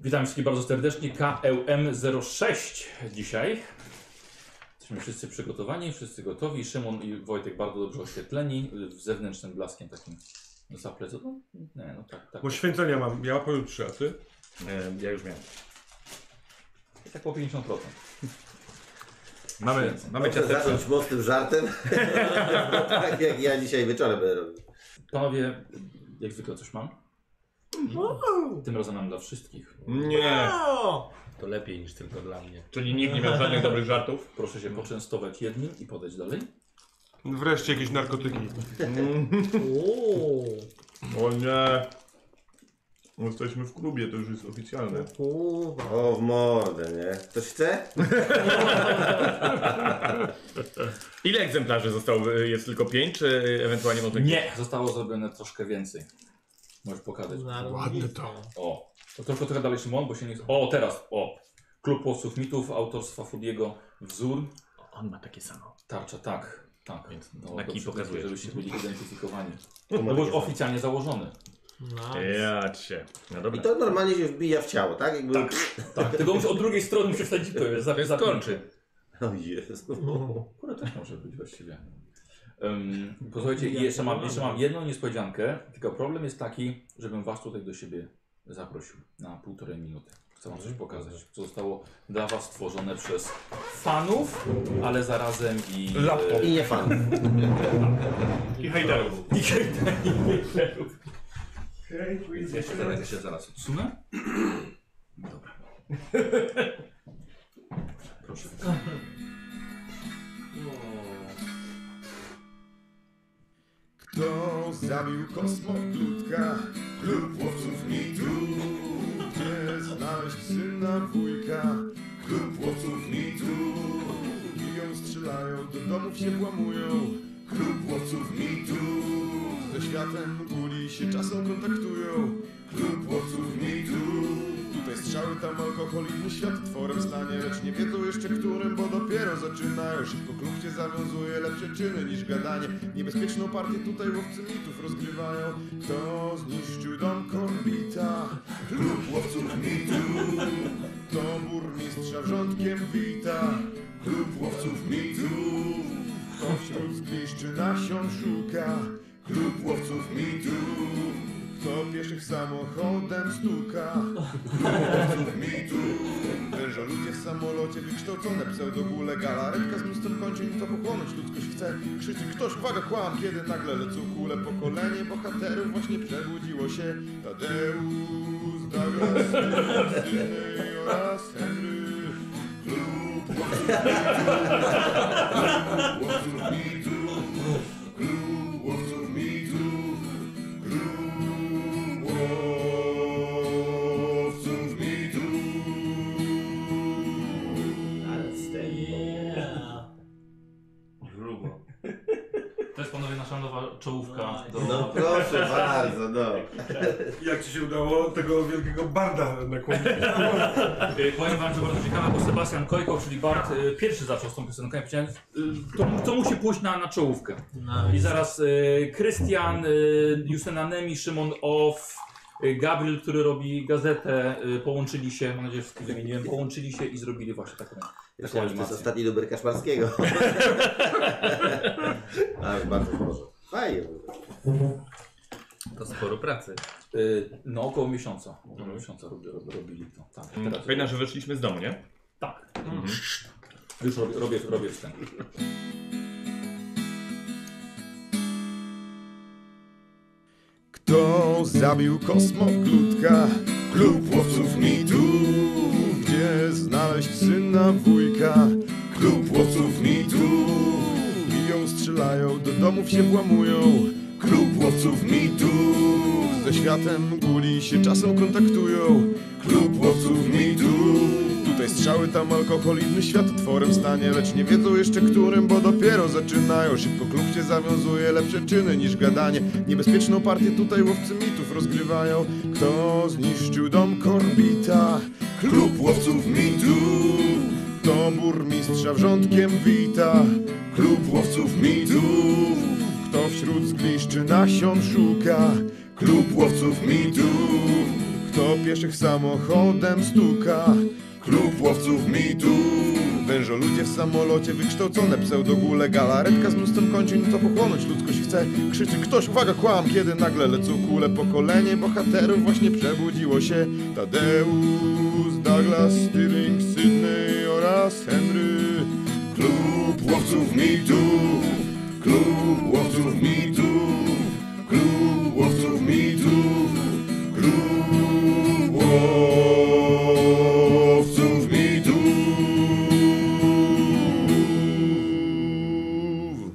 Witam wszystkich bardzo serdecznie. E KLM06 dzisiaj. Jesteśmy wszyscy przygotowani, wszyscy gotowi. Szymon i Wojtek bardzo dobrze oświetleni, y, w zewnętrznym blaskiem takim za plecą. No, Nie, no tak, tak. Bo święcenia mam, ja pojutrze, a ty? E, Ja już miałem. I tak po 50%. Mamy, Święceń. mamy Chcę ciasteczko. zacząć mocnym żartem. tak jak ja dzisiaj wieczorem będę robił. Panowie, jak zwykle coś mam? Tym razem mam dla wszystkich. Nie, To lepiej niż tylko dla mnie. Czyli nikt nie miał żadnych dobrych żartów. Proszę się poczęstować jednym i podać dalej. wreszcie jakieś narkotyki. Uuu, O nie. No, Jesteśmy w klubie, to już jest oficjalne. kurwa. O, w mordę, nie? Ktoś chce? Ile egzemplarzy zostało? E, Jest tylko pięć, czy ewentualnie można... Nie! Zostało zrobione troszkę więcej. Możesz pokazać. Ładne to. O, to tylko trochę dalej Szymon, bo się nie... O, teraz, o. Klub Łowców Mitów, autorstwa Fudiego, wzór, On ma takie samo. tarcza, tak, tak. Więc No, taki dobrze, pokazuje. Żebyście byli identyfikowani. No bo już oficjalnie założony. Ja cię. No I dobra. to normalnie się wbija w ciało, tak? Jakby... Tak. Tak, tylko muszę od drugiej strony muszę wsadzić to jest. To jest kończy. O Jezu. Kurde, też może być właściwie. Um, posłuchajcie, i jeszcze mam, jeszcze mam jedną niespodziankę, tylko problem jest taki, żebym was tutaj do siebie zaprosił na półtorej minuty. Chcę wam coś pokazać, co zostało dla was stworzone przez fanów, ale zarazem i... e, Laptop. I nie fan. I hejterów. I hejterów. Ja się zaraz, ja się zaraz odsunę. Dobra. Proszę. Kto zabił kosmoplutka? Klub łowców mitu. Gdzie znaleźć syna wujka? Klub łowców mitu. Biją, strzelają, do domów się włamują. Klub łowców mitu. Ze światem guli się czasem kontaktują. Klub łowców mitu. Tutaj strzały, tam alkohol, inny świat tworem stanie Lecz nie wiedzą jeszcze którym, bo dopiero zaczynają Szybko klub się zawiązuje, lepsze czyny niż gadanie Niebezpieczną partię tutaj łowcy mitów rozgrywają Kto zniszczył dom korbita? Klub łowców mitów To burmistrza wrzątkiem wita Klub łowców mitów Kto wśród zgliszczy nasion szuka Klub łowców mitów Kto pieszych samochodem stuka mitu Wężoludzie w samolocie, wykształcone pseudogule Galaretka z mnóstwem kończyn, to pochłonąć ludzkość chce Krzyczy ktoś, uwaga, kłam, kiedy nagle lecą kule Pokolenie bohaterów właśnie przebudziło się Tadeusz, Douglas, Justyny oraz Henry Klub łowców mitu Klub łowców mitu Klub łowców mitu Klub łowców mitu Grubo. To jest panowie nasza nowa czołówka. Do... No proszę bardzo, no. Jak ci się udało tego wielkiego barda nakłonić? Y, Powiem wam, że bardzo ciekawe, bo Sebastian Kojko, czyli Bart, y, pierwszy zaczął z tą piosenką. Ja powiedziałem, y, to, to musi pójść na, na czołówkę. I zaraz y, Krystian, y, Justyna Nemi, Szymon Off, y, Gabriel, który robi gazetę, y, połączyli się, mam nadzieję, że wszystkich wymieniłem, połączyli się i zrobili właśnie taką, taką Myślałem, że to jest animację. ostatni numer Kaszmarskiego. Ale bardzo proszę. Fajnie. To sporo pracy. Y, no około miesiąca, około miesiąca robi, robi, robili to. Tak, Mhm. teraz, Pamiętam, No że wyszliśmy z domu, nie? tak. Już robię, robię, robię wstęp. Kto zabił kosmoklutka? Klub łowców mitu Gdzie znaleźć syna wujka? Klub łowców mitu Biją, strzelają, do domów się włamują Klub łowców mitu Ze światem guli się czasem kontaktują Klub łowców mitu Tutaj strzały, tam alkohol, inny świat tworem stanie Lecz nie wiedzą jeszcze którym, bo dopiero zaczynają Szybko klub się zawiązuje, lepsze czyny niż gadanie Niebezpieczną partię tutaj łowcy mitów rozgrywają Kto zniszczył dom Korbita? Klub łowców mitów To burmistrza wrzątkiem wita Klub łowców mitów Kto wśród zgliszczy nasion szuka Klub łowców mitów kto pieszych samochodem stuka Klub łowców mitu Wężo ludzie w samolocie wykształcone pseudogule Galaretka z mnóstwem kończyn to pochłonąć ludzkość chce Krzyczy ktoś uwaga kłam Kiedy nagle lecą kule Pokolenie bohaterów właśnie przebudziło się Tadeusz, Douglas, Stirling, Sydney oraz Henry Klub łowców mitów Klub łowców mitów Klub łowców mitów Klub łowców mitów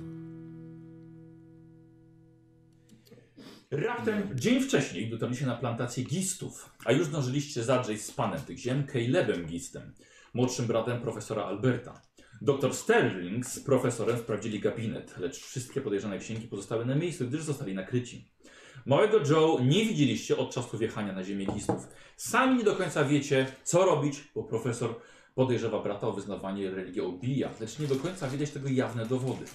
Raptem dzień wcześniej dotarliście na plantację gistów, a już zdążyliście zadrzeć z panem tych ziem, Calebem Gistem, młodszym bratem profesora Alberta. Doktor Sterling z profesorem sprawdzili gabinet, lecz wszystkie podejrzane księgi pozostały na miejscu, gdyż zostali nakryci. Małego Joe nie widzieliście od czasu wjechania na ziemię gistów. Sami nie do końca wiecie, co robić, bo profesor podejrzewa brata o wyznawanie religii obija, lecz nie do końca widać tego jawne dowody.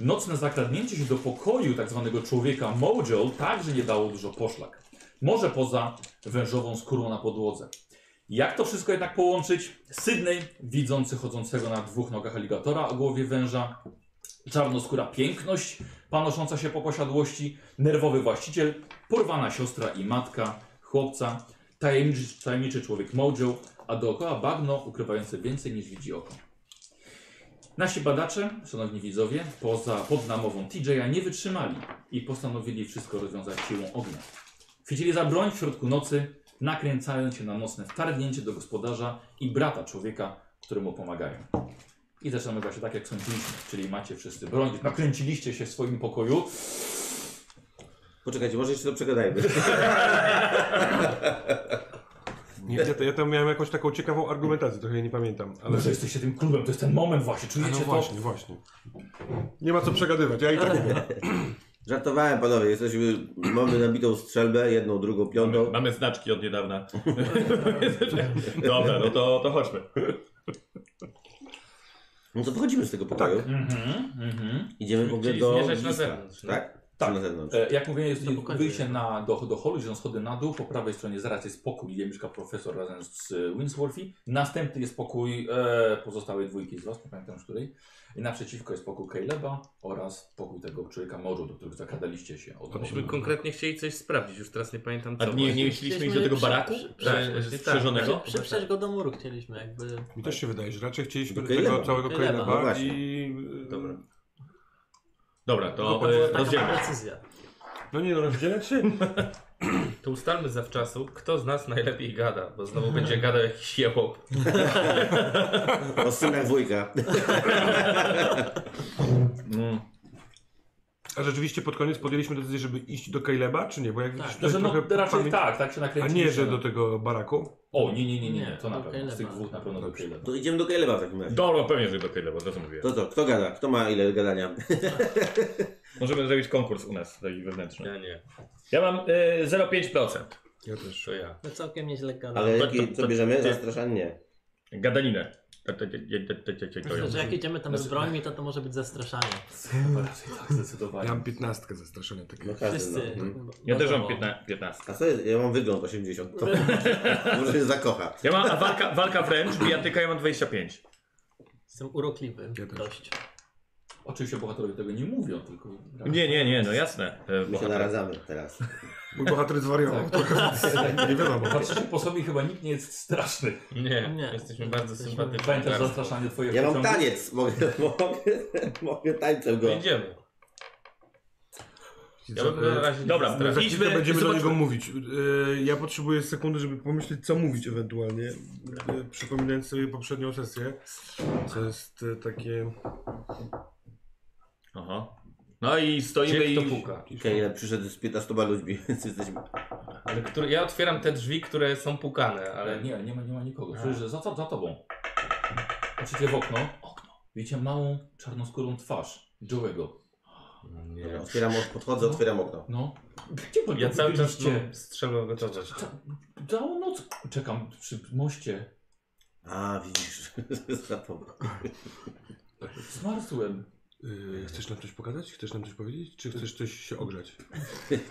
Nocne zakradnięcie się do pokoju tzw. człowieka Mojo także nie dało dużo poszlak. Może poza wężową skórą na podłodze. Jak to wszystko jednak połączyć? Sydney, widzący chodzącego na dwóch nogach aligatora o głowie węża, czarnoskóra piękność, panosząca się po posiadłości, nerwowy właściciel, porwana siostra i matka chłopca, tajemniczy, tajemniczy człowiek Mojo, a dookoła bagno ukrywające więcej niż widzi oko. Nasi badacze, szanowni widzowie, poza podnamową TJ'a nie wytrzymali i postanowili wszystko rozwiązać siłą ognia. Chwycili za broń w środku nocy, nakręcając się na mocne wtargnięcie do gospodarza i brata człowieka, któremu pomagają. I zaczynamy właśnie tak, jak sądziliśmy, czyli macie wszyscy broń, nakręciliście się w swoim pokoju. Poczekajcie, może jeszcze to przegadajmy. Nie, ja, to- ja tam miałem jakąś taką ciekawą argumentację, trochę jej nie pamiętam. Ale... Może jesteście tym klubem, to jest ten moment właśnie, A no czujecie to? właśnie, właśnie. Nie ma co przegadywać, ja i tak nie wiem. Żartowałem panowie, jesteśmy, mamy nabitą strzelbę, jedną, drugą, piątą. Mamy znaczki od niedawna. Dobra, no to, to chodźmy. No to wychodzimy z tego pokoju. Mhm, mhm. Idziemy w ogóle Tak. Czyli do... zmierzać na bliska, zewnątrz, no. Tak? Tak. Czy na zewnątrz? E, Jak mówię, jest To pokażę. wyjście na, do, do holu, są schody na dół, po prawej stronie zaraz jest pokój, gdzie mieszka profesor razem z e, Winsworthy. Następny jest pokój e, pozostałej dwójki z was, nie pamiętam już której. I naprzeciwko jest pokój Caleba oraz pokój tego człowieka morzu, do którego zakradaliście się. Od Myśmy konkretnie chcieli coś sprawdzić, już teraz nie pamiętam A co. nie, właśnie. nie myśleliśmy iść do tego baraku? Tak, Prze- właśnie tak. Strzeżonego? Przyprzeć go do muru chcieliśmy, jakby. Mi też się wydaje, że raczej chcieliśmy Do do tego Caleba. całego Caleba, no Caleba właśnie. i... y, Dobra. Dobra, to była e, taka rozdzielmy. decyzja. No nie no, rozdzielać się? To ustalmy zawczasu, kto z nas najlepiej gada, bo znowu będzie gadał jakiś jełop. O synach wujka. A rzeczywiście pod koniec podjęliśmy decyzję, żeby iść do Caleba, czy nie? Bo jak widzisz, No, że tutaj no, trochę raczej pamię- tak, tak się A nakręciliście. nie, że do tego baraku. O, nie, nie, nie, nie, nie, to na Do pewno. Z tych Caleba. dwóch na pewno do Dobrze. Caleba. To idziemy do Caleba w takim razie. Dobra, pewnie, że do tyle, bo to co mówię. To co, kto gada? Kto ma ile gadania? Możemy zrobić konkurs u nas, taki wewnętrzny. Ja nie, Ja mam e, 0,5%. Ja też. to ja. No całkiem nieźle gada. Ale To- jaki, to- co to- bierzemy? to- Zastraszanie? Nie. Gadaninę. Tak, tak, tak, tak, tak, tak, tak, Myślę, że tak. jak idziemy tam z brońmi, to to może być zastraszanie. Chyba raczej tak, Ja zdecydowanie. mam piętnastkę zastraszenia No takiego. każdy no. Wszyscy. Mhm. Ja też mam bazowo. 15. 15. A co jest? Ja mam wygląd 80. To może się zakocha. Ja mam a walka, walka wręcz, bijatyka, ja mam 25. Jestem urokliwy. Ja też. Dość. Oczywiście bohaterowie tego nie mówią, tylko... Nie, nie, nie, no jasne. e, My się bohater. naradzamy teraz. Mój bohater zwariował. Tak. trochę. Nie wiadomo. Patrzycie po sobie, chyba nikt nie jest straszny. Nie, Nie. jesteśmy bardzo Jesteśmy- sympatyczni. Pamiętasz Bardzo. zastraszanie twojego Ja mam pociągu? taniec. Mogę, mogę, mogę tańcem go. To Idziemy. Ja bym na razie nie Dobra, zastraszał. Za idźmy, chwilę będziemy do zobaczmy. niego mówić. Yy, Ja potrzebuję sekundy, żeby pomyśleć, co mówić ewentualnie. Yy, Przypominając sobie poprzednią sesję, co jest yy, takie. Aha. No i stoimy Gdzie kto i... puka? Caleb przyszedł z 15 ludźmi, więc jesteśmy... Ale który, ja otwieram te drzwi, które są pukane, ale Ale nie. nie, nie ma, nie ma nikogo. Słyszysz, że za, to- za tobą. Patrzycie w okno. Okno. Widzicie małą, czarnoskórą twarz Joe'ego. nie. Otwieram, podchodzę, otwieram okno. No. Gdzie wy Ja cały czas no. byliście? mam strzelbę gotową. Ca- Całą noc czekam przy moście. A, widzisz. Zapomniał. Tak. Zmarzłem. Yy, chcesz nam coś pogadać? Chcesz nam coś powiedzieć? Czy chcesz coś się ogrzać?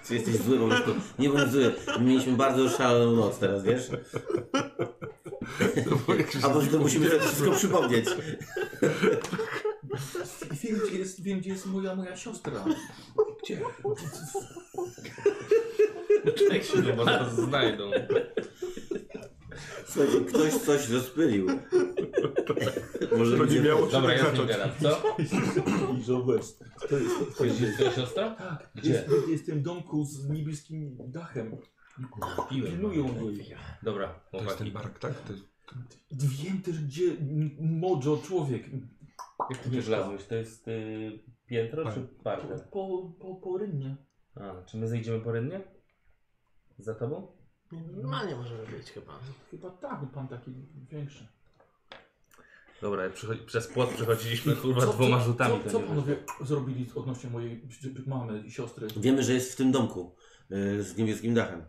Czy jesteś zły po prostu? Nie bądź zły. Mieliśmy bardzo szaloną noc teraz, wiesz? A może to musimy sobie wszystko przypomnieć. Wiem, gdzie jest, wiem, gdzie jest moja, moja siostra. Gdzie? Jak się chyba nas znajdą. Słuchajcie, ktoś coś rozpylił. Może To nie będzie... miało się Dobra, tak ja z nim zacząć. gadam, co? Że West. To jest, to Jest jest twoja siostra? Gdzie? Jest, Tak, jest w tym domku z niebieskim dachem. Pilnują go. jej. Dobra, To jest ten chłopaki. bark, tak? To jest... Wiem też, gdzie m- Mojo, człowiek. Jak ty nie wlazłeś? To jest y, piętro czy parter? Po, po, po rynnie. A, czy my zejdziemy po rynnie? Za tobą? Normalnie możemy być chyba. Chyba tak, pan taki większy. Dobra, ja przychodzi, przez płot przechodziliśmy kurwa Co- dwoma co- rzutami. Co, to co nie panowie zrobili odnośnie mojej mamy i siostry? Wiemy, że jest w tym domku y, z niebieskim dachem.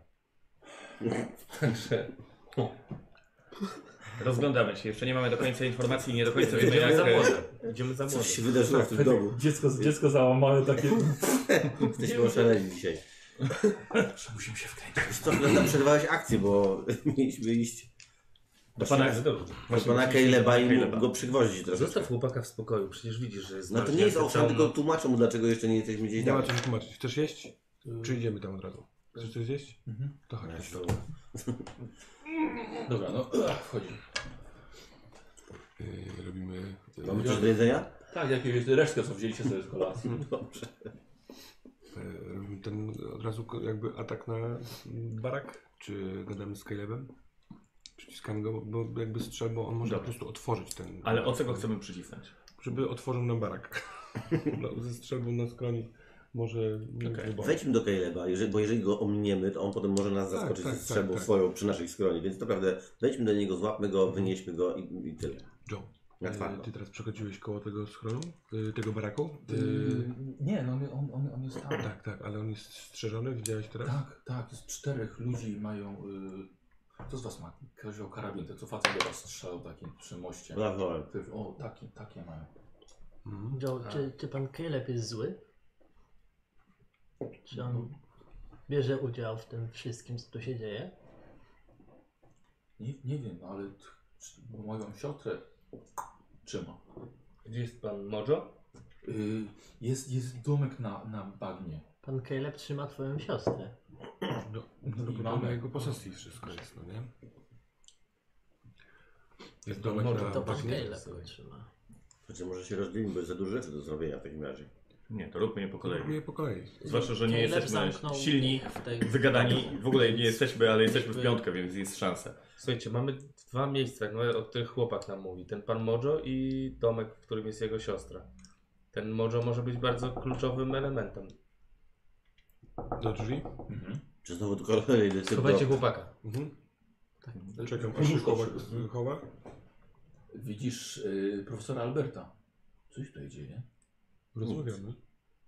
Także. o. Rozglądamy się, jeszcze nie mamy do końca informacji, nie do końca wiemy Idziemy jak... za e, młotem. Idziemy za Coś się młotem. wydarzyło w Tak, tym domu. Dziecko, dziecko załamane takie. Jesteśmy oszaleni dzisiaj. Że musimy się wkręcić. Wiesz co, prawda, przerwałeś akcję, bo mieliśmy iść Do pana, że dobrze. do pana Caleba i mu- go przygwoździć troszeczkę. Zostaw chłopaka w spokoju, przecież widzisz, że jest No to nie martwiarty jest owszem, całą tylko noc. tłumaczę mu, dlaczego jeszcze nie jesteśmy gdzieś Nie ma tam. tak. czego tłumaczyć. Chcesz jeść? Yy. Czy idziemy tam od razu? Chcesz coś zjeść? Mhm. To chodź. Dobra, no wchodzi. Yy, robimy... Mamy coś do jedzenia? Tak, jakieś resztkę co wzięliście sobie z kolacji. Dobrze. E, Robimy ten od razu ko- jakby atak na mm, barak? Czy gadamy z Calebem? Przyciskamy go, bo bo jakby strzelbą on może Dobra. po prostu otworzyć ten... Ale o co go chcemy przycisnąć? Żeby otworzył nam barak. no, ze strzelbą na skroni może... nie Okej. wyboru. Wejdźmy do Caleba, jeżeli, bo jeżeli go ominiemy, to on potem może nas Tak, zaskoczyć tak, ze tak, strzelbą tak. Mhm. swoją przy naszej skroni, więc naprawdę wejdźmy do niego, złapmy go, wynieśmy go i, i tyle. Joe, Na e, twardo. ty teraz przechodziłeś koło tego schronu? e, Tego baraku? E, Nie, no on, on, on, on jest tam. Tak, tak, ale on jest strzeżony, widziałeś teraz? Tak, tak, z czterech ludzi mają. Y, kto z was ma kozioł karabin? Ten co facet do was strzelał takim przy moście. Brawo. Ty- O, takie, takie mają. Mhm. Joe, czy, czy pan Caleb jest zły? Czy on bierze udział w tym wszystkim, co tu się dzieje? Nie, nie wiem, ale t- czy- bo moją siostrę trzyma. Gdzie jest pan Mojo? Y, jest, jest domek na, na bagnie. Pan Caleb trzyma twoją siostrę. No, No no, i bo to mamy- na jego posesji wszystko jest, no nie? Jest domek może na To tak, pan bagnie. Caleb go trzyma. Znaczy może się rozdzielimy, bo jest za dużo rzeczy do zrobienia w takim razie. Nie, to róbmy je po kolei. Nie po kolei. Zwłaszcza, że nie Caleb jesteśmy zamknął silni, w tej- wygadani, w ogóle nie jesteśmy, ale jesteśmy w piątkę, więc jest szansa. Słuchajcie, mamy dwa miejsca, no, o których chłopak nam mówi. Ten pan Mojo i domek, w którym jest jego siostra. Ten Mojo może być bardzo kluczowym elementem. Do drzwi? Czy znowu do kolejny typ Schowajcie do... chłopaka. Mhm. Y, Czekam, aż się poduszką chowa. przy- chowa. Widzisz y, profesora Alberta. Coś tutaj dzieje. Rozmawiamy.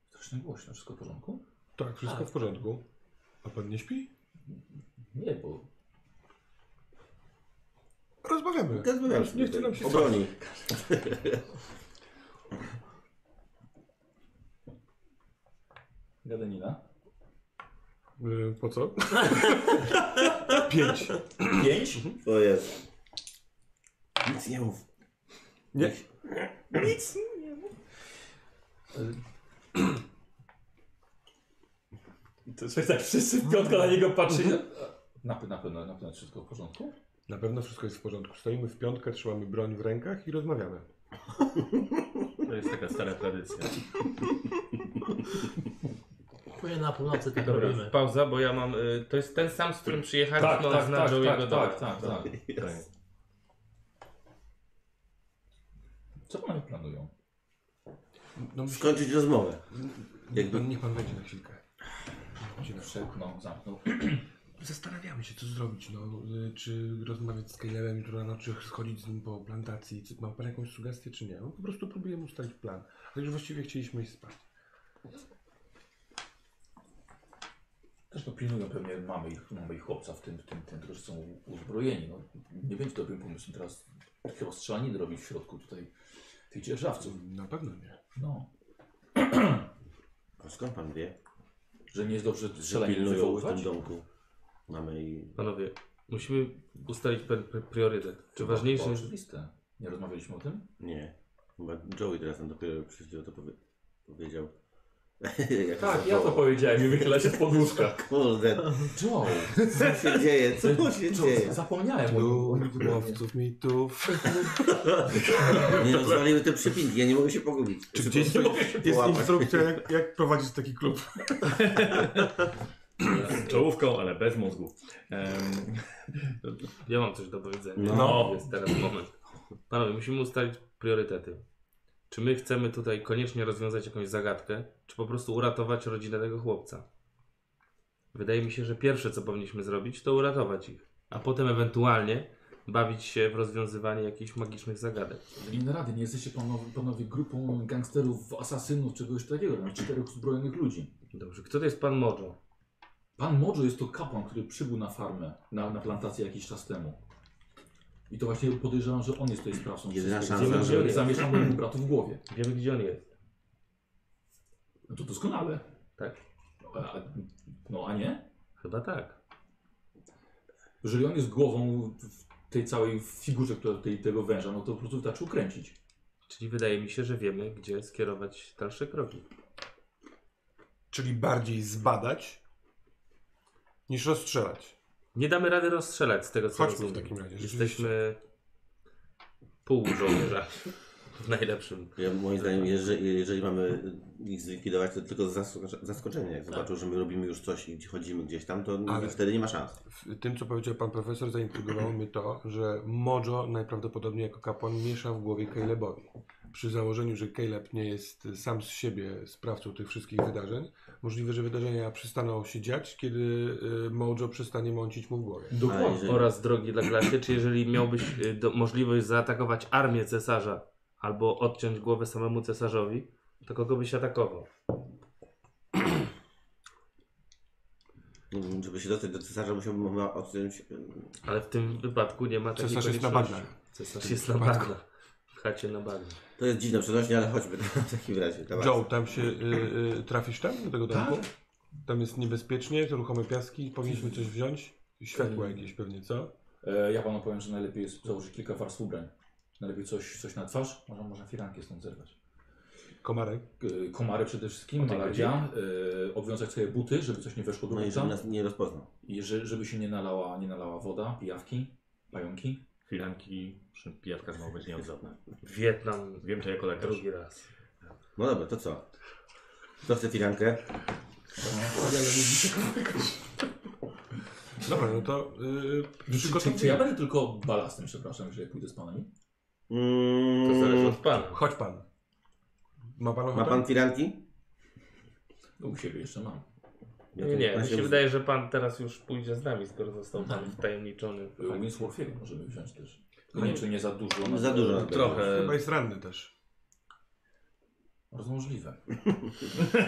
Strasznie głośno, wszystko w porządku? Tak, wszystko Tak. w porządku. A pan nie śpi? Nie, bo Rozmawiamy. Rozmawiam Nie chcę nam się o broni. gadanina. Y, Po co? Pięć. Pięć? To jest. Nic nie mów. Nie. To jest tak wszyscy w piątkę na niego patrzyli. Mhm. Na, pe- na pewno, na pewno wszystko w porządku? Na pewno wszystko jest w porządku. Stoimy w piątkę, trzymamy broń w rękach i rozmawiamy. To jest taka stara tradycja. Chuj na północy tak Dobra, robimy. pauza, bo ja mam... Y, to jest ten sam, z którym przyjechaliśmy, Tak, on tak, zna tak, Joe tak, no, jego domek. tak, tak, tak. Tak. Co panowie planują? No, myślę- Skończyć rozmowę. niech, jakby- pan, niech pan wejdzie na chwilkę. Chodźcie na- Przeknął, no, zamknął. Zastanawiamy się, co zrobić. No, Y, czy rozmawiać z Calebem jutro rano, czy schodzić z nim po plantacji. Czy ma pan jakąś sugestię, czy nie? No, po prostu próbujemy ustalić plan. Ale już właściwie chcieliśmy iść spać. Też to pilnują pewnie mamy ich, mamy ich chłopca w tym, w tym, tym którzy są uzbrojeni. No, nie będzie dobrym pomysłem teraz chyba strzelanin robić w środku tutaj tych dzierżawców. Na pewno nie. No. A skąd pan wie, Że nie jest dobrze że strzelanie pilnują w wywoływać? tym domku? Mamy i... Panowie, musimy ustalić pe- pe- priorytet. Czy ważniejsze To jest... oczywiste. Nie rozmawialiśmy o tym? Nie. Chyba Joey teraz nam dopiero przed chwilą to powie... powiedział. Jak Tak, się ja to zawołał. powiedziałem i wychyla się z podłóżka. Kurde, Joe, co się dzieje? Co się dzieje? Joe zapomniałem. No. o- łowców mitów. Nie rozwaliły te przypinki, ja nie mogę się pogubić. Czy gdzieś tu jest, jest Połapać. instrukcja, jak, jak prowadzić taki klub? Z czołówką, ale bez mózgu. Em, Ja mam coś do powiedzenia. No. Jest teraz moment. Panowie, musimy ustalić priorytety. Czy my chcemy tutaj koniecznie rozwiązać jakąś zagadkę, czy po prostu uratować rodzinę tego chłopca? Wydaje mi się, że pierwsze co powinniśmy zrobić, to uratować ich, a potem ewentualnie bawić się w rozwiązywanie jakichś magicznych zagadek. Nie rady, nie jesteście panowie, panowie grupą gangsterów, asasynów, czegoś takiego, na czterech uzbrojonych ludzi. Dobrze, kto to jest pan Mojo? Pan Mojo jest to kapłan, który przybył na farmę, na, na plantację jakiś czas temu. I to właśnie podejrzewam, że on jest tutaj sprawcą. Jedyna wszystkiego. szansa, Wiemy, żeby- że zamieszano mu bratu w głowie. Wiemy gdzie on jest. No to doskonale. Tak. A, no a nie? Chyba tak. Jeżeli on jest głową w tej całej figurze która, tej, tego węża, no to po prostu wystarczy ukręcić. Czyli wydaje mi się, że wiemy gdzie skierować dalsze kroki. Czyli bardziej zbadać niż rozstrzelać. Nie damy rady rozstrzelać z tego co Chodźmy w rozumiem. takim razie, Jesteśmy pół żołnierza w najlepszym. Ja, moim zdaniem, jeżeli, jeżeli mamy ich zlikwidować, to tylko z zasko- zaskoczenia. Jak zobaczą, że my robimy już coś i chodzimy gdzieś tam, to Ale- wtedy nie ma szans. W tym, co powiedział pan profesor, zaintrygowało mnie to, że Mojo najprawdopodobniej jako kapłan miesza w głowie Calebowi. Przy założeniu, że Caleb nie jest y, sam z siebie sprawcą tych wszystkich wydarzeń, możliwe, że wydarzenia przestaną się dziać, kiedy y, Mojo przestanie mącić mu w głowie. A Dokładnie. jeżeli- Oraz drogi dla klasie, czy jeżeli miałbyś y, do, możliwość zaatakować armię cesarza albo odciąć głowę samemu cesarzowi, to kogo byś atakował? Mm, Żeby się dostać do cesarza, musiałbym chyba odciąć. mm, Ale w tym wypadku nie ma takiej Cesarz jest na konieczności. bagnach. Cesarz jest na bagnach. W chacie na bagnach. To jest dziwne przenośnie, ale chodźmy w takim razie. dawaj. Joe, tam się y, y, trafisz tam, do tego domku? Tam jest niebezpiecznie, to ruchome piaski, powinniśmy coś wziąć. Światła jakieś pewnie, co? E, ja panu powiem, że najlepiej jest założyć kilka warstw ubrań. Najlepiej coś, coś na twarz, może, może firankę stąd zerwać. Komarek. E, komary przede wszystkim, tej malaria, e, obwiązać sobie buty, żeby coś nie weszło do No i żeby buta. nas nie rozpoznał. I że, żeby się nie nalała, nie nalała woda, pijawki, pająki. Firanki przy pijawkach mogą być nieodzowne. Wietnam Wiem to jako lekarz. drugi raz. No dobra, to co? Kto chce firankę? Dobra, no to y, Czy, czy przygotowuj. ja będę tylko balastem, przepraszam, jeżeli pójdę z panami? To zależy Mm, od pana. Chodź pan. Ma pan ochotę? ma pan firanki? No u siebie jeszcze mam. Ja nie, tu- nie, pan mi się uz- wydaje, że pan teraz już pójdzie z nami, skoro został pan wtajemniczony. E, Winsworthiego możemy wziąć też. Tylko Nie, wiem, czy nie za dużo. no, Za dużo. nas będzie. Trochę. Chyba jest ranny też. Bardzo możliwe.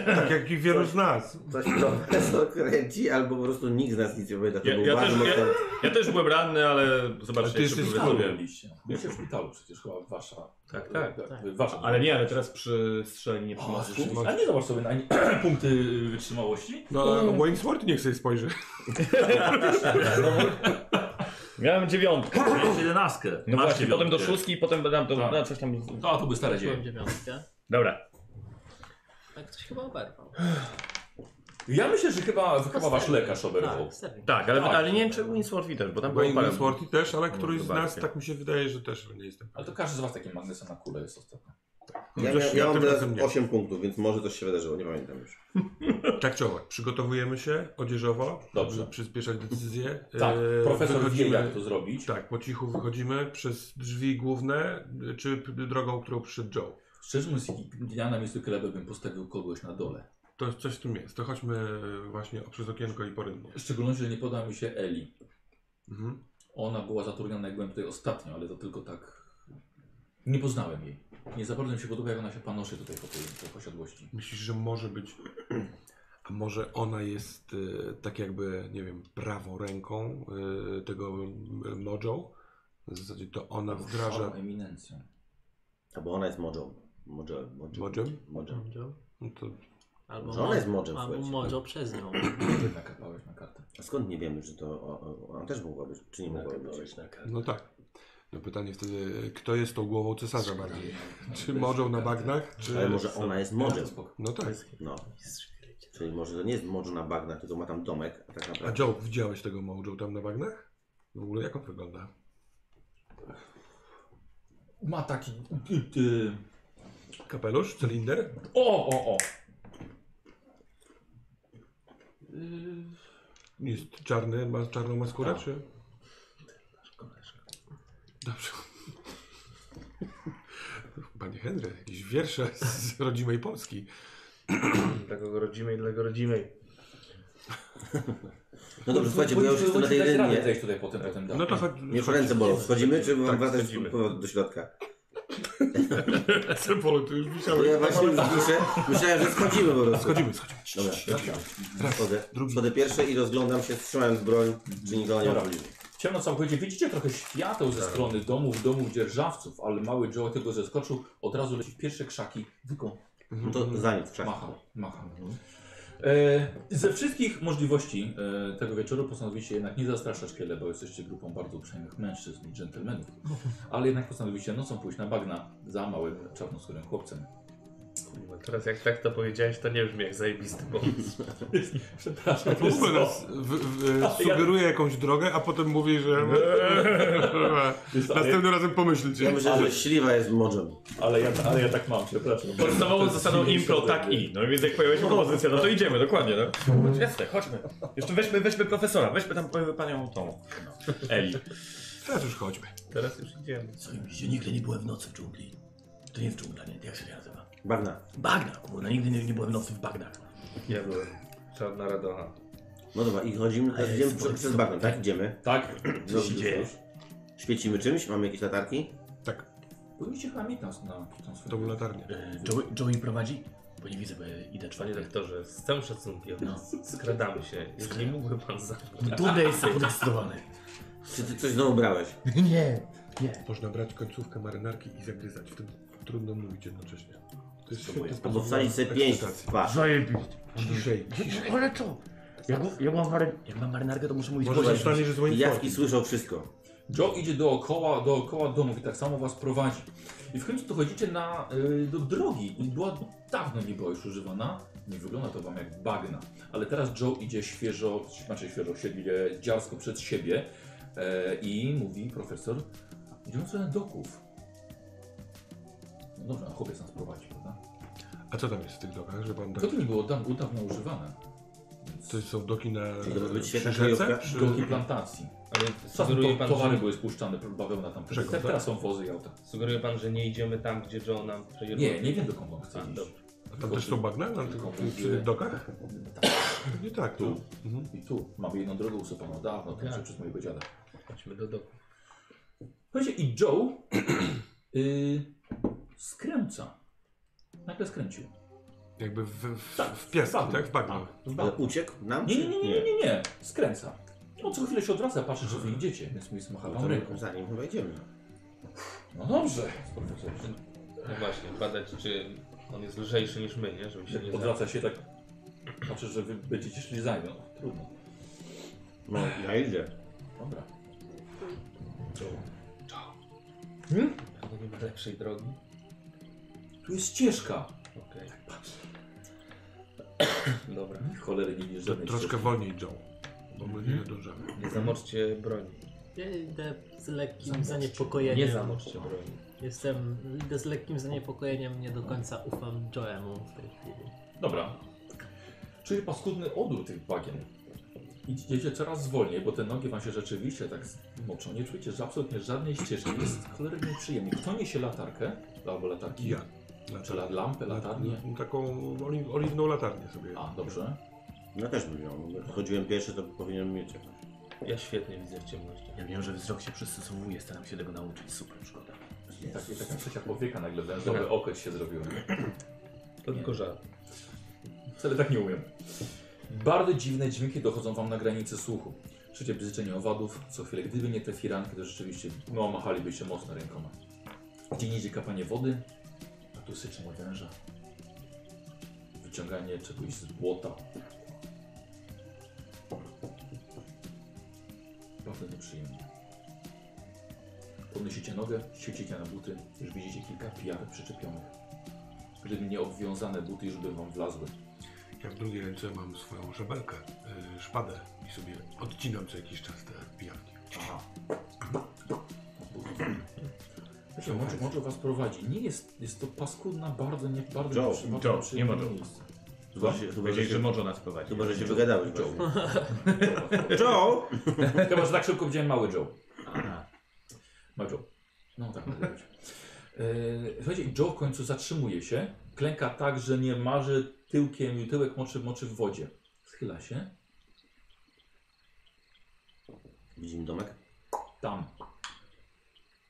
Tak jak i wielu z nas. Coś profesor kręci, albo po prostu nikt z nas nic nie pamięta. To Ja- był ja bardzo też- ja- mocno. Ja też byłem ranny, ale Ale ty zobaczcie, jak jesteś szybko w szkole. wyzdrowiałem. Byliście. Byliście w szpitalu przecież chyba wasza. Tak, tak. tak. Wasza. Ale nie, ale teraz przy strzelaniu nie przy O, masku. rzeczywiście. A nie zobacz sobie na nie, punkty wytrzymałości. No, ale Wainsworth niech sobie spojrzy. Miałem dziewiątkę. Miałeś jedenastkę. No Masz właśnie, potem do dziewiątkę. szóstki i potem dam do, Tak. na coś tam. To, a to były stare Byłem dzieje. dziewiątkę. Dobra. Tak ktoś chyba oberwał. Ja myślę, że chyba, chyba wasz lekarz oberwał. Tak, serio. Tak, ale, Tak. ale nie wiem czy Winsworthy też, bo tam było parę. Wainsworth też, ale któryś z nas, zobaczcie. tak mi się wydaje, że też nie jestem. Ale to każdy z was takim magnesem na kulę jest ostatnio. Ja, Coś ja, ja ja mam tym teraz razem nie. 8 punktów, więc może coś się wydarzyło, nie pamiętam już. Tak czy owak, przygotowujemy się odzieżowo, Dobrze. żeby przyspieszać decyzję. Tak, E, profesor wie wychodzimy- jak to zrobić. Tak, po cichu wychodzimy przez drzwi główne, y, czy p- drogą, którą przyszedł Joe. Szczerze mówiąc, ja na miejscu Kleby bym postawił kogoś na dole. To jest- coś w tym jest. To chodźmy właśnie przez okienko i porynnie. W szczególności, że nie podała mi się Eli. Mhm. Ona była zatrudniona, jak byłem tutaj ostatnio, ale to tylko tak... Nie poznałem jej. Nie za bardzo mi się podoba, jak ona się panoszy tutaj po tej po posiadłości. Myślisz, że może być. A może ona jest y, tak jakby, nie wiem, prawą ręką y, tego y, Mojo? W zasadzie to ona wdraża. Szalona Eminencja. Albo ona jest modżą. Modżą. Modżą. Modżą? Modżą. Joe? No to Albo No, Może ona jest modżem, Albo słuchajcie. może przez nią. Nakapałeś na kartę. A skąd nie wiemy, że to o, o, ona też mogła być, czy nie mogła być? Nakapałeś na kartę. No tak. No pytanie wtedy, kto jest tą głową cesarza bardziej? Czy morzą na bagnach, Ale czy... może ona jest modżem. No tak. No. Czyli może to nie jest morzu na bagnach, tylko ma tam domek, a tak A naprawdę. Joe, widziałeś tego mojo tam na bagnach? W ogóle jak on wygląda? Ma taki... Ty, ty. Kapelusz? Cylinder? O, o, o! Jest czarny, ma czarną maskurę, Tak. czy... Dobrze. Panie Henry, jakieś wiersze z rodzimej Polski. Takiego rodzimej dla jego rodzimej. No dobrze, słuchajcie, bo ja już jestem na tej rynie. Zejść tutaj potem, potem No to chodź... Mnie już chodź- ręce bolą. Wchodzimy, czy mam Tak, wracać wchodzimy. powrotem do środka? Polo, ty już Bo wisiałeś. ja właśnie już myślę, myślałem, że schodzimy po prostu. Schodzimy, schodzimy. Dobra, wchodzę. Wchodzę pierwszy i rozglądam się, trzymając broń, czy nikogo nie Dobra. obchodzi. Ciemno całkowicie. Widzicie trochę świateł ze strony domów, domów dzierżawców, ale mały Joe tego zeskoczył, od razu leci w pierwsze krzaki, tylko No to za nic, czas. macha, macha. no. E, ze wszystkich możliwości e, tego wieczoru postanowiliście jednak nie zastraszać kiele, bo jesteście grupą bardzo uprzejmych mężczyzn i dżentelmenów, ale jednak postanowiliście nocą pójść na bagna za małym czarnoskórym chłopcem. Kurwa, Teraz jak tak to powiedziałeś, to nie brzmi jak zajebisty pomysł. Przepraszam, W ogóle nas w, w, sugeruje jakąś drogę, a potem mówi, że... Jest, ale, Następnym razem Ja pomyślcie. myślę, że śliwa jest morzem. ale, ja, ale ja tak mam, przepraszam. Podstawową zasadą impro tak i. No więc jak pojawia się propozycja, no to idziemy, dokładnie. No. Jasne, chodźmy. Jeszcze weźmy, weźmy profesora, weźmy tam e, panią tą. Eli. Teraz już chodźmy. Teraz już idziemy. Co mi się nigdy nie byłem w nocy w dżungli. To nie w dżungla, nie, jak się to nazywa? Bagna. Bagna, kurwa, nigdy nie, nie byłem w nocy w bagnach. Ja byłem. Czarna radocha. No dobra, i chodzimy, teraz Ej, idziemy super, prze, przez super. bagno, tak? Idziemy. Tak, Co się dzieje? Świecimy czymś? Mamy jakieś latarki? Tak, powinniście chyba mieć nas na tą to był swoją. latarnia. E, Joey, Joey prowadzi? Bo nie widzę, bo ja idę Panie czwarty. doktorze, z całym szacunkiem, No. skradamy się. Jeżeli mógłby pan zabrać. Dumny jestem podekscytowany. Czy ty coś znowu brałeś? Nie, nie. Można brać końcówkę marynarki i zagryzać. Wtedy trudno mówić jednocześnie. To jest świetny sposób Albo wsadzić na sobie pięść w ekscytację. twarz. Zajebiście. Ciszej, ciszej. Ale co? Jak, jak, mam mary... jak mam marynarkę, to muszę mówić Może głośno. się stanie, że z moim Jawki słyszą wszystko. Joe idzie dookoła, dookoła domów i tak samo was prowadzi. I w końcu dochodzicie na, y, do drogi. I Była dawno nie była już używana. Nie wygląda to wam jak bagna. Ale teraz Joe idzie świeżo, znaczy świeżo, siedlie dziarsko przed siebie e, i mówi profesor, idziemy w stronę doków. No dobrze, no chłopiec nas prowadzi, prawda? A co tam jest w tych dokach, że pan tak... Doki nie było dawno, dawno używane. To są doki na Czyli to może być świetna przy rzece? kryjówka. Przy- Doki plantacji. Ale Czasem sugeruje to, pan, towary że, były spuszczane, bawełna tam. Rzeką, tak? Teraz są wozy i auta. sugeruje pan, że nie idziemy tam, gdzie Joe nam przejdzie. Nie, nie wiem dokąd on chce A, iść. dobrze. A Tam też są bagna na tych, przy tych dokach? Nie tak, Tu. tu. Mhm. I tu mamy jedną drogę usuwaną dawno, to znaczy przez mojego dziada. Chodźmy do doku. Słuchajcie, i Joe y, skręca. Nagle skręcił. Jakby w, w, Tak, w piaski, bagno. tak? W bagno. W Ale banku. uciekł nam? Nie, czy nie, nie, nie, nie, nie, skręca. No co chwilę się odwraca, patrzy, czy wy idziecie, więc mój smacha No wam ręką. to za nim chyba idziemy. No dobrze, profesor. No właśnie, badać, czy on jest lżejszy niż my, nie? Żeby się nie za... Odwraca się tak, patrzy, że wy będziecie szli za nią. Trudno. No, ja idę. Dobra. Albo nie ma lepszej drogi. Tu jest ścieżka. Okej. Dobra. Cholery nie wiesz To żadnej troszkę ścieżki. wolniej Joe, bo my nie nadążamy. Nie zamoczcie broni. Ja idę z lekkim Zamoczcie. zaniepokojeniem. Nie zamoczcie broni. Jestem, idę z lekkim zaniepokojeniem, nie do końca ufam Joemu w tej chwili. Dobra. Czyli paskudny odór tych bagien. Idziecie coraz zwolniej, bo te nogi wam się rzeczywiście tak moczą. Nie czujecie, że absolutnie żadnej ścieżki. Jest cholernie nieprzyjemnie. Kto niesie latarkę? Albo latarki? Ja. no, Czy la- lampę, latarnię? Taką oli- oliwną latarnię sobie. A, dobrze. Ja też bym miał. bo Chodziłem pierwszy, to powinienem mieć jakąś. Ja świetnie widzę w ciemności. Ja wiem, że wzrok się przystosowuje, staram się tego nauczyć. Super przygoda. I tak, i taka trzecia powieka nagle wężowy okres się zrobiło. To tylko żart. Wcale tak nie umiem. Bardzo dziwne dźwięki dochodzą wam na granicy słuchu. Słyszycie bzyczenie owadów, co chwilę, gdyby nie te firanki, to rzeczywiście no, machalibyście mocno rękoma. Gdzie indziej kapanie wody, a tu syczy węża. wyciąganie czegoś z błota. Bardzo nieprzyjemnie. Podnosicie nogę, świecicie na buty, już widzicie kilka pijawek przyczepionych. Gdyby nie obwiązane buty, już by wam wlazły. Ja w drugiej ręce mam swoją szabelkę, y, szpadę i sobie odcinam co jakiś czas te pijawki. Aha. Wiecie, może, może was prowadzi. Nie jest, jest to paskudna, bardzo nie bardzo Joe, nieprzyjemna- Joe, nie ma nieprzyjemne Joe. miejsce. Chyba, że- chyba, że Powiedzieli, że się, może nas prowadzić. chyba, że się wygadałeś. właśnie. Joe! Chyba, że tak szybko widziałem mały Joe. Ma Joe. No tak, może być. Yy, Słuchajcie, Joe w końcu zatrzymuje się, klęka tak, że nie marzy tyłkiem, tyłek moczy, moczy w wodzie. Schyla się. Widzimy domek? Tam.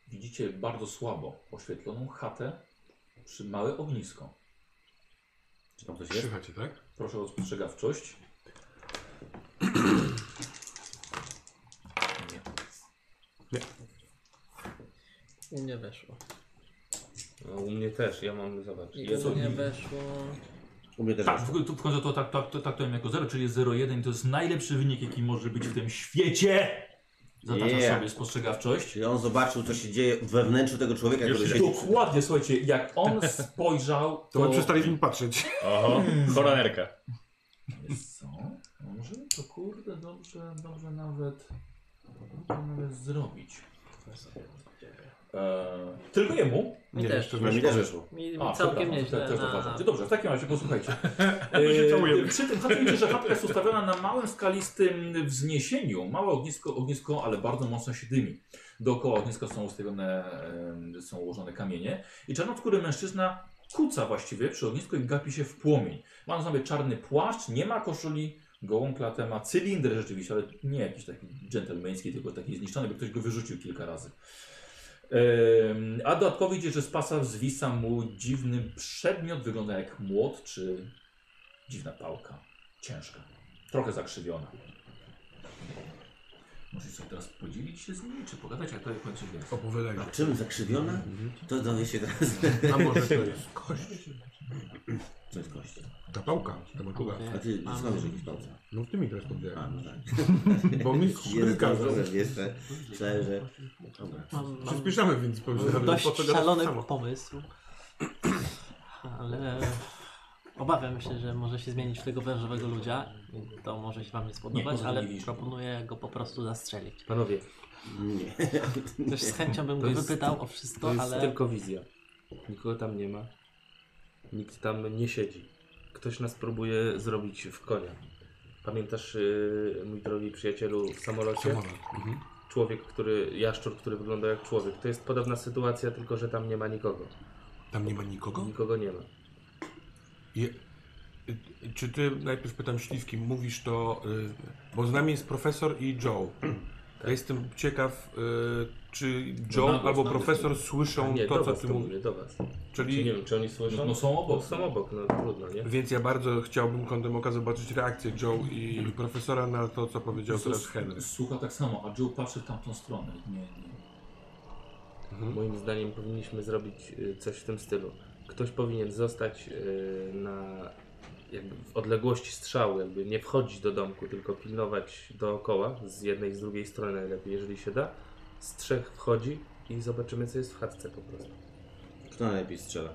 Widzicie bardzo słabo oświetloną chatę przy małe ognisko. Czy tam coś jest? Trzymacie, tak? Proszę o spostrzegawczość. U mnie weszło. No, u mnie też, ja mam, zobacz. U mnie weszło. U mnie też Tak, jest. w, tu wchodzę to tak, tak, to, traktujemy jako 0, czyli jest 0,1 i to jest najlepszy wynik, jaki może być w tym świecie. Zatacza Yeah. sobie spostrzegawczość. Czyli on zobaczył, co się dzieje we wnętrzu tego człowieka, który siedzi. Dokładnie, słuchajcie, jak on spojrzał, to... To my przestaliśmy patrzeć. Oho, koronerka. Wiesz Co? Może to kurde, dobrze, dobrze nawet, dobrze nawet zrobić. Eee, tylko jemu? Mi Nie, też. jeszcze No mi weszło. też wyszło. Mi, A, mi całkiem przepraszam, nieźle. no. te- Też na- uważam. Dobrze, w takim razie posłuchajcie. się całujemy. Eee, przy tym zacznijcie, że chatka jest ustawiona na małym skalistym wzniesieniu. Małe ognisko, ognisko, ale bardzo mocno się dymi. Dookoła ogniska są ustawione, em, są ułożone kamienie. I czarnoskóry mężczyzna kuca właściwie przy ognisku i gapi się w płomień. Ma na sobie czarny płaszcz, nie ma koszuli, gołą klatę, ma cylinder rzeczywiście, ale nie jakiś taki dżentelmeński, tylko taki zniszczony, bo ktoś go wyrzucił kilka razy. Em, A dodatkowo widzicie, że z pasa zwisa mu dziwny przedmiot, wygląda jak młot czy dziwna pałka. Ciężka, trochę zakrzywiona. Możecie sobie teraz podzielić się z nimi, czy pogadać, jak to w końcu jest. Opowiadaj. A czym zakrzywiona? To dowie się teraz. A może to jest kość? Co jest kość? Ta pałka, ta makuga. A ty skąd wiesz jakieś palce? No ty mi teraz A, powiedziałem. no tak. Bo mi Jest skrzynka. to zrozumieć, jeszcze. Myślałem, że... Mam, mam Przyspieszamy, więc powiedziałem, po dość co gadać szalony samo. pomysł. Ale obawiam się, że może się zmienić w tego wężowego ludzia. i To może się wam nie spodobać, poza ale nimi widzę. proponuję go po prostu zastrzelić. Panowie, Nie. Też z chęcią bym To go jest- wypytał o to wszystko, jest ale tylko wizja. Nikogo tam nie ma. Nikt tam nie siedzi. Ktoś nas próbuje zrobić w konia. Pamiętasz, yy, mój drogi przyjacielu, w samolocie? Samolot. Mhm. Człowiek, który, jaszczur, który wygląda jak człowiek. To jest podobna sytuacja, tylko że tam nie ma nikogo. Tam nie ma nikogo? Nikogo nie ma. Je... y- Czy ty, najpierw pytam śliwki, mówisz to, y, bo z nami jest profesor i Joe. Ja jestem ciekaw, y, czy Joe na głos, albo na profesor słyszą nie, to, do co was ty to mówisz. mówię, do was. Czy Czyli, nie wiem, czy oni słyszą? No są obok. Są obok, no trudno, nie? więc ja bardzo chciałbym kątem oka zobaczyć reakcję Joe i profesora na to, co powiedział teraz S- Henry. Słucha tak samo, a Joe patrzy w tamtą stronę. Nie, nie. Moim zdaniem powinniśmy zrobić y, coś w tym stylu. Ktoś powinien zostać y, na jakby w odległości strzału, jakby nie wchodzić do domku, tylko pilnować dookoła, z jednej i z drugiej strony najlepiej, jeżeli się da. Z trzech wchodzi i zobaczymy, co jest w chatce po prostu. Kto najlepiej strzela?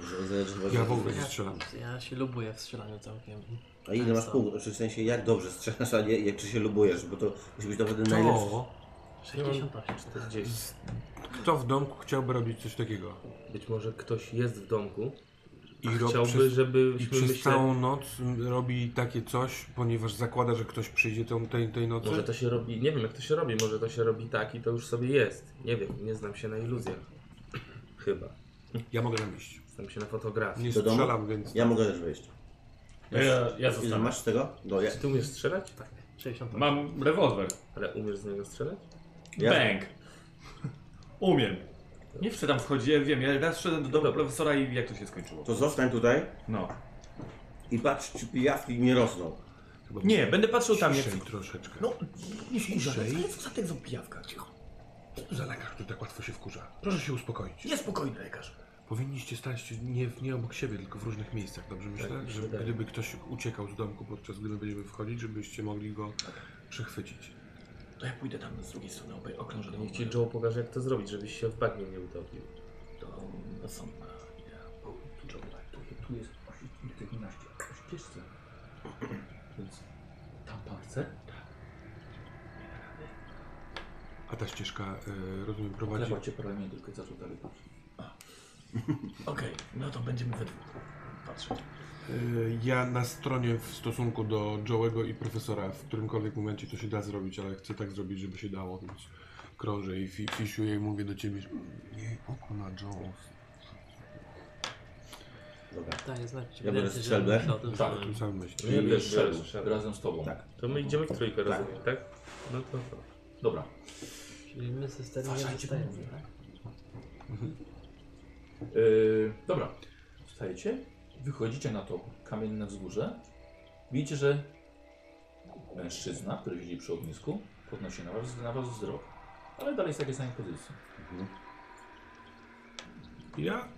Z- Zależy chyba, Ja że- w ogóle nie strzelam. ja się lubuję w strzelaniu całkiem. A ile masz punktów? Znaczy, W sensie jak dobrze strzelasz, a nie jak czy się lubujesz, bo to musi być naprawdę najlepszy. To, 68. 40. kto w domku chciałby robić coś takiego? Być może ktoś jest w domku I i rob- chciałby, przez- I żebyśmy przez myśleli... całą noc robi takie coś, ponieważ zakłada, że ktoś przyjdzie tą, tej, tej nocy. tak. Może to się robi, nie wiem jak to się robi, może to się robi tak i to już sobie jest. Nie wiem, nie znam się na iluzjach. Chyba. Ja mogę tam iść. Znam się na fotografii. Nie Do domu? strzelam, więc... Ja mogę też wyjść. Ja, ja Ile zostanę. masz z tego? No ja. Czy ty umiesz strzelać? Tak. 68. Mam rewolwer. Ale umiesz z niego strzelać? ja Bęk. Umiem. Nie wszedłem wchodzi, ja wiem, ja raz wszedłem do domu profesora i jak to się skończyło. To zostań tutaj No. i patrz, czy pijawki nie rosną. Chyba Nie, będę patrzył tam jak... Ciszej troszeczkę. No, nie wkurza. Co za tak za pijawka? Cicho. za lekarz, który tak łatwo się wkurza. Proszę się uspokoić. Niespokojny lekarz. Powinniście stać nie, nie obok siebie, tylko w różnych miejscach, dobrze myślę? Tak, mi się że wydaje. gdyby ktoś uciekał z domku, podczas gdy my będziemy wchodzić, żebyście mogli go Tak. przechwycić. To ja pójdę tam z drugiej strony, obej- okrążę tą Niech ci górę. Joe pokaże, jak to zrobić, żebyś się w bagnie nie utopił. To na sąd na idea. Tu, Tak, tu- tu jest 11 w ścieżce. Więc tam pan chce? A ta ścieżka, y, rozumiem, Ale prowadzi... macie paralelnie tylko i zaczął dalej patrzeć. Okej, no to będziemy we dwóch patrzeć. Y, Ja na stronie w stosunku do Joe'ego i profesora, w którymkolwiek momencie to się da zrobić, ale chcę tak zrobić, żeby się dało, więc krążę i fi- fisiuję i mówię do ciebie, że miej oko na Joe. Dobra. Tak, jest najpierw. Ja biorę ewidentnie, że strzelbę. myślę o tym Tak. samym. Tu sam myślę. Czyli też szedł biorę strzelbę. razem z tobą. Tak. To my idziemy w trójkę, Tak. rozumiem, tak? No to, to. Dobra. Czyli my ze sterem nie zostajemy, tak? Yy, dobra. Wstajecie, wychodzicie na to kamienne wzgórze. Widzicie, że mężczyzna, który siedzi przy ognisku, podnosi na was, na was wzrok. Ale dalej jest w takiej samej pozycji. Ja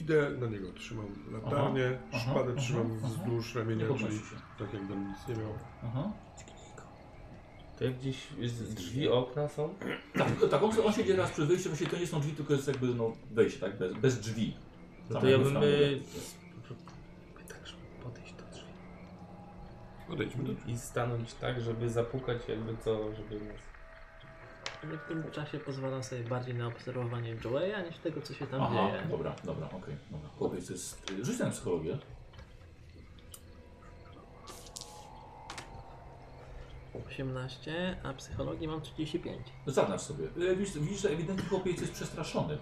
idę na niego, trzymam latarnię, Aha, szpadę aha, trzymam aha. wzdłuż Nie ramienia, podnosi czyli się. tak jakbym nic nie miał. Aha. to jak gdzieś z- drzwi, okna są? no Tak, tak on, on siedzi teraz przy wyjściu, właśnie to nie są drzwi, tylko jest jakby no, wejście, tak? Bez, bez drzwi. No Tam to ja jakby bym... sam- y, Tak, żeby podejść do drzwi. Odejdźmy do I stanąć tak, żeby zapukać jakby co, żeby... nas- Ale w tym czasie pozwalam sobie bardziej na obserwowanie Joeya niż tego, co się tam Aha, dzieje. dobra, dobra, okej. dobra. Chłopiec jest. y, Rzuć na psychologię. Mam 18, a psychologii mam 35. Zadasz sobie. Y, Widzisz, widzisz że ewidentnie chłopiec jest przestraszony.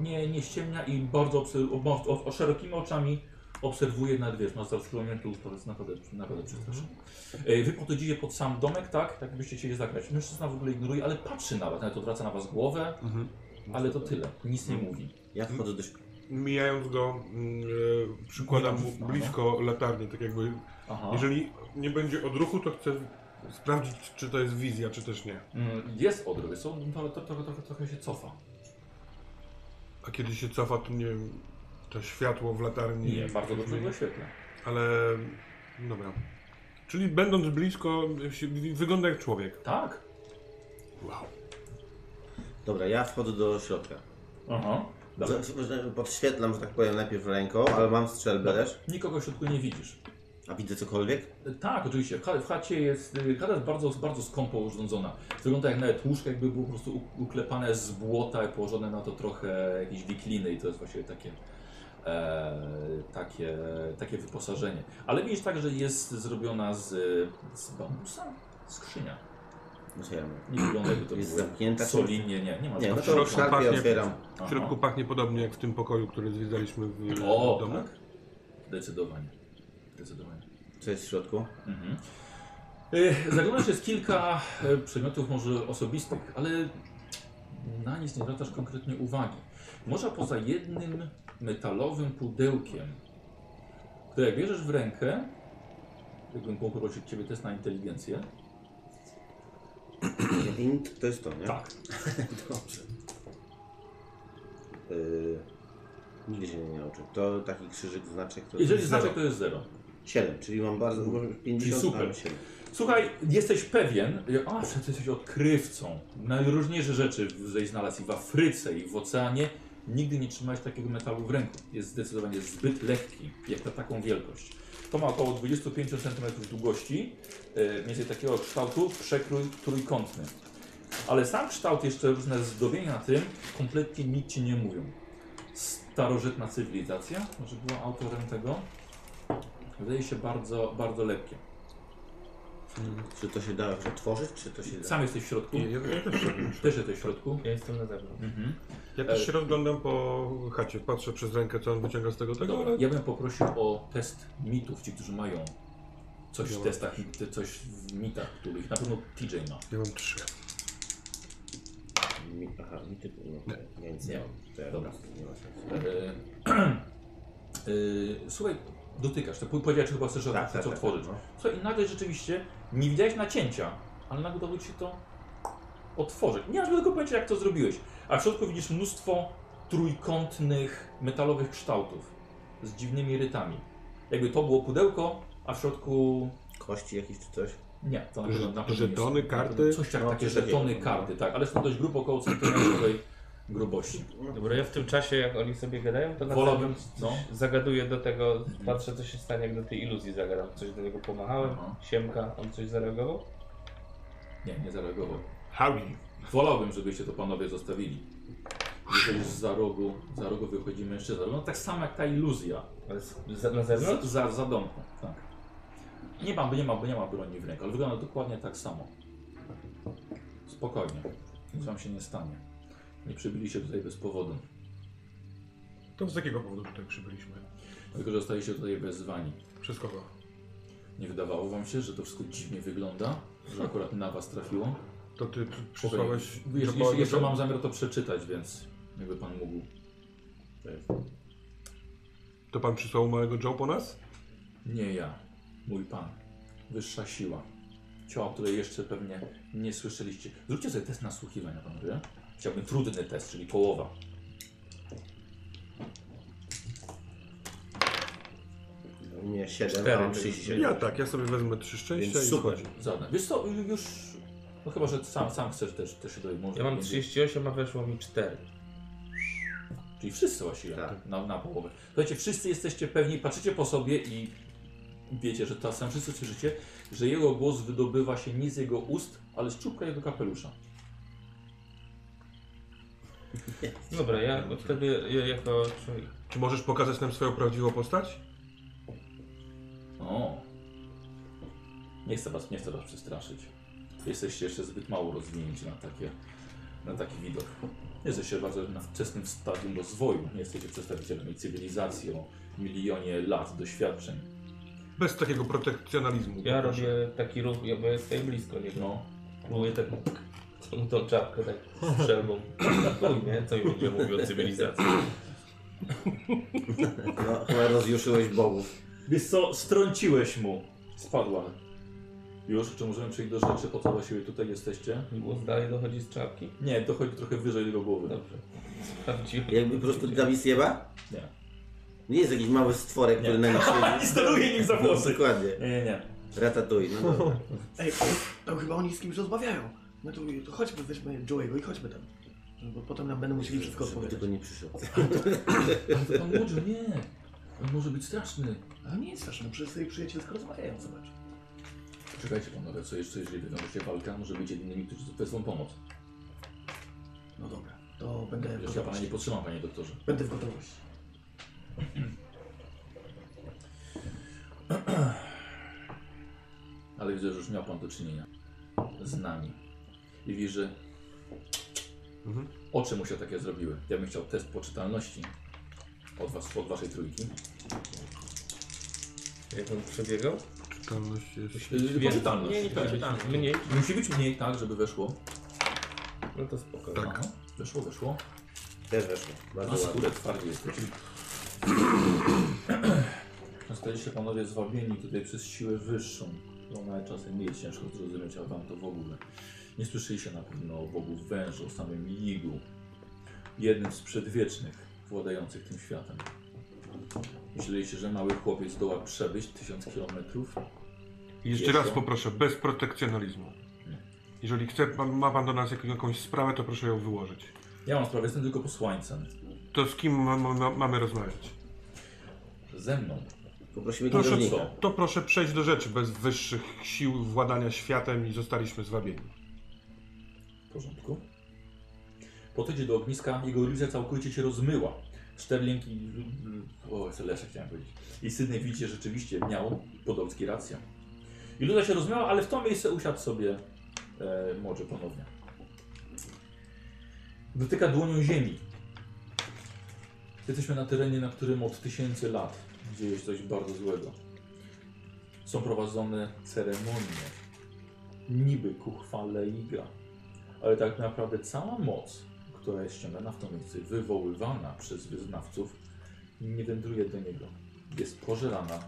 Nie, nie ściemnia i bardzo obser- o, mo- o, o szerokimi oczami obserwuje nad wiesz, na zastrzeloniętu, to jest naprawdę, naprawdę przestraszony. Y, Wy podchodzicie pod sam domek, tak? Tak byście chcieli zagrać. Mężczyzna w ogóle ignoruje, ale patrzy na was, nawet odwraca na was głowę, ale to tyle. Nic nie mówi. Ja wchodzę do śpi- Mijając go, mm, e, przykładam mu blisko latarnię, tak jakby... Aha. Jeżeli nie będzie odruchu, to chcę sprawdzić, czy to jest wizja, czy też nie. Mm, Jest odruch, No jest, on trochę, trochę, trochę, trochę się cofa. A kiedy się cofa, to nie wiem, to światło w latarni... Nie, bardzo dobrze go oświetla. Ale... mm, dobra. Czyli będąc blisko, się- wygląda jak człowiek. Tak. Wow. Dobra, ja wchodzę do środka. Aha. Dobra. Z- że Podświetlam, że tak powiem, najpierw ręką, ale mam strzelbę też. Nikogo w środku nie widzisz. A widzę cokolwiek? Tak, oczywiście. W cha- W chacie jest. y, Chata jest bardzo, bardzo skąpo urządzona. Wygląda jak nawet łóżko, jakby było po prostu u- uklepane z błota i położone na to trochę jakieś wikliny i to jest właściwie takie. E, takie, takie wyposażenie. Ale widzisz tak, że jest zrobiona z, z bambusa? Skrzynia. No Co ja mam? Nie wygląda jakby to Jest było zamknięta, czy- solidnie, nie, nie ma Nie, no żadnego to środku szarpię pachnie- otwieram. Aha. W środku pachnie podobnie jak w tym pokoju, który zwiedzaliśmy w w O, domu. tak. Zdecydowanie. Zdecydowanie. Co jest w środku? Mhm. Y, Zaglądasz jest kilka e, przedmiotów może osobistych, ale na nic nie zwracasz konkretnie uwagi. Może poza jednym metalowym pudełkiem, które jak bierzesz w rękę, jakbym mógł prosić Ciebie test na inteligencję. Int to jest to, nie? Tak. Dobrze. Yy, nigdy się nie nauczę. To taki krzyżyk, znaczek to Jeżeli jest znaczek to jest zero. 7, czyli mam bardzo. może 50 super. albo 7. Słuchaj, jesteś pewien, a że ty jesteś odkrywcą. Najróżniejsze rzeczy żeś znalazł i w Afryce, i w oceanie. Nigdy nie trzymałeś takiego metalu w ręku. Jest zdecydowanie zbyt lekki, jak na taką wielkość. To ma około 25 cm długości, e, mniej więcej takiego kształtu, przekrój trójkątny. Ale sam kształt, jeszcze różne zdobienia na tym, kompletnie nic ci nie mówią. Starożytna cywilizacja, może była autorem tego, wydaje się bardzo, bardzo lekkie. Czy to się da przetworzyć, czy to się da. Sam jesteś w środku? Nie, ja, ja, też, Też jesteś w środku? Ja jestem na zewnątrz. Mhm. ja też się rozglądam po chacie, patrzę przez rękę, co on wyciąga z tego tego, Dobra, ale ja bym poprosił o test mitów, ci, którzy mają coś w Dobra. testach, i te- coś w mitach, których na pewno TJ ma. ja mam trzy. Mi, aha, mi typu. No, nie, nic Nie. nie mam. To ja Dobra. Nie ma sensu. E, e, słuchaj, dotykasz, to powiedziałeś, że chyba chcesz Tak, tak, tak, coś tak, otworzyć. tak, Słuchaj, i nagle rzeczywiście nie widziałeś nacięcia, ale nagle udało ci się to otworzyć. Nie masz tego pojęcia, jak to zrobiłeś. A w środku widzisz mnóstwo trójkątnych metalowych kształtów z dziwnymi rytami. Jakby to było pudełko, a w środku Kości jakieś czy coś? nie, to na Że- pewno na pewno żetony, nie są. karty? Coś No, tak, takie coś takiego. żetony, karty, tak, ale są dość grubo około centymetrowej grubości. Dobra, ja w tym czasie, jak oni sobie gadają, to No, na Mhm. Wolałbym, no. no. zagaduję do tego, patrzę co się stanie, jak do tej iluzji zagadam. Coś do niego pomachałem, Aha. siemka, on coś zareagował? Nie, nie zareagował. Howdy. Wolałbym, żebyście to panowie zostawili. Jeżeli za rogu, za rogu wychodzi mężczyzna. No tak samo jak ta iluzja. Ale z, za, na Za, zewnątrz? za, za domką, tak. Nie ma, nie, ma, nie ma broni w ręku, ale wygląda dokładnie tak samo. Spokojnie. Nic wam się nie stanie. Nie przybyli się tutaj bez powodu. To z takiego powodu tutaj przybyliśmy. Tylko, że zostaliście tutaj wezwani. Przez kogo? Nie wydawało wam się, że to wszystko dziwnie wygląda? Że akurat na was trafiło? To ty przy- przysłałeś... Jeszcze, Robo- jeszcze, jeszcze mam zamiar to przeczytać, więc jakby pan mógł. To pan przysłał małego Joe po nas? Nie ja, mój pan. Wyższa siła. Ciała, które jeszcze pewnie nie słyszeliście. Zróbcie sobie test nasłuchiwania, panowie. Chciałbym trudny test, czyli połowa. Nie, 7, Cztery. a mam 37. Ja tak, ja sobie wezmę trzy szczęścia Więc i super. wchodzi. Żadne. Wiesz co, już... No chyba, że sam, sam chcesz też, też się dojść. Może Ja mam będzie- 38, a weszło mi 4. Czyli wszyscy właściwie Tak. na, na połowę. Słuchajcie, wszyscy jesteście pewni, patrzycie po sobie i wiecie, że to sam wszyscy słyszycie, że jego głos wydobywa się nie z jego ust, ale z czubka jego kapelusza. Dobra, ja wtedy ja, jako człowiek... Czy możesz pokazać nam swoją prawdziwą postać? O. Nie chcę was, nie chcę was przestraszyć. Jesteście jeszcze zbyt mało rozwinięci na, takie, na taki widok. Jesteście bardzo na wczesnym stadium rozwoju. Nie jesteście przedstawicielami cywilizacji o milionie lat doświadczeń. Bez takiego protekcjonalizmu. Ja proszę. robię taki ruch, ja bo ja stoję blisko niego. No, Próbuję tak tą, tą czapkę tak strzelbą. Chuj, nie? Co mi będzie mówił o cywilizacji? No, chyba rozjuszyłeś bogów. Wiesz co, strąciłeś mu. Spadła. Już, czy możemy przejść do rzeczy, po co właściwie tutaj jesteście? Głos dalej dochodzi z czapki? Nie, dochodzi trochę wyżej jego głowy. Dobrze. Sprawdziłem. Jakby po prostu dla jeba? Nie. Nie jest jakiś mały stworek, Nie. który na nim siedzi. steruje nim za No, dokładnie. Nie, nie, nie. Ratatouille, no dobra. Ej, tam chyba oni z kimś rozmawiają. My tu to chodźmy, weźmy Joe'ego i chodźmy tam. No Bo potem nam będą musieli wszystko Żeby odpowiadać. tylko nie przyszedł. Ale to pan Wojo, nie. On może być straszny. Ale nie jest straszne, no przecież sobie przyjacielsko rozmawiają, zobacz. Czekajcie panowie, co jeszcze, jeżeli wywiążecie walkę, może być jedynymi, którzy wezmą pomoc. No dobra, to będę w Przecież ja pana gotowości. nie potrzymam, panie doktorze. Będę w gotowości. Ale widzę, że już miał pan do czynienia z nami. I widzę, że Mhm. oczy mu się takie zrobiły. Ja bym chciał test poczytalności od, was, od waszej trójki. Jak on przebiegał? Czytelność jest... Yy, Poczytalność. Mniej, tak. Mniej? Musi być mniej, tak, żeby weszło. No to spoko. Tak. Aha. Weszło, weszło. Też weszło. Na Bardzo ładnie. skórę twardzie jesteśmy. Zostaliście panowie zwabieni tutaj przez siłę wyższą, którą nawet czasem mi jest ciężko zrozumieć, a wam to w ogóle. Nie słyszeliście na pewno o Bogu wężu, o samym Ligu, jednym z przedwiecznych władających tym światem. Myśleliście, że mały chłopiec zdoła przebyć tysiąc kilometrów? Jeszcze raz poproszę, bez protekcjonalizmu. Jeżeli chce pan, ma pan do nas jak- jakąś sprawę, to proszę ją wyłożyć. Ja mam sprawę, jestem tylko posłańcem. To z kim ma, ma, mamy rozmawiać? Ze mną. Poprosimy Proszę kierownika. To proszę przejść do rzeczy, bez wyższych sił władania światem i zostaliśmy zwabieni. W porządku. Podchodzi do ogniska, jego iluzja całkowicie się rozmyła. Sterling i... O, Celesza chciałem powiedzieć. I Sydney widzicie, rzeczywiście miał Podolski rację. Iluzja się rozmyła, ale w to miejsce usiadł sobie e, może ponownie. Dotyka dłonią ziemi. Jesteśmy na terenie, na którym od tysięcy lat dzieje się coś bardzo złego. Są prowadzone ceremonie. Niby ku chwale Iga ale tak naprawdę cała moc, która jest ściągana w to miejsce, wywoływana przez wyznawców, nie wędruje do niego. Jest pożerana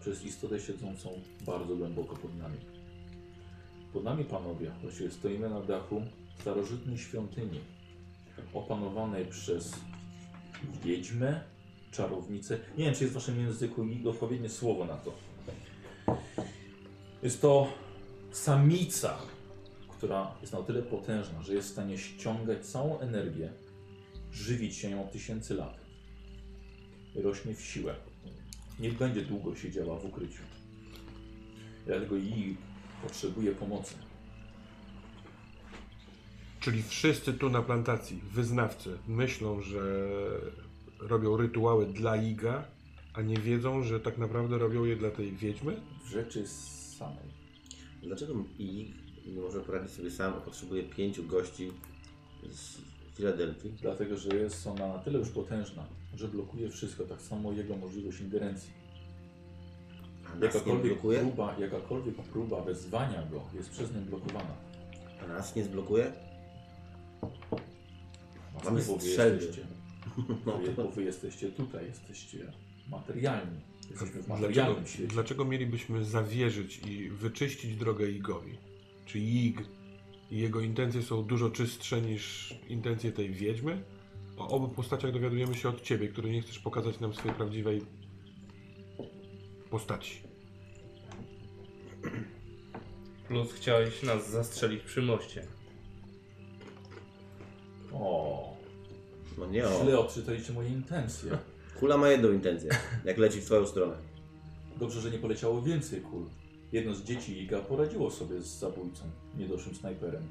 przez istotę siedzącą bardzo głęboko pod nami. Pod nami, panowie, właściwie stoimy na dachu starożytnej świątyni, opanowanej przez wiedźmę, czarownicę. Nie wiem, czy jest w waszym języku i odpowiednie słowo na to. Jest to samica, która jest na tyle potężna, że jest w stanie ściągać całą energię, żywić się ją od tysięcy lat. Rośnie w siłę. Nie będzie długo siedziała w ukryciu. Dlatego jej potrzebuje pomocy. Czyli wszyscy tu na plantacji, wyznawcy, myślą, że robią rytuały dla Iga, a nie wiedzą, że tak naprawdę robią je dla tej wiedźmy? W rzeczy samej. Dlaczego I nie może poradzić sobie sam, a potrzebuje pięciu gości z Filadelfii? Dlatego, że jest ona na tyle już potężna, że blokuje wszystko, tak samo jego możliwość ingerencji. A nas nie Jakakolwiek blokuje? próba, jakakolwiek próba wezwania go jest przez nią blokowana. A nas nie zblokuje? A Mamy wy strzelby. jesteście. No Bo to wy jesteście tutaj, jesteście materialni. Jesteśmy w Dlaczego, materialnym świecie. dlaczego mielibyśmy zawierzyć i wyczyścić drogę Igowi? Czy Ig i jego intencje są dużo czystsze niż intencje tej wiedźmy? O obu postaciach dowiadujemy się od ciebie, który nie chcesz pokazać nam swojej prawdziwej postaci. Plus chciałeś nas zastrzelić przy moście. O, no nie o. źle odczytaliście moje intencje. Kula ma jedną intencję, jak leci w twoją stronę. Dobrze, że nie poleciało więcej kul. Jedno z dzieci Iga poradziło sobie z zabójcą, niedoszłym snajperem.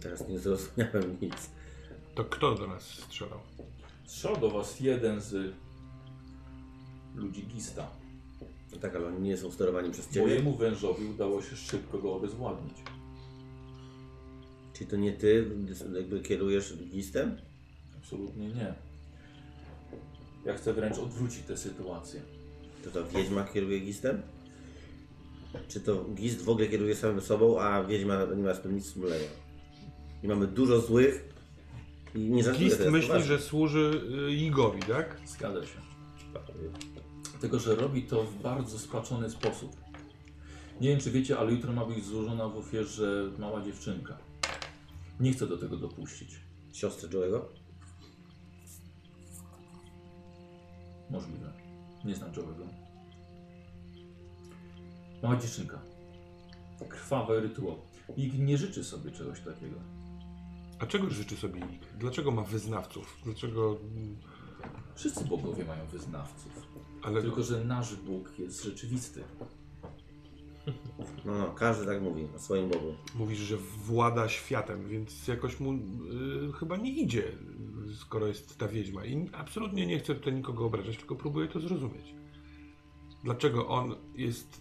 Teraz nie zrozumiałem nic. To kto do nas strzelał? Strzelał do was jeden z ludzi Gista. No tak, ale oni nie są sterowani przez ciebie. Mojemu wężowi udało się szybko go obezwładnić. Czyli to nie ty jakby kierujesz listem? Absolutnie nie. Ja chcę wręcz odwrócić tę sytuację. To to wiedźma kieruje listem? Czy to list w ogóle kieruje samym sobą, a wiedźma nie ma z tym nic wspólnego? I mamy dużo złych i nie żartuję Gist teraz, myśli, poważnie. że służy y, Igowi, tak? Zgadza się. Tylko, że robi to w bardzo spaczony sposób. Nie wiem, czy wiecie, ale jutro ma być złożona w ofierze mała dziewczynka. Nie chcę do tego dopuścić. Siostrę Joe'ego? Możliwe. Nie znam czołego. Mała dziewczynka. Krwawy rytuał. Nikt nie życzy sobie czegoś takiego. A czego życzy sobie Ig? Dlaczego ma wyznawców? Dlaczego... Wszyscy bogowie mają wyznawców. Ale Tylko, że nasz Bóg jest rzeczywisty. No, no, każdy tak mówi o swoim Bogu. mówisz, że włada światem, więc jakoś mu y, chyba nie idzie, y, skoro jest ta wiedźma. I absolutnie nie chcę tutaj nikogo obrażać, tylko próbuję to zrozumieć. Dlaczego on jest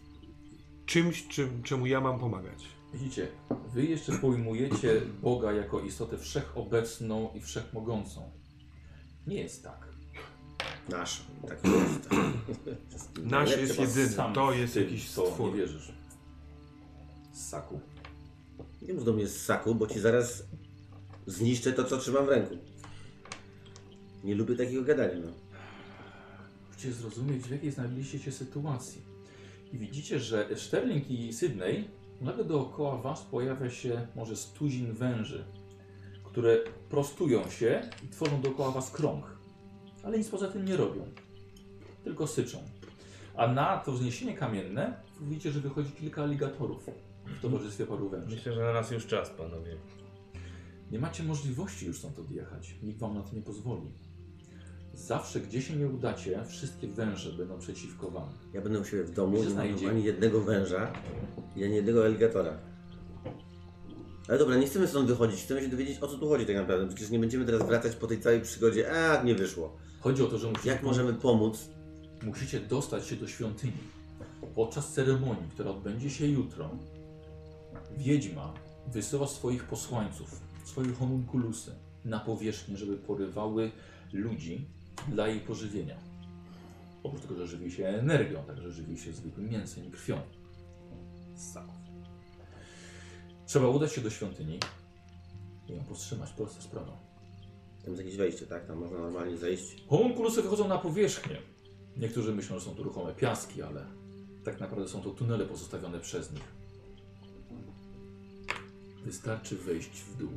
czymś, czym, czemu ja mam pomagać? Widzicie, wy jeszcze pojmujecie Boga jako istotę wszechobecną i wszechmogącą. Nie jest tak. Nasz. Taki jest. Nasz jest Chyba sam jedyny, to w jest tym, jakiś co stwór. Nie wierzysz. Saku. Nie mów do mnie z saku, bo ci zaraz zniszczę to, co trzymam w ręku. Nie lubię takiego gadania, no. Musicie zrozumieć, w jakiej znaleźliście się sytuacji. I widzicie, że Sterling i Sydney, nagle dookoła was pojawia się może z tuzin węży, które prostują się i tworzą dookoła was krąg. Ale nic poza tym nie robią. Tylko syczą. A na to wzniesienie kamienne widzicie, że wychodzi kilka aligatorów w towarzystwie paru węży. Myślę, że na nas już czas, panowie. Nie macie możliwości już stąd odjechać. Nikt wam na to nie pozwoli. Zawsze, gdzie się nie udacie, wszystkie węże będą przeciwko wam. Ja będę u siebie w domu, Się nie mam znajdzie. ani jednego węża i ani jednego aligatora. Ale dobra, nie chcemy stąd wychodzić, chcemy się dowiedzieć o co tu chodzi tak naprawdę. Przecież nie będziemy teraz wracać po tej całej przygodzie, a nie wyszło. Chodzi o to, że musicie, Jak możemy pomóc? musicie dostać się do świątyni. Podczas ceremonii, która odbędzie się jutro, wiedźma wysyła swoich posłańców, swoje homunkulusy na powierzchnię, żeby porywały ludzi dla jej pożywienia. Oprócz tego, że żywi się energią, także żywi się zwykłym mięsem i krwią. Ssaków. Trzeba udać się do świątyni i ją powstrzymać. Prosta sprawa. Tam jest jakieś wejście, tak? Tam można normalnie zejść. Homunkulusy wychodzą na powierzchnię. Niektórzy myślą, że są tu ruchome piaski, ale tak naprawdę są to tunele pozostawione przez nich. Wystarczy wejść w dół.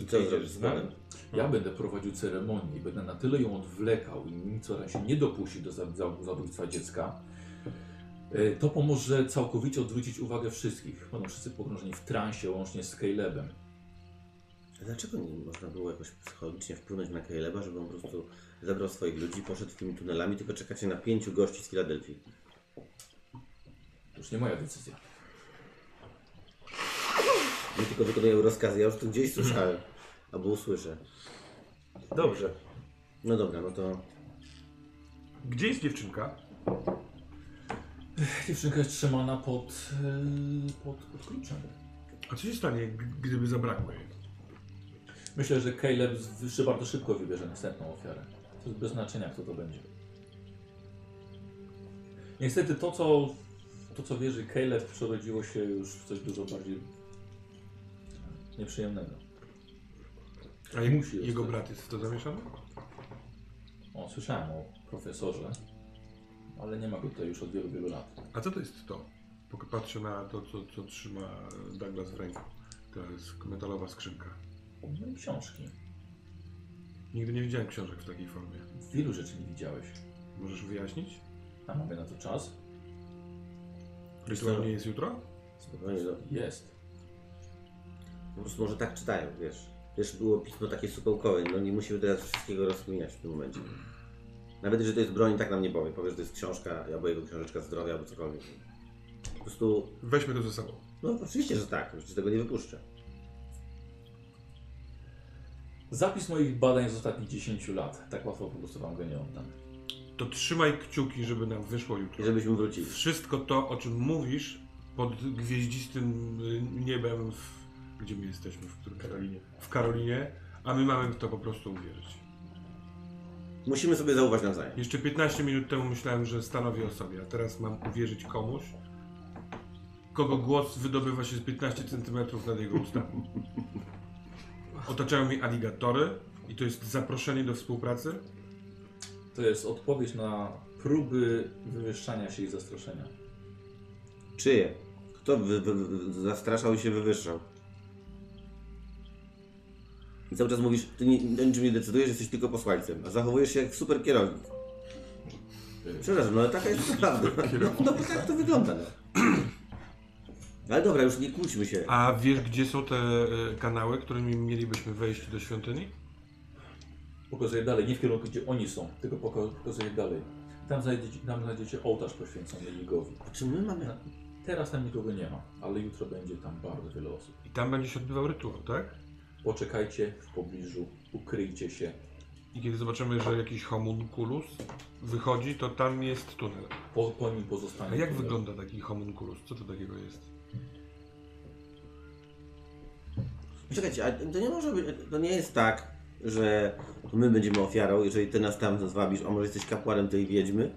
I co zrobisz z nami? manem? Ja będę prowadził ceremonię i będę na tyle ją odwlekał i niczego się nie dopuści do za- za- zabójstwa dziecka. E, To pomoże całkowicie odwrócić uwagę wszystkich. Będą wszyscy pogrążeni w transie, łącznie z Calebem. A Dlaczego nie można było jakoś psychologicznie wpłynąć na Caleba, żeby on po prostu zebrał swoich ludzi, poszedł tymi tunelami, tylko czekacie na pięciu gości z Filadelfii? To już nie moja decyzja. Nie tylko wykonują rozkazy, ja już to gdzieś słyszałem, albo usłyszę. Dobrze. No dobra, no to Gdzie jest dziewczynka? Dziewczynka jest trzymana pod, e, pod, pod kluczem. A co się stanie, g- gdyby zabrakło jej? Myślę, że Caleb z- jeszcze bardzo szybko wybierze następną ofiarę. To jest bez znaczenia, kto to będzie. Niestety to, co, to, co wierzy Caleb, przerodziło się już w coś dużo bardziej nieprzyjemnego. A je, Musi jego zostać. brat jest w to zamieszany? O, słyszałem o profesorze, ale nie ma go tutaj już od wielu, wielu lat. A co to jest to? Pok- Patrzę na to, co, co trzyma Douglas w ręku. To jest metalowa skrzynka. No i książki. Nigdy nie widziałem książek w takiej formie. Wielu rzeczy nie widziałeś. Możesz wyjaśnić? A mamy na to czas? Rytuał nie jest jutro? spokojnie, no, Jest. po prostu może tak czytają, wiesz. Wiesz, było pismo takie supełkowe, no nie musimy teraz wszystkiego rozkminiać w tym momencie. Nawet że to jest broń, tak nam nie powie. Powiesz, że to jest książka, albo jego książeczka zdrowia, albo cokolwiek. Po prostu, Weźmy to ze sobą. no oczywiście, że tak, już tego nie wypuszczę. Zapis moich badań z ostatnich 10 lat. Tak łatwo po prostu wam go nie oddam. To trzymaj kciuki, żeby nam wyszło jutro. I żebyśmy wrócili. Wszystko to, o czym mówisz, pod gwieździstym y, niebem, w... gdzie my jesteśmy, w którym Karolinie. W Karolinie, a my mamy w to po prostu uwierzyć. Musimy sobie zaufać nawzajem. Jeszcze 15 minut temu myślałem, że stanowi o sobie, a teraz mam uwierzyć komuś, kogo głos wydobywa się z 15 centymetrów nad jego ustami. Otaczają mnie aligatory i to jest zaproszenie do współpracy? To jest odpowiedź na próby wywyższania się i zastraszenia. Czyje? Kto wy, wy, wy, zastraszał i się wywyższał? I cały czas mówisz, ty ni- o niczym nie decydujesz, jesteś tylko posłańcem, a zachowujesz się jak super kierownik. Przepraszam, no ale taka jest prawda. No bo tak to wygląda. No. Ale dobra, już nie kłóćmy się. A wiesz, gdzie są te e, kanały, którymi mielibyśmy wejść do świątyni? Pokazuję dalej, nie w kierunku, gdzie oni są, tylko poka- pokazuję dalej. Tam znajdziecie, tam znajdziecie ołtarz poświęcony Ligowi. A czy my mamy... Teraz tam nikogo nie ma, ale jutro będzie tam bardzo wiele osób. I tam będzie się odbywał rytuał, tak? Poczekajcie w pobliżu, ukryjcie się. I kiedy zobaczymy, że jakiś homunculus wychodzi, to tam jest tunel. Po, po nim A pozostanie. jak tunel. wygląda taki homunculus? Co to takiego jest? Czekajcie, a to nie może być... To nie jest tak, że to my będziemy ofiarą, jeżeli ty nas tam zwabisz, a może jesteś kapłanem tej wiedźmy?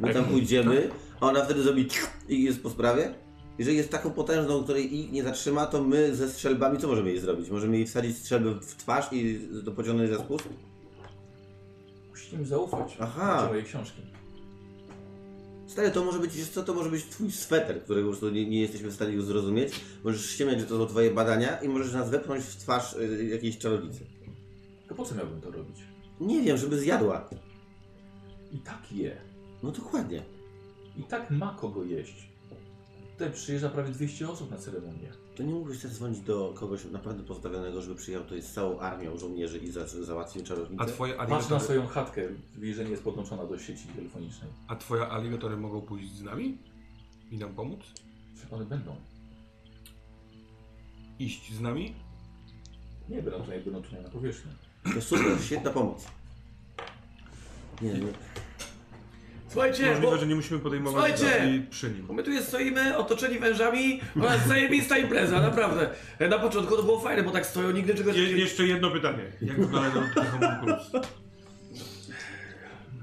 My tam pójdziemy, a ona wtedy zrobi i jest po sprawie? Jeżeli jest taką potężną, której ich nie zatrzyma, to my ze strzelbami co możemy jej zrobić? Możemy jej wsadzić strzelbę w twarz i do pociągnąć za spust? Musicie im zaufać. Aha. Macie moje książki. Stary, to może być, wiesz co, to może być twój sweter, którego po prostu nie, nie jesteśmy w stanie już zrozumieć. Możesz ściemniać, że to są twoje badania i możesz nas wepchnąć w twarz y, jakiejś czarownicy. To po co miałbym to robić? Nie wiem, żeby zjadła. I tak je. No dokładnie. I tak ma kogo jeść. Tutaj przyjeżdża prawie 200 osób na ceremonię. To nie mógłbyś też dzwonić do kogoś naprawdę pozdrawionego, żeby przyjechał tutaj z całą armią żołnierzy i za, załatwił czarownicę? A twoje Patrz na aligatory, swoją chatkę, widzisz, że nie jest podłączona do sieci telefonicznej. a twoje aligatory mogą pójść z nami? I nam pomóc? Czy one będą? Iść z nami? Nie, będą tutaj, będą tutaj na powierzchni. To super, świetna pomoc. Nie, no, nie. No, Słuchajcie, Możliwe, że nie musimy podejmować Słuchajcie! decyzji przy nim. Bo my tu jest, stoimy otoczeni wężami, ona jest zajebista impreza, naprawdę. E, Na początku to było fajne, bo tak stoją, nigdy czegoś Je, jeszcze jedno pytanie. Jak wygląda ten homunculus?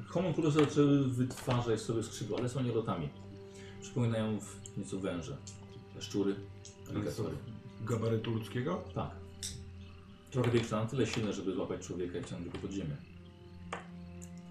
Homunculus raczej wytwarza sobie skrzydła, ale są nielotami. Przypominają w nieco węże, szczury, aligatory. Gabarytu ludzkiego? Tak. Trochę większe, na tyle silne, żeby złapać człowieka i wciągnąć go pod ziemię.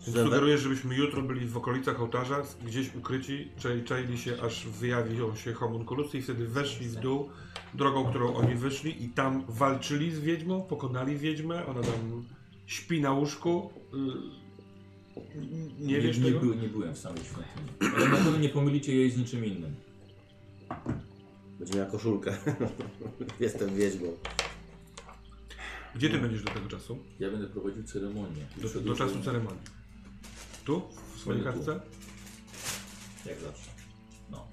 Więc sugeruję, żebyśmy jutro byli w okolicach ołtarza, gdzieś ukryci, czai- czaili się, aż wyjawią się homunkulusy i wtedy weszli w dół drogą, którą oni wyszli i tam walczyli z wiedźmą, pokonali wiedźmę, ona tam śpi na łóżku. y, n- Nie wiesz nie, tego? by, nie byłem w samej świątyni. Ale na pewno nie pomylicie jej z niczym innym. Będzie miała koszulkę. Jestem wiedźmą. Gdzie ty będziesz do tego czasu? Ja będę prowadził ceremonię. Do, do czasu ceremonii. Tu? W swojej Będę tu. kartce? Jak zawsze. No.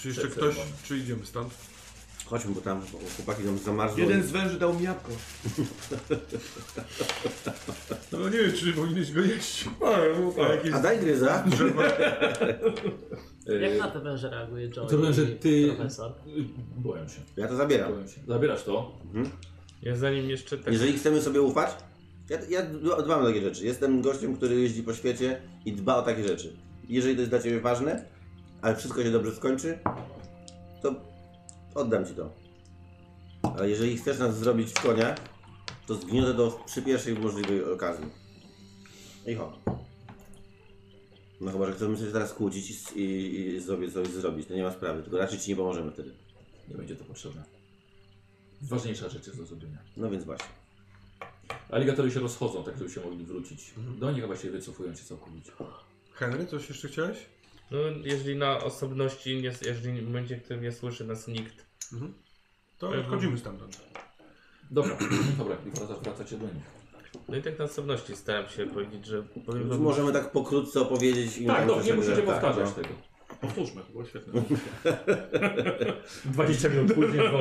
Czy jeszcze Przed ktoś, ceremonią. czy idziemy stąd? Chodźmy, bo tam bo chłopaki nam zamarzną. Jeden z węży dał mi jabłko. No nie wiem, czy powinieneś go jeść. A, jak A daj gryza. Yy, E, Jak na te węże reaguje Joey? To węże, i ty- Profesor. Y, Boję się. Ja to zabieram. Boję się. Zabierasz to. Ja zanim jeszcze tak... Jeżeli chcemy sobie ufać, ja, ja dbam o takie rzeczy. Jestem gościem, który jeździ po świecie i dba o takie rzeczy. Jeżeli to jest dla Ciebie ważne, ale wszystko się dobrze skończy, to oddam Ci to. Ale jeżeli chcesz nas zrobić w konia, to zgniotę to przy pierwszej możliwej okazji. I ho. No chyba, że chcemy się teraz kłócić i, s- i, i sobie coś zrobić. To nie ma sprawy, tylko raczej Ci nie pomożemy wtedy. Nie będzie to potrzebne. Ważniejsza rzecz jest do zrobienia. No więc właśnie. Aligatory się rozchodzą, tak żeby się mogli wrócić. Mhm. Do nich chyba się wycofują się całkowicie. Henry, coś jeszcze chciałeś? No, jeżeli na osobności, nie, jeżeli w momencie, w którym nie słyszy nas nikt, To Mhm. odchodzimy stamtąd. Dobra, dobra, i wraca, wracacie do nich. no i tak na osobności staram się powiedzieć, że powiem Więc wam, możemy tak pokrótce opowiedzieć im Tak, o dobrze, nie naszych musicie rzeczach, powtarzać no. tego. Powtórzmy, było świetne. 20 minut później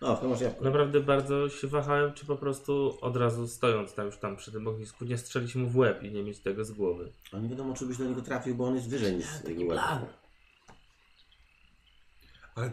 O, to masz No, jabłko. Naprawdę bardzo się wahałem, czy po prostu od razu stojąc tam już tam przy tym ognisku nie strzelić mu w łeb i nie mieć tego z głowy. A nie wiadomo, czy byś do niego trafił, bo on jest wyżej niż jego łeb. Plan. Ale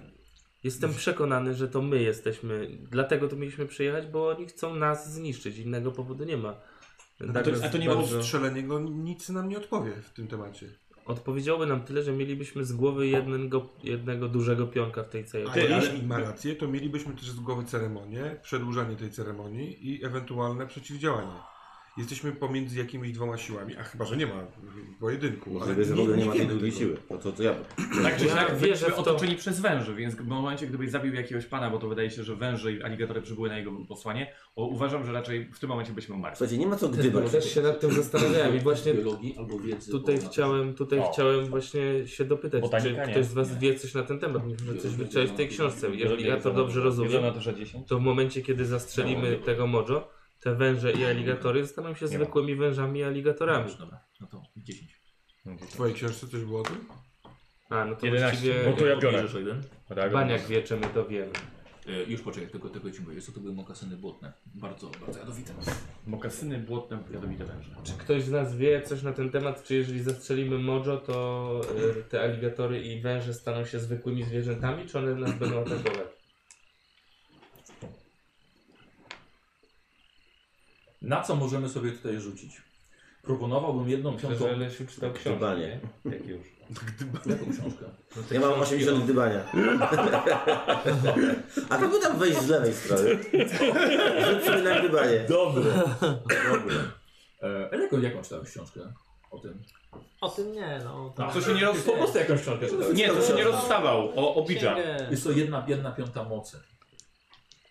Jestem przekonany, że to my jesteśmy, dlatego tu mieliśmy przyjechać, bo oni chcą nas zniszczyć, innego powodu nie ma. A to, Douglas a to nie było Tak, No. bardzo strzelenie go, nic nam nie odpowie w tym temacie. Odpowiedziałby nam tyle, że mielibyśmy z głowy jednego, jednego dużego pionka w tej całej A Ty, ale- jeśli ma rację, to mielibyśmy też z głowy ceremonię, przedłużanie tej ceremonii i ewentualne przeciwdziałanie. Jesteśmy pomiędzy jakimiś dwoma siłami, a chyba, że nie ma y, pojedynku. Może wiesz, że w ogóle nie ma tej wiemy długiej tego. siły. No to, to jabłko. Tak czy Ja siak wierzę byliśmy w to. otoczeni przez węży, więc w momencie, gdybyś zabił jakiegoś pana, bo to wydaje się, że węże i aligatory przybyły na jego posłanie, o, uważam, że raczej w tym momencie byśmy umarli. Słuchajcie, nie ma co gdybać. Też się nad tym zastanawiałem i właśnie biologii albo wiedzy. tutaj chciałem, tutaj O. chciałem właśnie się dopytać, czy Botanika nie. ktoś z Was wie coś na ten temat, Myślę, że coś wyczytałeś w tej książce. Jeżeli ja to dobrze Wiedzą rozumiem, na to, że 10. to w momencie, kiedy zastrzelimy tego mojo, te węże i aligatory staną się Nie ma. zwykłymi wężami i aligatorami. Dobra, no to 10. W twojej książce coś było o tym? A, no to 11, właściwie bo to ja biorę. Tak, Obniżysz o jeden. Baniak wie, czy my to wiemy. E, Już poczekaj, tylko tego ci mówię. Jest to były mokasyny błotne. Bardzo, bardzo jadowite. tak. Mokasyny, błotne, jadowite węże. Czy ktoś z nas wie coś na ten temat, czy jeżeli zastrzelimy mojo, to y, te aligatory i węże staną się zwykłymi zwierzętami, czy one nas będą atakować? Na co możemy sobie tutaj rzucić? Proponowałbym jedną No Myślę, piątą że Lesiu czytał książkę, Gdybanie. nie? Jak już. taką książkę. Ja mam 80 gdybania. A to by tam wejść z lewej strony. Rzuć sobie na gdybanie. Dobre. Dobre. E, jaką, jaką czytałeś książkę o tym? O tym nie, no. A, To... To się nie roz... Po prostu jakąś książkę czytałeś. Nie, to się nie rozstawał. O, o Bidża. Księgę, Jest to jedna, jedna piąta mocy.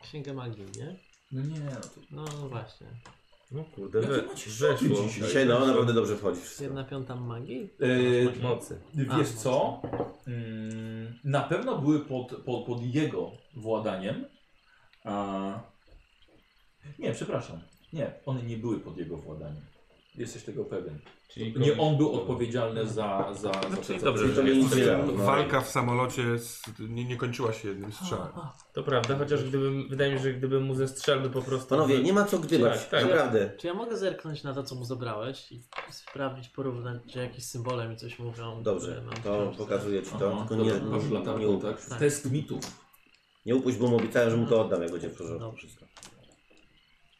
księgę magii, nie? No nie, no to... No właśnie. No kurde, Jakie we, macie weszło. szopy dzisiaj? Dzisiaj no, naprawdę dobrze wchodzi wszystko. Jedna piąta magii? E, Mocy. Wiesz A, co? Mm, Na pewno były pod, pod, pod jego władaniem. A... Nie, przepraszam. Nie, one nie były pod jego władaniem. Jesteś tego pewien. Czyli Nie on był odpowiedzialny za. za, za, za, za dobrze, za- że za- jest tyle. za- no. Walka w samolocie z, nie, nie kończyła się jednym strzałem. To prawda, chociaż gdybym, wydaje mi się, że gdybym mu zestrzelmy po prostu... Panowie, nie ma co gdybać. Tak, tak. Naprawdę. Czy ja mogę zerknąć na to, co mu zabrałeś i sprawdzić, porównać, czy jakieś symbole mi coś mówią? które Dobrze, mam tak? w to książce? pokazuję ci to. Aha, Tylko nie, masz lata, nie, nie, tak? Tak. Test mitów. nie upuść, bo mu obiecałem, że mu to oddam, jak będzie w porządku. Dobrze.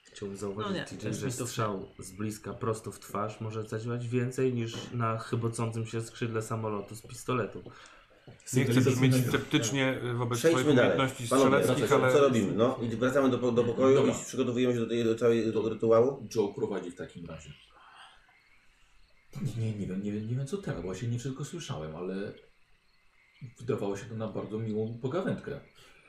Chciałbym No nie, zauważyć, to TJ, jest że mi to- strzał z bliska prosto w twarz może zadziałać więcej niż na chybocącym się skrzydle samolotu z pistoletu. Nie chcę brzmieć sceptycznie wobec swoich Przejdźmy dalej. umiejętności Panowie, no strzeleckich, co- ale... co robimy? No, i wracamy do, po- do pokoju Dobra. i przygotowujemy się do, tej, do całego rytuału. Joe prowadzi w takim razie. Nie, nie wiem, nie, wiem- nie wiem co teraz, bo ja się nie wszystko słyszałem, ale wydawało się to na bardzo miłą pogawędkę.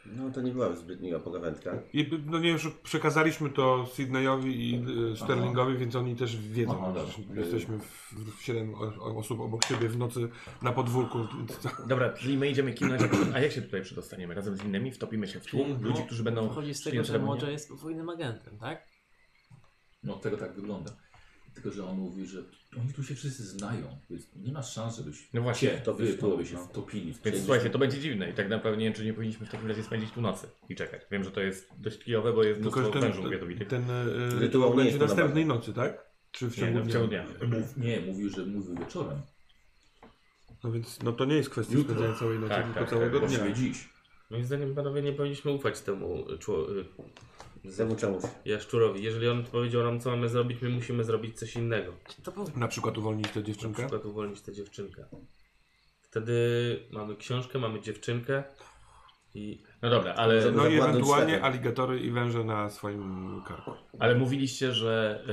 No to nie była zbyt miła pogawędka. I, no nie już przekazaliśmy to Sydneyowi i y, Sterlingowi, więc oni też wiedzą. Aha, dobra. że Jesteśmy w, w 7 osób obok siebie w nocy na podwórku. Dobra, czyli my idziemy kimnąć, a jak się tutaj przedostaniemy? Razem z innymi wtopimy się w tłum ludzi, którzy będą... Pochodzi z tego, szli że na Mojo ceremonie. jest podwójnym agentem, tak? No tego tak wygląda. Tylko, że on mówi, że oni tu się wszyscy znają, więc nie ma szans, żebyś No właśnie, cię, to wy wiesz, byłoby się no. wtopili. w Więc coś. słuchajcie, to będzie dziwne i tak naprawdę nie wiem, czy nie powinniśmy w takim razie spędzić tu nocy i czekać. Wiem, że to jest dość kijowe, bo jest Tylko, że mnóstwo ten, wężów jadowitych. ten y, Rytuał rytuał nie będzie jest podobny. następnej nocy, tak? Czy w Nie, ciągu no, w dnia? ciągu dnia. Mów, nie, mówił, że mówił wieczorem. No więc no to nie jest kwestia Jutro. spędzania całej nocy, Tak, tylko tak, całego tak, dnia. Właściwie dziś. Moim zdaniem, panowie, nie powinniśmy ufać temu y, czło- y, Zemu czemuś. jaszczurowi. Jeżeli on powiedział nam, co mamy zrobić, my musimy zrobić coś innego. Czy to był Na przykład uwolnić tę Na dziewczynkę. przykład uwolnić tę dziewczynkę. Wtedy mamy książkę, mamy dziewczynkę i No dobra, ale, No i Zakładam ewentualnie ślepy. aligatory i węże na swoim karku. ale mówiliście, że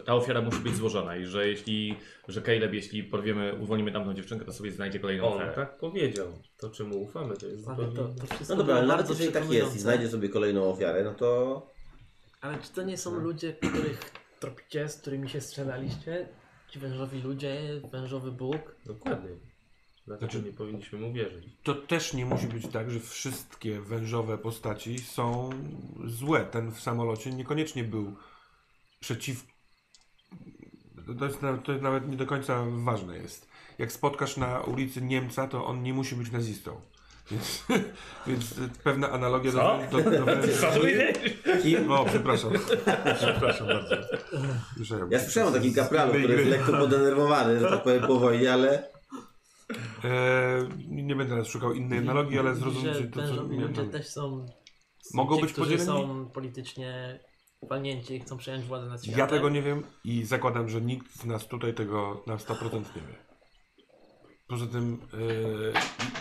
y, ta ofiara musi być złożona i że jeśli, że Caleb, jeśli porwiemy, uwolnimy tamtą dziewczynkę, to sobie znajdzie kolejną on ofiarę. tak powiedział. To, czemu ufamy, to jest Ale zupełnie... to, to wszystko No dobra, było ale nawet bardzo jeżeli tak jest przekonujące. i znajdzie sobie kolejną ofiarę, no to... Ale czy to nie No. są ludzie, których tropicie, z którymi się strzelaliście? Ci wężowi ludzie, wężowy Bóg? Dokładnie. Dlatego Znaczy- nie powinniśmy mu wierzyć. To też nie musi być tak, że wszystkie wężowe postaci są złe. Ten w samolocie niekoniecznie był przeciw. To, jest, na- to nawet nie do końca ważne jest. Jak spotkasz na ulicy Niemca, to on nie musi być nazistą. Więc, więc pewna analogia do, do, do węży. O, przepraszam. Przepraszam bardzo. Przepraszam. Ja słyszałem o takim kapralu, który jest lekko podenerwowany, że tak powiem, po wojnie, ale... Eee, nie będę teraz szukał innej analogii, ale zrozumcie Że to, co wężowi ludzie miałem. też są. Mogą ci, być którzy podzieleni? są politycznie walnięci, chcą przejąć władzę nad światem. Ja tego nie wiem i zakładam, że nikt z nas tutaj tego na 100% nie wie. Poza tym,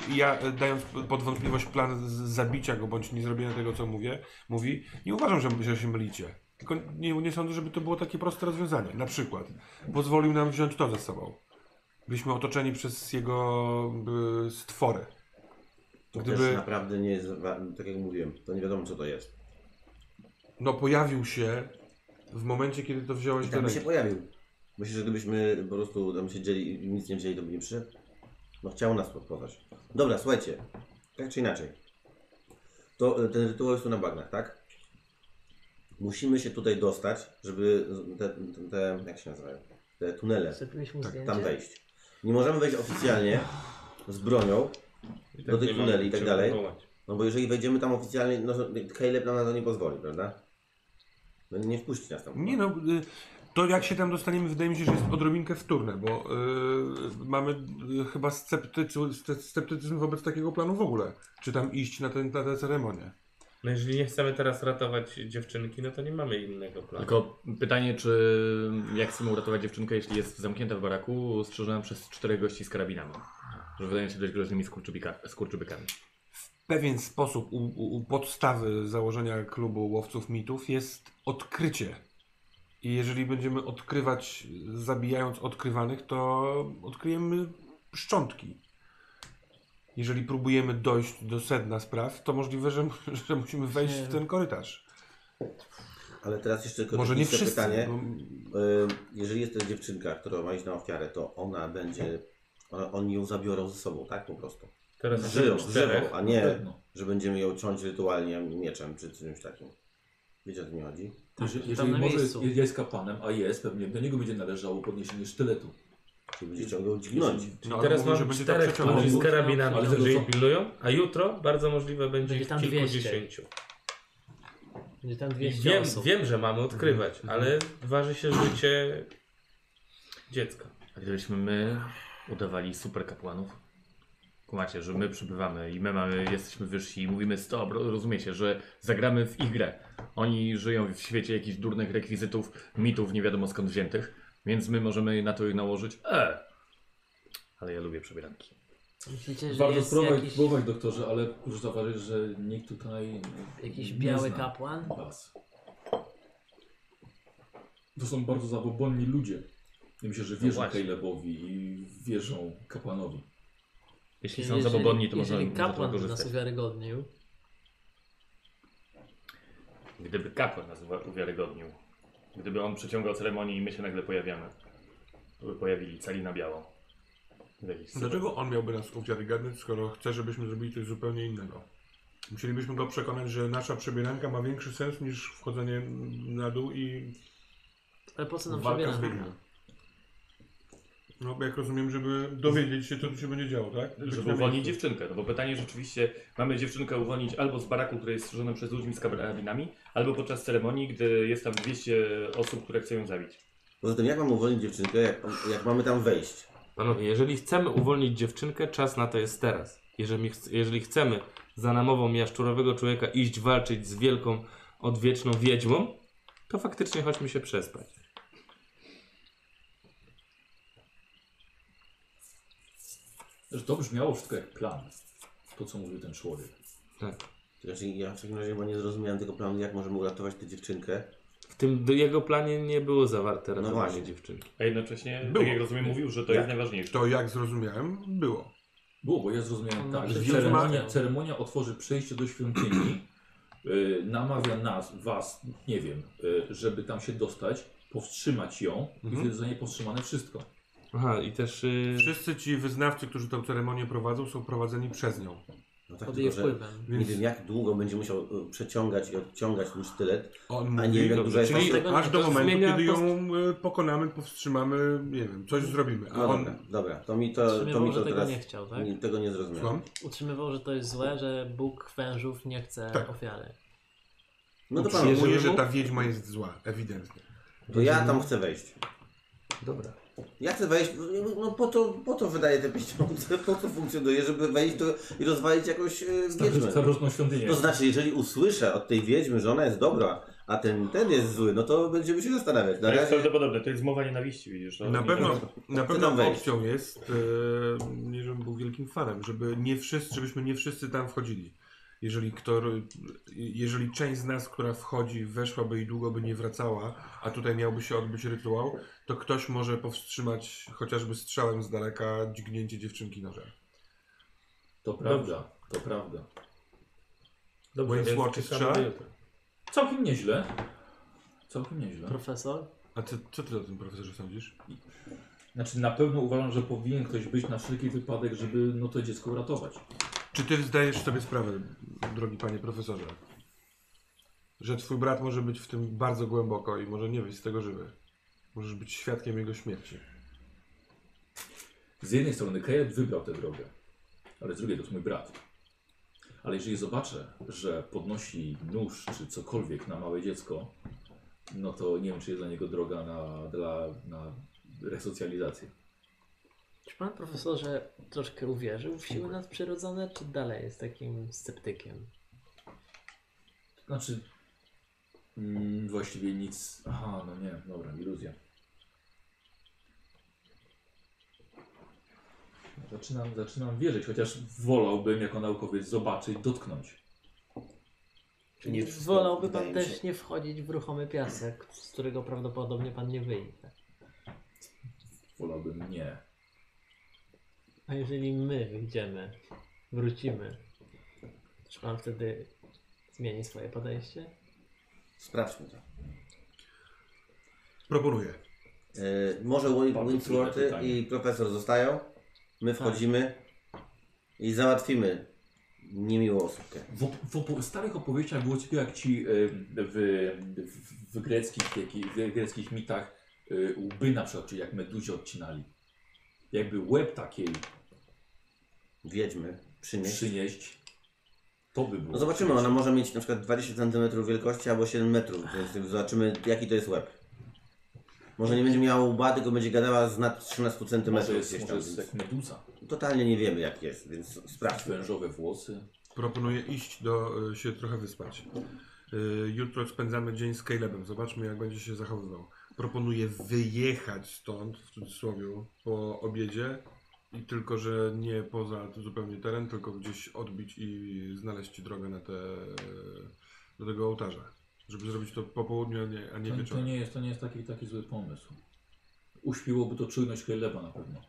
yy, ja y, dając pod wątpliwość plan z- zabicia go bądź nie zrobienia tego, co mówię, mówi, nie uważam, że, że się mylicie. Tylko nie, nie sądzę, żeby to było takie proste rozwiązanie. Na przykład, pozwolił nam wziąć to ze sobą. Byliśmy otoczeni przez jego y, stwory. To Gdyby- też naprawdę nie jest, wa- tak jak mówiłem, to nie wiadomo co to jest. No, pojawił się w momencie, kiedy to wziąłeś I do tak by ręki. się pojawił. Myślę, że gdybyśmy po prostu tam siedzieli i nic nie wzięli, to by nie przyszedł. No chciał nas podpowiadać. Dobra, słuchajcie. Tak czy inaczej. To e, ten rytuał jest tu na bagnach, tak? Musimy się tutaj dostać, żeby te, te, te jak się nazywają? Te tunele Zrobiłeś Tak. mu zdjęcie? Tak, tam wejść. Nie możemy wejść oficjalnie z bronią, I Do tych nie mamy tuneli i tak czego dalej. wołać. no bo jeżeli wejdziemy tam oficjalnie, no to Caleb nam na to nie pozwoli, prawda? No Nie wpuści nas tam. Nie no, y, to jak się tam dostaniemy, wydaje mi się, że jest odrobinkę wtórne, bo y, mamy y, chyba sceptycyzm, sceptycyzm wobec takiego planu w ogóle. Czy tam iść na, ten, na tę ceremonię? No jeżeli nie chcemy teraz ratować dziewczynki, no to nie mamy innego planu. Tylko pytanie, czy jak chcemy uratować dziewczynkę, jeśli jest zamknięta w baraku, strzeżona przez czterech gości z karabinami. Że wydają się dość groźnymi skurczybika- skurczybykami. W pewien sposób u, u, u podstawy założenia klubu łowców mitów jest odkrycie. I jeżeli będziemy odkrywać, zabijając odkrywanych, to odkryjemy szczątki. Jeżeli próbujemy dojść do sedna spraw, to możliwe, że, że musimy wejść w ten korytarz. Ale teraz jeszcze tylko Może nie techniczne wszyscy. pytanie. Bo... Y, jeżeli jest to dziewczynka, która ma iść na ofiarę, to ona będzie. Ona, oni ją zabiorą ze sobą, tak po prostu. Teraz Żyją, mamy czterech. żywą, a nie, Pewno. że będziemy ją ciąć rytualnie mieczem czy czymś takim. Wiecie o co mi chodzi? Jeżeli, tam jeżeli na może jest, miejscu. jest kapanem, a jest, pewnie do niego będzie należało podniesienie sztyletu. Czy będzie ciągnął dźgnąć? No, ale Teraz mówię, że mamy będzie tak czterech przeciągło. ludzi z karabinami, Ale którzy tylko ich co? pilnują, a jutro bardzo możliwe będzie Będzie ich tam 200. kilkudziesięciu. Będzie tam I 200 Wiem, osób. wiem, że mamy odkrywać, Mhm. ale waży się życie dziecka. A gdybyśmy Tak, my udawali super kapłanów? Kumacie, że my przybywamy i my mamy, jesteśmy wyżsi i mówimy stop, ro- rozumiecie, że zagramy w ich grę. Oni żyją w świecie jakichś durnych rekwizytów, mitów nie wiadomo skąd wziętych, więc my możemy na to ich nałożyć. E! Ale ja lubię przebieranki. Myślicie, że Warto jest spróbować, jakiś, spróbować, doktorze, ale już zauważyć, że nikt tutaj jakiś nie biały zna kapłan? was. To są bardzo zabobonni ludzie. Ja myślę, No że wierzą właśnie. Calebowi i wierzą kapłanowi. Jeśli są zabobonni, to można jeżeli można kapłan by nas korzystać. uwiarygodnił, Gdyby kapłan nas uwa- uwiarygodnił, gdyby on przyciągał ceremonię i my się nagle pojawiamy, to by pojawili cali na biało. W jakiś sposób. Dlaczego on miałby nas uwiarygadniać, skoro chce, żebyśmy zrobili coś zupełnie innego? Musielibyśmy go przekonać, że nasza przebieranka ma większy sens niż wchodzenie na dół i ale po co nam walka z przebieranka? wiedźmą. No, bo jak rozumiem, żeby dowiedzieć się, co tu się będzie działo, tak? Być na Żeby miejscu. uwolnić dziewczynkę. No bo pytanie rzeczywiście, mamy dziewczynkę uwolnić albo z baraku, który jest strzeżony przez ludźmi z karabinami, albo podczas ceremonii, gdy jest tam 200 osób, które chcą ją zabić. Poza tym jak mam uwolnić dziewczynkę, jak, jak mamy tam wejść? Panowie, jeżeli chcemy uwolnić dziewczynkę, czas na to jest teraz. Jeżeli, chc- jeżeli chcemy za namową jaszczurowego człowieka iść walczyć z wielką, odwieczną wiedźmą, to faktycznie chodźmy się przespać. Zresztą to brzmiało wszystko jak plan. To, co mówił ten człowiek. To Znaczy, ja w takim razie chyba nie zrozumiałem tego planu, jak możemy uratować tę dziewczynkę. W tym do jego planie nie było zawarte ratowanie No właśnie. dziewczynki. A jednocześnie, Było. tak jak rozumiem, mówił, że to Tak. jest najważniejsze. To jak zrozumiałem, było. Było, bo ja zrozumiałem On tak, że wiedźma- ceremonia, ceremonia otworzy przejście do świątyni, y, namawia nas, was, nie wiem, y, żeby tam się dostać, powstrzymać ją i Mhm. wtedy zostanie powstrzymane wszystko. Aha, i też... y, Wszyscy ci wyznawcy, którzy tę ceremonię prowadzą, są prowadzeni przez nią. No tak, Pod tylko, jej że wpływem. nie Więc wiem jak długo będzie musiał y, przeciągać i odciągać ten sztylet, on a nie mówi, wiem jak dobrze, duża jest... czyli- ta- aż do to momentu, zmienia kiedy post- ją y, pokonamy, powstrzymamy, nie wiem, coś zrobimy. A No on... dobra, dobra, to mi to, to, Utrzymywał, mi że to tego teraz... nie chciał, tak? nie- Tego nie zrozumiałem. Słucham? Utrzymywał, że to jest złe, że Bóg wężów nie chce Tak. ofiary. No to pan, Utrzymuje- Przyjmuje, żeby że mu- ta wiedźma jest zła, ewidentnie. to ja tam chcę wejść. Dobra. Ja chcę wejść, no po to, po to wydaję te pieniądze, po to funkcjonuje, żeby wejść do, i rozwalić jakąś y, wiedźmę. Starożytną świątynię. To znaczy, jeżeli usłyszę od tej wiedźmy, że ona jest dobra, a ten, ten jest zły, no to będziemy się zastanawiać. Na To jest razie prawdopodobne, to jest mowa nienawiści, widzisz. to Na nie- pewno, na tam pewno wejść. opcją jest, e, nie żebym był wielkim fanem, żeby nie wszyscy, żebyśmy nie wszyscy tam wchodzili. Jeżeli, kto, jeżeli część z nas, która wchodzi, weszłaby i długo by nie wracała, a tutaj miałby się odbyć rytuał, to ktoś może powstrzymać chociażby strzałem z daleka dźgnięcie dziewczynki nożem. To prawda, to prawda. Moim więc słoczy czekamy strzela? do jutra. Całkiem nieźle. Całkiem nieźle. Profesor? A ty, co ty o tym profesorze sądzisz? Znaczy na pewno uważam, że powinien ktoś być na wszelki wypadek, żeby no to dziecko uratować. Czy ty zdajesz sobie sprawę, drogi panie profesorze, że twój brat może być w tym bardzo głęboko i może nie wyjść z tego żywy? Możesz być świadkiem jego śmierci. Z jednej strony Kajet wybrał tę drogę, ale z drugiej to jest mój brat. Ale jeżeli zobaczę, że podnosi nóż czy cokolwiek na małe dziecko, no to nie wiem, czy jest dla niego droga na, dla, na resocjalizację. Czy pan profesorze troszkę uwierzył w siły nadprzyrodzone, czy dalej jest takim sceptykiem? Znaczy, mm, właściwie nic. Aha, no nie, dobra, iluzja. Zaczynam, zaczynam wierzyć, chociaż wolałbym jako naukowiec zobaczyć, dotknąć. Czyli Nie, wolałby wydaje pan mi się. też nie wchodzić w ruchomy piasek, z którego prawdopodobnie pan nie wyjdzie. Wolałbym nie. A jeżeli my wyjdziemy, wrócimy, czy pan wtedy zmieni swoje podejście? sprawdźmy to. Proponuję. E, może Win- Bardzo trudne Windsworthy pytanie. i profesor zostają, my wchodzimy i załatwimy niemiłą osobkę. W, op- w opo- starych opowieściach było ciekawe, jak ci y, w, w, w, greckich, jaki- w greckich mitach y, łby na przykład, czyli jak meduzie odcinali. Jakby łeb takiej Wiedźmy, przynieść. przynieść, to by było. No zobaczymy, ona może mieć na przykład 20 cm wielkości albo 7 metrów, więc zobaczymy jaki to jest łeb. Może nie będzie miała łba, tylko będzie gadała z nad 13 cm Może jest, gdzieś może tam. jest jak Więc meduza. totalnie nie wiemy jak jest, więc sprawdźmy. Wężowe włosy. Proponuję iść do, y, się trochę wyspać. Y, Jutro spędzamy dzień z Calebem. Zobaczmy, jak będzie się zachowywał. Proponuję wyjechać stąd, w cudzysłowie, po obiedzie. I tylko, że nie poza zupełnie teren, tylko gdzieś odbić i znaleźć drogę na te, do tego ołtarza. Żeby zrobić to po południu, a nie, a nie To, to, wieczorem. nie jest, to nie jest taki, taki zły pomysł. uśpiłoby to czujność Kejleba na pewno.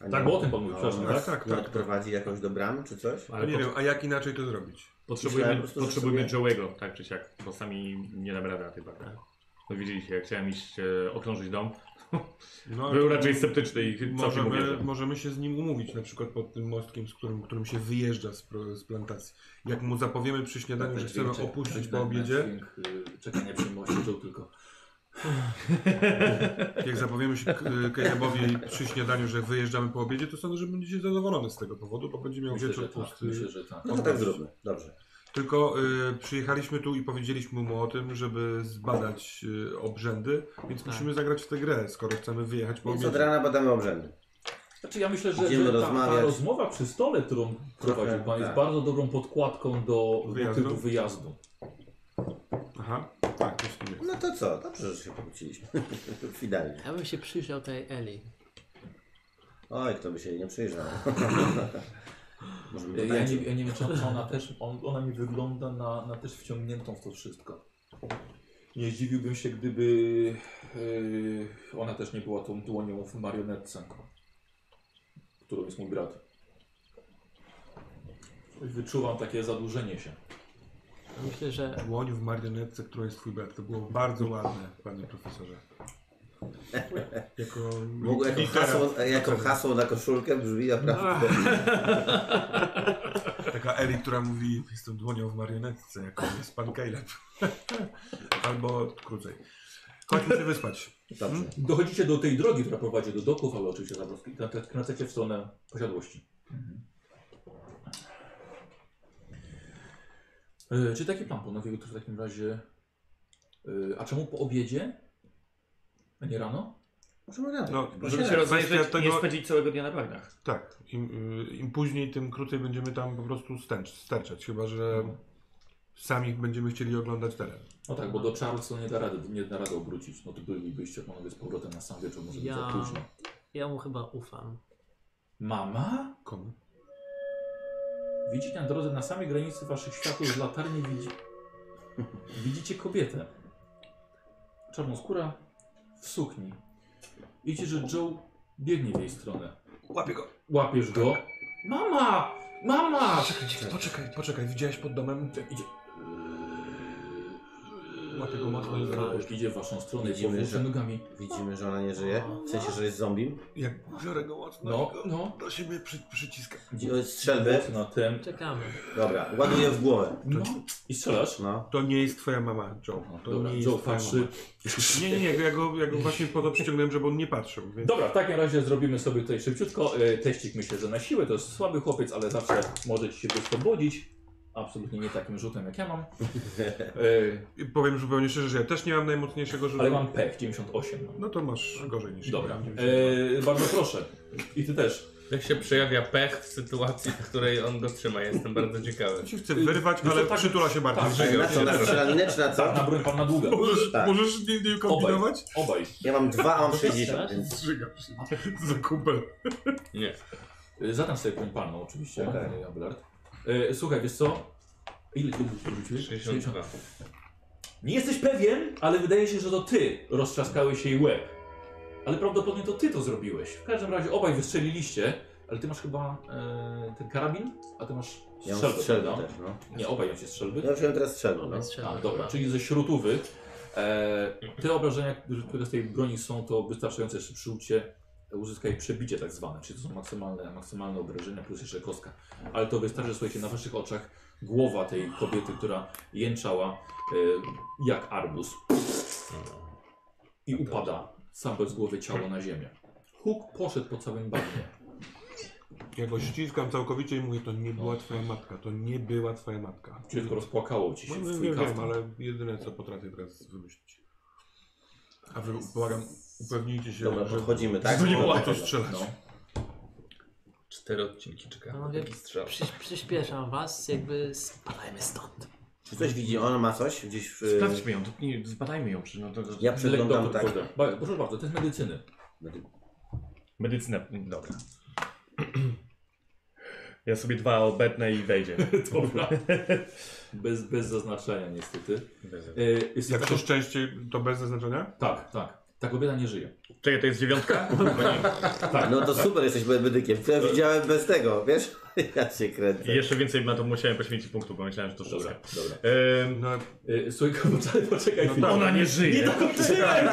A nie- Tak, bo o tym pan mówił, No, przepraszam, nas- tak? tak, nas tak. prowadzi jakąś do bram czy coś? Ale nie wiem, a jak inaczej to zrobić? Myślałem Potrzebujemy, po prostu, że potrzebujemy sobie- Joe'ego, tak czy siak, bo sami nie dam rady na tej bagnie. No widzieliście, jak chciałem iść e, okrążyć dom, No, był to raczej sceptyczny i całkiem możemy, uwierzył. możemy się z nim umówić, na przykład pod tym mostkiem, z którym, którym się wyjeżdża z, pro- z plantacji. Jak mu zapowiemy przy śniadaniu, Ten że chcemy dźwięk- opuścić ten- po ten obiedzie, Dźwięk y, czekania przyjemności czuł tylko. tak, jak zapowiemy się K- Calebowi przy śniadaniu, że wyjeżdżamy po obiedzie, to sądzę, że będzie zadowolony z tego powodu, bo będzie miał Myślę, że wieczór tak. pusty. Myślę, że tak. No to tak zróbmy, dobrze. Tylko y, przyjechaliśmy tu i powiedzieliśmy mu o tym, żeby zbadać y, obrzędy, więc Tak. musimy zagrać w tę grę, skoro chcemy wyjechać po Więc od obiedzie. rana badamy obrzędy. Znaczy ja myślę, że, Idziemy że ta, ta rozmawiać. rozmowa przy stole, którą prowadził Pan, jest tak. bardzo dobrą podkładką do Wyjazdu? wyjazdu. motywu wyjazdu. Aha, tak, to w sumie. No to co, dobrze, że się pokłóciliśmy. Finalnie. Ja bym się przyjrzał tej Eli. Oj, kto by się jej nie przyjrzał. Możemy Ja nie, potańczyć. ja nie wiem, czy ona też, on, ona mi wygląda na, na też wciągniętą w to wszystko. Nie zdziwiłbym się, gdyby yy, ona też nie była tą dłonią w marionetce, którą jest mój brat. Wyczuwam takie zadłużenie się. Myślę, że Łoń w marionetce, którą jest twój brat. To było bardzo ładne, panie profesorze. Jako Mogło jako litera, hasło, jako hasło na koszulkę brzmi naprawdę. taka Eli, która mówi, jestem dłonią w marionetce, jako jest pan Caleb. Albo krócej. Chodźmy się wyspać. Dobrze. Dochodzicie do tej drogi, która prowadzi do doków, ale oczywiście zawrot- kręcecie w stronę posiadłości. E, Czy taki plan panowie jutro w takim razie? E, A czemu po obiedzie? A nie rano? Możemy rano. No, Możemy się tak, rozejrzeć, kwestia nie tego- spędzić całego dnia na bagnach. Tak, im, y, im później, tym krócej będziemy tam po prostu stęcz, sterczeć, chyba że No. sami będziemy chcieli oglądać teren. No tak, bo do Charleston nie da rady, nie da rady obrócić. No to bylibyście panowie z powrotem na sam wieczór, może być za Ja- późno. ja mu chyba ufam. Mama? Komu? Widzicie na drodze na samej granicy waszych światów z latarni widzi... widzicie kobietę. Czarnoskóra w sukni. Widzicie, że Joe biegnie w jej stronę. Łapię go. Łapiesz go. Mama! Mama! Poczekaj, dziewczyno, poczekaj, poczekaj, widziałeś pod domem? Idzie. Łapię go mocno i Mama zaraz. już Idzie w waszą stronę i Widzimy, powrócę że- nogami. Widzimy, że ona nie żyje. W sensie, że jest zombie. Jak biorę go mocno No, i go no. do siebie przy, przyciskam. O, strzelby. Na tym. Czekamy. Dobra, ładuję w głowę. No. I strzelasz. No. To nie jest twoja mama, Joe. No, To Dobra, nie jest Joe twoja patrzy. mama. Nie, nie, nie, ja go, ja go właśnie po to przyciągnąłem, żeby on nie patrzył, więc... Dobra, w takim razie zrobimy sobie tutaj szybciutko. E, Teścik myślę, że na siłę to jest słaby chłopiec, ale zawsze może ci się wyswobodzić. Absolutnie nie takim rzutem jak ja mam. E, I powiem zupełnie szczerze, że ja też nie mam najmocniejszego rzutu. Ale mam pech, 98. mam. No to masz gorzej niż Dobra, ja. mam e, bardzo proszę. I ty też. Jak się przejawia pech w sytuacji, w której on go trzyma? Jestem bardzo ciekawy. Ja ci chcę wyrwać, Wiesz co, ale tak- przytula się bardziej. tak, Że- Na co, na strzelaninę czy na Tak, na co? broń pan na długo. Możesz, tak. możesz nie, nie kombinować? Obaj. Ja mam dwa, a mam 60, więc... Zrzygam się za kumpel. E, Zadam sobie broń palną oczywiście, e, Abelard. E, słuchaj, wiesz co? Ile ty rzuciłeś? 62. Nie jesteś pewien, ale wydaje się, że to ty roztrzaskałeś jej łeb. Ale prawdopodobnie to ty to zrobiłeś. W każdym razie obaj wystrzeliliście, ale ty masz chyba e, ten karabin, a ty masz Ja strzelbę. mam strzelbę prawda? też, no. Nie, obaj macie strzelby. Ja wziąłem teraz strzelbę, no. Obaj strzelamy. A, dobra, Tak, czyli ze śrutówy. E, te obrażenia, które z tej broni są, to wystarczające jeszcze przy ucie uzyskaj przebicie tak zwane, czyli to są maksymalne, maksymalne obrażenia plus jeszcze kostka. Ale to wystarczy, słuchajcie, na waszych oczach głowa tej kobiety, która jęczała e, jak arbuz i upada sam bez głowy ciało na ziemię. Huk poszedł po całym bagnie. Ja go ściskam całkowicie i mówię, to nie była twoja matka, to nie była twoja matka. Dziecko rozpłakało ci się No, w wiem, twój wiem, wiem, kaftan. ale jedyne co potrafię teraz wymyślić. A wy, błagam, upewnijcie się, Dobra, że... podchodzimy, tak? To nie Dobra, było to dobra. strzelać. No. Cztery odcinki czekamy. Panowie, Taki strzał. Przy, przyspieszam was, jakby spadajmy stąd. Czy coś widzi? Ona ma coś gdzieś w... Sprawdźmy ją, to, nie, zbadajmy ją. Przy, no, to, to, Ja przeglądam Doktor, tak. proszę. Ba- Proszę bardzo, to jest medycyny. Medycyna, mm, dobra. Ja sobie dwa obetnę i wejdzie. Dobra. Bez, bez zaznaczenia niestety. E, jest Jak taka- to szczęście, to bez zaznaczenia? Tak, tak. Ta kobieta nie żyje. Czekaj, to jest dziewiątka? No to super, jesteś medykiem. To ja widziałem bez tego, wiesz? Ja się kręcę. Jeszcze więcej na to musiałem poświęcić punktów, bo myślałem, że to szóstka. Dobra, dobra. No Ehm, No, Y, Słuchaj, poczekaj, poczekaj chwilę. Ona nie no Nie żyje. tak obczyłem!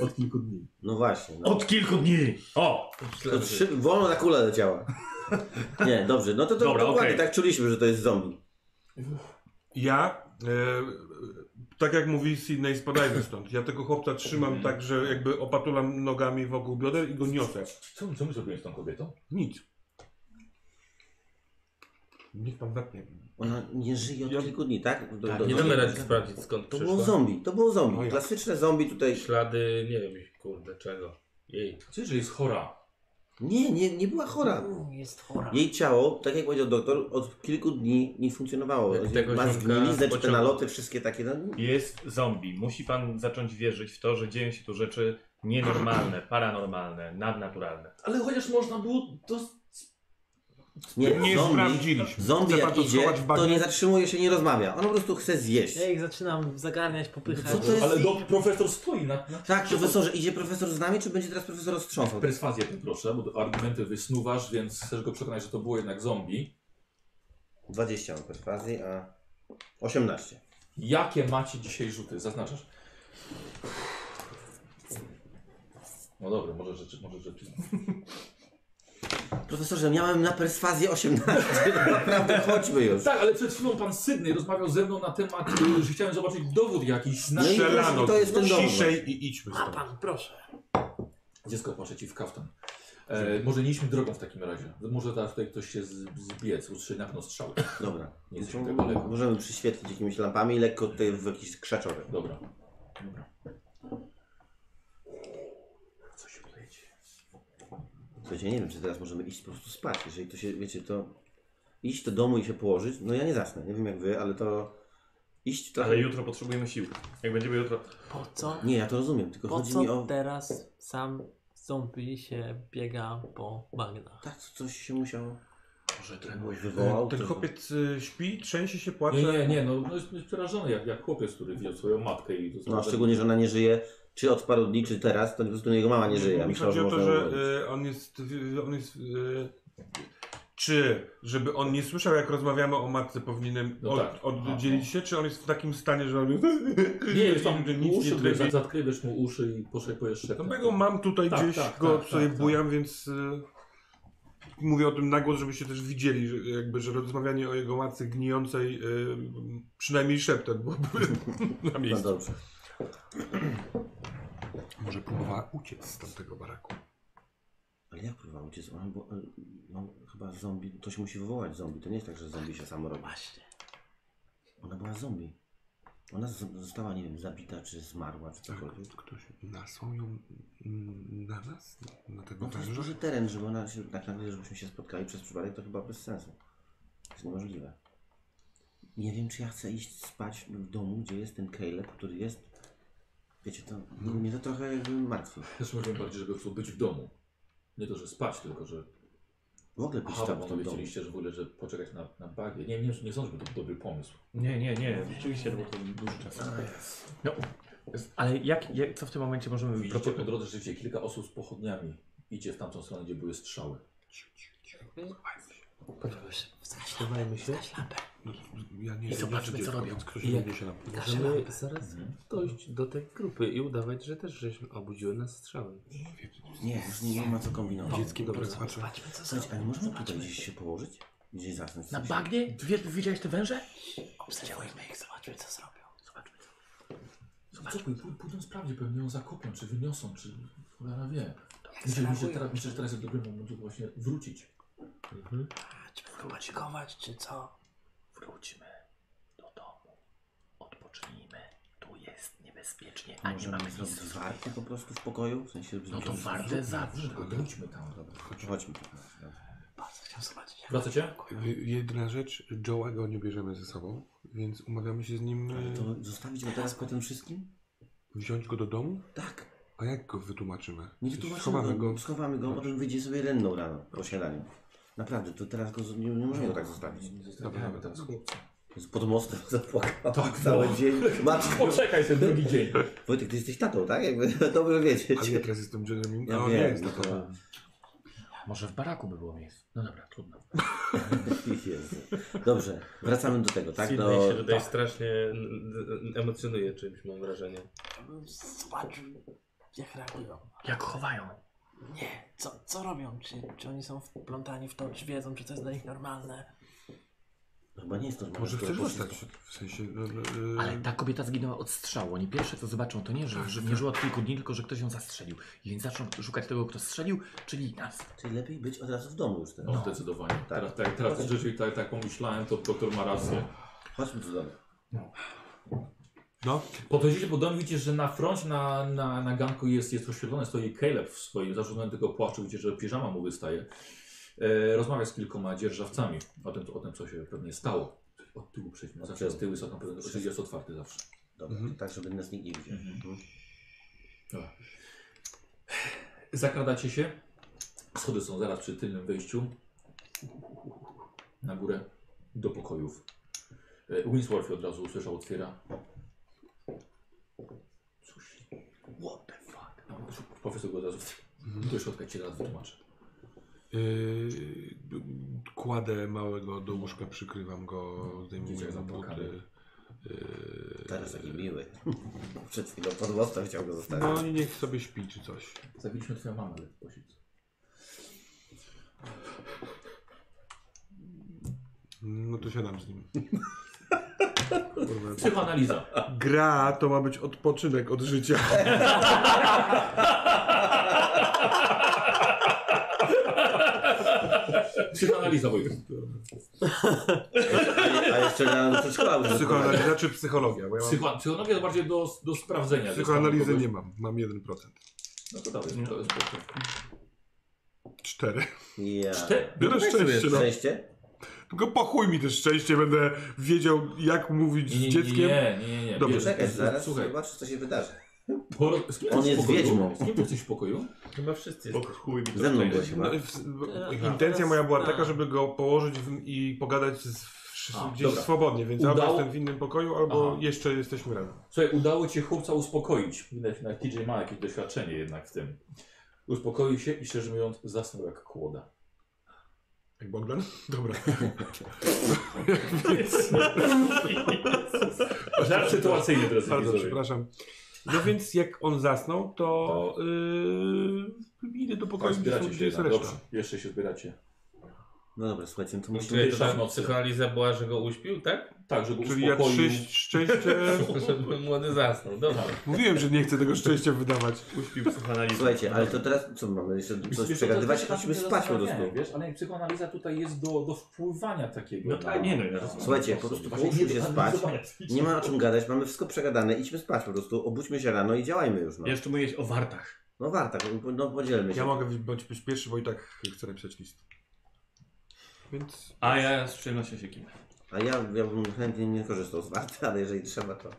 Od kilku dni. No właśnie. No. Od kilku dni! O! To trzy, wolno na kulę leciała. Nie, dobrze. No to, to Dobra, dokładnie okej. tak czuliśmy, że to jest zombie. Ja, e, tak jak mówi Sydney, spadajmy stąd. Ja tego chłopca trzymam tak, że jakby opatulam nogami wokół bioder i go niosę. Co, co my zrobiłeś z tą kobietą? Nic. Niech pan wepnie. Ona nie żyje od Ja- kilku dni, tak? Do- do- Nie damy rady sprawdzić skąd To przyszła. było zombie, to było O zombie. ja. Klasyczne zombie tutaj. Ślady, nie wiem, kurde, czego. Jej. Czy że jest chora? Nie, nie, nie była chora. Jest chora. Jej ciało, tak jak powiedział doktor, od kilku dni nie funkcjonowało. Jak tego Ma ziomka zgniliznę, czy te pociągnął. naloty, wszystkie takie. No, Jest zombie. Musi pan zacząć wierzyć w to, że dzieją się tu rzeczy nienormalne, paranormalne, nadnaturalne. Ale chociaż można było to... nie, Nie zombie, sprawdziliśmy. zombie Chce pan jak to idzie, schować w bagnie? to nie zatrzymuje się, nie rozmawia. On po prostu chce zjeść. Ja ich zaczynam zagarniać, popychać. Co to jest? Ale do, profesor stoi na... na... Tak, profesorze, idzie profesor z nami, czy będzie teraz profesor roztrząsał? Perswazję tu proszę, bo argumenty wysnuwasz, więc chcesz go przekonać, że to było jednak zombie. 20 mam perswazji, a 18. Jakie macie dzisiaj rzuty? Zaznaczasz. No dobra, może rzeczy, może rzeczy. Profesorze, miałem na perswazję 18. Naprawdę, chodźmy już. Tak, ale przed chwilą pan Sydney rozmawiał ze mną na temat, y, że chciałem zobaczyć dowód jakiś. Na... No i Strzelano. to jest ten dowód. Ciszej i idźmy Ma stąd. pan, proszę. Dziecko patrzę ci w kaftan. E, może nie idźmy drogą w takim razie. Może teraz tutaj ktoś się z- zbiec, usłyszy na pewno strzały. Dobra. Nie jesteśmy tego daleko. Możemy przyświetlić jakimiś lampami, lekko tutaj w jakiś krzaczory. Dobra. Dobra. Co się tutaj dzieje? Słuchajcie, ja nie wiem, czy teraz możemy iść po prostu spać. Jeżeli to się, wiecie, to iść do domu i się położyć, no ja nie zasnę, nie wiem jak wy, ale to iść trochę... Ale jutro potrzebujemy sił. Jak będziemy jutro... Po co? Nie, ja to rozumiem, tylko Po chodzi mi co o... teraz sam zombie się biega po bagnach? Tak, coś się musiało... Może Kogoś trenuje. wywołał. Ten coś- chłopiec y, śpi, trzęsie się, płacze. Nie, nie, nie, no, no jest, jest przerażony jak, jak chłopiec, który widział swoją matkę i to No, a szczególnie, że ona nie żyje, czy od paru dni, czy teraz, to po prostu jego mama nie żyje. Ja Mi myślałem, chodzi o to, że można że ułożyć. y, on jest. y, On jest y, czy, żeby on nie słyszał, jak rozmawiamy o matce, powinienem No od, tak. oddzielić się, czy on jest w takim stanie, że on Nie, jest tam że nic uszy, nie nie trybi. zatkrywiesz mu uszy i poszepujesz No szeptem. bo ja go mam tutaj Tak, gdzieś, tak, go tak, sobie tak, bujam, więc y, mówię o tym na głos, żebyście też widzieli, że, jakby, że rozmawianie o jego matce gnijącej y, przynajmniej szeptem byłoby na No miejscu. dobrze. Może próbowała uciec z tamtego baraku. Ale jak próbowała uciec? Ona, bo, no, chyba zombie, to się musi wywołać zombie. To nie jest tak, że zombie się samo robi. Właśnie. Ona była zombie. Ona z- została, nie wiem, zabita, czy zmarła, Tak. czy cokolwiek. Ktoś nasłał ją mm, na nas, na tego No to jest węża. duży teren, żeby ona się, tak nagle, żebyśmy się spotkali przez przypadek, to chyba bez sensu. To jest niemożliwe. Nie wiem, czy ja chcę iść spać w domu, gdzie jest ten Caleb, który jest... Wiecie, to mnie to trochę jakby martwi. Też możemy bardziej, żeby po prostu być w domu. Nie to, że spać, tylko że... W ogóle być Aha, tam bo w tym domu. powiedzieliście, że w ogóle, że poczekać na, na bagnie. Nie, nie, nie sądzę, żeby to dobry pomysł. Nie, nie, nie. Rzeczywiście, bo to dużo czasu. No, ale jak, jak, co w tym momencie możemy... Widzicie po proponować? drodze rzeczywiście kilka osób z pochodniami idzie w tamtą stronę, gdzie były strzały. Podoba się. Wskaź Trzymajmy się. lampę. No, ja nie I wiem, zobaczmy, dziecko, co robią. więc ktoś I jak- nie się na Wskaź Możemy lampę. zaraz dojść do tej grupy i udawać, że też żeśmy obudziły nas strzały. Nie, już nie ma co kombinować. Dziecki dobre patrzę. Zobaczmy, co Słuchajcie, ale zrobią. możemy tutaj gdzieś się położyć? Gdzieś zasnąć? Na Coś- bagnie? Wie, widziałeś te węże? Obserwujmy ich, zobaczmy, co zrobią. Zobaczmy. No Co, pój- pój- pójdą sprawdzić, pewnie ją zakopią, czy wyniosą, czy cholera wie. Myślę, zareagują? że teraz, myślę, że teraz jest dobry moment, żeby właśnie wrócić. A, Czy będą paczkować, czy co? Wróćmy do domu. Odpocznijmy. Tu jest niebezpiecznie, a nie Możemy mamy zrobić nic. wartę po prostu w pokoju? W sensie No to warte zawsze. Wróćmy tam. Dobra, chodźmy. chodźmy. Bardzo chciałem zobaczyć. jak- Wracacie? Jedna rzecz, Joe'ego nie bierzemy ze sobą, więc umawiamy się z nim Ale e, to zostawić go teraz po tym wszystkim? wziąć go do domu. Tak. A jak go wytłumaczymy? Nie wytłumaczymy Schowamy go. go. Schowamy go, potem wyjdzie sobie renną rano po śniadaniu. Naprawdę, to teraz go z- nie, nie możemy go tak zostawić. Nie zostawiamy Dobra. teraz chłopca. Z pod mostem zapłakał tak, no. cały dzień. Matko, Poczekaj sobie drugi dzień. Wojtek, ty jesteś tatą, tak? Jakby dobrze wiecie. Ale ja teraz jestem Jeremy. Ja A on nie wiem, jest no na to. to Może w baraku by było miejsce. No dobra, trudno. jest. Dobrze, wracamy do tego, tak? Tak, Do, się tutaj strasznie n- n- emocjonuje czymś, mam wrażenie. Ja bym Zobaczył, jak reagują. Jak chowają? Nie, co, co robią? Czy, czy oni są wplątani w to, czy wiedzą, czy to jest dla nich normalne? No, Chyba nie jest normalne. Może skoro chcesz poszli zostać. W sensie. no, Ale no, tak- ta kobieta zginęła od strzału. Oni pierwsze co zobaczą to nie, że, że nie żyła od kilku dni, tylko że ktoś ją zastrzelił. I więc zaczną szukać tego, kto strzelił, czyli nas. tam. Czyli lepiej być od razu w domu już teraz. No, zdecydowanie. Teraz, tak, teraz rzeczywiście tak, tak pomyślałem, to doktor ma rację. Chodźmy do domu. No, Podchodzicie pod dom, widzicie, że na froncie, na, na, na ganku jest, jest oświetlone, stoi Caleb w swoim zarzuconym tego płaszczu, widzicie, że piżama mu wystaje. E, rozmawia z kilkoma dzierżawcami o tym, o tym, co się pewnie stało. Od tyłu przejdźmy, zawsze z tyłu jest okno, oczywiście jest otwarte zawsze. Dobra, Mhm. to tak, żeby nas nikt nie widział. Mhm. Dobra. Zakradacie się. Schody są zaraz przy tylnym wejściu. Na górę do pokojów. E, Winsworth od razu usłyszał, otwiera. Cóż. What the fuck? No, profesor go od razu do środka ci zaraz wytłumaczę. Yy, e, kładę małego do łóżka, przykrywam go, zdejmuję Dzieciak mu zapłakany. buty. Yy, Teraz taki miły. Przed chwilą pod mostem chciał go zostawić. no i niech sobie śpi czy coś. Zabiliśmy twoją mamę, ale posiedź. No to siadam z nim. Kurwa, Psychoanaliza. Gra to ma być odpoczynek od życia. Psychoanaliza, Wojtek. A, nie- a jeszcze na przedszkola już tak- Psychoanaliza czy znaczy psychologia? Bo ja mam, Psycho- Psychoanaliza bardziej do, do sprawdzenia. do psychoanalizy stanu nie mam, mam 1%. kogoś. No to dawaj, to jest to. 4. Ja. Cztery. Biorę szczęście. No. Szczęście? Tylko pochuj mi też szczęście, będę wiedział jak mówić Nie, z nie, dzieckiem. nie, nie, nie, nie. Dobrze, Wiesz, Czekaj, z- z- zaraz Słuchaj, zobacz, co się wydarzy. Poro- z kim On ty jesteś jest w pokoju? wiedźmą. Z kim ty jesteś w pokoju? Chyba wszyscy. Pod chuj mi to Ze mną szczęście. byłeś chyba. No, w, Tak, Aha. w, intencja moja była taka, żeby go położyć w, i pogadać z, w, A, gdzieś dobra. swobodnie, więc Udało- albo jestem w innym pokoju, albo Aha. jeszcze jesteśmy razem. Słuchaj, udało ci się chłopca uspokoić. Widać, na TJ ma jakieś doświadczenie jednak w tym. Uspokoił się i szczerze mówiąc zasnął jak kłoda. Jak Bogdan? Dobra. Żart sytuacyjny teraz Bardzo widzowie. przepraszam. No więc jak on zasnął, to yy, idę do Tak, pokoju, gdzie, są, zbieracie gdzie się jest jednak. Dobrze, reszta. jeszcze się zbieracie. No dobra, słuchajcie, no to musimy... Czyli Pierwsza to tak- w ta nocy. psychoanaliza była, że go uśpił, tak? Tak, żeby Czyli ja uspokoił. trzy szczęście... Żeby młody zasnął, dobra. Mówiłem, że nie chcę tego szczęścia wydawać. Uśpił psychoanalizę. Słuchajcie, ale to teraz co mamy jeszcze Wiesz, coś wiesz, przegadywać? to- to- to- Chodźmy to- to- spać po nie, prostu. Wiesz, ale psychoanaliza tutaj jest do, do wpływania takiego. No tak, nie no, ja Słuchajcie, po prostu Właśnie połóżmy nie się do spać. analizowania. Nie ma o czym gadać, mamy wszystko przegadane, idźmy spać po prostu, obudźmy się rano i działajmy już. No, Jeszcze mówiłeś o wartach. no warta, no podzielmy się. Ja mogę być, być pierwszy, bo i tak chcę napisać list. Więc A ja z przyjemnością się kimę. A ja, ja bym chętnie nie korzystał z warty, ale jeżeli trzeba to...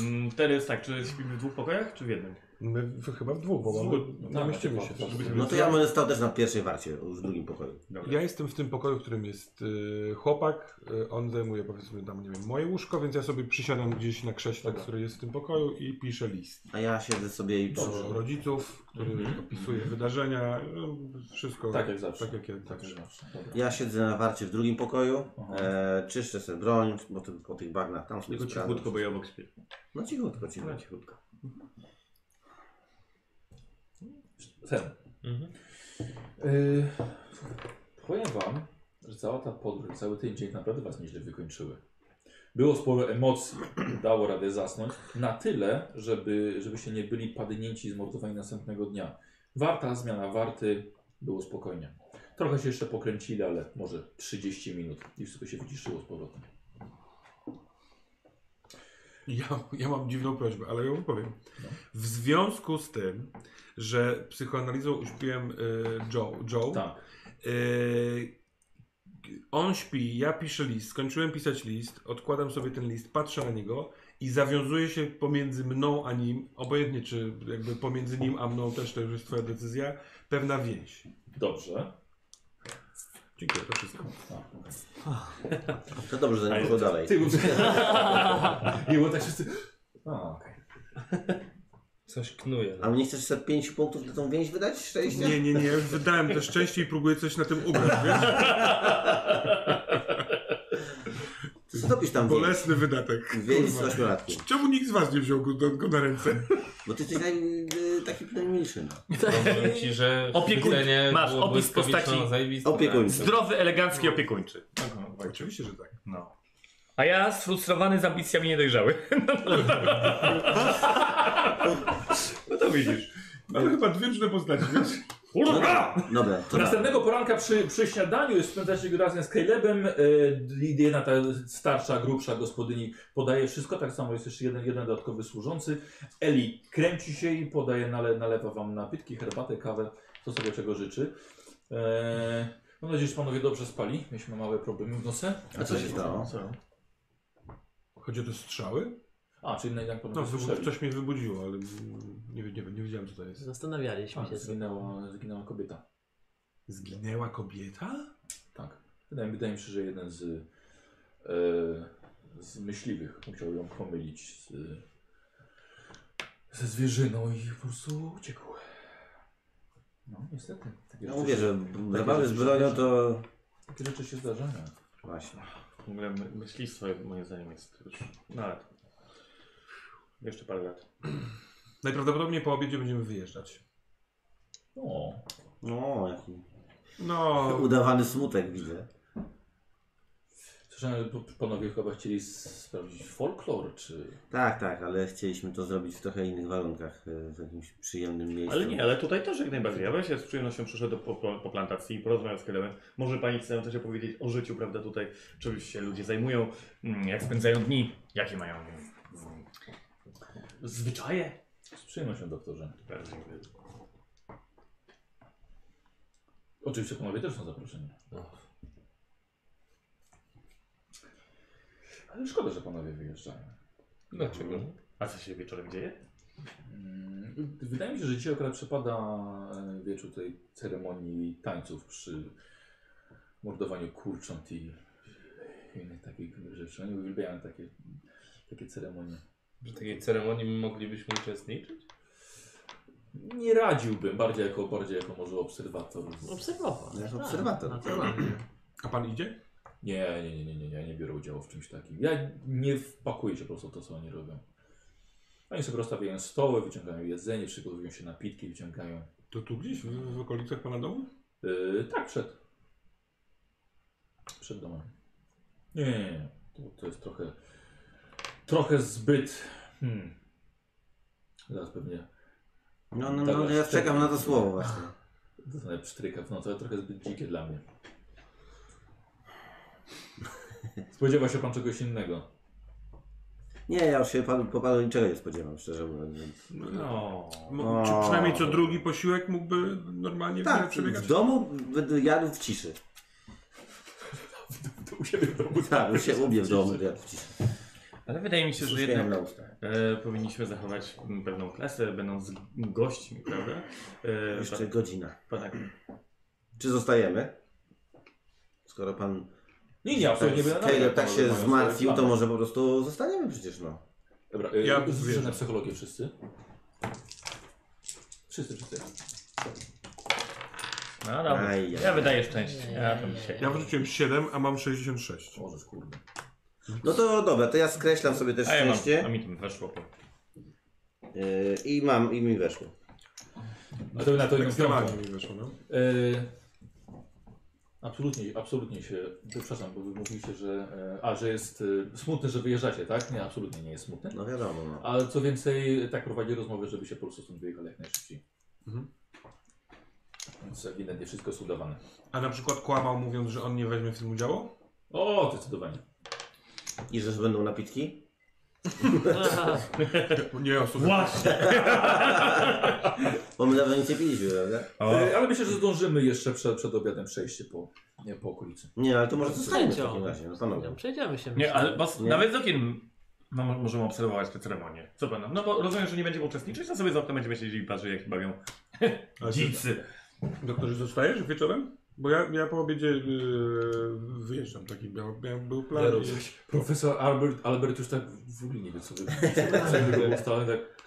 Mm, Wtedy jest tak, czy śpimy w dwóch pokojach, czy w jednym? my w, chyba w dwóch, bo mamy, Dwóch, nie tak, mieścimy tak, się. tak. No to ja będę stał też na pierwszej warcie, już w drugim pokoju. Dobra. Ja jestem w tym pokoju, w którym jest y, chłopak. Y, on zajmuje powiedzmy tam, nie wiem, moje łóżko, więc ja sobie przysiadam gdzieś na krześle, który jest w tym pokoju i piszę list. A ja siedzę sobie i... Dobrze. Mhm. Do rodziców, który opisuje wydarzenia, y, wszystko Tak jak zawsze. Tak jak ja, tak. Tak, że zawsze. Dobra. Ja siedzę na warcie w drugim pokoju, Aha. e, czyszczę sobie broń, bo ty, po tych bagnach tam sobie Tylko sprawdzę. cichutko, bo ja obok śpię. No cichutko, No cichutko. cichutko. Ten. Mhm. Yy, powiem wam, że cała ta podróż, cały ten dzień naprawdę was nieźle wykończyły. Było sporo emocji, dało radę zasnąć. Na tyle, żeby, żebyście nie byli padnięci i zmordowani następnego dnia. Warta zmiana warty, było spokojnie. Trochę się jeszcze pokręcili, ale może 30 minut i wszystko się wyciszyło z powrotem. Ja, ja mam dziwną prośbę, ale ją wypowiem. No. W związku z tym, że psychoanalizą uśpiłem y, Joe, Joe Tak. Yy, on śpi, ja piszę list, skończyłem pisać list, odkładam sobie ten list, patrzę na niego i zawiązuje się pomiędzy mną a nim, obojętnie czy jakby pomiędzy nim a mną też, to już jest twoja decyzja, pewna więź. Dobrze. Dziękuję, to wszystko. To dobrze, że nie poszło dalej. Ty już. I było tak wszyscy. O, okej. Coś knuje. A mnie chcesz 5 punktów na tą więź wydać? Szczęście? Nie, nie, nie, ja już wydałem to szczęście i próbuję coś na tym ubrać, wiesz? Co to pisz tam więź? Bolesny wydatek. Więź z kurwa. ośmiolatki. Czemu nikt z was nie wziął go, go na ręce? Bo ty jesteś naj, y, taki najmilszy. no. Powiem ci, że Opiekuń- myślenie masz było opis postaci. błyskawiczną, zajebiste. Opiekuńczy. Zdrowy, elegancki, opiekuńczy. Oczywiście, że tak. No. A ja sfrustrowany z ambicjami niedojrzały. No to widzisz. Ale chyba dwie różne postaci, wiesz? No dobra, dobra, to da. Następnego poranka przy, przy śniadaniu spędzacie go razem z Calebem. E, Lidiana, ta starsza, grubsza gospodyni podaje wszystko, tak samo jest jeszcze jeden, jeden dodatkowy służący. Eli kręci się i podaje, nale, nalewa wam napitki, herbatę, kawę, co sobie czego życzy. E, mam nadzieję, że panowie dobrze spali. Mieliśmy małe problemy w nocy. tak. A co się stało? Co? Chodzi o te strzały? A, czyli jednak panowie No, no, wybu- słyszeli. coś mnie wybudziło, ale mm, nie, wiem- nie, wiem, nie wiedziałem co to jest. Zastanawialiśmy A, Tak, się. co- Tak, zginęła, zginęła kobieta. Zginęła kobieta? Tak. Wydaje, wydaje mi się, że jeden z, e, z myśliwych musiał ją pomylić z, ze zwierzyną i po prostu uciekł. No, niestety. Takie, Ja rzeczy, mówię, się- że zabawy z bronią to... takie rzeczy się zdarzają. Właśnie. W ogóle my- myślistwo moim zdaniem jest już na lat. Jeszcze parę lat. Najprawdopodobniej po obiedzie będziemy wyjeżdżać. No, No, jaki No, udawany smutek widzę. słyszałem, że p- panowie chyba chcieli s- sprawdzić folklor, czy... Tak, tak, ale chcieliśmy to zrobić w trochę innych warunkach, y, w jakimś przyjemnym miejscu. Ale nie, ale tutaj też jak najbardziej. Ja bym się z przyjemnością przyszedł po, po, po plantacji i porozmawiał z Kelebem. Może pani chce nam coś opowiedzieć o życiu, prawda, tutaj. Czym się ludzie zajmują, mm, jak spędzają dni, jakie mają mm, zwyczaje. Z przyjemnością, doktorze. Bardzo dziękuję. Oczywiście panowie też są zaproszeni. Ale szkoda, że panowie wyjeżdżają. Dlaczego? A co się wieczorem dzieje? Mm, Wydaje mi się, że dzisiaj akurat przypada e, wieczór tej ceremonii tańców przy mordowaniu kurcząt i innych takich rzeczy. Oni uwielbiają takie, takie ceremonie. Że takiej ceremonii my moglibyśmy uczestniczyć? Nie radziłbym, bardziej jako, bardziej jako może obserwator. Z... Obserwował. Jako tak, obserwator. naturalnie. a pan idzie? Nie, nie, nie, nie, nie, nie, ja nie biorę udziału w czymś takim. Ja nie wpakuję się po prostu w to, co oni robią. Oni sobie rozstawiają stoły, wyciągają jedzenie, przygotowują się napitki, wyciągają. To tu gdzieś, w, w okolicach pana domu? Yy, tak, przed. Przed domem. Nie, nie, nie. To, to jest trochę. Trochę zbyt. Hmm. Zaraz pewnie No, no, Tak, no, ja tak. czekam na to słowo właśnie. dostanę pstryka w nocy, ale trochę zbyt dzikie dla mnie. Spodziewa się pan czegoś innego. Nie, ja już się panu, po panu niczego nie spodziewam, szczerze mówiąc. więc- No. Mo- Czy przynajmniej co drugi posiłek mógłby normalnie tak, Tak, przebiegać? w domu będę jadł w ciszy. To u siebie w domu. Tak, już się ubie w domu, jadł w ciszy. Ale wydaje mi się, Z że uśmiechem na jednak ustach. e, powinniśmy zachować mm, pewną klasę, będąc gośćmi, prawda? Tak, E, Jeszcze godzina. pa- tak. Czy zostajemy? Skoro pan Nie, nie, absolutnie nie będę Caleb namawiał, tak panowie się mają swoje zmartwił, to plany. może po prostu zostaniemy przecież, no. Dobra, yy, Ja ja wierzę. na psychologię wszyscy. Wszyscy, wszyscy. No dobra. Aj, aj, Ja wydaję szczęście. Ja tam dzisiaj. Ja wrzuciłem 7, a mam 66. Możesz, kurde. No to dobra, to ja skreślam sobie też A ja mam, a szczęście mi tam weszło. po- yy, i mam, i mi weszło. A to na Tak to jedną piątą. Ekstremalnie mi weszło, no. E, absolutnie, absolutnie się, przepraszam, bo wy mówiliście, że, e, a, że jest e, smutne, że wyjeżdżacie, tak? Nie, absolutnie nie jest smutne. No wiadomo, no. Ale co więcej, tak prowadzi rozmowę, żeby się po prostu stąd wyjechali jak najszybciej. Mhm. Więc ewidentnie wszystko jest udawane. A na przykład kłamał mówiąc, że on nie weźmie w tym udziału? O, zdecydowanie. I że będą napitki? Aha, Nie, osobiście. Właśnie! Bo my dawno nic nie piliśmy, prawda? E, ale myślę, że zdążymy jeszcze przed, przed obiadem przejście po, nie, po okolicy. Nie, ale to może zostańmy w chęcią. takim razie, no panowie. Przejdziemy się. Nie, ale was, Nie. nawet z okiem no, mo- możemy obserwować te ceremonie. Co pan? No bo rozumiem, że nie będziemy uczestniczyć, a sobie z okna będziemy siedzieli i patrzeć, jak się bawią Ale dzicy. Doktorze, zostajesz wieczorem? Bo ja, ja po obiedzie yy, wyjeżdżam taki, miał, miał, był plan. Jarosław. Profesor Albert, Albert już tak w ogóle nie wie co wy- co wy było ustalone, tak.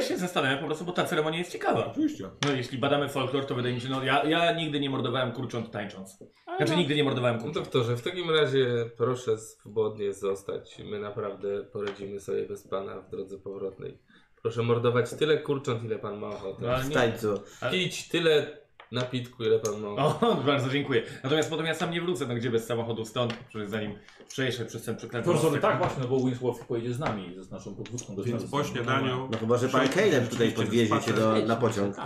Ja się zastanawiam po prostu, bo ta ceremonia jest ciekawa. Oczywiście. No jeśli badamy folklor, to wydaje mi się, no ja, ja nigdy nie mordowałem kurcząt tańcząc. no. Znaczy nigdy nie mordowałem kurcząt. No, Doktorze, w takim razie proszę swobodnie zostać. My naprawdę poradzimy sobie bez pana w drodze powrotnej. Proszę mordować tyle kurcząt, ile pan ma ochoty. No, ale nie... Wstań co. ale- Pić tyle napitku, ile pan ma ochotę. O, bardzo dziękuję. Natomiast potem ja sam nie wrócę, no gdzie bez samochodu stąd, przecież zanim przejeżdżę przez ten przeklęty Profesor, mostek. tak właśnie, no bo Winslow pojedzie z nami, z naszą podwódką do Więc Stanów po Zjednoczonych. śniadaniu. No chyba, że pan Przejdźmy Caleb tutaj rzeczywiście podwiezie cię do, na pociąg.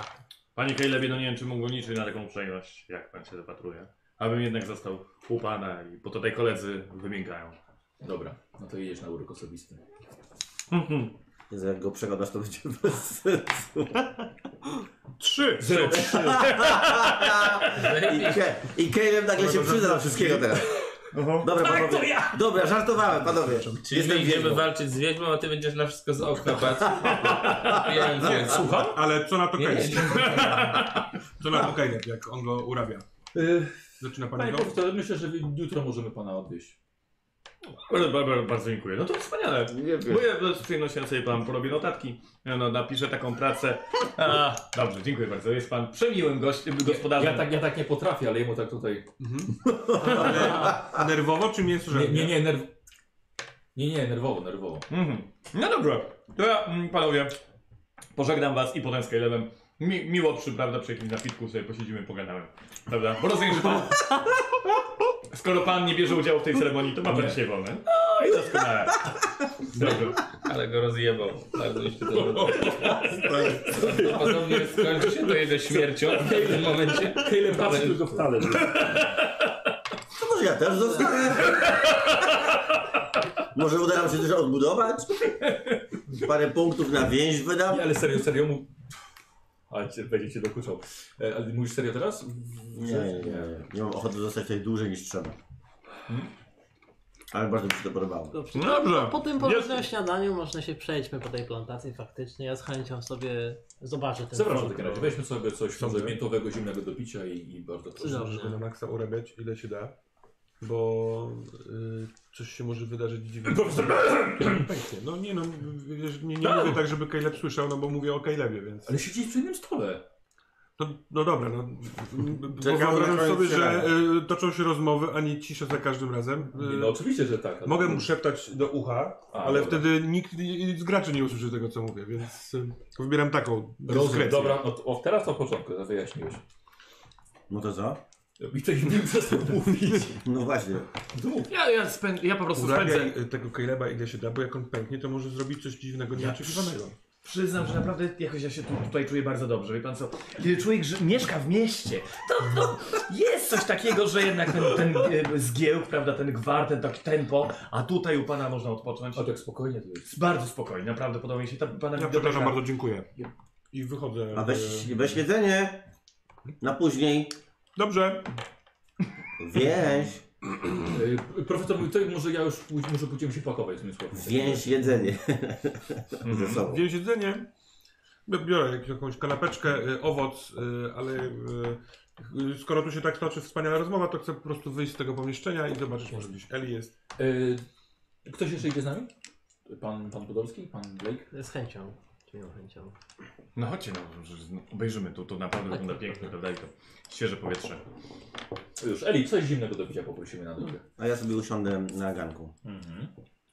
Panie Calebie, no nie wiem, czy mógłbym liczyć na taką uprzejmość, jak pan się zapatruje. Abym jednak został u pana, i- bo tutaj koledzy wymiękają. Dobra, no to jedziesz na urok osobisty. Jezu, jak go przegadasz, to będzie bez sensu. Trzy! Zero. I, Ke- I Caleb nagle się przyda do wszystkiego teraz. Dobra, panowie. Dobra, żartowałem, panowie. Czyli my idziemy wiedźmą. walczyć z wiedźmą, a ty będziesz na wszystko z okna patrzył. Pijając dziecko. Słucham? Ale co na to Nie, nie, Caleb? Co na to Caleb, jak on go urabia? Zaczyna Yy, Panie pani go? profesor, myślę, że jutro możemy pana odwieźć. Bardzo, bardzo, bardzo dziękuję. No to wspaniale. Bo ja z przyjemnością sobie pan porobię notatki. Ja No, napiszę taką pracę. A, dobrze, dziękuję bardzo. Jest pan przemiłym gościem, gospodarzem. Ja tak, ja tak nie potrafię, ale jemu tak tutaj... Ale nerwowo czy mięsożernie? Nie, nie, nie, nerw... Nie, nie, nerwowo, nerwowo. Mhm. No dobrze, to ja, mm, panowie, pożegnam was i potem z Calebem. Mi, miło przy, prawda, przy jakimś napitku sobie posiedzimy, pogadamy. Prawda? Bo rozumiem, że pan... Skoro pan nie bierze udziału w tej ceremonii, to ma pan dzisiaj wolne. No i doskonale. Dobrze. Ale go rozjebał. Bardzo mi się to podoba. Podobnie skończy się to jego śmiercią w tym momencie. Tyle pracy tylko w talerz. To może ja też zostanę? Może uda nam się też odbudować? Parę punktów na więź wydam? Nie, ale serio, serio mu... Ale cię, będzie cię dokuczał. E, ale mówisz serio teraz? Nie, nie, nie. Nie mam ochoty zostać tutaj dłużej niż trzeba. Ale bardzo mi się to podobało. Dobrze. No Dobrze. Po tym porządnym śniadaniu można się przejdźmy po tej plantacji faktycznie. Ja z chęcią sobie zobaczę ten Zapraszam w folklor. takim razie. Weźmy sobie coś Dobrze. może miętowego, zimnego do picia i, i bardzo proszę. Dobrze. Żeby na maksa urabiać, ile się da. Bo y, coś się może wydarzyć dziwnego. No, Pęknie. No nie no, wiesz, nie, nie mówię tak, żeby Caleb słyszał, no bo mówię o Calebie, więc... Ale siedzieć przy jednym stole. No, no dobra, no. Bo Czekamy na wyobrażam koniec sobie, że śniadania. y, toczą się rozmowy, a nie cisza za każdym razem. Y, Nie, No oczywiście, że tak. ale- Mogę mu szeptać do ucha, A, ale dobra. wtedy nikt i- z graczy nie usłyszy tego, co mówię, więc y, wybieram taką dyskrecję. Rozumiem, dobra, no to, o, teraz to początku, to wyjaśniłeś. No to co? I to nie przestał mówić. No właśnie. Ja, ja, spę- ja po prostu spędzę... Urabiaj y, tego Caleba ile się da, bo jak on pęknie, to może zrobić coś dziwnego, nieoczekiwanego. Przyznam, że naprawdę jakoś ja się tu, tutaj czuję bardzo dobrze. Wie pan co, kiedy człowiek ży- mieszka w mieście, to, to jest coś takiego, że jednak ten, ten e, zgiełk, prawda, ten gwar, ten taki tempo, a tutaj u pana można odpocząć. O tak spokojnie to jest. Bardzo spokojnie, naprawdę podoba mi się ta pana Ja biblioteka. przepraszam bardzo, dziękuję. I wychodzę. A y, weź, weź jedzenie. Na później. Dobrze. Więź. Y, Profesor mówi, to może ja już pój- może pójdziemy się pakować, Zmysław. Więź jedzenie. Ze sobą. Wziąć jedzenie. Bi- Biorę jak- jakąś kanapeczkę, y, owoc, y, ale y, y, skoro tu się tak toczy wspaniała rozmowa, to chcę po prostu wyjść z tego pomieszczenia i zobaczyć, może gdzieś Eli jest. Y, E, Ktoś jeszcze idzie z nami? Pan, pan Podolski? Pan Blake? Z chęcią. Z miłą chęcią. No chodźcie, no, że- że obejrzymy tu, to naprawdę wygląda pięknie, prawda, i to świeże powietrze. Już, Eli, coś zimnego do picia poprosimy na drogę. A ja sobie usiądę na ganku. Mhm.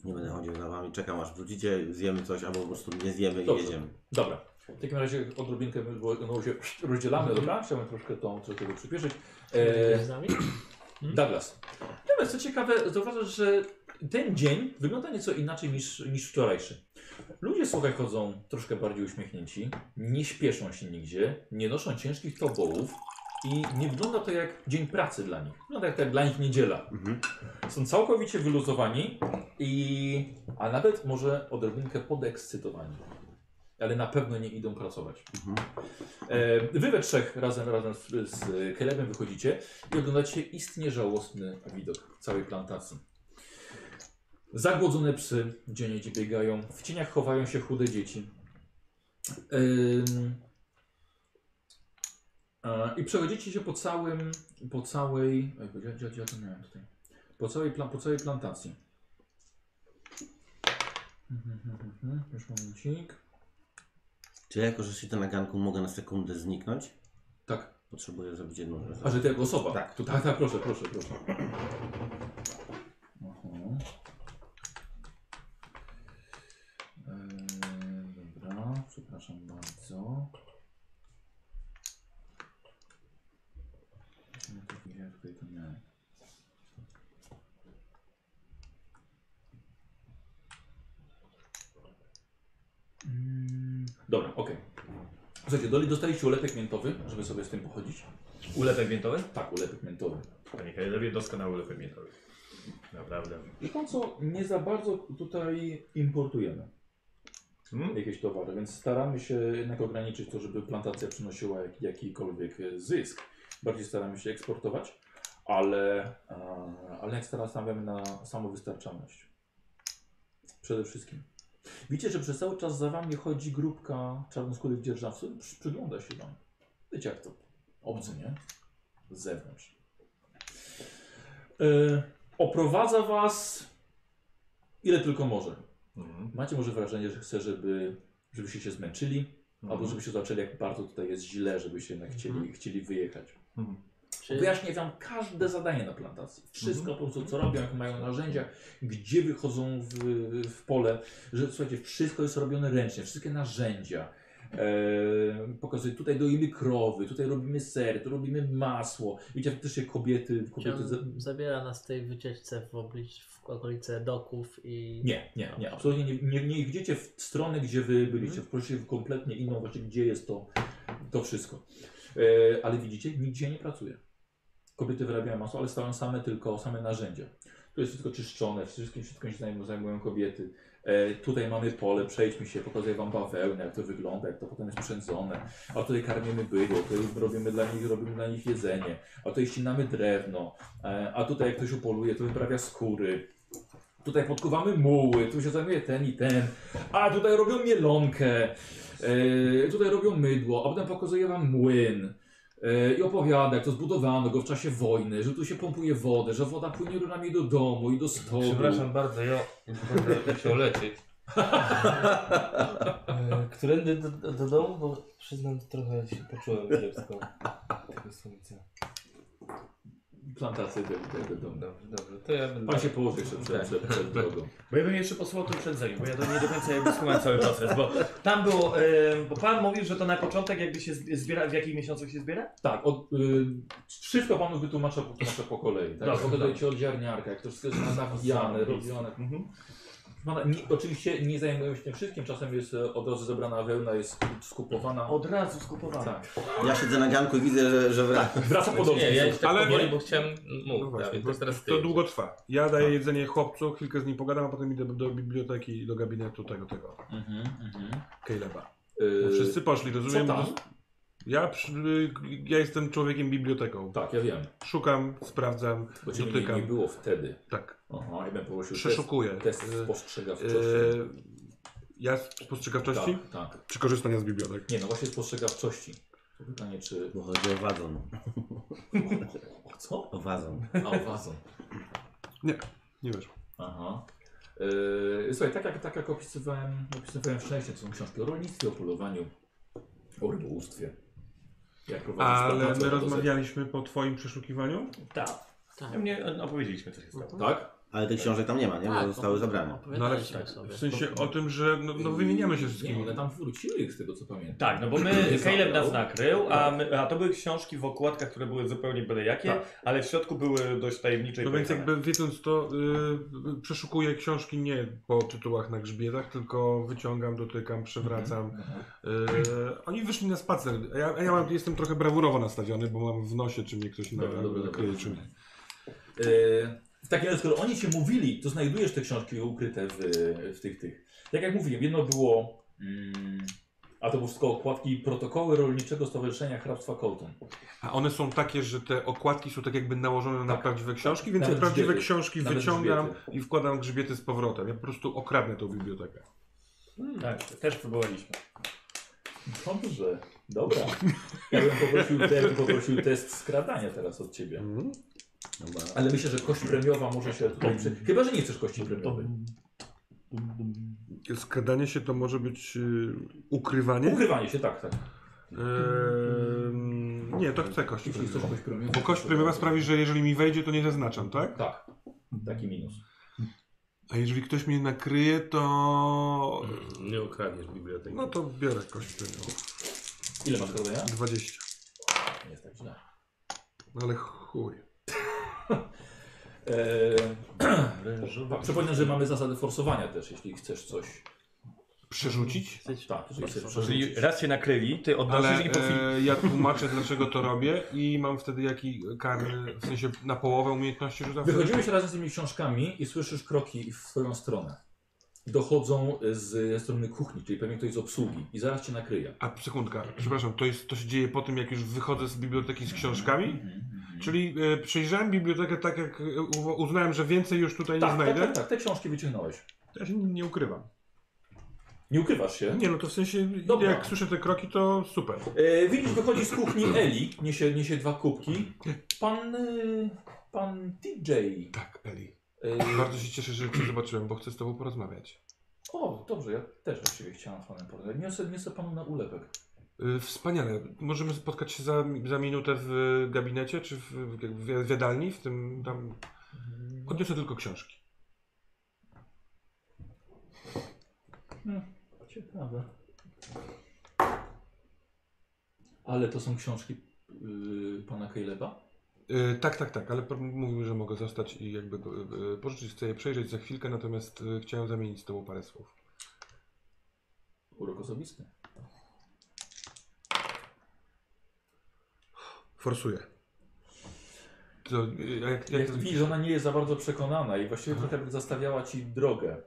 Nie będę chodził za wami, czekam aż wrócicie, zjemy coś albo po prostu nie zjemy i Dobrze. jedziemy. Dobra. W takim razie odrobinkę my- bo- no, się rozdzielamy, dobra? Chciałbym troszkę tą, troszkę to przyspieszyć. E, Będziesz z nami? Douglas. Natomiast co ciekawe, zauważasz, że ten dzień wygląda nieco inaczej niż, niż wczorajszy. Ludzie, słuchaj, chodzą troszkę bardziej uśmiechnięci, nie śpieszą się nigdzie, nie noszą ciężkich tobołów i nie wygląda to jak dzień pracy dla nich. Wygląda jak, jak dla nich niedziela. Mhm. Są całkowicie wyluzowani i... a nawet może odrobinkę podekscytowani. Ale na pewno nie idą pracować. E, Wy we trzech razem, razem z, z Kelebem wychodzicie i oglądacie istnie żałosny widok całej plantacji. Zagłodzone psy gdzie niegdzie biegają, w cieniach chowają się chude dzieci. Ym, E, I przechodzicie się po całym, po całej, ej, gdzie, gdzie, gdzie ja to miałem tutaj? Po całej, pla, po całej plantacji. Mhm, mhm, mhm. Już momencik. Czy ja jako, że się na ganku mogę na sekundę zniknąć? Tak. Potrzebuję zrobić jedną rzecz. A, że ty jako osoba? Tak. To, tak, tak, proszę, proszę, proszę. Aha. Eee, dobra, przepraszam bardzo. No to gdzie ja tutaj to miałem? Mm, Dobra, okej. Słuchajcie, doli dostaliście ulepek miętowy, żeby sobie z tym pochodzić. Ulepek miętowy? Tak, ulepek miętowy. Panie Kajlewie, doskonały ulepek miętowy. Naprawdę. I to, co nie za bardzo tutaj importujemy Hmm? jakieś towary, więc staramy się jednak ograniczyć to, żeby plantacja przynosiła jak, jakikolwiek e, zysk. Bardziej staramy się eksportować, ale, e, ale jak teraz stawiamy na samowystarczalność. Przede wszystkim. Widzicie, że przez cały czas za wami chodzi grupka czarnoskórych dzierżawców, przy- przygląda się wam. Wiecie jak to? Obcy, nie? Z zewnątrz. E, oprowadza was ile tylko może. Mhm. Macie może wrażenie, że chce, żeby, żebyście się zmęczyli, albo żebyście zobaczyli, jak bardzo tutaj jest źle, żebyście jednak chcieli, chcieli wyjechać. Czy, Wyjaśnię wam każde zadanie na plantacji. Wszystko po prostu, co robią, jakie mają narzędzia, gdzie wychodzą w, w pole. Że, słuchajcie, wszystko jest robione ręcznie, wszystkie narzędzia. Eee, pokazuję, tutaj doimy krowy, tutaj robimy ser, tu robimy masło. Widzicie, też się kobiety... kobiety czy za... on zabiera nas w tej wycieczce w, oblicz, w okolice doków i... Nie, nie, nie, absolutnie nie, nie, nie idziecie w stronę, gdzie wy byliście, wprosicie w kompletnie inną, właśnie gdzie jest to, to wszystko. E, ale widzicie, nikt dzisiaj nie pracuje. Kobiety wyrabiają masło, ale stawiają same tylko, same narzędzia. Tu jest wszystko czyszczone, wszystkim, wszystkim się zajmują, zajmują kobiety. E, tutaj mamy pole, przejdźmy się, pokazuję wam bawełnę, jak to wygląda, jak to potem jest przędzone. A tutaj karmimy bydło, tutaj robimy dla nich, robimy dla nich jedzenie. A tutaj ścinamy drewno, e, a tutaj jak ktoś upoluje, to wyprawia skóry. Tutaj podkuwamy muły, tu się zajmuje ten i ten, a tutaj robią mielonkę, e, tutaj robią mydło, a potem pokazuje wam młyn e, i opowiada, jak to zbudowano go w czasie wojny, że tu się pompuje wodę, że woda płynie runami do domu i do stołu. Przepraszam bardzo, ja będę się leczyć. E, Którędy do, do, do domu, bo przyznam, że trochę się poczułem kiepsko. Tego słońca. Plantacje do, do, do domu. Dobrze, dobrze, to ja będę... Pan się położy jeszcze przed, przed, przed drogą. Bo ja bym jeszcze posłał to uprzedzenie, bo ja do nie do końca jakby skumałem cały proces, bo Tam było, y, bo pan mówił, że to na początek jakby się zbi- zbiera, w jakich miesiącach się zbiera? Tak, od, y, wszystko panu wytłumaczę, wytłumaczę po kolei. Tak? Dobrze, Pokazuję ci od ziarniarka, jak to wszystko jest nawijane, robione. Mhm. Pana, nie, oczywiście nie zajmują się tym wszystkim, czasem jest e, od razu zebrana wełna, jest skup- skupowana. Od razu skupowałem. Tak. Ja siedzę na ganku i widzę, że, że wraca. Wraca podobnie. Nie, ja już tak Ale- powoli, bo chciałem... No Mów, właśnie, Dawid, bo to teraz ty. to długo trwa. Ja daję Tak. jedzenie chłopcu, chwilkę z nim pogadam, a potem idę do biblioteki i do gabinetu tego, tego, Mhm, mhm. Caleba. Y, No Wszyscy poszli, rozumiem? co tam? Ja, przy, ja jestem człowiekiem biblioteką. Tak, ja wiem. Szukam, sprawdzam, Bo ciebie nie, nie dotykam. było wtedy. Tak, Aha, ja bym poprosił przeszukuję. test, test Y, spostrzegawczości. y, Ja spostrzegawczości? tak, tak. Czy korzystania z bibliotek? Nie, no właśnie spostrzegawczości. To pytanie, czy... Bo chodzi o wazon. O co? O wazon. A, o wazon. Nie wiesz. Aha. Yy, słuchaj, tak jak, tak jak opisywałem, opisywałem wcześniej, to są książki o rolnictwie, o polowaniu, o rybołówstwie. Jak prowadzić Ale plantację do my zera. rozmawialiśmy po twoim przeszukiwaniu? Tak. Tak. mnie opowiedzieliśmy, co się stało. Tak? Ale tych książek tam nie ma, nie? Bo zostały op- zabrane. Opowiadaliśmy tak, sobie. W sensie o tym, że no, no wymieniamy się Nie, wszystkimi. one tam wróciły z tego co pamiętam. Tak, no bo my, Caleb nas nakrył, a, Tak. my, a to były książki w okładkach, które były zupełnie byle jakie, Tak. ale w środku były dość tajemnicze i No więc pojechane. jakby wiedząc to, y, przeszukuję książki nie po tytułach na grzbietach, tylko wyciągam, dotykam, Mhm. przewracam. Y, oni wyszli na spacer, a ja, a ja mam, jestem trochę brawurowo nastawiony, bo mam w nosie, czy mnie ktoś na, Dobra, dobra, kryje, dobra. czy nie. Yy, w takim razie, skoro oni ci mówili, to znajdujesz te książki ukryte w, w tych tych. Tak jak mówiłem, jedno było. Mm, a to było wszystko okładki protokoły rolniczego stowarzyszenia hrabstwa Colton. A one są takie, że te okładki są tak jakby nałożone na Tak. prawdziwe książki, więc Nawet te prawdziwe grzbiety. książki Nawet wyciągam grzbiety. i wkładam grzbiety z powrotem. Ja po prostu okradnę tą bibliotekę. Tak, też próbowaliśmy. Dobrze. Dobra. Ja bym poprosił, ja bym poprosił test skradania teraz od ciebie. Dobra. Ale myślę, że kość premiowa może się tutaj przy... Chyba, że nie chcesz kości premiowej. Skradanie się to może być y, ukrywanie? Ukrywanie się, tak, tak. Ehm, nie, to chcę kość Jeśli chcesz premiową. kość premiową. Bo kość premiowa sprawi, że jeżeli mi wejdzie, to nie zaznaczam, tak? Tak. Taki minus. A jeżeli ktoś mnie nakryje, to... Nie ukradniesz biblioteki. No to biorę kość premiową. Ile masz skradania? 20. Nie jest tak źle. No Ale chuj. Eee, E, Przypominam, że mamy zasadę forsowania też, jeśli chcesz coś. Przerzucić? Tak, jeżeli chcesz Jeżeli przerzucić. raz się nakryli, ty odnosisz Ale i po chwili... e, ja tłumaczę, dlaczego to robię i mam wtedy jaki karny, w sensie na połowę umiejętności rzucam? wtedy? Wychodzimy się razem z tymi książkami i słyszysz kroki w swoją stronę. Dochodzą z strony kuchni, czyli pewnie ktoś z obsługi i zaraz cię nakryje. A sekundka, przepraszam, to, jest, to się dzieje po tym, jak już wychodzę z biblioteki z książkami? Czyli e, przejrzałem bibliotekę tak, jak e, u- uznałem, że więcej już tutaj nie Tak, tak, znajdę? tak, tak, te książki wyciągnąłeś. To ja się nie ukrywam. Nie ukrywasz się. Nie no, to w sensie, Dobra. jak słyszę te kroki, to super. E, widzisz, wychodzi z kuchni Eli, niesie, niesie dwa kubki. Pan, e, pan TJ. Tak, Eli. E, Bardzo się cieszę, że cię zobaczyłem, bo chcę z tobą porozmawiać. o, dobrze, ja też właściwie chciałam z panem porozmawiać. Niosę, niosę panu na ulepek. E, Wspaniale. Możemy spotkać się za, za minutę w gabinecie, czy w, w, w jadalni, w tym tam... Odniosę tylko książki. Ciekawe. Ale to są książki y, pana Caleba? E, tak, tak, tak, ale pan mówił, że mogę zostać i jakby go, e, pożyczyć, chcę je przejrzeć za chwilkę, natomiast e, chciałem zamienić z tobą parę słów. Urok osobisty. Forsuję. To, e, a jak, jak, Jak widzisz, że ona nie jest za bardzo przekonana i właściwie trochę by zastawiała ci drogę.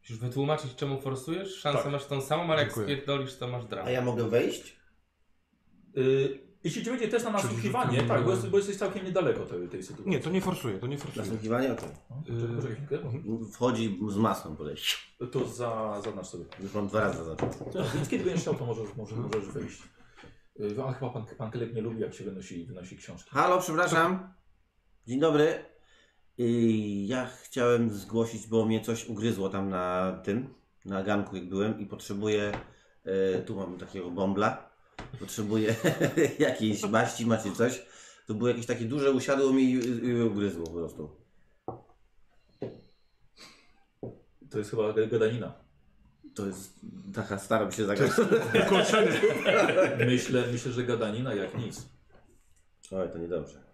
Musisz wytłumaczyć, czemu forsujesz. Szansę Tak. masz tą samą, ale jak Dziękuję. spierdolisz, to masz dramę. A ja mogę wejść? Y, jeśli ci będzie też na nasłuchiwanie, rzucam- tak, bo, jest, bo jesteś całkiem niedaleko tej, tej sytuacji. Nie, to nie forsuję, to nie forsuję. Nasłuchiwanie? Okej. No, czekaj, poczekaj chwilkę, Mhm. bo- Wchodzi z masą podejść. To za, zaznacz sobie. Już mam dwa razy zaznaczone. To, więc kiedy będziesz chciał, to możesz, możesz, możesz wyjść. Y, Ale chyba pan, pan Klep nie lubi, jak się wynosi, wynosi książki. Halo, przepraszam. Dzień dobry. Yy, Ja chciałem zgłosić, bo mnie coś ugryzło tam na tym, na ganku jak byłem i potrzebuję, yy, tu mam takiego bombla, potrzebuję jakiejś maści, macie coś. To było jakieś takie duże, usiadło mi i, i i ugryzło po prostu. To jest chyba gadanina. To jest, taka staram się zagrać. Myślę, myślę, że gadanina jak nic. Oj, to niedobrze.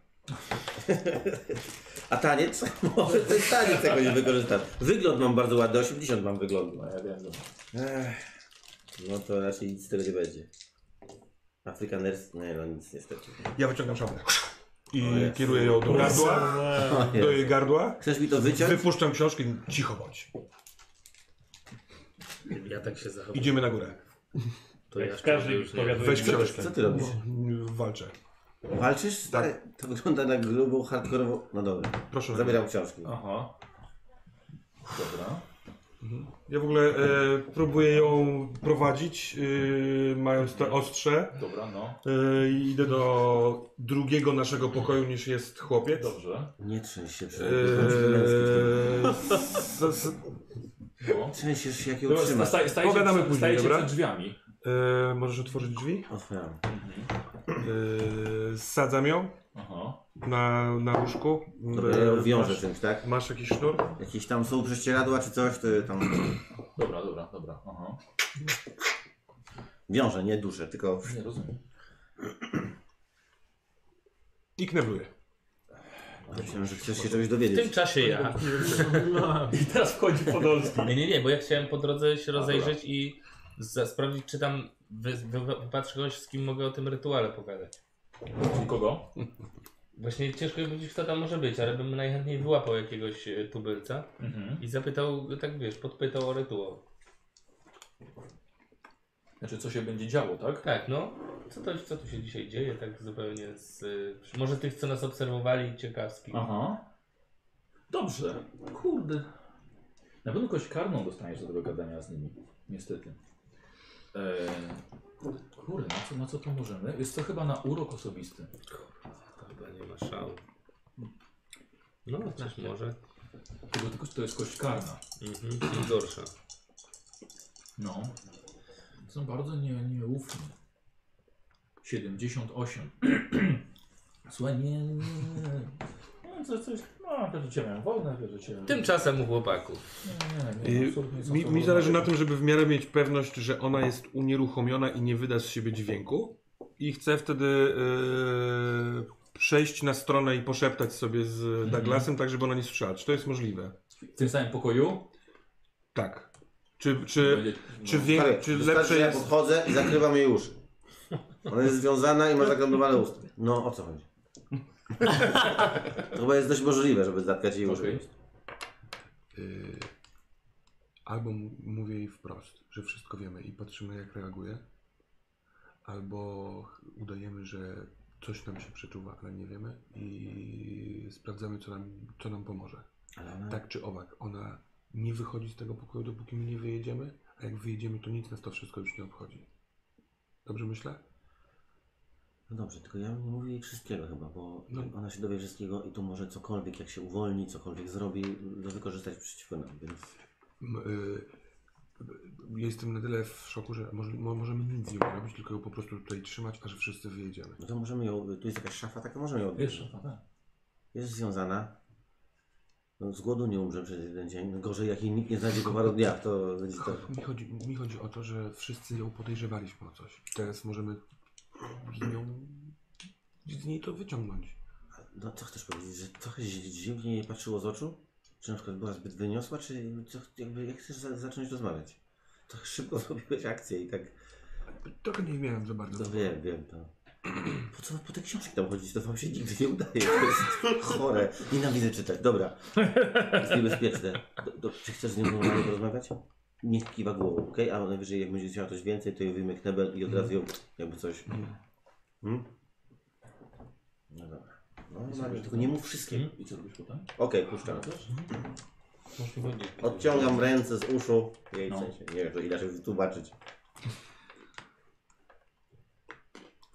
A taniec? Może to jest taniec, tego nie wykorzystam. Wygląd mam bardzo ładny, 80 mam wyglądu. No ja wiem, że... Ech, no to raczej nic z tego nie będzie. Afrykanerski, nie no nic niestety. Ja wyciągam szablę. I O jest. kieruję ją do gardła, O, do jest. jej gardła. Chcesz mi to wyciąć? Wypuszczam książki, cicho bądź. Ja tak się zachowam. Idziemy na górę. To Jak ja każdy już nie. powiaduje. Weź książkę. Co ty robisz? No, Walczę. Walczysz? Stary, to wygląda na grubą, hardkorową... No dobra, Proszę. zabieram książki. Aha. Dobra. Ja w ogóle e, próbuję ją prowadzić, e, mając to ostrze. Dobra, no. E, i idę do drugiego naszego pokoju niż jest chłopiec. Dobrze. Nie trzęś się, przy... Eee, z, z, No. Trzęsiesz się, jak ją Dobra, trzymasz. staje, staje Pogadamy się, później, staje się dobra? przed drzwiami. eee, możesz otworzyć drzwi? Otwieram. Eee, sadzam ją Aha. na, na łóżku. Dobra, ja ją wiążę masz, czymś, tak? masz jakiś sznur? Jakieś tam są prześcieradła czy coś, to tam... Dobra, dobra, dobra. Aha. Wiążę, nie duszę, tylko... Nie rozumiem. I knebluję. Myślałem, że chcesz się czegoś W tym dowiedzieć. czasie ja. I teraz wchodzi Podolski. Nie, nie, nie, bo ja chciałem po drodze się rozejrzeć i za, sprawdzić, czy tam wy, wy, wypatrz kogoś, z kim mogę o tym rytuale pogadać. Czyli kogo? Właśnie ciężko mi powiedzieć, kto tam może być, ale bym najchętniej wyłapał jakiegoś e, tubylca Mhm. i zapytał, go tak wiesz, podpytał o rytuał. Znaczy, co się będzie działo, tak? Tak, no. Co, to, co tu się dzisiaj dzieje, tak zupełnie z... e, Może tych, co nas obserwowali, ciekawskich. Aha. Dobrze. Kurde. Na pewno kogoś karną dostaniesz do tego gadania z nimi. Niestety. Eee, Kurde, na co, na co to możemy? Jest to chyba na urok osobisty. Chyba nie ma szału. No, też może. Tylko, tylko to jest kość karna. Mhm, czyli gorsza. No. Są bardzo nie, nieufni. 78. Słuchaj, nie, nie, nie. No, co, coś, no, wierzycie mają wolne, wierzycie... Tymczasem u chłopaków. Nie, nie, nie, Y, No, absolutnie są Mi, to mi wolne. zależy na tym, żeby w miarę mieć pewność, że ona jest unieruchomiona i nie wyda z siebie dźwięku. I chcę wtedy y, przejść na stronę i poszeptać sobie z Douglasem, tak żeby ona nie słyszała. Czy to jest możliwe? W tym samym pokoju? Tak. Czy, czy, Będzie- czy, no. wie, Stary, czy wystarczy, lepsze że ja jest... podchodzę i zakrywam jej uszy. Ona jest związana i ma zakrępowane usta. No, o co chodzi? To chyba jest dość możliwe, żeby zatkać jej uszy. Okej. Y, albo m- mówię jej wprost, że wszystko wiemy i patrzymy jak reaguje. Albo udajemy, że coś nam się przeczuwa, ale nie wiemy i sprawdzamy co nam, co nam pomoże. Ale ona... Tak czy owak, ona nie wychodzi z tego pokoju, dopóki my nie wyjedziemy, a jak wyjedziemy, to nic nas to wszystko już nie obchodzi. Dobrze myślę? No dobrze, tylko ja nie mówię jej wszystkiego chyba, bo No. ona się dowie wszystkiego i tu może cokolwiek, jak się uwolni, cokolwiek zrobi, do wykorzystać przeciwko nam, więc... M, y, y, jestem na tyle w szoku, że może, mo, możemy nic z nią nie robić, tylko ją po prostu tutaj trzymać, aż wszyscy wyjedziemy. No to możemy ją... Tu jest jakaś szafa, taka możemy ją... Wiesz, no tak. Jest związana. No, z głodu nie umrze przez jeden dzień. No, Gorzej, jak jej nikt nie znajdzie po paru dniach, to będzie to... Mi chodzi, mi chodzi o to, że wszyscy ją podejrzewaliśmy o coś. Teraz możemy z nią z niej to wyciągnąć. No co chcesz powiedzieć, że trochę zi- dziwnie jej patrzyło z oczu? Czy na przykład była zbyt wyniosła, czy co, jakby, jak chcesz za, zacząć rozmawiać? Trochę szybko zrobiłeś akcję i tak, Trochę nie miałem za bardzo. no wiem, wiem to. Po co po te książki tam chodzić? To wam się nigdy nie udaje, to jest chore. Nienawidzę czytać, dobra. Jest niebezpieczne. Do, do, czy chcesz z nią normalnie porozmawiać? Nie kiwa głową, okej? A najwyżej jak będzie chciała coś więcej, to ją wyjmę knebel i od razu ją jakby coś... Hmm? No dobra. No, normalnie, tylko nie mów wszystkiego. Hmm? I co robisz potem? Okej, puszczam. Może będzie. Odciągam ręce z uszu. Jej No. w sensie. Nie wiem, to inaczej wytłumaczyć.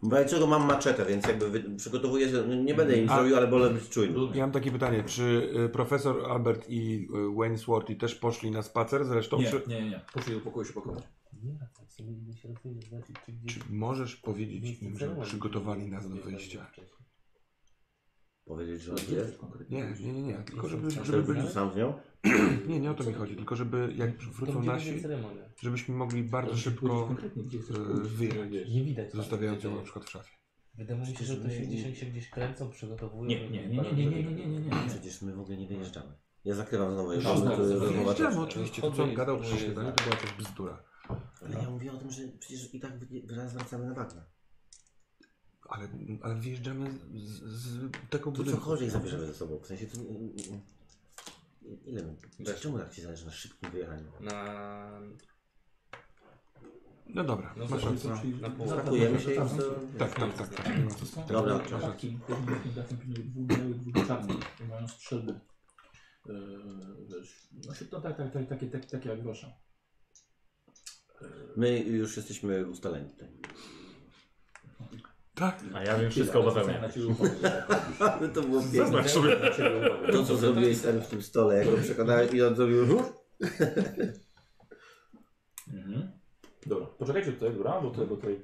Dlaczego mam maczetę, więc jakby wy- przygotowuję się. Nie będę im A- zrobił, ale wolę być czujny. Ja mam takie pytanie, czy y, profesor Albert i y, Wayne Swarty też poszli na spacer zresztą? Nie, Czy, nie, nie, nie. Poszli do pokoju się pakować. Nie, tak sobie nie się rozumie, znaczy, czy gdzieś... czy możesz powiedzieć im, że Zaczęło. przygotowali nas do wyjścia? Powiedzieć, że on jest. Nie, nie, nie, nie. Tylko żeby, A żeby ty byli... byli sam z nią? Nie, nie o to mi chodzi. Tylko żeby jak wrócą nasi, ceremonia. żebyśmy mogli bardzo szybko y, wyjechać. Nie widać. Zostawiając ją na przykład w szafie. Wydaje mi się, że to się gdzieś, się gdzieś kręcą, przygotowują. Nie, nie, nie, nie, nie, nie, nie, nie, nie, nie. Przecież my w ogóle nie wyjeżdżamy. Ja zakrywam znowu jej No, oczy, tak, to jest tak. rozmowa Wiedziałem toczna. oczywiście, to co on gadał przy śniadaniu, to była też bzdura. Ale ja mówię o tym, że przecież i tak wy- raz wracamy na bagna. Ale, ale wyjeżdżamy z, z, z tego Tu budynku. cokolwiek zabierzemy ze sobą. W sensie to. nie- nie- nie- Ile my? Czemu tak ci zależy na szybkim wyjechaniu? Na... No dobra, No, masz zobaczymy. rację. Na pół. Pakujemy się i co? Tak, tak, tak. tak. No Dobra. Czapki, jednym wielkim dachem pilnuje dwóch białych, dwóch czarnych. I mają strzelby. Eee, wiesz, no się- no tak, tak, tak, takie, tak, takie jak grosza. My już jesteśmy ustaleni tutaj. Tak, A ja wiem wszystko o Zwracają na Bazemie. ciebie uwagę. Ale to było piękne. Zwracają na ciebie uwagę. To, co zrobiłeś tam w tym stole, jak go przekonałeś i on zrobił... Mhm. Dobra, poczekajcie tutaj, dobra, bo tutaj, bo tutaj.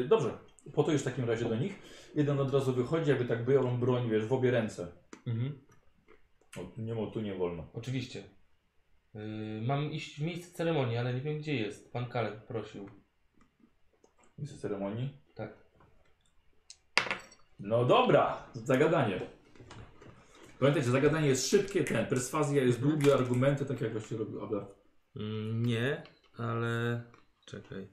E, dobrze, po to już w takim razie do nich. Jeden od razu wychodzi, jakby tak biorą broń, wiesz, w obie ręce. Mhm. O, tu nie, mo- tu nie wolno. Oczywiście. Y, mam iść w miejsce ceremonii, ale nie wiem gdzie jest. Pan Kaleb prosił. Miejsce ceremonii. Tak. No dobra, zagadanie. Pamiętajcie, zagadanie jest szybkie, ten, perswazja jest długie, argumenty, tak jak właśnie robił Abel. Mm, Nie, ale czekaj.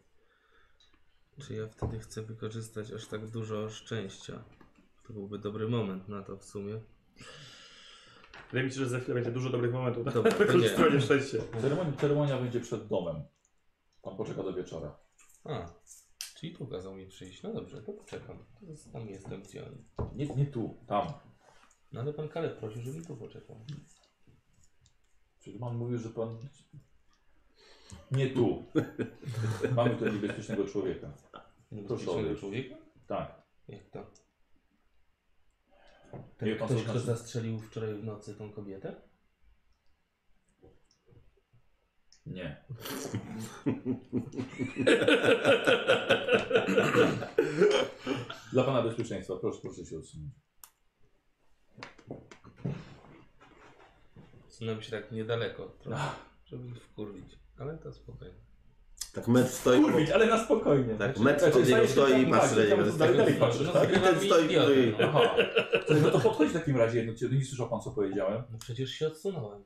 Czy ja wtedy chcę wykorzystać aż tak dużo szczęścia? To byłby dobry moment na to w sumie. Wydaje mi się, że za chwilę będzie dużo dobrych momentów. Dobra, to nie. Stronie szczęście. Ceremonia, ceremonia będzie przed domem. Pan poczeka do wieczora. A, czyli tu kazał mi przyjść. No dobrze, to poczekam. To jest- Tam jestem gdzie on. Nie, nie tu, tam. No ale pan Kaleb prosił, żebym tu poczekał. Czyli pan mówił, że pan... Nie tu. Mamy tutaj niebezpiecznego człowieka. Mitycznego człowieka? Tak. Jak to? Ten Ten ktoś, ktoś, kto kto zastrzelił wczoraj w nocy tą kobietę? Nie. Dla pana bezpieczeństwa, proszę, proszę się odsunąć. Zsunąłem się tak niedaleko, trochę, Ah. żeby ich wkurwić. Ale to spokojnie. Tak metr stoi, Kurwić, ale na spokojnie. tak, metr od niego stajesz stoi i tam, patrzy na tak, niego. tam To jest dalej, taki- dalej patrzysz, No, tak? I ten stoi, idiotę, który- no. Aha. To- No to podchodź w takim razie jedno, cię nie słyszał pan co powiedziałem. no przecież się odsunąłem.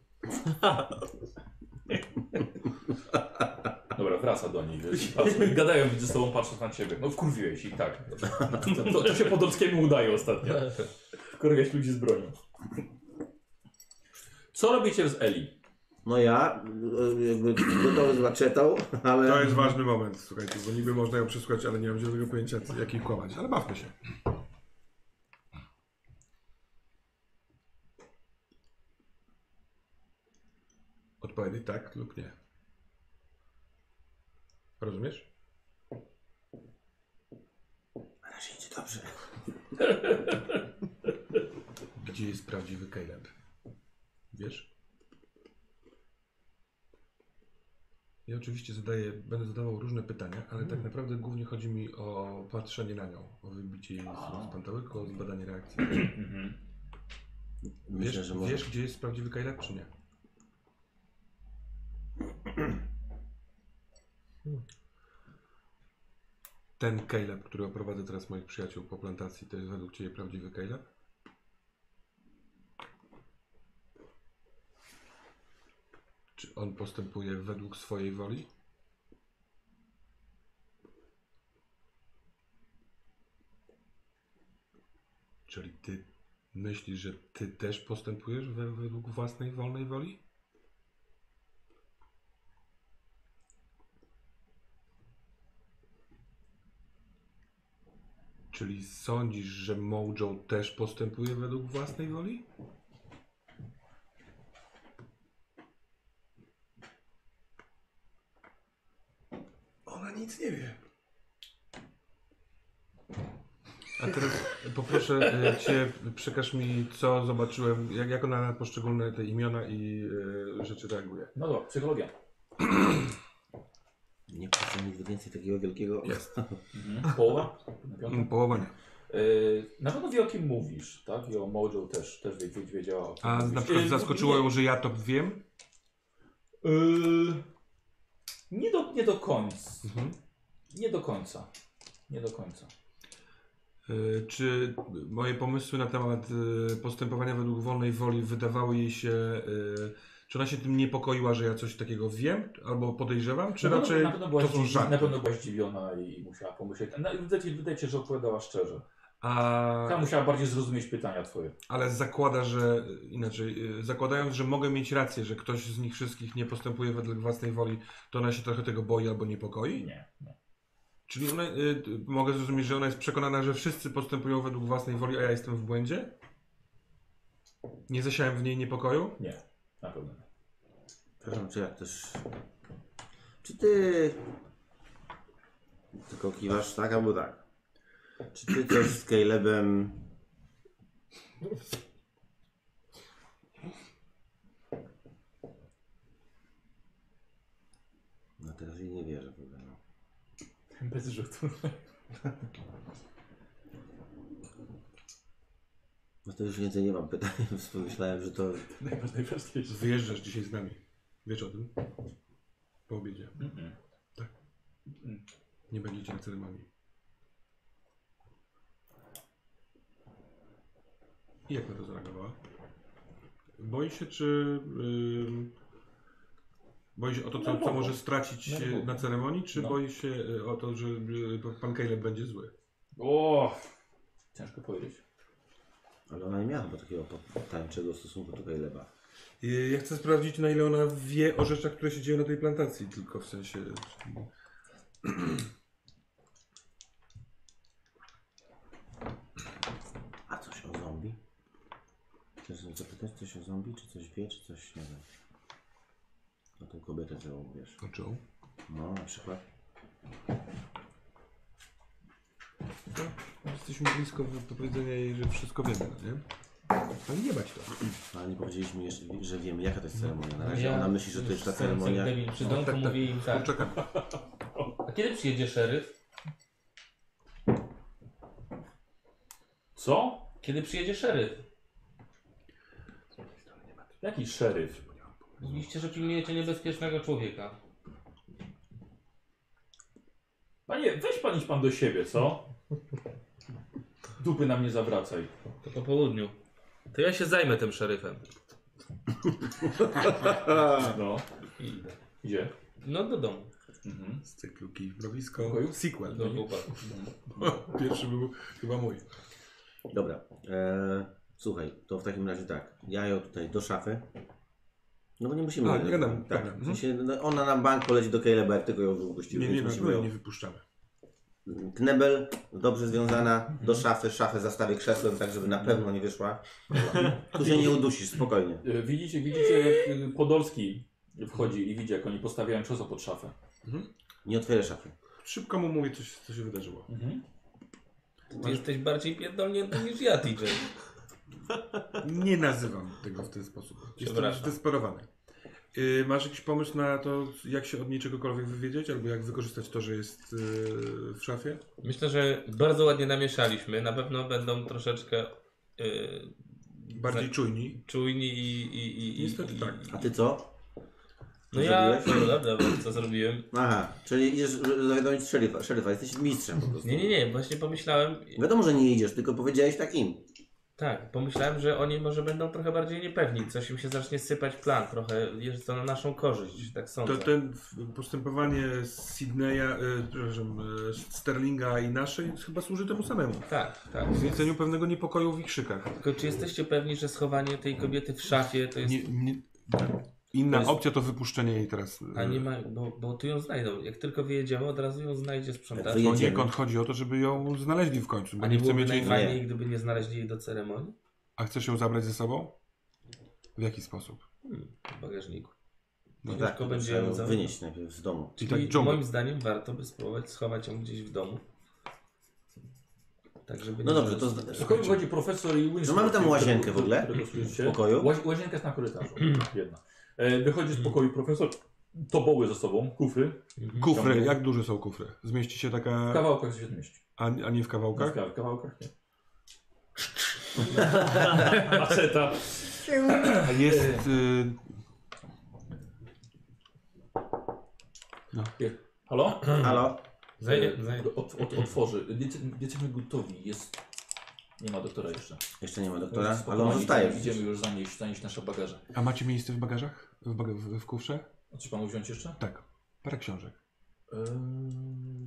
Dobra, wraca do niej. wiesz, i patrzą, i Gadają między sobą, patrzą na ciebie. No wkurwiłeś ich, tak. To, to, to się Podolskiemu udaje ostatnio. Wkurwiać ludzi z bronią. Co robicie z Eli? No ja, e, jakby gotowy z maczetą, ale... To jest ważny moment, słuchajcie, bo niby można ją przesłuchać, ale nie mam zielonego pojęcia, jak jej kłamać. Ale bawmy się. Odpowiedzi tak lub nie. Rozumiesz? Na razie idzie dobrze. Gdzie jest prawdziwy Caleb? Wiesz? Ja oczywiście zadaję, będę zadawał różne pytania, ale tak naprawdę głównie chodzi mi o patrzenie na nią, o wybicie jej z, z pantałyku, o zbadanie reakcji. Wiesz, Myślę, że może... wiesz, gdzie jest prawdziwy Caleb, czy nie? Ten Caleb, który oprowadza teraz moich przyjaciół po plantacji, to jest według Ciebie prawdziwy Caleb? Czy on postępuje według swojej woli? Czyli ty myślisz, że ty też postępujesz we, według własnej wolnej woli? Czyli sądzisz, że Mojo też postępuje według własnej woli? Ona nic nie wie. A teraz poproszę e, Cię, przekaż mi, co zobaczyłem, jak, jak ona na poszczególne te imiona i e, rzeczy reaguje. No dobra, psychologia. Nie chcę nigdy więcej takiego wielkiego... Jest. Mhm. Połowa? Mm, Połowa nie. Yy, na pewno wie o kim mówisz, tak? I o Mojo też, też wie- wie- wiedziała. o kim A mówisz. na przykład Yy, zaskoczyło ją, że ja to wiem? Yy, nie, do, nie do końca. Mhm. Nie do końca. Nie do końca. E, Czy moje pomysły na temat e, postępowania według wolnej woli wydawały jej się... e, Czy ona się tym niepokoiła, że ja coś takiego wiem albo podejrzewam? Czy na, pewno- raczej na pewno była to są zdziwi- żarty? na pewno była zdziwiona i musiała pomyśleć. Na- Wydaje ci- wydaje się, że odpowiadała szczerze. A... Ona musiała bardziej zrozumieć pytania twoje. Ale zakłada, że inaczej, y, zakładając, że mogę mieć rację, że ktoś z nich wszystkich nie postępuje według własnej woli, to ona się trochę tego boi albo niepokoi? Nie. nie. Czyli ona, y, y, mogę zrozumieć, że ona jest przekonana, że wszyscy postępują według własnej woli, a ja jestem w błędzie? Nie zasiałem w niej niepokoju? Na pewno nie. Przepraszam, czy ja też... Czy ty... Tylko kiwasz tak albo tak? Czy ty coś z Calebem... No teraz jej nie wierzę w ogóle. no. Bez rzutu. No to już więcej nie mam pytań, więc pomyślałem, że to... Najważniejsze. Wyjeżdżasz dzisiaj z nami. Wiesz o tym? Po obiedzie. Tak. Nie będziecie na ceremonii. I jak na to zareagowała? Boi się, czy. ym, boi się o to, co, co może stracić No, y, na ceremonii, czy No. boi się y, o to, że y, pan Caleb będzie zły? O! Ciężko powiedzieć. Ale ona nie miała chyba takiego tańczego stosunku do Caleba. Y, Ja chcę sprawdzić, na ile ona wie o rzeczach, które się dzieją na tej plantacji, tylko w sensie. A coś o zombie? Chcesz ją zapytać coś o zombie, czy coś wie, czy coś nie wie? O tą No, kobietę, co wiesz. Czuł? No, na przykład. jesteśmy blisko powiedzenia jej, że wszystko wiemy, no nie? Ale nie bać to. No, Ale nie powiedzieliśmy jeszcze, że wiemy jaka to jest ceremonia. Na razie Tak, ona myśli, że to jest ta ceremonia. No, Debil przy domku tak, tak. mówi im tak. Czekam. A kiedy przyjedzie szeryf? Co? Kiedy przyjedzie szeryf? Jaki szeryf? Mówiliście, że pilnujecie niebezpiecznego człowieka. Panie, weź pan idź pan do siebie, co? Dupy nam nie zawracaj. To po południu. To ja się zajmę tym szeryfem. Tak. No. Gdzie? No do domu. Mhm. Z cyklu Kij w Mrowisko. Sequel. no. Do chłopaku. Pierwszy był chyba mój. Dobra. E, słuchaj, to w takim razie tak. Ja ją tutaj do szafy. No bo nie musimy. A, nie gadam, Tak. dobra, W sensie, no, ona na bank poleci do Caleba, jak tylko ją Nie, wypuścimy. nie, nie, więc musimy nie, ją nie wypuszczamy. Knebel, dobrze związana, do szafy, szafę zastawię krzesłem, tak żeby na pewno nie wyszła. Tu się nie udusisz, spokojnie. Y, Widzicie, widzicie jak y, Podolski wchodzi i widzi jak oni postawiają czoso pod szafę. Nie otwieraj szafy. Szybko mu mówię, co się, co się wydarzyło. Ty jesteś bardziej pierdolnięty niż ja, TJ. Nie nazywam tego w ten sposób. Jestem Przepraszam. zdesperowany. Yy, masz jakiś pomysł na to, jak się od niej czegokolwiek wywiedzieć, albo jak wykorzystać to, że jest yy, w szafie? Myślę, że bardzo ładnie namieszaliśmy. Na pewno będą troszeczkę yy, Bardziej zna- czujni. czujni i... i, i, i Niestety i, tak. A ty co? No ja... Zrobiłeś? Dobra, dobra, co zrobiłem? Aha, czyli idziesz r- zawiadomić szeryfa, szeryfa, jesteś mistrzem po prostu. Nie, nie, nie, właśnie pomyślałem... Wiadomo, że nie idziesz, tylko powiedziałeś tak im. Tak, pomyślałem, że oni może będą trochę bardziej niepewni. Coś im się zacznie sypać plan trochę. Jest to na naszą korzyść, tak sądzę. To ten w- postępowanie z Sydneya, yy, przepraszam, yy, Sterlinga i naszej chyba służy temu samemu. Tak, tak. Zwiększeniu pewnego niepokoju w ich szykach. Tylko czy jesteście pewni, że schowanie tej kobiety w szafie to jest... Nie, nie, inna to jest- opcja to wypuszczenie jej teraz. yy, A nie ma... Bo, bo tu ją znajdą. Jak tylko wyjedziemy, od razu ją znajdzie sprzątacz. Wyje- Poniekąd chodzi o to, żeby ją znaleźli w końcu, bo A nie nie chcemy byłoby mieć jej... najfajniej, gdyby nie znaleźli jej do ceremonii? A chcesz ją zabrać ze sobą? W jaki sposób? Hmm, w bagażniku. No Ciężko tak, to będzie trzeba ją ją za- wynieść najpierw z domu. Czyli Czyli tak dżungla. moim zdaniem warto by spróbować schować ją gdzieś w domu. Tak, żeby No nie dobrze, to znaleźć. z- Skąd wchodzi profesor i Winston? No mamy tam łazienkę w ogóle? którego słyszycie? W pokoju? Łazi- Łazienka jest na korytarzu. Jedna. E, Wychodzi z pokoju profesor, toboły ze sobą, kufry. Kufry, Ciągle. jak duże są kufry? Zmieści się W taka, kawałkach się zmieści. a, a nie w Nie kawałkach? W kawa- kawałkach nie. Maceta. A jest... y, Halo? Halo? Zajdę, zajdę. Ot, ot, otworzy. Jece- Jesteśmy gotowi. Jest... Nie ma doktora jeszcze. Jeszcze nie ma doktora, ale Spokojnie, on zostaje. No, Idziemy już zanieść, zanieść nasze bagaże. A macie miejsce w bagażach? W, baga w, w kufrze? A Czy panu wziąć jeszcze? Tak. Parę książek. Ehm,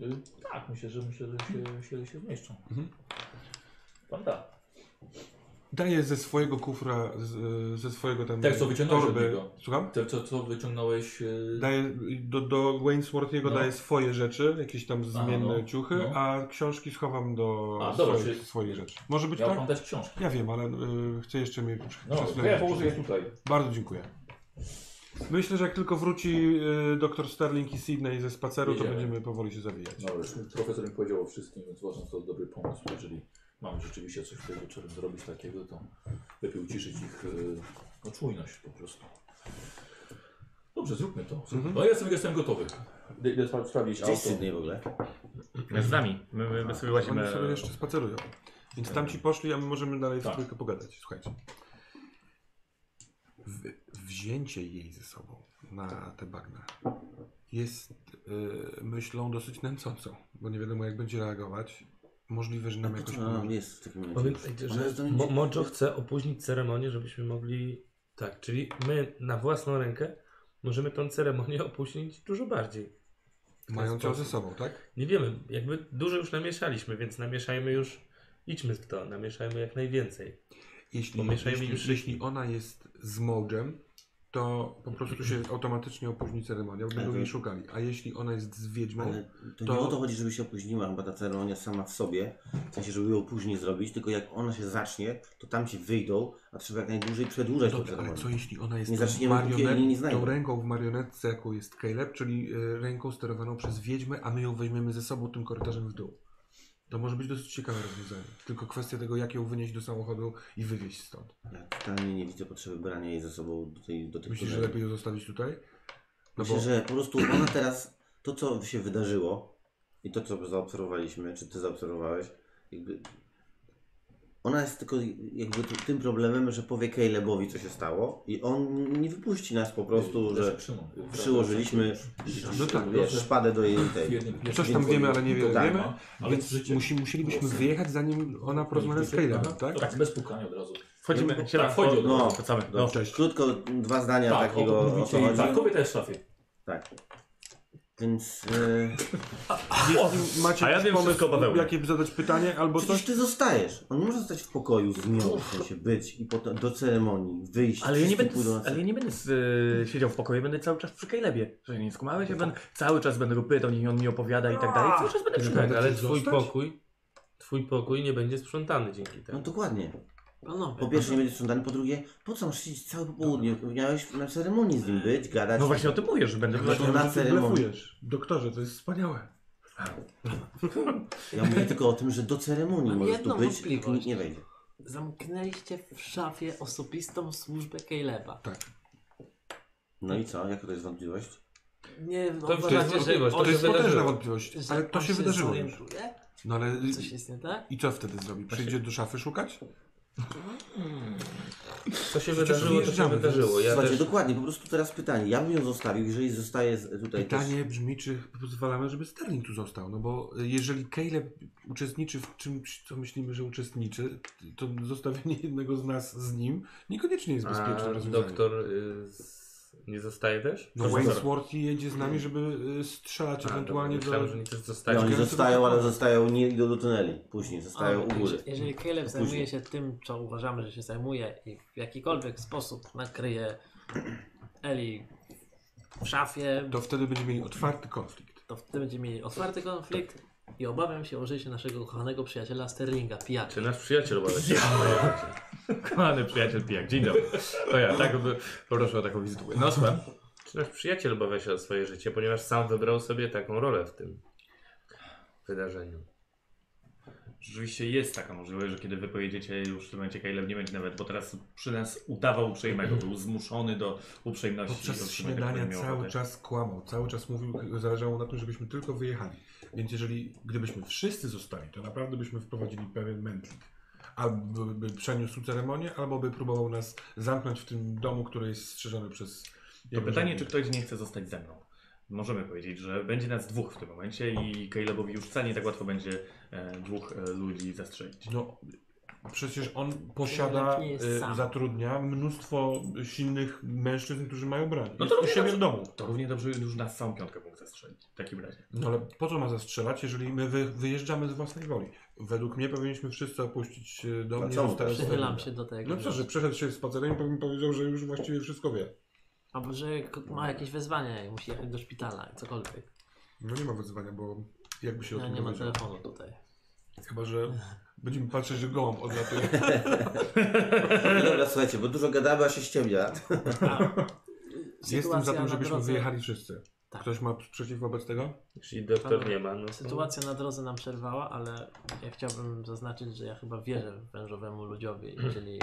Yy, y, tak, myślę, że myślę, że się, się, się zmieszczą. Mhm. Pan da. Daję ze swojego kufra, z, ze swojego tam... Tak, co wyciągnąłeś od torby. niego. Słucham? Te, co, co wyciągnąłeś. y, Daję, do, do Wainsworthiego No. daję swoje rzeczy, jakieś tam zmienne no. ciuchy, No. a książki schowam do A, dobra, swoich, czyli- swoich rzeczy. Może być Miał tak? pan dać książki. Ja wiem, ale y, chcę jeszcze mieć No, to ja położę je tutaj. Bardzo dziękuję. Myślę, że jak tylko wróci y, doktor Sterling i Sydney ze spaceru, Jedziemy. to będziemy powoli się zawijać. No, już profesor mi powiedział o wszystkim, więc uważam, że to dobry pomysł. Jeżeli mamy rzeczywiście coś w tym wieczorem zrobić takiego, to lepiej uciszyć ich y, no, czujność po prostu. Dobrze, zróbmy to. Zróbmy. No ja jestem, jestem gotowy. Idę spra- sprawdzić Gdzieś auto. Mhm. Sydney w ogóle. Z nami. My, my, my sobie łazimy. Oni sobie jeszcze spacerują. Więc tamci poszli, a my możemy dalej Tak. w trójkę pogadać. Słuchajcie. W, wzięcie jej ze sobą na te bagna jest y, myślą dosyć nęcącą, bo nie wiadomo jak będzie reagować. Możliwe, że nam jakoś No, pomoże. nie jest w takim razie. Pamiętajcie, Ona że jest do mnie- Mo- Mojo chce opóźnić ceremonię, żebyśmy mogli. Tak, czyli my na własną rękę możemy tą ceremonię opóźnić dużo bardziej. W ten Mają cię ze sposób. sobą, tak? Nie wiemy, jakby dużo już namieszaliśmy, więc namieszajmy już. Idźmy w to, namieszajmy jak najwięcej. Jeśli, Pomieszajmy im jeśli, wszystkim. jeśli ona jest z Mołdżem, to po prostu się automatycznie opóźni ceremonia, będą Ale- jej szukali. A jeśli ona jest z Wiedźmą, Ale to, nie No, To- o to chodzi, żeby się opóźniła chyba ta ceremonia sama w sobie, w sensie, żeby ją później zrobić, tylko jak ona się zacznie, to tam ci wyjdą, a trzeba jak najdłużej przedłużać tę Dobra, No ale ceremonię. co jeśli ona Nie jest zaczniemy, póki jej nie marionet, znajdą. tą ręką w marionetce, jaką jest e, Caleb, czyli y, ręką sterowaną przez wiedźmę, a my ją weźmiemy ze sobą tym korytarzem w dół. To może być dosyć ciekawe rozwiązanie. Tylko kwestia tego, jak ją wynieść do samochodu i wywieźć stąd. Ja totalnie nie widzę potrzeby brania jej ze sobą do, tej, do tych Myślisz, że tuneli. lepiej ją zostawić tutaj? No Myślę, bo- że po prostu ona teraz, to co się wydarzyło i to co zaobserwowaliśmy, czy ty zaobserwowałeś, jakby ona jest tylko jakby tu- tym problemem, że powie Calebowi co się stało i on nie wypuści nas po prostu, że przyłożyliśmy No tak, wiesz, no. szpadę do jej tej. Coś tam wiemy, ale niewiele tak, wiemy, no. Ale więc życie- musi, musielibyśmy wyjechać, zanim ona porozmawia z Kejlem, tak? To tak, bez pukania od razu. Wchodzimy, siadamy, Tak, wchodzi od razu. No, wracamy. no, cześć. krótko dwa zdania Tak, o, takiego o co mówicie i chodzi. tak, kobieta jest w szafie. Tak. Więc e, Jeśli macie A ja jakiś wiem pomysł, wszystko o bawełnie. jakie zadać pytanie albo przecież coś, ty zostajesz. On nie może zostać w pokoju z nią, w sensie być i potem do ceremonii wyjść. Ale ja nie wszyscy będę, pójdą na ale ja nie będę y, siedział w pokoju, będę cały czas przy Calebie. Że nie skumałeś, ja będę, cały czas będę go pytał, niech on mi opowiada i tak dalej. Cały czas będę przy Tak, Calebie. ale chcesz twój zostać? pokój, twój pokój nie będzie sprzątany dzięki No temu. dokładnie. Panowie, Po pierwsze nie będziesz sprzątany, po drugie, po co masz siedzieć całe popołudnie? Miałeś na ceremonii z E, nim być, gadać. No właśnie o tym mówię, że będę... No to na że ty ceremonii. Znaczy, blefujesz. Doktorze, to jest wspaniałe. Ja mówię tylko o tym, że do ceremonii Mam możesz tu No, jedną być i tu nikt wątpliwość. nie wejdzie. zamknęliście w szafie osobistą służbę Caleba. No i co? Jaka to jest wątpliwość? Nie wiem, To już jest uważacie, że możliwość, to on- To jest się potężna wydarzyło. wątpliwość, że ale to on się wydarzyło już. zorientuje? No ale Coś jest nie tak? i co wtedy zrobi? Przyjdzie do szafy szukać? Co się wydarzyło, to się wyjeżdżamy, wydarzyło. Ja Słuchajcie, też... dokładnie, po prostu teraz pytanie. Ja bym ją zostawił, jeżeli zostaje z- tutaj Pytanie brzmi, czy pozwalamy, żeby Sterling tu został, no bo jeżeli Caleb uczestniczy w czymś, co myślimy, że uczestniczy, to zostawienie jednego z nas z nim niekoniecznie jest bezpieczne A rozwiązanie. doktor y, z... nie zostaje też? No Wayne Swarty jedzie z nami, żeby y, strzelać A, ewentualnie dobra, myślałem, do... że nie też też... zostaje. No, oni Ciekawe, co zostają, to- ale zostają nie idą do tuneli. Później zostają u Ale góry. jeżeli- Jeżeli Caleb Później. zajmuje się tym, co uważamy, że się zajmuje i w jakikolwiek sposób nakryje Eli w szafie, To wtedy będziemy mieli otwarty konflikt. to wtedy będziemy mieli otwarty konflikt i obawiam się o życie naszego kochanego przyjaciela Sterlinga, Czy pijaczy. nasz przyjaciel obawia się? Kochany przyjaciel pijak, dzień dobry. To ja, tak, by- proszę o taką wizytówkę. No słucham. Czy nasz przyjaciel obawia się o swoje życie, ponieważ sam wybrał sobie taką rolę w tym wydarzeniu. Rzeczywiście jest taka możliwość, że kiedy wy pojedziecie, już w tym momencie Caleb nie będzie nawet, bo teraz przy nas udawał uprzejmego, był zmuszony do uprzejmości. do Podczas uprzejmego, który śniadania miał cały ochotę. czas kłamał, cały czas mówił, zależało mu na tym, żebyśmy tylko wyjechali. Więc jeżeli, gdybyśmy wszyscy zostali, to naprawdę byśmy wprowadzili pewien mętlik. Albo by przeniósł ceremonię, albo by próbował nas zamknąć w tym domu, który jest strzeżony przez... To jego pytanie, żołnierzy. czy ktoś nie chce zostać ze mną. Możemy powiedzieć, że będzie nas dwóch w tym momencie i Calebowi już wcale nie tak łatwo będzie e, dwóch e, ludzi zastrzelić. No, przecież on posiada, nie jest y, sam. zatrudnia mnóstwo silnych mężczyzn, którzy mają broń. No No to to u równie siebie dobrze. w domu. To równie dobrze już nas całą piątkę mógł zastrzelić w takim razie. No ale po co ma zastrzelać, jeżeli my wy, wyjeżdżamy z własnej woli? Według mnie powinniśmy wszyscy opuścić y, dom. A nie co? zostawiać Przychylam Sterlinga. się do tego. No co, że przeszedł się spacerem i powie- powiedział, że już właściwie wszystko wie. Albo że k- ma jakieś wezwanie i musi jechać do szpitala, cokolwiek. No nie ma wyzwania, bo jakby się o Ja tym No nie ma dowiedział. telefonu tutaj. Chyba, że będziemy patrzeć, że gołąb odlatuje. No dobra, słuchajcie, bo dużo gadamy, a się ściemnia. Jestem za tym, Tak. na żebyśmy drodze- wyjechali wszyscy. Tak. Ktoś ma przeciw wobec tego? Jeśli doktor nie ma, no to... Sytuacja na drodze nam przerwała, ale ja chciałbym zaznaczyć, że ja chyba wierzę wężowemu ludziowi, czyli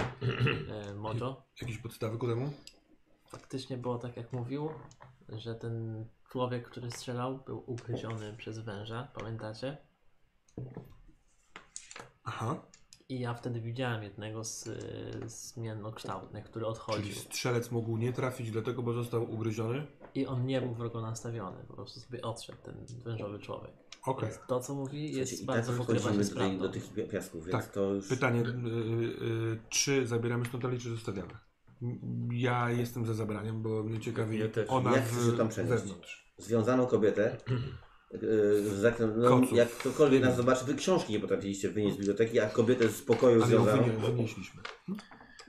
e, Mojo. Jakieś podstawy ku temu? Faktycznie było tak, jak mówił, że ten człowiek, który strzelał, był ugryziony przez węża, pamiętacie? Aha, I ja wtedy widziałem jednego z e, zmiennokształtnych, który czyli odchodził. strzelec mógł nie trafić dlatego, bo został ugryziony? I on nie był wrogo nastawiony, po prostu sobie odszedł ten wężowy człowiek. Okej. Więc to, co mówi, Słuchajcie, jest I tak bardzo pokrywa się wchodzimy z tutaj prawdą. do tych pi- piasków, więc Tak. to już... Pytanie, y, y, czy zabieramy stąd Eli, czy zostawiamy? M- Ja jestem za zabraniem, bo mnie ciekawi Ja też. ona Jak w, chcesz się tam przenieść? wewnątrz. związaną kobietę. Yy, za, no, Koców. jak ktokolwiek nas zobaczy, wy książki nie potrafiliście wynieść z biblioteki, a kobietę z pokoju Ale ją związaną. wynie- wynieśliśmy.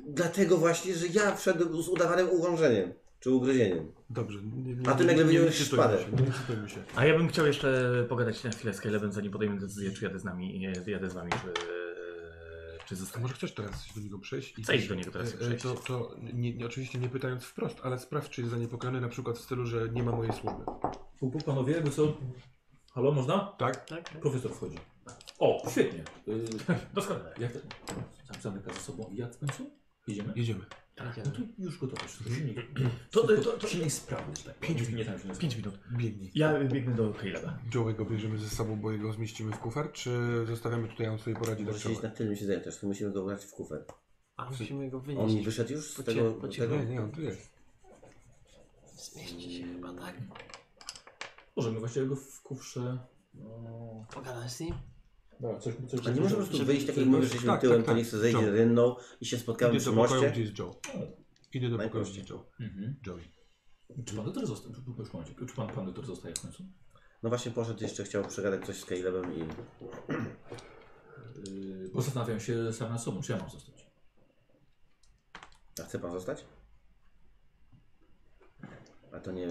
Dlatego właśnie, że ja wszedłem z udawanym ułączeniem, czy ugryzieniem. Dobrze. Nie, nie, A ty nagle nie- nie wyjąłeś ekscytujmy szpadę. się, Nie ekscytujmy się. A ja bym chciał jeszcze pogadać na chwilę z Calebem, zanim podejmę decyzję, czy jadę z nami, nie, jadę z wami, czy, e, czy A zostanę. może chcesz teraz do niego przejść? i Chcę iść też- do niego teraz e, e, przejść. To, to nie, nie, oczywiście nie pytając wprost, ale sprawdź, czy jest zaniepokojony na przykład w stylu, że nie ma mojej służby. Puk, puk, panowie, wy co? Halo, można? Tak? Tak? Profesor wchodzi. O, świetnie. Y, Doskonale. Jak to? Sam zamyka za sobą i jak w końcu? Jedziemy? Jedziemy. Tak, no to już gotowe. wszystko. Silnik, To- to, to- to, to- silnik sprawny. że tak powiem. Pięć Nie tam silnik Pięć minut. Biegnij. Ja biegnę do Caleba. Joe'ego bierzemy ze sobą, bo jego zmieścimy w kufer, czy zostawiamy tutaj, a on sobie poradzi Może do siedzieć czoła? na tylnym siedzeniu też, to musimy go brać w kufer. A musimy go wynieść. On wyszedł już z Po tego... cie- po cie- tego? Nie, nie, on tu jest. Zmieści się chyba, tak? Możemy właściwie go w kufrze. No, Pogadać z nim? dobra, coś, coś, A nie może po prostu Żeby- wyjść tak jak żeby- mówisz, że jesteśmy tak, tyłem, tak, to tak. niech sobie zejdzie Ciągle. rynną i się spotkamy Idę przy do pokoju, moście. gdzie jest Joe. Idę do pokoju, gdzie Najprościej. jest Joe. Mhm. Joey. Czy pan doktor zostaje? Już momencik. Czy pan, pan doktor zostaje w końcu? No właśnie poszedł jeszcze, chciał przegadać coś z Calebem i... Yy, bo zastanawiam się sam nad sobą, czy ja mam zostać. A chce pan zostać? A to nie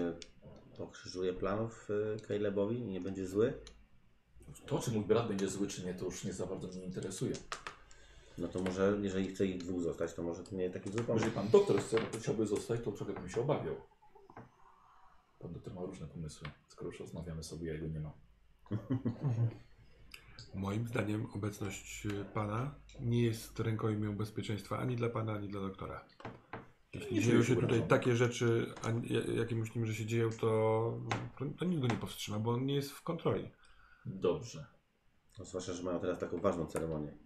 pokrzyżuje planów y, Calebowi i nie będzie zły? To, czy mój brat będzie zły, czy nie, to już nie za bardzo mnie interesuje. No to może, jeżeli chce ich dwóch zostać, to może to nie taki zły pomysł. Jeżeli pan doktor chce, to chciałby zostać, to trochę bym się obawiał. Pan doktor ma różne pomysły. Skoro już rozmawiamy sobie, ja jego nie mam. Moim zdaniem obecność y, pana nie jest rękojmią bezpieczeństwa ani dla pana, ani dla doktora. Jeśli Nie dzieją czuję się się tak- tutaj urażony. takie rzeczy, a nie- jakie myślimy, że się dzieją, to, to nikt go nie powstrzyma, bo on nie jest w kontroli. Dobrze. No, zwłaszcza, że mają teraz taką ważną ceremonię.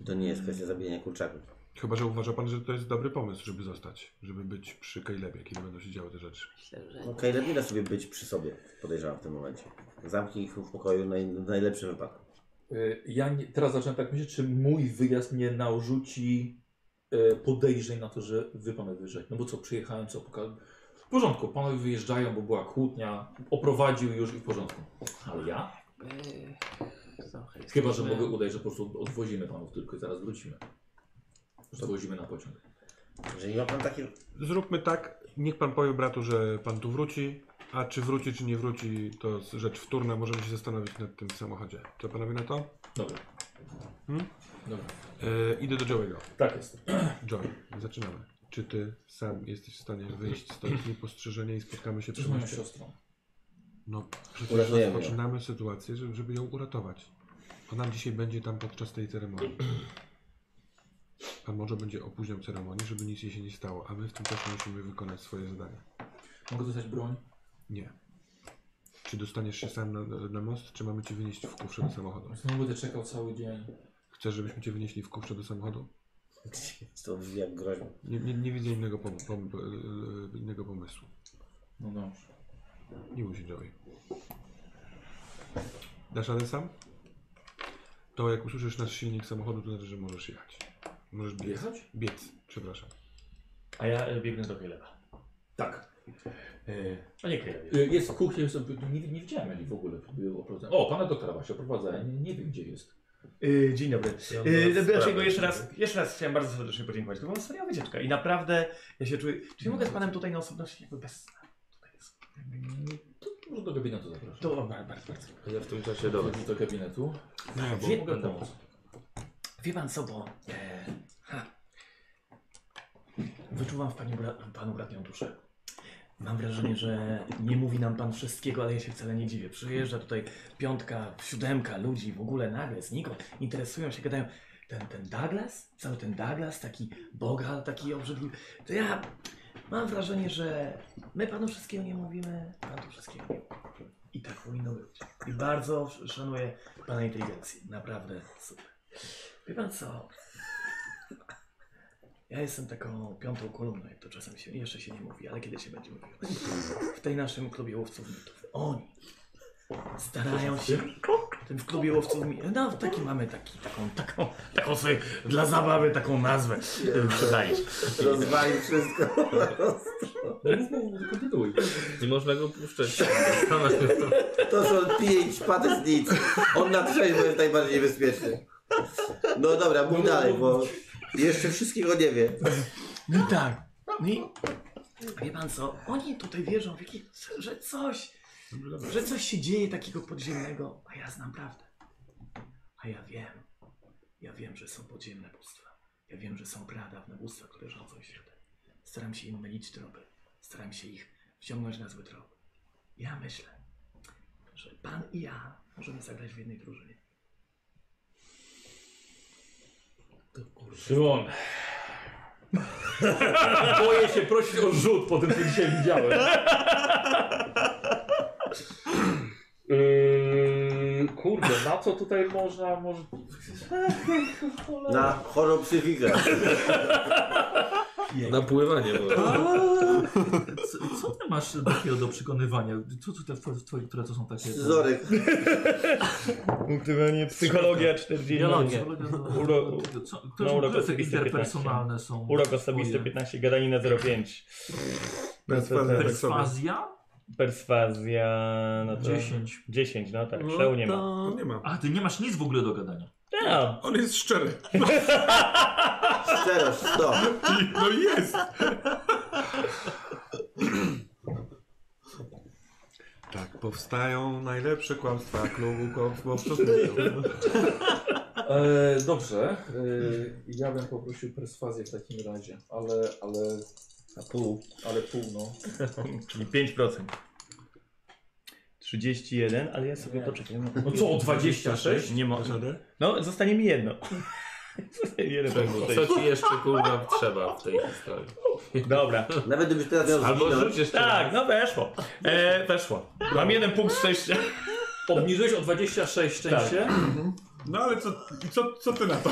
I to nie jest kwestia zabijania kurczaków. Chyba, że uważa pan, że to jest dobry pomysł, żeby zostać, żeby być przy Calebie, kiedy będą się działy te rzeczy. Myślę, że... No Caleb nie da sobie być przy sobie, podejrzewam w tym momencie. Zamknij ich w pokoju naj, w najlepszym wypadku. Yy, Ja nie, teraz zacząłem tak myśleć, czy mój wyjazd nie narzuci e, podejrzeń na to, że wy panowie wyjeżdżacie. No bo co, przyjechałem, co pokazałem. W porządku, panowie wyjeżdżają, bo była kłótnia, oprowadził już i w porządku. Ale ja? Yy, trochę Chyba, że jesteśmy- mogę udać, że po prostu odwozimy panów tylko i zaraz wrócimy. Odwozimy na pociąg. Jeżeli ma pan takie... Zróbmy tak, niech pan powie bratu, że pan tu wróci, a czy wróci, czy nie wróci, to jest rzecz wtórna, możemy się zastanowić nad tym w samochodzie. Co panowie na to? Dobra. Hmm? Dobra. E, idę do Joe'ego. Tak jest. Joy, zaczynamy. Czy ty sam jesteś w stanie wyjść stąd niepostrzeżenie i spotkamy się Z przy moją moście? siostrą. No, przecież Uratujemy ją. rozpoczynamy sytuację, żeby, żeby ją uratować. Ona dzisiaj będzie tam podczas tej ceremonii. A może będzie opóźniał ceremonię, żeby nic jej się nie stało, a my w tym czasie musimy wykonać swoje zadania. Mogę dostać broń? Nie. Czy dostaniesz się sam na, na most, czy mamy cię wynieść w kufrze do samochodu? Znowu no, będę czekał cały dzień. Chcesz, żebyśmy cię wynieśli w kufrze do samochodu? To brzmi jak groźba. Nie, nie, nie widzę innego, pom pom e, innego pomysłu. No dobrze. Nie musi Joey. Dasz radę sam? To jak usłyszysz nasz silnik samochodu, to znaczy, że możesz jechać. Możesz biec. Jechać? Biec, przepraszam. A ja e, biegnę do Caleba. Tak. E, A nie Calebie. Y, Jest w kuchni, jest, nie, nie widziałem Eli w ogóle. Był oprowadzany. O, pana doktora właśnie oprowadza. Ja Nie, nie wiem gdzie jest. Yy, dzień dobry. Ja mam Yy, teraz dlaczego sprawę. jeszcze raz, jeszcze raz chciałem bardzo serdecznie podziękować. To była seria wycieczka i naprawdę ja się czuję. Czy ja mogę z panem tutaj na osobności jakby bez. Tutaj jest. Mm, To może do gabinetu zapraszam. To o, bardzo, bardzo. bardzo. Ja w tym czasie dobra. Idź do gabinetu. Bo Nie, mogę no. pomóc. Wie pan co, bo. E, ha, wyczuwam w paniu, bra- panu bratnią duszę. Mam wrażenie, że nie mówi nam pan wszystkiego, ale ja się wcale nie dziwię. Przyjeżdża tutaj piątka, siódemka ludzi, w ogóle nagle, znikąd. Interesują się, gadają. Ten, ten Douglas, cały ten Douglas, taki boga, taki obrzydliwy. To ja mam wrażenie, że my panu wszystkiego nie mówimy, pan tu wszystkiego nie mówi. I tak powinno być. I bardzo sz- szanuję pana inteligencję. Naprawdę super. Wie pan co? Ja jestem taką piątą kolumną, jak to czasem się jeszcze się nie mówi, ale kiedy się będzie mówiło. W tej naszym klubie łowców mitów. Oni starają się. W tym w klubie łowców mitów. No taki mamy taki, taką, taką, taką sobie dla zabawy taką nazwę e, przydaliśmy. Rozwalił wszystko. Kontynuuj. Nie można go puszczać. To są pięć paty z nic. On na trzeźwo jest najbardziej bezpieczny. No dobra, mów dalej, bo jeszcze wszystkiego nie wie. No i tak. No i wie pan co? Oni tutaj wierzą, w jakiś, że coś, że coś się dzieje takiego podziemnego, a ja znam prawdę. A ja wiem. Ja wiem, że są podziemne bóstwa. Ja wiem, że są pradawne bóstwa, które rządzą światem. Staram się im mylić tropy. Staram się ich wciągnąć na zły trop. Ja myślę, że pan i ja możemy zagrać w jednej drużynie. Szymon. Boję się prosić o rzut po tym, co dzisiaj widziałem. Yy, kurde, na co tutaj można, może... Na chorą psychikę. Napływanie było. Co, co ty masz takiego do przekonywania? Co tutaj, twoje, które to są takie... Zorek. Punktywanie psychologia 40. Biologię. no, Uro- Co, na urok które te osobisty interpersonalne są? Urok osobisty Twoje? 15, gadanina 05. Perswazja tak sobie. Perswazja? Perswazja... No Tak. to... 10. 10, no tak, No szeu nie ma. No, to- On nie ma. A ty nie masz nic w ogóle do gadania. Ja, On jest szczery. Szczerość, to. No jest. Tak powstają najlepsze kłamstwa klubu kłamstwowców. E, dobrze. E, ja bym poprosił perswazję w takim razie, ale, ale, Na pół. ale pół, no. czyli 5%. 31, ale ja sobie poczekam. No co, 26? Nie ma. No, zostanie mi jedno. Zostanie mi jeden punkt. Co ci jeszcze kurwa trzeba w tej historii? Dobra. Nawet gdybyś teraz miał Albo zginąć, rzuć jeszcze Tak, no weszło. E, weszło. Mam jeden punkt szczęścia. Obniżyłeś o 26 szczęście. No ale co, i co, co ty na to?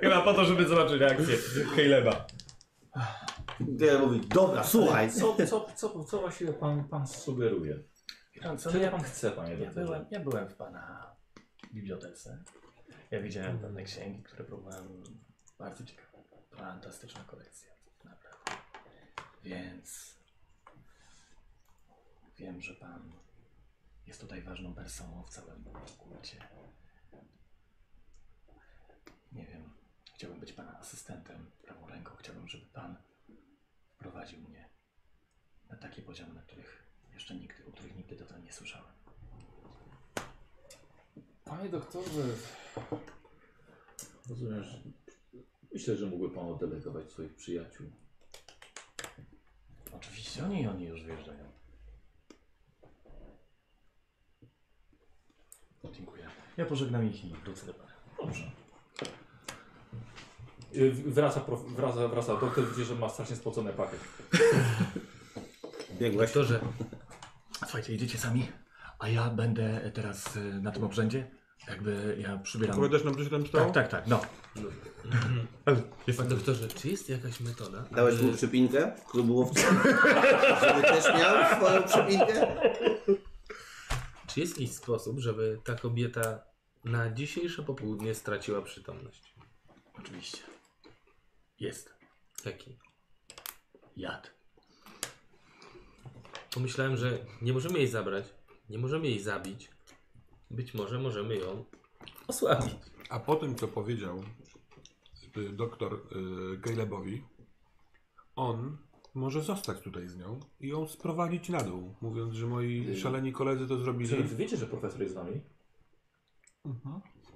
Chyba po to, żeby zobaczyć reakcję Caleba. to ja mówię, dobra, słuchaj. Co, co, co, co właściwie pan, pan sugeruje? Pan, co Czego ja, pan chce, panie ja, doktorze? byłem, ja byłem w pana bibliotece. Ja widziałem pewne księgi, które próbowałem. Bardzo ciekawe. Fantastyczna kolekcja. Naprawdę. Więc. Wiem, że pan jest tutaj ważną personą w całym kulcie. Nie wiem. Chciałbym być pana asystentem, prawą ręką. Chciałbym, żeby pan wprowadził mnie na takie poziomy, na których jeszcze nigdy, o których nigdy dotąd nie słyszałem. Panie doktorze, rozumiem, że myślę, że mógłby pan oddelegować swoich przyjaciół. Oczywiście oni, oni już wyjeżdżają. Dziękuję. Ja pożegnam ich i wrócę do pana. Dobrze. Y, Wraca, prof, wraca, wraca doktor, widzi, że ma strasznie spocone pachy. Biegłeś. Doktorze. Słuchajcie, idziecie sami, a ja będę teraz y, na tym obrzędzie. Jakby ja przybieram... Opowiadasz nam, co się tam stało? Tak, tak, tak, no. Panie doktorze, czy jest jakaś metoda? Dałeś mu aby- przypinkę? Klubu łowcy? Żeby też miał swoją przypinkę? Czy jest jakiś sposób, żeby ta kobieta na dzisiejsze popołudnie straciła przytomność? Oczywiście. Jest. Jaki? Jad. Pomyślałem, że nie możemy jej zabrać, nie możemy jej zabić. Być może możemy ją No osłabić. A po tym, co powiedział y, doktor y, Calebowi, on może zostać tutaj z nią i ją sprowadzić na dół, mówiąc, że moi szaleni koledzy to zrobili. Czy wy wiecie, że profesor jest z nami?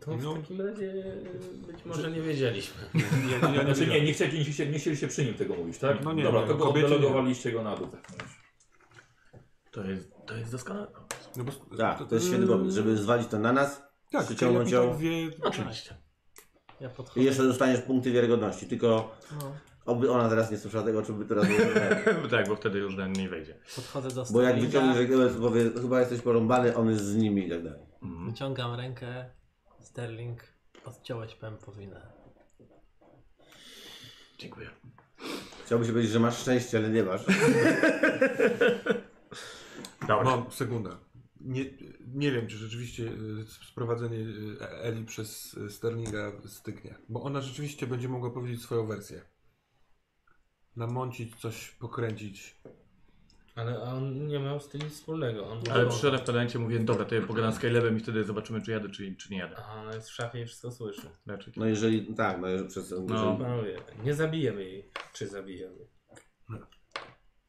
To w No. takim razie być może nie wiedzieliśmy. Ja, ja Znaczy nie, wiedziałem. nie chcieliście, nie chcieliście, nie chcieliście przy nim tego mówić, tak? No nie, Dobra, nie, to go kobiecie nie. oddelegowaliście go na dół. Tak. To jest, to jest doskonałe. No bo- Tak, to jest świetny pomysł, żeby zwalić to na nas. Tak, przyciągnąć Caleb i ją. tak wie, Oczywiście. Ja I podchodzę. jeszcze dostaniesz punkty wiarygodności, tylko No, oby ona teraz nie słyszała tego, o czym by teraz mówiła. tak, bo wtedy już na nie wejdzie. podchodzę do Bo jak stolika, wyciągniesz rękę, powie, chyba jesteś porąbany, on jest z nimi i tak dalej. Wyciągam rękę. Sterling, odciąłeś pępowinę. Dziękuję. Chciałbyś powiedzieć, że masz szczęście, ale nie masz. No, Dobra. Mam sekundę. Nie, nie wiem, czy rzeczywiście y, sprowadzenie y, Eli przez y, Sterlinga styknie, bo ona rzeczywiście będzie mogła powiedzieć swoją wersję. Namącić, coś pokręcić. Ale on nie miał z tym nic wspólnego. On Ale no. był- przy referencie mówię, dobra, to ja pogadam z Calebem i wtedy zobaczymy, czy jadę, czy, czy nie jadę. Znaczy, A ona jest w szafie i wszystko słyszy. Raczej. No jeżeli, tak, no jeżeli przez... No. Panowie, nie zabijemy jej. Czy zabijemy? No.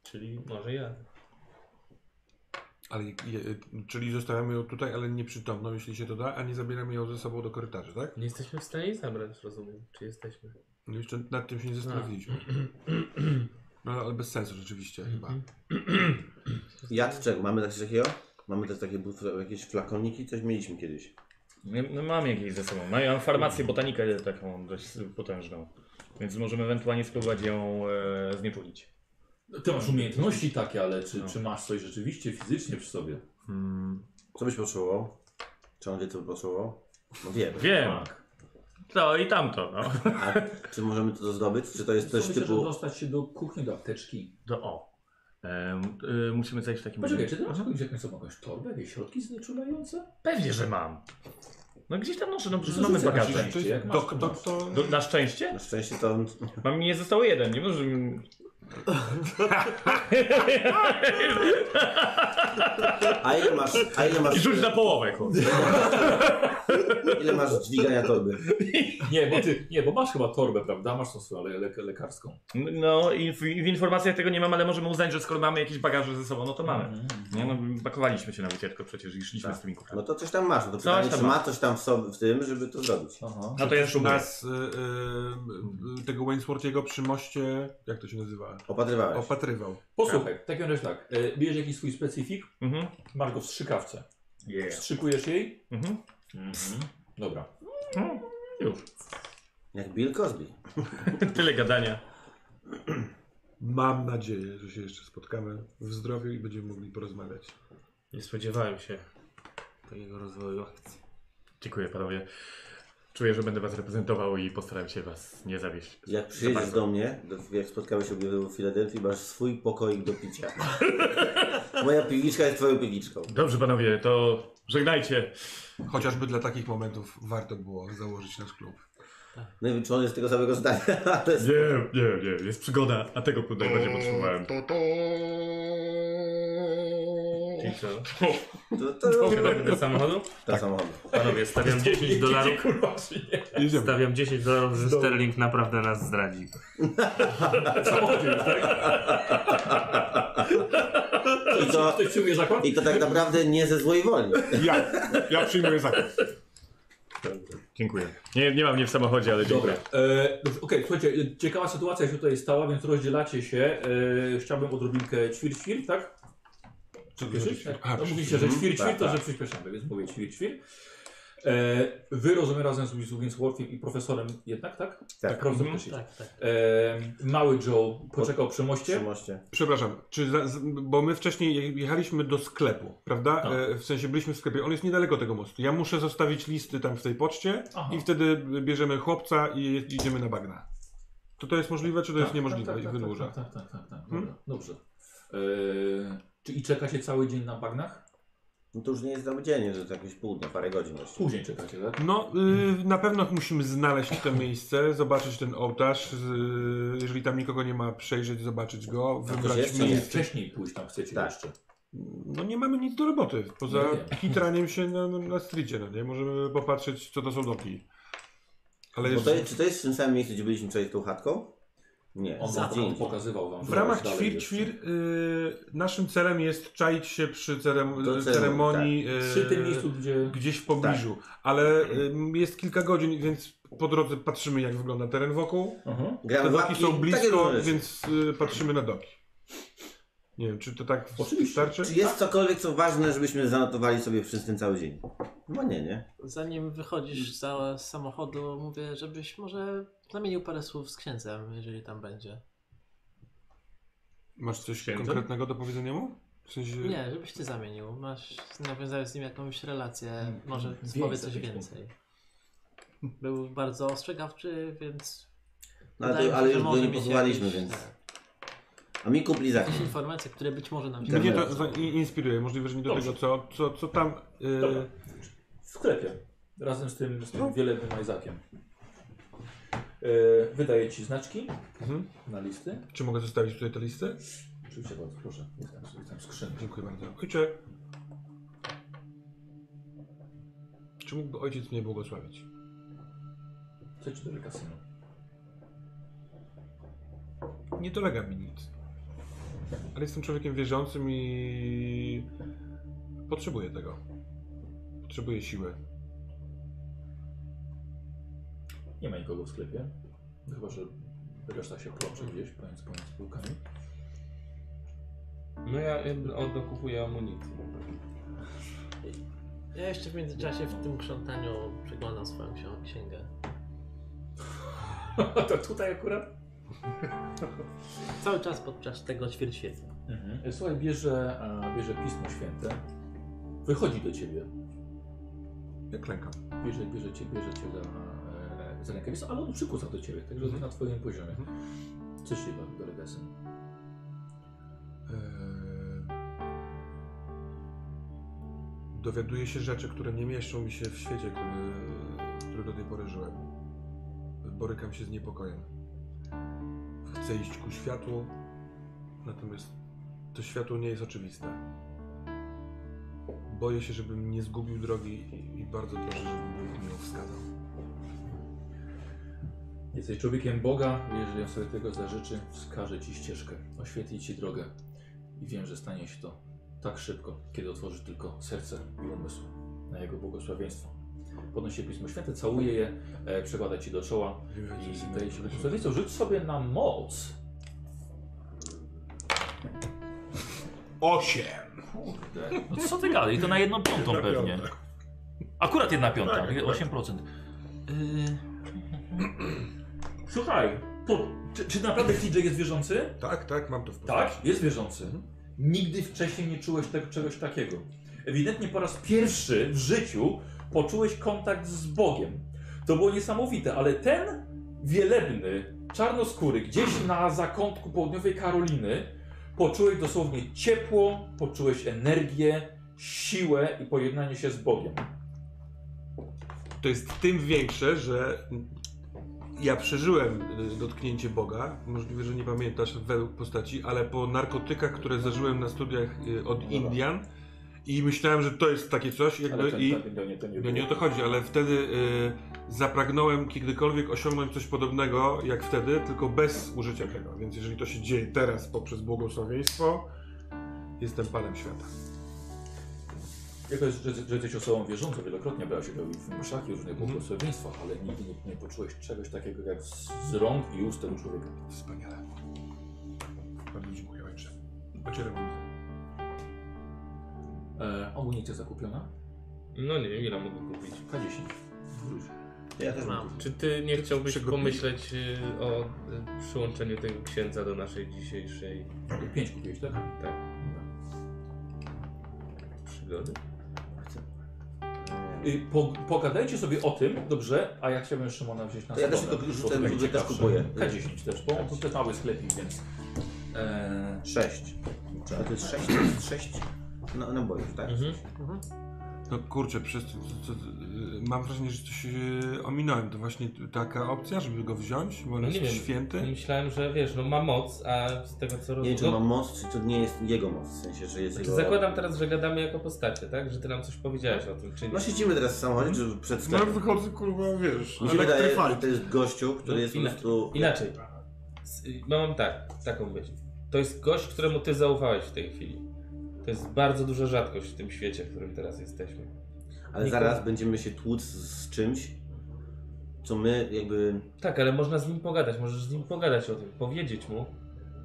Czyli może ja. Ale, je, czyli zostawiamy ją tutaj, ale nieprzytomną, jeśli się to da, a nie zabieramy ją ze sobą do korytarzy, tak? Nie jesteśmy w stanie jej zabrać, rozumiem. Czy jesteśmy? No jeszcze nad tym się nie zastanowiliśmy. No ale bez sensu rzeczywiście chyba. Mhm. Znaczy, Jadczek, mamy coś takiego? Mamy też takie bufle, jakieś flakoniki, coś mieliśmy kiedyś. Ja, no mam jakieś ze sobą. No, ja mam farmację botanikę taką dość potężną. Więc możemy ewentualnie spróbować ją e, znieczulić. Ty masz umiejętności takie, ale czy, czy masz coś rzeczywiście fizycznie przy sobie? Mm, Co byś potrzebował? Czy on wie, co by potrzebował? No wiem. wiem. To i tamto, no. A czy możemy to zdobyć? Czy to jest coś Myślę, żeby typu... dostać się do kuchni, do apteczki. To o. E, e, musimy zejść w takim Poczekaj, czy ty masz jakąś, jakąś, jakąś torbę, jakieś środki znieczulające? Pewnie, że mam. No gdzieś tam noszę, no przecież No mamy rzucę na bagaże. szczęście, jak masz, Dok, to masz. doktor... Do, na szczęście? Na szczęście to on... Mam nie został jeden, nie może. mi- A ile masz... A ile I masz... rzuć na połowę, kurde. Ile masz dźwigania torby? Nie, bo ty, nie, bo masz chyba torbę, prawda? Masz tą swoją le, le, lekarską. No i w, i w informacjach tego nie mam, ale możemy uznać, że skoro mamy jakieś bagaże ze sobą, no to mamy. Mhm. Nie, no, pakowaliśmy się na wycieczkę przecież i szliśmy Tak. z tymi No kuframi. to coś tam masz. No to Coś pytanie, tam czy ma mam. coś tam w, sobie, w tym, żeby to zrobić. Aha. No to ja szumuję. Nas, y, y, y, tego Wainsworthiego przy moście, jak to się nazywa? Tak. Opatrywałeś. Opatrywał. Posłuchaj, w takim razie tak. E, bierzesz jakiś swój specyfik, Mhm. masz go w strzykawce. Yeah. Wstrzykujesz jej? Mhm. Dobra. Już. Jak Bill Cosby. Tyle gadania. Mam nadzieję, że się jeszcze spotkamy w zdrowiu i będziemy mogli porozmawiać. Nie spodziewałem się takiego rozwoju akcji. Dziękuję panowie. Czuję, że będę was reprezentował i postaram się was nie zawieść. Jak Za przyjedziesz bardzo. do mnie, do- jak spotkamy się w Filadelfii, masz swój pokoik do picia. Moja piwniczka jest twoją piwniczką. Dobrze panowie, to żegnajcie. Chociażby dla takich momentów warto było założyć nasz klub. No i wiem, czy on jest tego samego zdania, ale... Nie, nie, nie, jest przygoda, a tego tutaj będzie potrzebowałem. To, to, to. I co? To, to, No. to, Wsiadamy do samochodu? Tak. samochód. Panowie, stawiam 10 dolarów. Kurwa, czy nie? Jedziemy. Stawiam 10 dolarów, że Sterling naprawdę nas zdradzi. I to, Ktoś przyjmuje zakład? I to tak naprawdę nie ze złej woli. Tak. Ja, ja przyjmuję zakres. Dziękuję. Nie, nie mam mnie w samochodzie, ale Dobra. dziękuję. E, dobrze, Okej, słuchajcie, e, ciekawa sytuacja się tutaj stała, więc rozdzielacie się. E, chciałbym odrobinkę ćwir-ćwir, tak? Co to Słyszysz? znaczy? A, No mówicie, że ćwir-ćwir, tak, to tak. że przyspieszamy, więc mówię ćwir-ćwir. E, wy rozumiem razem z Winsworthiem i profesorem jednak, tak? Tak, rozumiem też jest. Tak, tak. E, mały Joe poczekał przy moście. Przy moście. Przepraszam, czy za, z, bo my wcześniej jechaliśmy do sklepu, prawda? Tak. E, w sensie byliśmy w sklepie, on jest niedaleko tego mostu. Ja muszę zostawić listy tam w tej poczcie Aha. i wtedy bierzemy chłopca i idziemy na bagna. To to jest możliwe, czy to jest niemożliwe tak, i tak, wydłuża? Tak, tak, tak, tak, tak. Dobra, dobrze. E, czy i czekacie cały dzień na bagnach? No to już nie jest cały dzień, że to jakieś pół dnia, parę godzin właściwie. Później czekacie, tak? No, y, na pewno musimy znaleźć to miejsce, zobaczyć ten ołtarz. y, jeżeli tam nikogo nie ma, przejrzeć, zobaczyć go, to wybrać jeszcze Nie, miejsce. wcześniej pójść tam chcecie Tak. jeszcze. No nie mamy nic do roboty, poza No wiem. kitraniem się na, na, na streetie, no nie? Możemy popatrzeć, co to są domki. Ale No Bo jest, to jest, czy to jest w tym samym miejscu, gdzie byliśmy przed tą chatką? Nie. On wam Dzień. on pokazywał wam. w że ramach dalej ćwir, jest. ćwir y, naszym celem jest czaić się przy cerem- Do ceremonii, ceremonii y, Przy tym miejscu, gdzie... gdzieś w pobliżu, ale y, jest kilka godzin, więc po drodze patrzymy, jak wygląda teren wokół. Mhm. Gramy Te w doki łapki, są takie blisko, różne rzeczy. więc y, patrzymy na doki. Nie wiem, czy to tak Oczywiście. wystarczy? Czy jest cokolwiek, co ważne, żebyśmy zanotowali sobie przez ten cały dzień? No nie, nie. Zanim Mm. wychodzisz za z samochodu, mówię, żebyś może zamienił parę słów z księdzem, jeżeli tam będzie. Masz coś Księdza? konkretnego do powiedzenia mu? W sensie... Nie, żebyś ty zamienił. Masz, nawiązałeś z nim jakąś Mm. relację, może Więcej powie coś tych więcej. Był bardzo ostrzegawczy, więc... No, ale, wydaje mi to, ale się, że już go może nie mieć posłuchaliśmy, jakieś, więc... tak, A mi kupli za Jakieś informacje, które być może nam się Mnie to Dobra. za- i- inspiruje, możliwe, że nie do Dobrze. tego, co, co, co tam... y, Dobra. W sklepie. Razem z tym, z No. tym wielebnym Isaaciem. E, wydaję ci znaczki mhm. na listy. Czy mogę zostawić tutaj tę listę? Oczywiście bardzo proszę. Jest tam, jest tam skrzynka. Dziękuję bardzo. Ojcze. Czy mógłby ojciec mnie błogosławić? Co ci do kasynu? Nie dolega mi nic. Ale jestem człowiekiem wierzącym i potrzebuję tego. Potrzebuję siły. Nie ma nikogo w sklepie. No Chyba, że reszta się płacze gdzieś pomiędzy, pomiędzy półkami. No ja y, odnokupuję amunicję. Ja jeszcze w międzyczasie w tym krzątaniu przeglądam swoją ksią- księgę. to tutaj akurat. Cały czas podczas tego ćwierćwieca. Mhm. Słuchaj, bierze, e, bierze Pismo Święte. Wychodzi do ciebie. Ja klękam. Bierze, bierze, cię, bierze cię za, e, za rękę. Wiesz co, ale on przykuca do ciebie, także jest na twoim poziomie. Chcesz się bawić do Legasem. Eee, dowiaduję się rzeczy, które nie mieszczą mi się w świecie, który, który do tej pory żyłem. Borykam się z niepokojem. Chcę iść ku światłu, natomiast to światło nie jest oczywiste. Boję się, żebym nie zgubił drogi i- i bardzo proszę, żebym mi ją wskazał. Jesteś człowiekiem Boga, jeżeli on sobie tego zażyczy, wskaże ci ścieżkę, oświetli ci drogę. I wiem, że stanie się to tak szybko, kiedy otworzysz tylko serce i umysł na Jego błogosławieństwo. Podnosi Pismo Święte, całuje je, e, przekłada ci do czoła i daje ci błogosławieństwo. Rzuć sobie na moc. Osiem. No co ty gadaj, to na jedną piątą Tak, pewnie. Akurat jedna piąta, 8%. Y- Słuchaj, to, czy, czy naprawdę TJ jest wierzący? Tak, tak, mam to w postaci. Tak, jest wierzący. Nigdy wcześniej nie czułeś tego, czegoś takiego. Ewidentnie po raz pierwszy w życiu poczułeś kontakt z Bogiem. To było niesamowite, ale ten wielebny, czarnoskóry, gdzieś na zakątku południowej Karoliny, poczułeś dosłownie ciepło, poczułeś energię, siłę i pojednanie się z Bogiem. To jest tym większe, że ja przeżyłem y, dotknięcie Boga. Możliwe, że nie pamiętasz w postaci, ale po narkotykach, które zażyłem na studiach y, No od Indian i myślałem, że to jest takie coś. Jakby, Ale ten, i, ten, do nie, to nie no nie o było. to chodzi, ale wtedy y, zapragnąłem kiedykolwiek osiągnąć coś podobnego jak wtedy, tylko bez użycia tego. Więc jeżeli to się dzieje teraz poprzez błogosławieństwo, jestem panem świata. Jako, że, że jesteś osobą wierzącą, wielokrotnie brałeś udział w mszach i różnych błogosławieństwach, ale nigdy nie, nie poczułeś czegoś takiego jak z, z rąk i ust tego człowieka. Wspaniale. Bardzo dziękuję ojcze. Ocieram łzy. E, amunicja zakupiona? No nie wiem, ile mogę kupić. K10. Wróć. Ja też mam. Czy ty nie chciałbyś Przegotuj. pomyśleć y, o y, przyłączeniu tego księdza do naszej dzisiejszej 5 kupiłeś, tak? tak, przygody? Y, po, pogadajcie sobie o tym, dobrze? A ja chciałbym Szymona wziąć na To ja też stronę, tylko bo to rzucę, będzie rzucę, też ciekawsze. kupuję. K10 też, bo to też mały sklepik, więc... E, Sześć. Kurczę, ale to jest sześć, to jest sześć na, nabojów, tak? No kurczę, przez, co, co, co, yy, mam wrażenie, że coś yy, ominąłem. To właśnie t- taka opcja, żeby go wziąć, bo on No jest nie wiem. święty. Myślałem, że wiesz, no ma moc, a z tego Nie co wiem, rozumiem... czy on ma moc, czy to nie jest jego moc, w sensie, że jest Znaczy, jego... zakładam teraz, że gadamy jako postacie, tak? Że ty nam coś powiedziałeś o tym, czy nie? No siedzimy teraz w samochodzie, czy przed No ale sklepem. wychodzę, kurwa, wiesz. Mi się wydaje, że elektryfal. to jest gościu, który No, jest po ile? prostu... Inaczej. S- y, Mam tak, taką myśl. To jest gość, któremu ty zaufałeś w tej chwili. To jest bardzo duża rzadkość w tym świecie, w którym teraz jesteśmy. Ale zaraz będziemy się tłuc z czymś, co my jakby... Tak, ale można z nim pogadać, możesz z nim pogadać o tym, powiedzieć mu,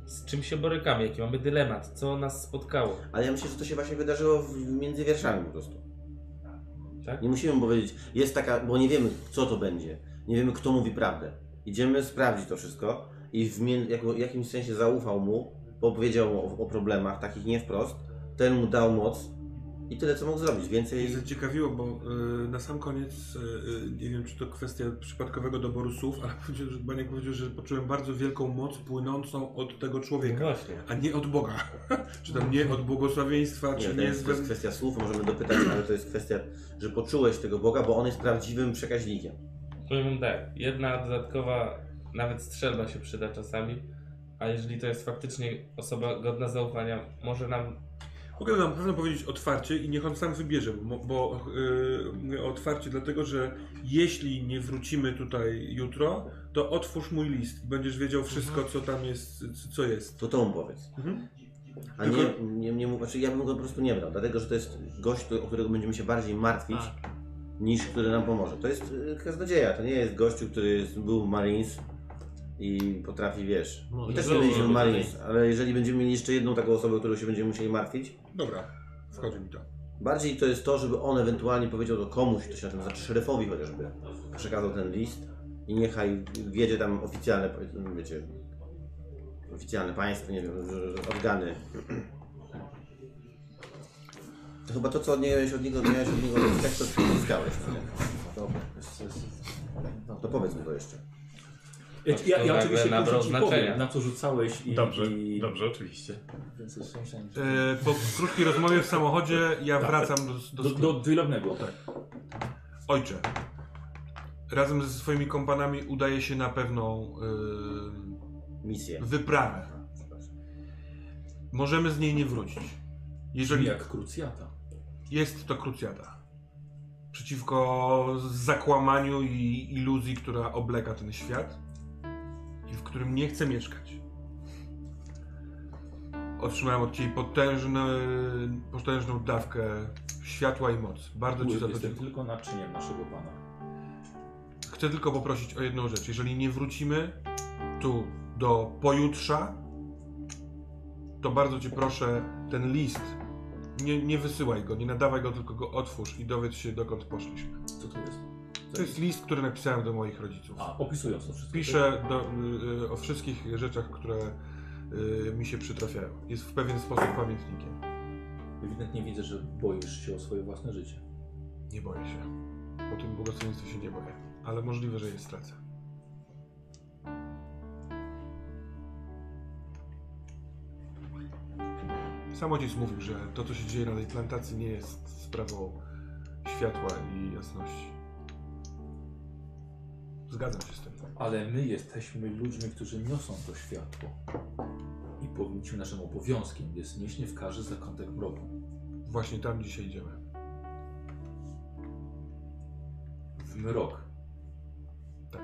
z czym się borykamy, jaki mamy dylemat, co nas spotkało. Ale ja myślę, że to się właśnie wydarzyło w, między wierszami po prostu. Tak? Nie musimy powiedzieć, jest taka, bo nie wiemy co to będzie. Nie wiemy kto mówi prawdę. Idziemy sprawdzić to wszystko i w mie- jak, w jakimś sensie zaufał mu, bo opowiedział mu o, o problemach, takich nie wprost. Ten mu dał moc i tyle co mógł zrobić. Mnie Więcej zaciekawiło, bo y, na sam koniec, y, y, nie wiem czy to kwestia przypadkowego doboru słów, ale powiedział, że Baniak powiedział, że poczułem bardzo wielką moc płynącą od tego człowieka, No Właśnie. a nie od Boga. czy tam nie od błogosławieństwa, Nie, czy to znaczy nie jest, z to jest kwestia słów, możemy dopytać, ale to jest kwestia, że poczułeś tego Boga, bo on jest prawdziwym przekaźnikiem. Powiem wam tak, jedna dodatkowa, nawet strzelba się przyda czasami, a jeżeli to jest faktycznie osoba godna zaufania, może nam... Mogę nam pewno powiedzieć otwarcie i niech on sam wybierze, bo, bo yy, mówię otwarcie, dlatego że jeśli nie wrócimy tutaj jutro, to otwórz mój list i będziesz wiedział wszystko, co tam jest, c- co jest. To to mu powiedz. Mhm. A nie, Tylko- nie, nie, mów- znaczy ja bym go po prostu nie brał, dlatego że to jest gość, który- o którego będziemy się bardziej martwić, niż który nam pomoże. To jest y, kaznodzieja, to nie jest gościu, który jest, był w Marines i potrafi, wiesz. Może I też nie było, byliśmy w żeby Marines, ale jeżeli będziemy mieli jeszcze jedną taką osobę, którą się będziemy musieli martwić, Dobra, wchodzi mi to. Bardziej to jest to, żeby on ewentualnie powiedział to komuś, to się na tym znaczy szeryfowi chociażby, przekazał ten list i niechaj wiedzie tam oficjalne, powiedzmy, wiecie, oficjalne państwo, nie wiem, że- że organy. To chyba to, co odnieś od niego, miałeś od niego tak to uzyskałeś, no nie? Dobra, jest- jest- to powiedz mi to jeszcze. Ja, To ja, ja nagle oczywiście nabrał później ci znaczenia. powiem, na co rzucałeś i... Dobrze, i... dobrze, oczywiście. E, po krótkiej rozmowie w samochodzie ja wracam do, Do, do, do do wylewnego. Ojcze, razem ze swoimi kompanami udaje się na pewną Misję. y, wyprawę. Możemy z niej nie wrócić. Jeżeli Jak krucjata. jest to krucjata. Przeciwko zakłamaniu i iluzji, która obleka ten świat i w którym nie chcę mieszkać. Otrzymałem od Ciebie potężny, potężną dawkę światła i mocy. Bardzo Ci Byłem za to Jestem dziękuję. tylko naczyniem naszego Pana. Chcę tylko poprosić o jedną rzecz. Jeżeli nie wrócimy tu do pojutrza, to bardzo Cię proszę, ten list, nie, nie wysyłaj go, nie nadawaj go, tylko go otwórz i dowiedz się, dokąd poszliśmy. Co to jest? To jest list, który napisałem do moich rodziców. A, opisując to wszystko. Piszę do, y, y, o wszystkich rzeczach, które y, mi się przytrafiają. Jest w pewien sposób pamiętnikiem. tak? Ewidentnie widzę, że boisz się o swoje własne życie. Nie boję się. Po tym błogosławieństwie się nie boję. Ale możliwe, że je stracę. Samodziec mówił, że to, co się dzieje na tej plantacji, nie jest sprawą światła i jasności. Zgadzam się z tym. Ale my jesteśmy ludźmi, którzy niosą to światło. I powinniśmy naszym obowiązkiem jest nieść w każdy zakątek mroku. Właśnie tam dzisiaj idziemy. W mrok. Tak.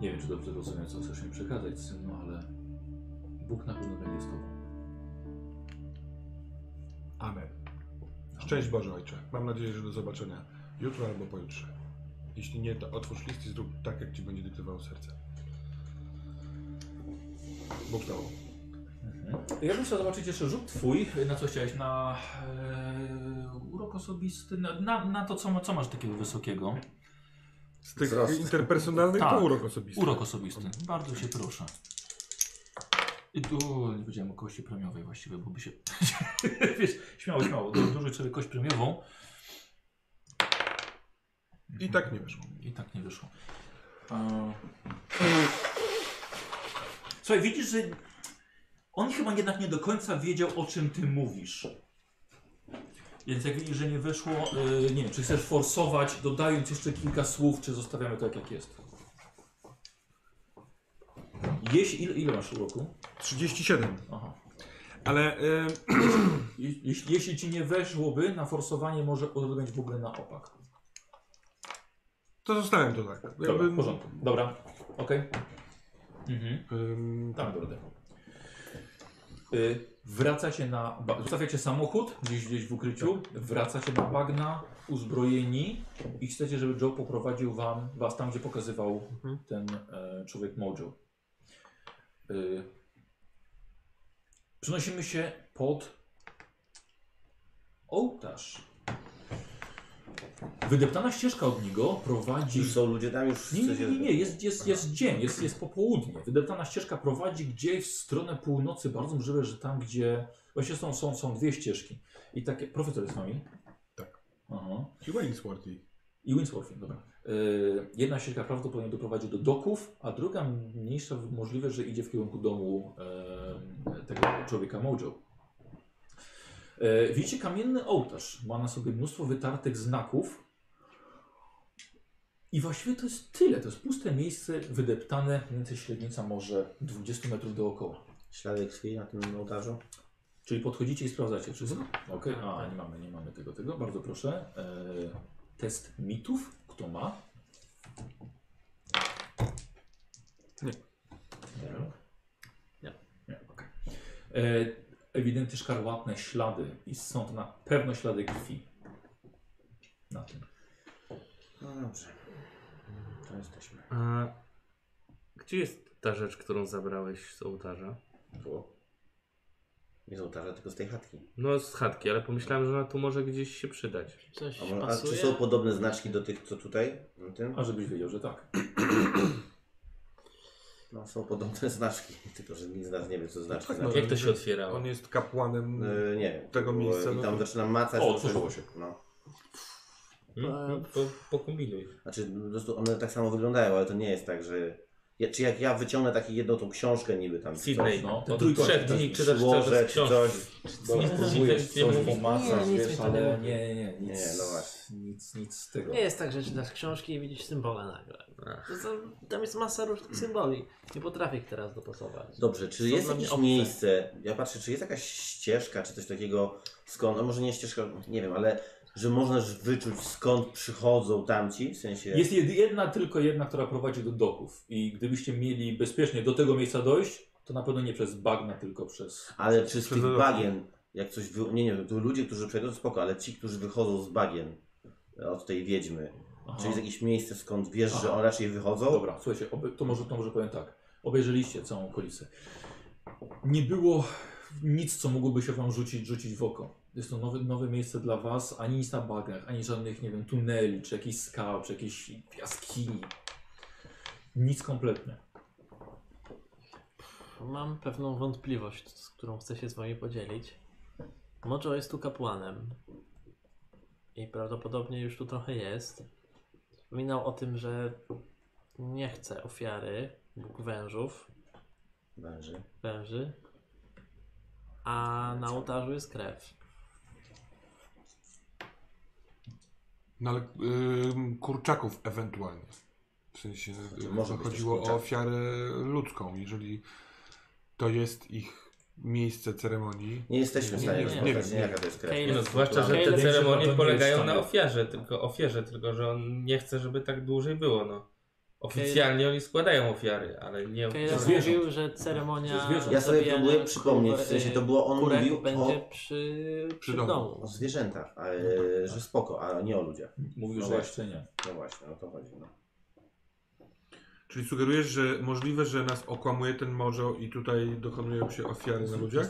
Nie wiem, czy dobrze rozumiem, co chcesz mi przekazać, synu, ale Bóg na pewno będzie z tobą. Amen. Szczęść Boże Ojcze. Mam nadzieję, że do zobaczenia jutro albo pojutrze. Jeśli nie, to otwórz list i zrób tak, jak Ci będzie dyktowało serce. Bóg z Tobą. Ja bym chciał zobaczyć jeszcze rzut twój, na co chciałeś, na e, urok osobisty, na, na, na to, co, ma- co masz takiego wysokiego. Z tych Wzrost. interpersonalnych Tak. to urok osobisty. Urok osobisty. Bardzo się proszę. I tu nie powiedziałem o kości premiowej właściwie, bo by się. Wiesz, śmiało, śmiało. Dużo sobie kość premiową. I tak nie weszło. I tak nie wyszło. A... Słuchaj, widzisz, że on chyba jednak nie do końca wiedział, o czym ty mówisz. Więc jak widzisz, że nie wyszło, yy, nie wiem, czy chcesz forsować, dodając jeszcze kilka słów, czy zostawiamy to tak, jak jest. Jeśli, ile, ile masz uroku? 37. Aha. Ale y, Je- Jeśli, jeśli ci nie weszłoby na forsowanie, może odbędzie w ogóle na opak. to zostałem to tak. Dobra, Jakby, w porządku. Dobra, okej. Mhm. ym, Tam brodę. Y, wracacie na. ba- Zostawiacie samochód gdzieś, gdzieś w ukryciu, wracacie na bagna, uzbrojeni i chcecie, żeby Joe poprowadził wam, was tam, gdzie pokazywał ten e, człowiek Mojo. Y, przenosimy się pod ołtarz. Wydeptana ścieżka od niego prowadzi. Już są ludzie tam, już Nie, nie, się- nie, nie. Jest, jest, jest dzień, jest, jest popołudnie. Wydeptana ścieżka prowadzi gdzieś w stronę północy. Bardzo możliwe, że tam, gdzie. Właśnie są, są, są dwie ścieżki. I takie. Profesor jest z nami? Tak. Aha. Chyba Ainsworthy. I Windsurfing, dobra. Y, jedna ścieżka prawdopodobnie doprowadzi do doków, a druga mniejsza możliwe, że idzie w kierunku domu em, tego człowieka Mojo. Y, widzicie kamienny ołtarz. Ma na sobie mnóstwo wytartych znaków. I właściwie to jest tyle. To jest puste miejsce, wydeptane, mniej więcej średnica może 20 metrów dookoła. Ślady krwi na tym ołtarzu. Czyli podchodzicie i sprawdzacie wszystko. Okej, a nie mamy, nie mamy tego, tego. Bardzo proszę. E, test mitów. Kto ma? Nie. Nie. Nie. Nie. okej. E, ewidentnie szkarłatne ślady i są to na pewno ślady krwi. Na tym. No dobrze. To jesteśmy. A Gdzie jest ta rzecz, którą zabrałeś z ołtarza? Było. Nie z ołtarza, tylko z tej chatki. No z chatki, ale pomyślałem, że ona tu może gdzieś się przydać. Coś A, może, a pasuje. czy są podobne znaczki do tych, co tutaj? Na tym? A żebyś wiedział, że tak. No, są podobne znaczki, tylko że nikt z nas nie wie, co znaczki No, znaczą. Jak to się otwierało? On jest kapłanem. Yy, nie wiem. Tego Bo- miejsca, I no tam to- zaczynam macać. O, to coś- otworzyło się. No. Hmm? Po, pokombinuj. Znaczy, po prostu one tak samo wyglądają, ale to nie jest tak, że... Ja, czy jak ja wyciągnę taki jedną tą książkę niby tam, czy coś, Sydney, no. no. To Od trzech trójkąt. dni czytasz przyłożę, cały czy czas coś. książki. Dobra, Nic próbujesz ci też nie coś mówi. pomacać, Nie, nic mi wiesz, to ale Nie, nie, nie. Nic, Nie, no właśnie. nic, nic z tego. Nie jest tak, że czytasz książki i widzisz symbole nagle. To są- Tam jest masa różnych Mm. symboli. Nie potrafię ich teraz dopasować. Dobrze, czy Są jest dla mnie jakieś obce. miejsce, ja patrzę, czy jest jakaś ścieżka, czy coś takiego, skąd, a może nie ścieżka, nie wiem, ale że można wyczuć skąd przychodzą tamci, w sensie... Jest jed- jedna, tylko jedna, która prowadzi do doków. I gdybyście mieli bezpiecznie do tego miejsca dojść, to na pewno nie przez bagna, tylko przez. Ale czy z Czy tych to- bagien, jak coś wy... Nie, nie, tu ludzie, którzy przejdą, spoko, ale ci, którzy wychodzą z bagien e, od tej wiedźmy, Aha. czy jest jakieś miejsce, skąd wiesz, Aha. że on raczej wychodzą? Dobra, słuchajcie, obe- to, może, to może powiem tak. Obejrzeliście całą okolicę. Nie było nic, co mogłoby się wam rzucić, rzucić w oko. Jest to nowe, nowe miejsce dla was, ani nic na bagnach, ani żadnych, nie wiem, tuneli, czy jakichś skał, czy jakiejś jaskini. Nic kompletnie. Mam pewną wątpliwość, z którą chcę się z wami podzielić. Mojo jest tu kapłanem. I prawdopodobnie już tu trochę jest. Wspominał o tym, że nie chce ofiary Bóg wężów, Węży. węży, a na ołtarzu jest krew. No ale ym, kurczaków ewentualnie. W sensie Znaczy, y, może być chodziło też o kurczak. ofiarę ludzką, jeżeli to jest ich miejsce ceremonii. Nie jesteśmy w Nie, stanie nie, nie rozpoznać, wiem, nie, nie jaka to jest krew. Kejle- Nie No, zwłaszcza, że Kejle te się na ceremonie pewno nie polegają na ściąga. ofierze, tylko ofierze, tylko że on nie chce, żeby tak dłużej było, no. Oficjalnie oni składają ofiary, ale nie Kejles zwierząt. mówił, że To ceremonia zwierząt. Ja sobie zabijania próbuję przypomnieć, w kur- sensie to było, on kurek mówił będzie o, przy, przy Przy domu. domu. o zwierzętach, ale, że spoko, a nie o ludziach. Mówił, No że właśnie. jeszcze nie. No właśnie, o to chodzi. No. Czyli sugerujesz, że możliwe, że nas okłamuje ten morzo i tutaj dokonują się ofiary na ludziach?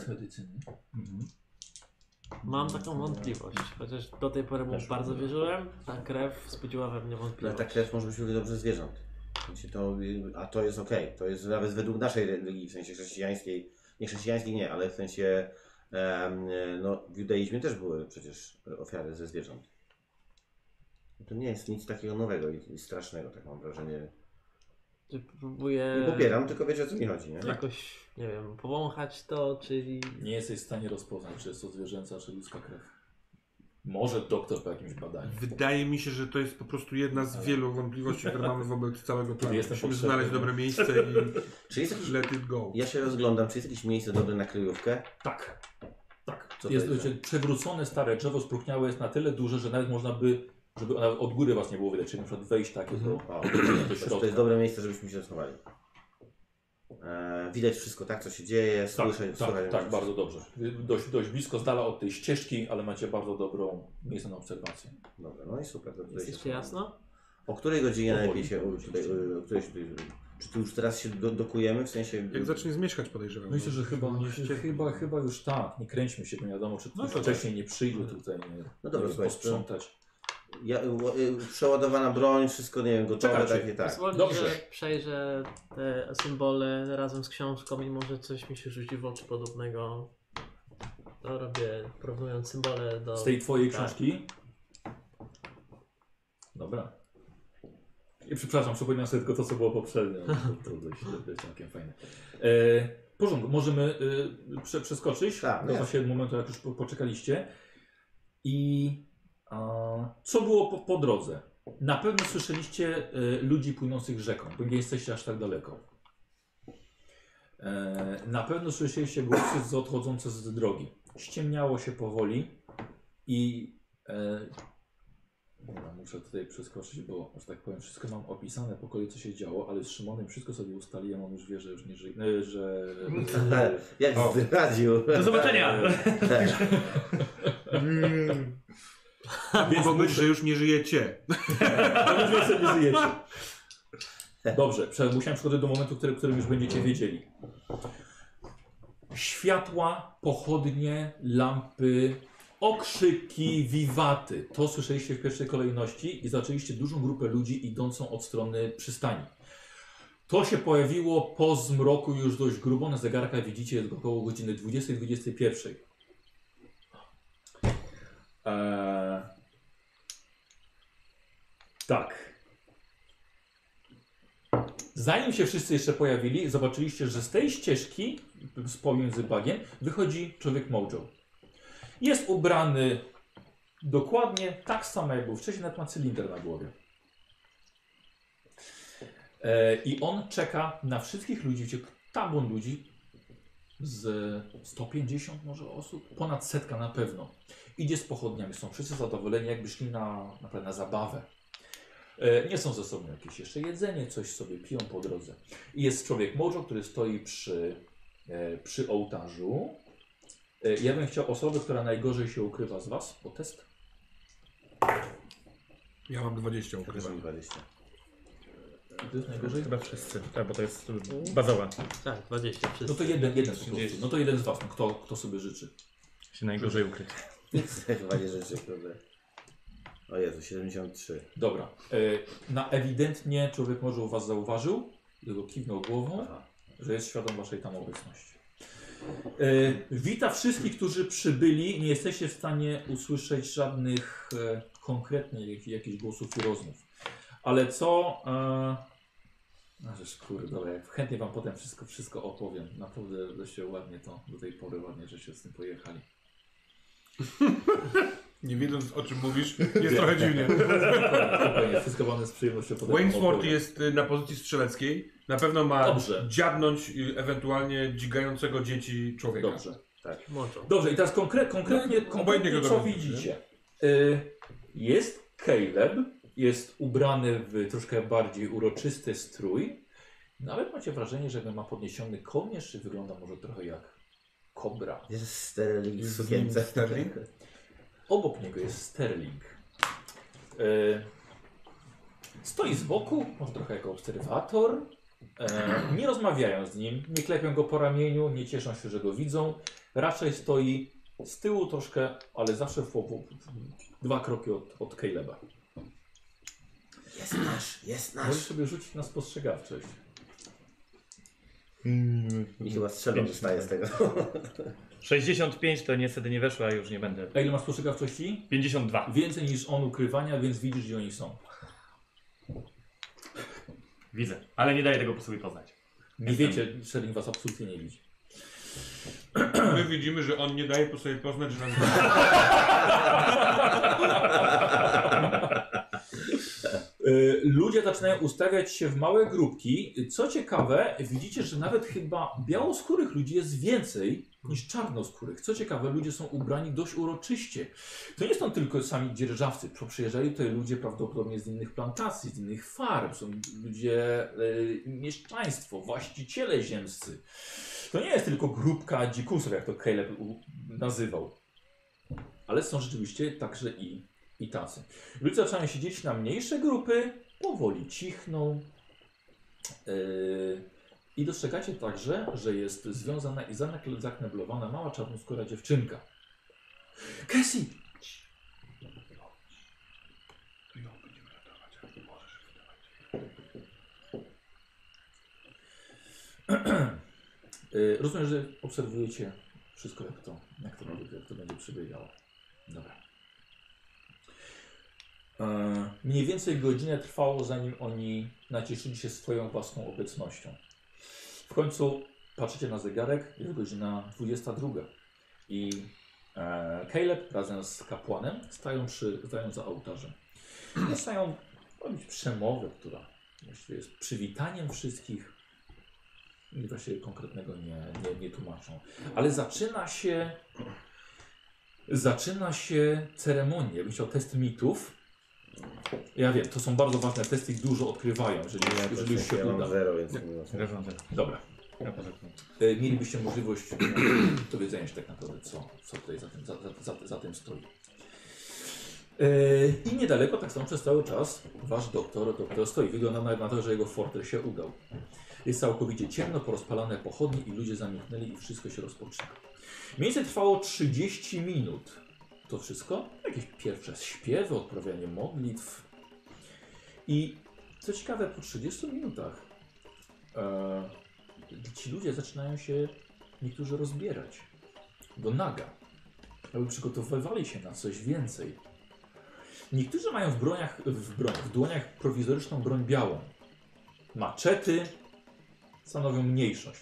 Mam taką wątpliwość, chociaż do tej pory mu bardzo wierzyłem, ta krew wzbudziła we mnie Ale wątpliwość. ta krew może być równie dobrze zwierząt. W sensie to, a to jest okej. To jest nawet według naszej religii, w sensie chrześcijańskiej. Nie chrześcijańskiej nie, ale w sensie em, no, w judaizmie też były przecież ofiary ze zwierząt. To nie jest nic takiego nowego i, i strasznego, tak mam wrażenie. Czy próbuję Nie popieram, tylko wiecie o co mi chodzi, nie? Eee. jakoś, nie wiem, powąchać to, czyli... Nie jesteś w stanie rozpoznać, czy jest to zwierzęca, czy ludzka krew. Może doktor po jakimś badaniu. Wydaje mi się, że to jest po prostu jedna z wielu wątpliwości, które mamy wobec całego planu. Jestem Musimy potrzebny. znaleźć dobre miejsce Czy jest i jakiś, let it go. ja się rozglądam, czy jest jakieś miejsce dobre na kryjówkę? Tak. Tak. Co to jest jest? wiecie, przewrócone stare drzewo, spróchniałe jest na tyle duże, że nawet można by, żeby nawet od góry was nie było widać, czyli na przykład wejść takie do, O, do to, to jest środka. dobre miejsce, żebyśmy się schowali. E, widać wszystko tak, co się dzieje, Tak, słyszę, słuchaj, tak, tak, bardzo dobrze. Wy Dość, dość blisko, z dala od tej ścieżki, ale macie bardzo dobrą miejsce na obserwację. Mhm. Dobra, no i super. To tutaj Jest się jeszcze jasno? O której godzinie Powoli. najlepiej się u- tutaj, u- o której się tutaj, Czy tu już teraz się do, dokujemy, w sensie... y, Jak zacznie zmieszkać podejrzewam. Myślę, że chyba, Nie ścieknie. chyba, chyba już tak. Nie kręćmy się, bo nie wiadomo, czy Mhm. No ktoś to Mhm. wcześniej nie przyjdzie tutaj, nie, No dobra, nie wiem, słuchaj, posprzątać. Ja, u- y, przeładowana broń, wszystko, nie wiem, gotowe, Czekacie. takie, tak. Pozwólcie, dobrze. że przejrzę te symbole razem z książką i może coś mi się rzuci w oczy podobnego. To robię, porównując symbole do... Z tej twojej Tak. książki? Dobra. I przepraszam, przypominam sobie tylko to, co było poprzednio. No, To- To dość, to jest całkiem fajne. E, w porządku, możemy e, prze, przeskoczyć Tak, do nie. właśnie momentu, jak już po, poczekaliście. I a, co było po, po drodze? Na pewno słyszeliście e, ludzi płynących rzeką, bo nie jesteście aż tak daleko. E, na pewno słyszeliście głosy z odchodzące z drogi. Ściemniało się powoli i e, dobra, muszę tutaj przeskoczyć, bo że tak powiem, wszystko mam opisane po kolei, co się działo, ale z Szymonem wszystko sobie ustaliłem, on już wie, że już nie żyje, e, że... Jak O. zdradził. Do zobaczenia! Tak. Bo myślę, że już nie żyjecie. że sobie nie żyjecie. Dobrze, prze- musiałem przychodzić do momentu, który, którym już będziecie wiedzieli. Światła, pochodnie, lampy, okrzyki, wiwaty. To słyszeliście w pierwszej kolejności i zaczęliście dużą grupę ludzi idącą od strony przystani. To się pojawiło po zmroku już dość grubo. Na zegarkach widzicie jest około godziny 20-21. Eee... Tak. Zanim się wszyscy jeszcze pojawili, zobaczyliście, że z tej ścieżki z pomiędzy bagiem wychodzi człowiek mojo. Jest ubrany dokładnie tak samo jak był wcześniej, nawet ma cylinder na głowie. E, I on czeka na wszystkich ludzi, wiecie, tabun ludzi z 150 może osób, ponad setka na pewno. Idzie z pochodniami, są wszyscy zadowoleni, jakby szli na, na, pewno na zabawę. E, Nie są ze sobą jakieś jeszcze jedzenie, coś sobie piją po drodze. I jest człowiek mojo, który stoi przy, e, przy ołtarzu. E, Ja bym chciał osobę, która najgorzej się ukrywa z Was, bo test. Ja mam 20 Też mam ukrywanych. 20. To jest najgorzej? Chyba wszyscy, tak, bo to jest y, bazowa. Tak, 20 No to wszyscy. jeden, jeden po prostu. No to jeden z Was, no kto, kto sobie życzy. Się najgorzej ukryć. Nic chyba nie Tak, rzeczy, kurde. O Jezu, 73. Dobra. E, Na ewidentnie człowiek może u Was zauważył, jego kiwnął głową, Aha. że jest świadom Waszej tam obecności. E, Wita wszystkich, którzy przybyli. Nie jesteście w stanie usłyszeć żadnych e, konkretnych jak- jakichś głosów i rozmów. Ale co... E, a żeż kurde, dobra, jak chętnie Wam potem wszystko, wszystko opowiem. Naprawdę dość ładnie to do tej pory, ładnie, że się z tym pojechali. Nie wiedząc o czym mówisz, jest trochę dziwnie. Spokojnie, wszystko Wam z przyjemnością potem Wainsworth opowiem. jest y, na pozycji strzeleckiej. Na pewno ma Dobrze. dziabnąć y, ewentualnie dzigającego dzieci człowieka. Dobrze. Moczą. Dobrze, i teraz konkre konkretnie, obojętnie konkretnie go co dobrze, widzicie. Y, jest Caleb, jest ubrany w troszkę bardziej uroczysty strój. Nawet macie wrażenie, że ma podniesiony kołnierz i wygląda może trochę jak kobra. Jest Sterling w Jest z sukience. nim Sterling? Obok niego jest Sterling. E, Stoi z boku, może trochę jako obserwator. E, Nie rozmawiają z nim, nie klepią go po ramieniu, nie cieszą się, że go widzą. Raczej stoi z tyłu troszkę, ale zawsze w połowu, dwa kroki od, od Caleba. Jest nasz, jest Możesz nasz. sobie rzucić na spostrzegawczość. Mm. I chyba strzelą dostaje z tego. 65 to niestety nie weszło, a już nie będę. A ile masz spostrzegawczości? 52. Więcej niż on ukrywania, więc widzisz, gdzie oni są. Widzę, ale nie daję tego po sobie poznać. Nie wiecie, Sterling was absolutnie nie widzi. My widzimy, że on nie daje po sobie poznać, że nas Y, Ludzie zaczynają ustawiać się w małe grupki. Co ciekawe, widzicie, że nawet chyba białoskórych ludzi jest więcej niż czarnoskórych. Co ciekawe, ludzie są ubrani dość uroczyście. To nie są tylko sami dzierżawcy. Przy- Przyjeżdżali tutaj ludzie prawdopodobnie z innych plantacji, z innych farm. Są ludzie, y, mieszczaństwo, właściciele ziemscy. To nie jest tylko grupka dzikusów, jak to Caleb u- nazywał. Ale są rzeczywiście także i, i tacy. Ludzie zaczynają się dzielić na mniejsze grupy, powoli cichną. Yy, I dostrzegacie także, że jest związana i zanakl- zakneblowana mała czarnoskóra dziewczynka. Cassie! Yy, Rozumiem, że obserwujecie wszystko, jak to, jak to, będzie, jak to będzie przebiegało. Dobra. E, Mniej więcej godzinę trwało, zanim oni nacieszyli się swoją własną obecnością. W końcu patrzycie na zegarek, jest godzina 22. I e, Caleb razem z kapłanem stają, przy, stają za ołtarzem. Zaczynają robić przemowę, która właściwie jest przywitaniem wszystkich. I właściwie konkretnego nie, nie, nie tłumaczą. Ale zaczyna się. Zaczyna się ceremonia. Ja bym chciał test mitów. Ja wiem, to są bardzo ważne testy i dużo odkrywają, jeżeli, jeżeli już ja się uda. mam zero, więc nie ma sensu. Reżące. Dobra. Ja pożegnam. E, mielibyście możliwość dowiedzenia się tak naprawdę, co, co tutaj za tym, za, za, za, za tym stoi. Yy, I niedaleko, tak samo przez cały czas, wasz doktor, doktor stoi. Wygląda nawet na to, że jego fortel się udał. Jest całkowicie ciemno, porozpalane pochodnie i ludzie zamknęli i wszystko się rozpoczyna. Miejsce trwało 30 minut. To wszystko? Jakieś pierwsze śpiewy, odprawianie modlitw. I co ciekawe, po 30 minutach e, ci ludzie zaczynają się niektórzy rozbierać do naga, aby przygotowywali się na coś więcej. Niektórzy mają w, broniach, w, broń, w dłoniach prowizoryczną broń białą. Maczety stanowią mniejszość,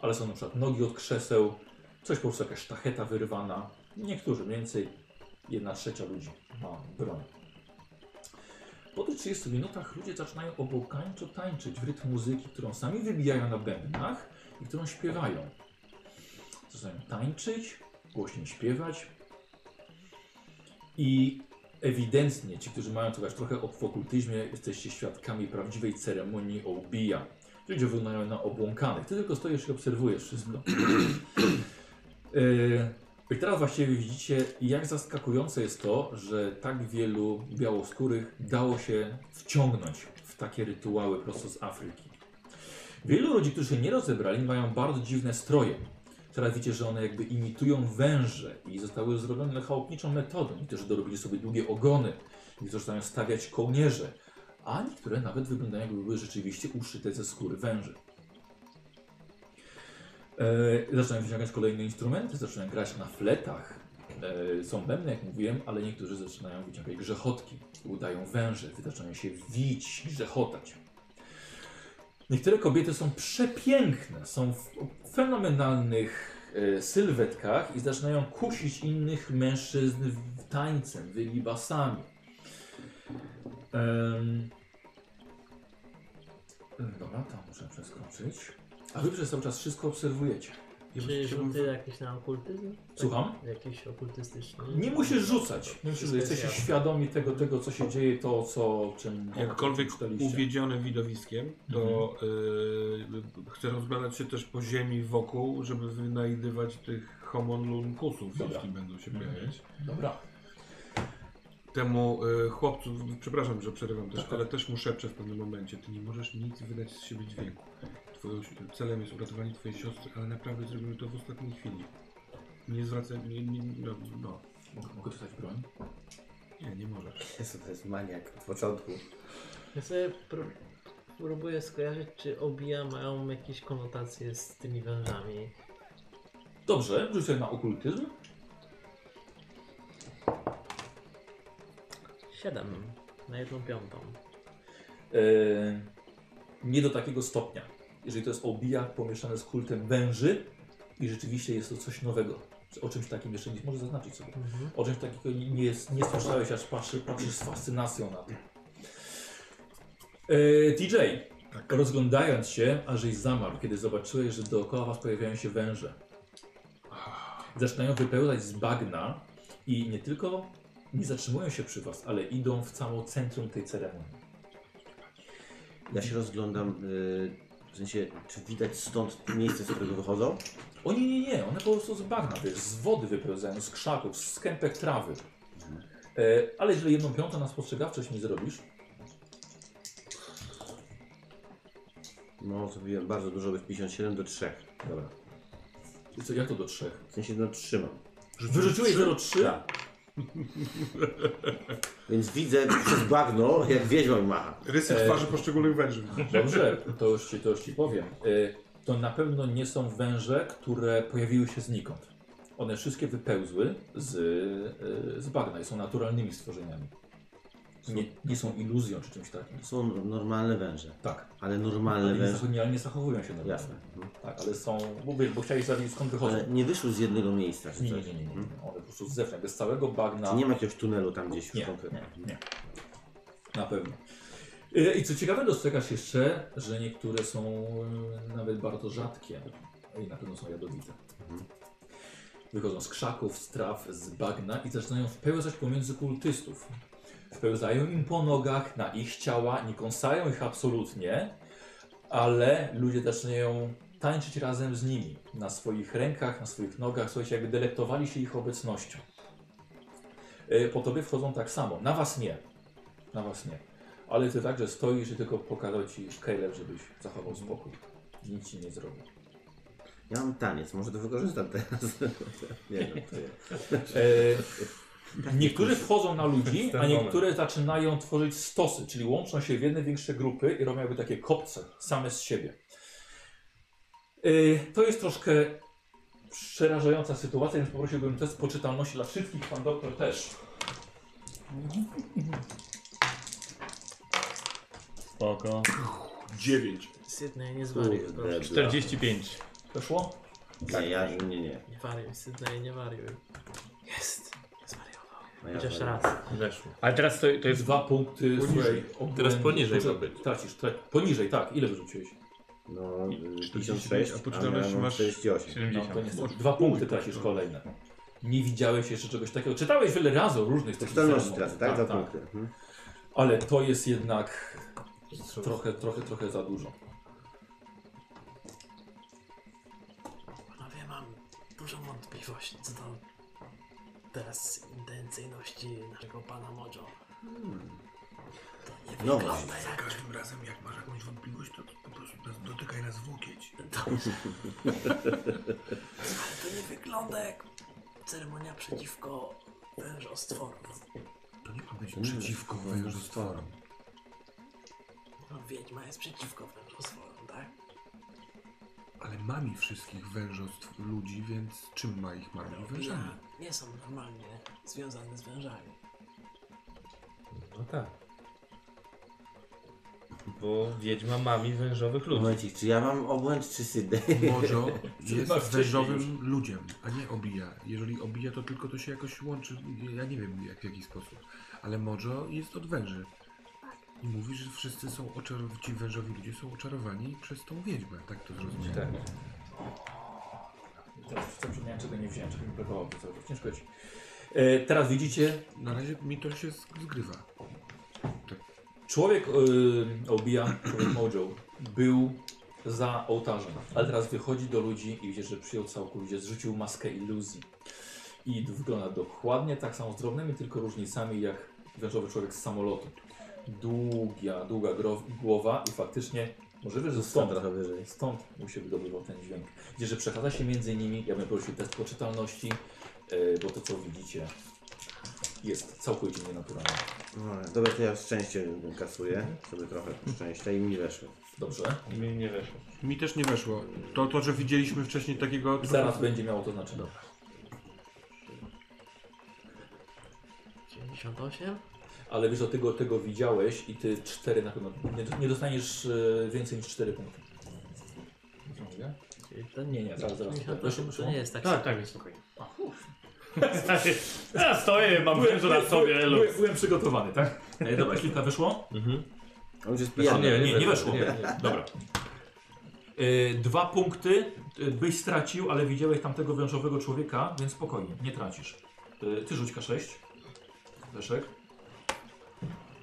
ale są na przykład nogi od krzeseł, coś po prostu jakaś sztacheta wyrywana. Niektórzy więcej, jedna trzecia ludzi ma broń. Po tych 30 minutach ludzie zaczynają obłokańczo tańczyć w rytm muzyki, którą sami wybijają na bębnach i którą śpiewają. Zaczynają tańczyć, głośniej śpiewać i ewidentnie ci, którzy mają chociaż trochę o- w okultyzmie, jesteście świadkami prawdziwej ceremonii Obija. Ludzie wyglądają na obłąkanych. Ty tylko stoisz i obserwujesz wszystko. Yy, I teraz właściwie widzicie, jak zaskakujące jest to, że tak wielu białoskórych dało się wciągnąć w takie rytuały prosto z Afryki. Wielu ludzi, którzy się nie rozebrali, mają bardzo dziwne stroje. Teraz widzicie, że one jakby imitują węże i zostały zrobione chałupniczą metodą. Niektórzy dorobili sobie długie ogony, niektórzy zaczynają stawiać kołnierze, a niektóre nawet wyglądają jakby były rzeczywiście uszyte ze skóry węży. E, zaczynają wyciągać kolejne instrumenty, zaczynają grać na fletach. E, są bębny, jak mówiłem, ale niektórzy zaczynają wyciągać grzechotki, udają węże, zaczynają się wić, grzechotać. Niektóre kobiety są przepiękne, są w fenomenalnych e, sylwetkach i zaczynają kusić innych mężczyzn w- tańcem, wygibasami. Em, Dobra, tam muszę przeskoczyć. A wy przez cały czas wszystko obserwujecie. Czy rzuty jakieś na okultyzm? Słucham? Jakiś okultystyczny? Nie musisz rzucać. Nie musisz, rzucać. jesteście świadomi tego, tego, co się dzieje, to, co, czym Jakkolwiek czytaliście. uwiedziony widowiskiem, to y, chcę rozglądać się też po ziemi wokół, żeby wynajdywać tych homonlunkusów, Dobra. jeśli będą się pojawiać. Dobra. Temu y, chłopcu, przepraszam, że przerywam też, Tak. ale też mu szepczę w pewnym momencie. Ty nie możesz nic wydać z siebie dźwięku. Twoją, celem jest uratowanie twojej siostry, ale naprawdę zrobimy to w ostatniej chwili. Nie zwracaj, nie, nie, no, no. Mogę, mogę dostać broń? Nie, nie możesz. Jezu, to jest maniak od początku. Ja sobie pró- próbuję skojarzyć, czy obija mają jakieś konotacje z tymi wężami. Dobrze, rzuć sobie na okultyzm. Siedem na jedną piątą. E, nie do takiego stopnia. Jeżeli to jest obijak pomieszany z kultem węży i rzeczywiście jest to coś nowego, o czymś takim jeszcze nie może zaznaczyć sobie. O czymś takiego nie, nie, nie słyszałeś, aż patrzysz, patrzysz z fascynacją na to. E, TJ, rozglądając się, ażeś zamarł, kiedy zobaczyłeś, że dookoła was pojawiają się węże. Zaczynają wypełzać z bagna i nie tylko nie zatrzymują się przy was, ale idą w samo centrum tej ceremonii. Ja się rozglądam, y, w sensie, czy widać stąd miejsce, z którego wychodzą? O nie, nie, nie, one po prostu z bagna, wiesz, z wody wypełzają, z krzaków, z kępek trawy. E, ale jeżeli jedną piątą na spostrzegawczość nie zrobisz, No, zrobiłem bardzo dużo, bo jest 57 do 3. dobra. I co, jak to do trzech? W sensie, no trzymam. Wyrzuciłeś 0,3? Tak. Więc widzę przez bagno, jak wiedźma macha. Rysy E, twarzy poszczególnych węży. Dobrze, to już ci, to już ci powiem. E, to na pewno nie są węże, które pojawiły się znikąd. One wszystkie wypełzły z, e, z bagna i są naturalnymi stworzeniami. Nie, nie są iluzją czy czymś takim. Są normalne węże, Tak, ale normalne ale nie, węże. zachow- nie, ale nie zachowują się normalnie. Jasne. Mhm. Tak, ale są, bo, wiesz, bo chciałeś zawiedzieć skąd wychodzą. Ale nie wyszły z jednego miejsca, czy Nie, nie, coś. nie, nie, nie. Mhm. One po prostu z zewnątrz, bez całego bagna. Czy nie ma jakiegoś tunelu tam gdzieś Nie, konkretnie? nie, nie. Na pewno. E, I co ciekawe, dostrzegasz jeszcze, że niektóre są e, nawet bardzo rzadkie i na pewno są jadowite. Wychodzą z krzaków, z traw, z bagna i zaczynają wpełzać pomiędzy kultystów. Wpełzają im po nogach, na ich ciała, nie kąsają ich absolutnie, ale ludzie zaczynają tańczyć razem z nimi. Na swoich rękach, na swoich nogach, słuchajcie, jakby delektowali się ich obecnością. E, Po tobie wchodzą tak samo. Na was nie. Na was nie. Ale ty także stoisz i tylko pokazał ci Caleb, żebyś zachował spokój. Nic ci nie zrobił. Ja mam taniec, może to wykorzystam teraz. nie wiem, to jest. E, niektórzy wchodzą na ludzi, a Ten niektóre zaczynają tworzyć stosy, czyli łączą się w jedne większe grupy i robią jakby takie kopce same z siebie. E, to jest troszkę przerażająca sytuacja, więc poprosiłbym test poczytalności dla wszystkich, pan doktor też. Spoko. 9. Sydney, nie zwariuj. Kurde, proszę. 45. Weszło? Nie, ja, nie, nie. Nie wariuj, Sydney, nie wariuj. Jest! Zwariował. No ja Chociaż wariuję. raz. Weszło. Ale teraz to, to To jest jest... dwa punkty. Poniżej. Teraz poniżej ma być. Tracisz, tra poniżej, tak. Ile wyrzuciłeś? No, y, 46, 56, a a poczytalność miałem masz- 48. 70. No, to niestety. Dwa punkty no. tracisz kolejne. Nie widziałeś jeszcze czegoś takiego. Czytałeś wiele razy o różnych takich Czytelności ceremonii. tracę, tak? Dwa punkty. Mhm. Ale to jest jednak trochę, trochę, trochę za dużo. Panowie, mam dużą wątpliwość co do teraz intencyjności naszego pana Mojo. To nie No wygląda Za jak... każdym razem, jak masz jakąś wątpliwość, to po prostu nas dotykaj nas w łokieć. To nie wygląda jak ceremonia przeciwko wężostworom. To nie ma być przeciwko wężostworom. No, wiedźma jest przeciwko wężostworom, tak? Ale mamy wszystkich wężostw ludzi, więc czym ma ich mamy? Wężami. Ja nie są normalnie związane z wężami. No tak. Bo wiedźma mami wężowych No ludzi. Momencik, czy ja mam obłęd, czy sydę? Mojo masz jest wcześniej wężowym ludziem, a nie obija. Jeżeli obija, to tylko to się jakoś łączy. Ja nie wiem jak, w jaki sposób. Ale Mojo jest od węży. I mówi, że wszyscy są oczarowani, ci wężowi ludzie są oczarowani przez tą wiedźmę. Tak to zrozumiałem. Tak. Teraz wszystko przypomniałem, czego nie wziąłem, czego mi brakowało. to cały czas Ciężko ci. E, teraz widzicie, Na razie mi to się z- zgrywa. człowiek e, obija, człowiek Mojo, był za ołtarzem, ale teraz wychodzi do ludzi i widzicie, że przyjął całkowicie, zrzucił maskę iluzji. I wygląda dokładnie tak samo z drobnymi, tylko różnicami jak wężowy człowiek z samolotu. Długa, długa gro- głowa i faktycznie możliwe, że Są stąd trochę wyżej. Stąd mu się wydobywał ten dźwięk. Widzicie, że przechadza się między nimi. Ja bym prosił test poczytalności, yy, bo to co widzicie jest całkowicie nienaturalne. No, Dobra, to ja szczęście kasuję sobie trochę szczęścia i mi weszło. Dobrze? Mi nie weszło. Mi też nie weszło. To, to że widzieliśmy wcześniej takiego... Zaraz będzie miało to znaczenie. 98? Ale wiesz, że tego, tego widziałeś i ty cztery na pewno. Nie, nie dostaniesz yy, więcej niż cztery punkty. To Nie, nie, zaraz, zaraz. 98 to nie jest tak. Tak, tak, jest spokojnie. Ja stoję, mam Byłem, węża na byłem, sobie, byłem, elo. byłem, byłem przygotowany, tak? E, dobra, kilka wyszło? A On już jest Nie, pijany. nie, nie, weszło, weszło. nie, nie. Dobra. E, dwa punkty e, byś stracił, ale widziałeś tamtego wężowego człowieka, więc spokojnie, nie tracisz. E, ty rzuć K6. Leszek.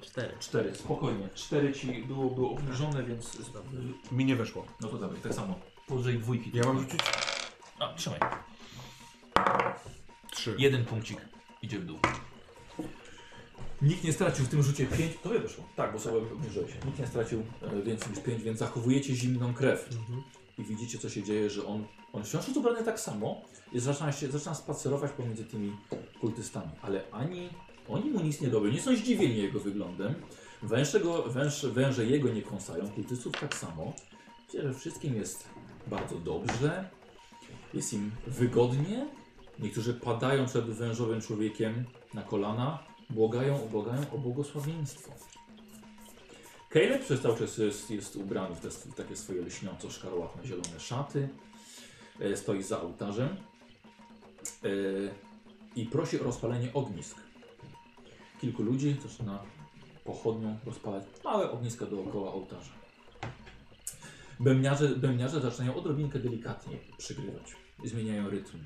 4. Cztery, spokojnie. Cztery ci było, było obniżone, więc... e, Mi nie weszło. No to dawaj, tak samo. Powyżej dwójki. Ja mam rzucić A, No, trzymaj. trzy. Jeden punkcik idzie w dół. Nikt nie stracił w tym rzucie 5. To wyszło. Tak, bo sobie obniżyłeś. Nikt nie stracił e, więcej niż 5, więc zachowujecie zimną krew. I widzicie, co się dzieje, że on, on wciąż jest ubrany tak samo i zaczyna, się, zaczyna spacerować pomiędzy tymi kultystami. Ale ani oni mu nic nie robią, nie są zdziwieni jego wyglądem. Węże, go, węż, węże jego nie kąsają, kultystów tak samo. Widzicie, że wszystkim jest bardzo dobrze, jest im wygodnie. Niektórzy padają przed wężowym człowiekiem na kolana, błagają, błagają o błogosławieństwo. Caleb przez cały czas jest, jest ubrany w te sw- takie swoje lśniąco-szkarłatno-zielone szaty. E, Stoi za ołtarzem e, i prosi o rozpalenie ognisk. Kilku ludzi zaczyna pochodnią rozpalać małe ogniska dookoła ołtarza. Bębniarze, bębniarze zaczynają odrobinkę delikatnie przygrywać. Zmieniają rytm.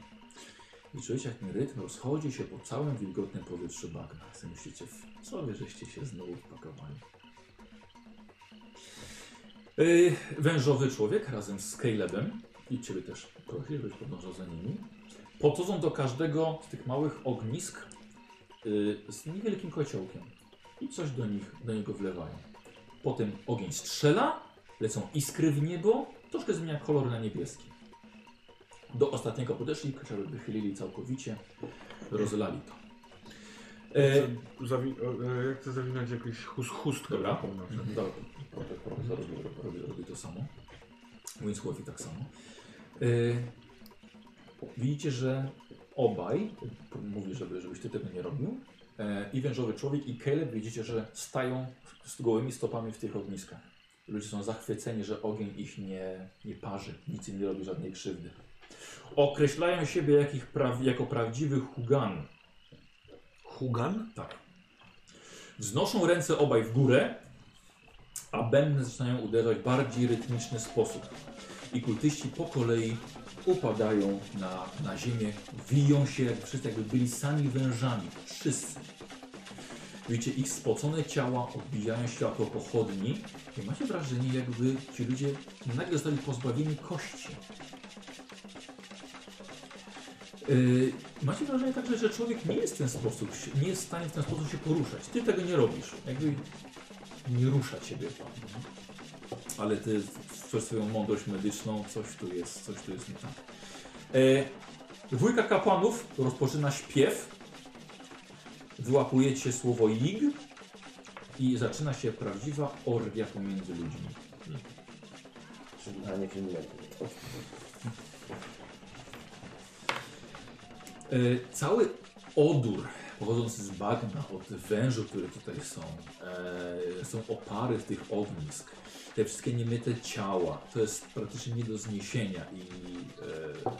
I czujecie, jak ten rytm rozchodzi się po całym wilgotnym powietrzu bagna. Sobie Myślicie, w co wy żeście się znowu wpakowali? Yy, wężowy człowiek razem z Calebem i ciebie też prosi, żebyś podążał za nimi. Podchodzą do każdego z tych małych ognisk, yy, y, z niewielkim kociołkiem i coś do, nich, do niego wlewają. Potem ogień strzela, lecą iskry w niebo, troszkę zmienia kolor na niebieski. Do ostatniego podeszli, kocioły wychylili całkowicie, rozlali to. E, Zawi e, ja chcę zawinąć jakąś chust chustkę. Dobra. taką no. na przykład. Dobra, robię, robię, robię, robię to samo. Więc łowi tak samo. Y, widzicie, że obaj, mówię, żeby, żebyś ty tego nie robił, e, i wężowy człowiek i Caleb widzicie, że stają z gołymi stopami w tych ogniskach. Ludzie są zachwyceni, że ogień ich nie, nie parzy, nic im nie robi żadnej krzywdy. Określają siebie jakich pra, jako prawdziwych huganów. Hugan? Tak. Wznoszą ręce obaj w górę, a bębny zaczynają uderzać w bardziej rytmiczny sposób. I kultyści po kolei upadają na, na ziemię, wiją się, wszyscy jakby byli sami wężami. Wszyscy. Widzicie, ich spocone ciała odbijają światło pochodni i macie wrażenie, jakby ci ludzie nagle zostali pozbawieni kości. Yy, macie wrażenie także, że człowiek nie jest w ten sposób, się- nie jest w stanie w ten sposób się poruszać. Ty tego nie robisz. Jakby nie rusza ciebie pan. Ale ty przez swoją mądrość medyczną coś tu jest, coś tu jest nie tak. E, dwójka kapłanów rozpoczyna śpiew. Wyłapujecie słowo jig i zaczyna się prawdziwa orgia pomiędzy ludźmi. A nie filmu. E, cały odór pochodzący z bagna od wężu, które tutaj są, e, są opary tych ognisk, te wszystkie niemyte ciała, to jest praktycznie nie do zniesienia i e,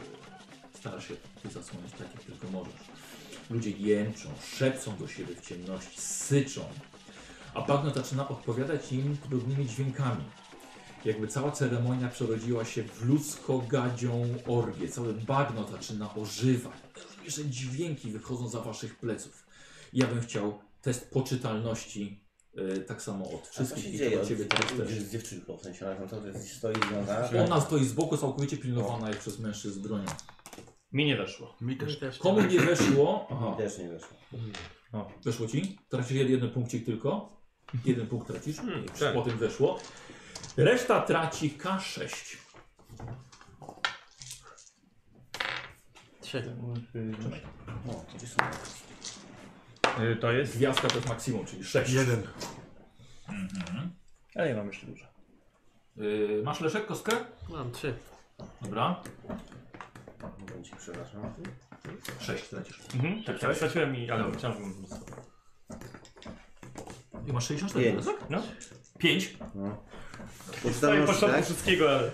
starasz się to zasłonić tak, jak tylko możesz. Ludzie jęczą, szepcą do siebie w ciemności, syczą, a bagno zaczyna odpowiadać im podobnymi dźwiękami. Jakby cała ceremonia przerodziła się w ludzko-gadzią orgię. Całe bagno zaczyna ożywać. Najróżniejsze dźwięki wychodzą za waszych pleców. Ja bym chciał test poczytalności y, tak samo od Co się wszystkich i dzieje od ciebie też. też. z dziewczynką? W sensie ona tam jest, stoi związana. Ona stoi z boku całkowicie pilnowana jak przez mężczyzn bronią. Mi nie weszło. Mi też. Też Komu nie weszło? Aha, Też nie weszło. weszło ci? Tracisz jed- jeden punkcik tylko. Jeden punkt tracisz. Hmm, Tak. tak. Potem weszło. Reszta traci K6. Trzy. No, to jest Y, To jest? Gwiazdka to jest maksimum, czyli 6. Jeden. Ale ja mam jeszcze dużo. Yy, masz Leszek kostkę? Mam trzy. Dobra. Momencik, przepraszam. 6 tracisz. Mhm, tak, tak, straciłem i... ale chciałem... I masz tak? 64 Pięć. teraz? No. 5. Staję Podstawność, początku tak? wszystkiego, ale...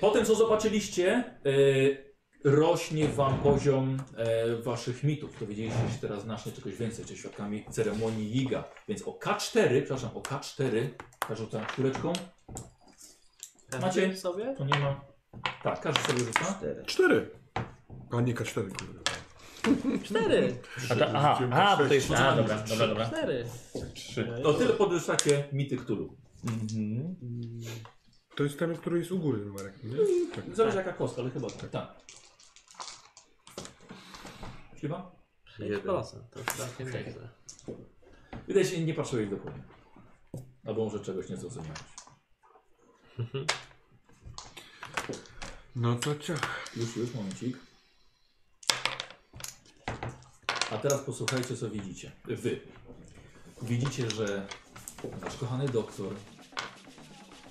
Potem Y, co zobaczyliście, yy, rośnie wam poziom yy, waszych mitów. Dowiedzieliście się teraz znacznie czegoś więcej, czy świadkami ceremonii Jiga. Więc o K4, przepraszam, o K4, zarzucam kuleczką. Ten Macie? Tak. sobie? To nie ma... Tak, każdy sobie rzuca. Cztery. Cztery. A nie K4, kurde. Cztery. A ta, aha, aha, bo to No jest... A, dobra, dobra, dobra. Cztery. Trzy. To tyle podwyższacie mity Cthulhu. Mhm. To jest ten, który jest u góry numerek, nie? Tak. Mm. Zależy jaka kostka, ale chyba tak. tak. Śliwa? 5%. To już całkiem Okej. nieźle. Widać, nie patrzyłeś dokładnie. Albo może czegoś nie zrozumiałeś. No to ciach. Już, już, momencik. A teraz posłuchajcie, co widzicie. Wy. Widzicie, że nasz kochany doktor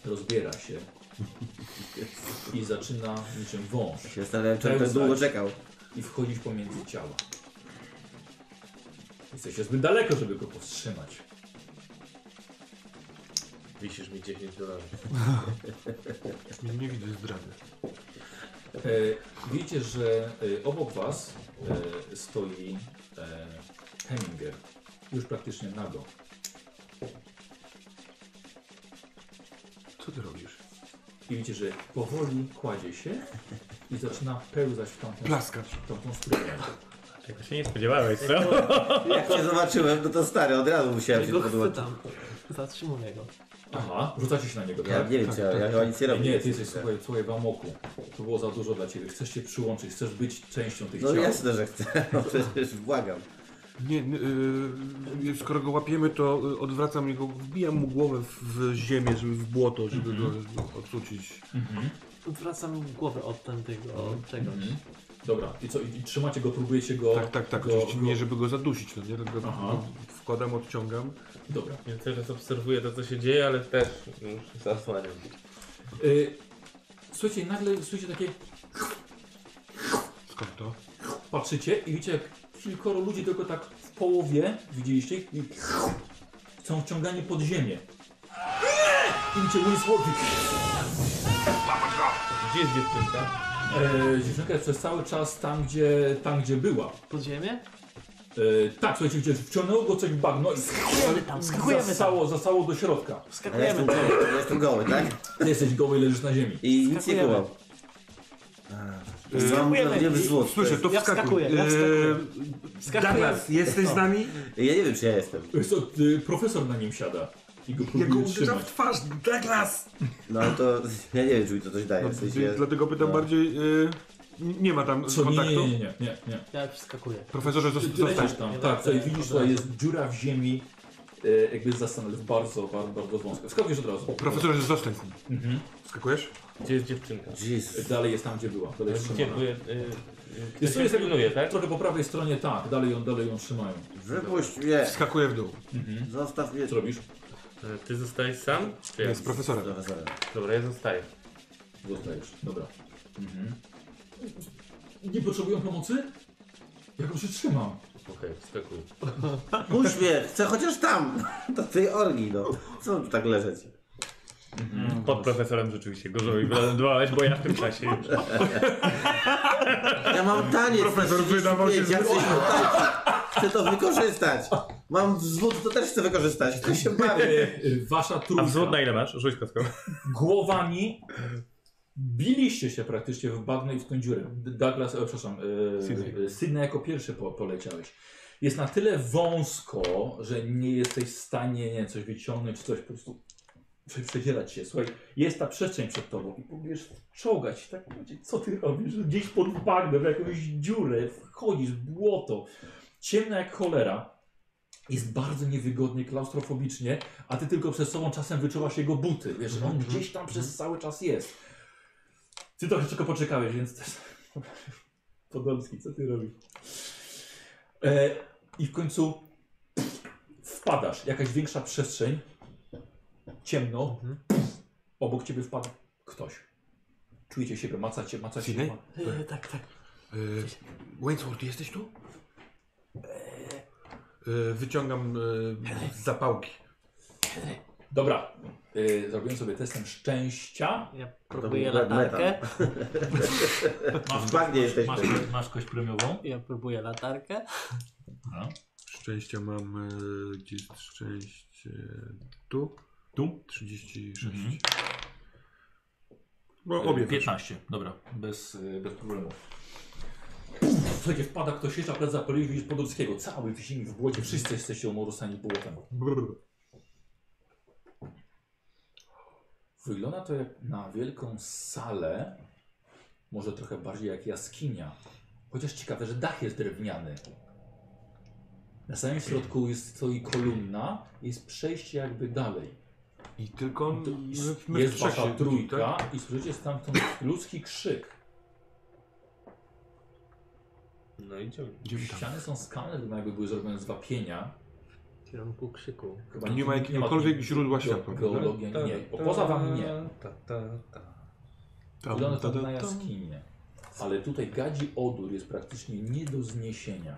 rozbiera się i zaczyna niczym wąż Się zastanawiam, czy on Pełzać. tak długo czekał. i wchodzić pomiędzy ciała. Jesteście zbyt daleko, żeby go powstrzymać. Wisisz mi 10 dolarów. Nie, nie widzę zdrady. E, widzicie, że e, obok was e, stoi e, Heminger. Już praktycznie nago. Co ty robisz? I widzicie, że powoli kładzie się i zaczyna pełzać w tamtą, Plaskacz. w tamtą stronę. Tego Tak, się nie spodziewałeś, co? Jak cię zobaczyłem, no to stary, od razu musiałem Ja się No go podłączyć. chwytam. Zatrzymuję go. Aha, rzucacie się na niego, Ja tak? nie wiem, czy ja, ja chyba nic nie robię. Nie, ty jesteś, słuchaj, słuchaj, w amoku. To było za dużo dla ciebie. Chcesz się przyłączyć, chcesz być częścią tych No ciał. jasne, że chcę. No przecież błagam. Nie, n- y, skoro go łapiemy, to y, odwracam jego, wbijam mu głowę w, w ziemię, żeby w błoto, żeby Mhm. go odrzucić. Odwracam głowę od tamtego od czegoś. Dobra, i co, i i trzymacie go, próbujecie go... Tak, tak, tak, go- oczywiście go- nie, żeby go zadusić, no nie, tylko Aha. wkładam, odciągam. Dobra. Ja teraz obserwuję to, co się dzieje, ale też muszę zasłaniać. Y, Słuchajcie, nagle słyszycie takie... Skąd to? Patrzycie i widzicie, jak kilkoro ludzi tylko tak w połowie, widzieliście ich, i są wciągani pod ziemię. I widzicie Winsworthy. Gdzie jest dziewczynka? E, dziewczynka jest przez cały czas tam, gdzie, tam, gdzie była. Pod ziemię? E, tak, słuchajcie, widzicie, wciągnęło go coś w bagno i Skakujemy tam, skakujemy tam. zasało, zasało do środka. Ale ja jestem Wskakujemy. goły, ja jestem goły, tak? Ty jesteś goły i leżysz na ziemi. I nic nie Skakujemy. kumam. Mam prawdziwy złot. Słyszę, to Ja wskakuj. wskakuję, ja E, wskakuję. No. Skakujemy. Douglas, jesteś z nami? Ja nie wiem, czy ja jestem. Wiesz co, y, profesor na nim siada i go Ja go próbuje uderzam w trzymać. twarz, Douglas! No ale to ja nie wiem, czy mi to coś daje. No, W sensie, dlatego pytam no. bardziej, y, nie ma tam Co, nie, kontaktu? nie, nie, nie, nie, nie. Ja wskakuję. Profesorze, Ty, zosta- ty zostań. lecisz tam, Nie tak, lecę, tutaj widzisz, od tutaj razu. jest dziura w ziemi, e, jakby zastanów bardzo, bardzo, bardzo wąska. Skakujesz od razu. Profesorze, zostań. Skakujesz? Gdzie jest dziewczynka? Jezus. Dalej jest tam, gdzie była, dalej jest Gdzie trzymana. były... y, y, Jest, Ktoś tu ją jest pilnuje, tak? Trochę po prawej stronie, tak, dalej ją, dalej ją trzymają. Wypuść mnie! Skakuję w dół. Zostaw mnie. Co robisz? E, Ty zostajesz sam? Czy ja? Nie, z profesorem. Profesorem. Dobra, ja zostaję. Zostajesz, dobra. Mhm. Nie potrzebują pomocy? Ja go przytrzymam. Okej, wskakuj. Puść mnie! Chcę chociaż tam! Do tej orgi, no. Co mam tu tak leżeć? Pod profesorem rzeczywiście gorzej wylądowałeś, bo ja w tym czasie już. Ja mam taniec. Profesor wydawał się Nie, ja chcę, się tańczyć. chcę to wykorzystać. Mam wzwód, to też chcę wykorzystać. Chcę się bawię. E, Wasza A wzwód na trójka ile masz? Rzuć kostką. głowami biliście się praktycznie w bagno i w tą dziurę. D- Douglas, e, przepraszam, e, Sydney. e, Sydney jako pierwszy po, poleciałeś. Jest na tyle wąsko, że nie jesteś w stanie nie, wiem, coś wyciągnąć, coś po prostu prze- przedzierać się. Słuchaj, jest ta przestrzeń przed tobą i próbujesz czołgać. Tak, mówię, co ty robisz? Gdzieś pod bagnem, w jakąś dziurę, wchodzisz, błoto. Ciemna jak cholera. Jest bardzo niewygodnie, klaustrofobicznie, a ty tylko przez sobą czasem wyczuwasz jego buty. Wiesz, że on gdzieś tam przez cały czas jest. Ty trochę tylko poczekałeś, więc też... Podolski, co ty robisz? E, I w końcu wpadasz, jakaś większa przestrzeń, ciemno, obok ciebie wpadł ktoś. Czujecie siebie, macacie, macacie. Sydney? ma- E, Tak, tak. Y, Wainsworth, jesteś tu? Y, wyciągam y, zapałki. Dobra, y, zrobiłem sobie testem szczęścia. Ja był próbuję Black latarkę. W bagnie jesteśmy. Masz, masz kość premiową? Ja próbuję latarkę. Szczęścia mam, y, gdzie jest szczęście? Tu? Tu? 36. Mhm. Bo obie weszły. 15, dobra, bez, y, bez problemu. Słuchajcie, wpada ktoś jeszcze, a plecak zapalił widzisz Podolskiego. Cały w zimie, w błocie, wszyscy jesteście umorusani błotem. Brr. Wygląda to jak na wielką salę, może trochę bardziej jak jaskinia. Chociaż ciekawe, że dach jest drewniany. Na samym środku jest stoi kolumna, jest przejście jakby dalej. I tylko No To my, Jest, my jest w trzech wasza się widzimy, trójka tak? i słyszycie stamtąd ludzki krzyk. No i ciągle. Idziemy tam. Ściany są skalne, wygląda jakby były zrobione z wapienia. W kierunku krzyku. Chyba Nie ma jakiegokolwiek źródła światła, prawda? Geologia nie, bo poza wam nie. Ta, ta, ta. Tam, Wygląda to tam, na tam. jaskinię. Ale tutaj gadzi odór jest praktycznie nie do zniesienia.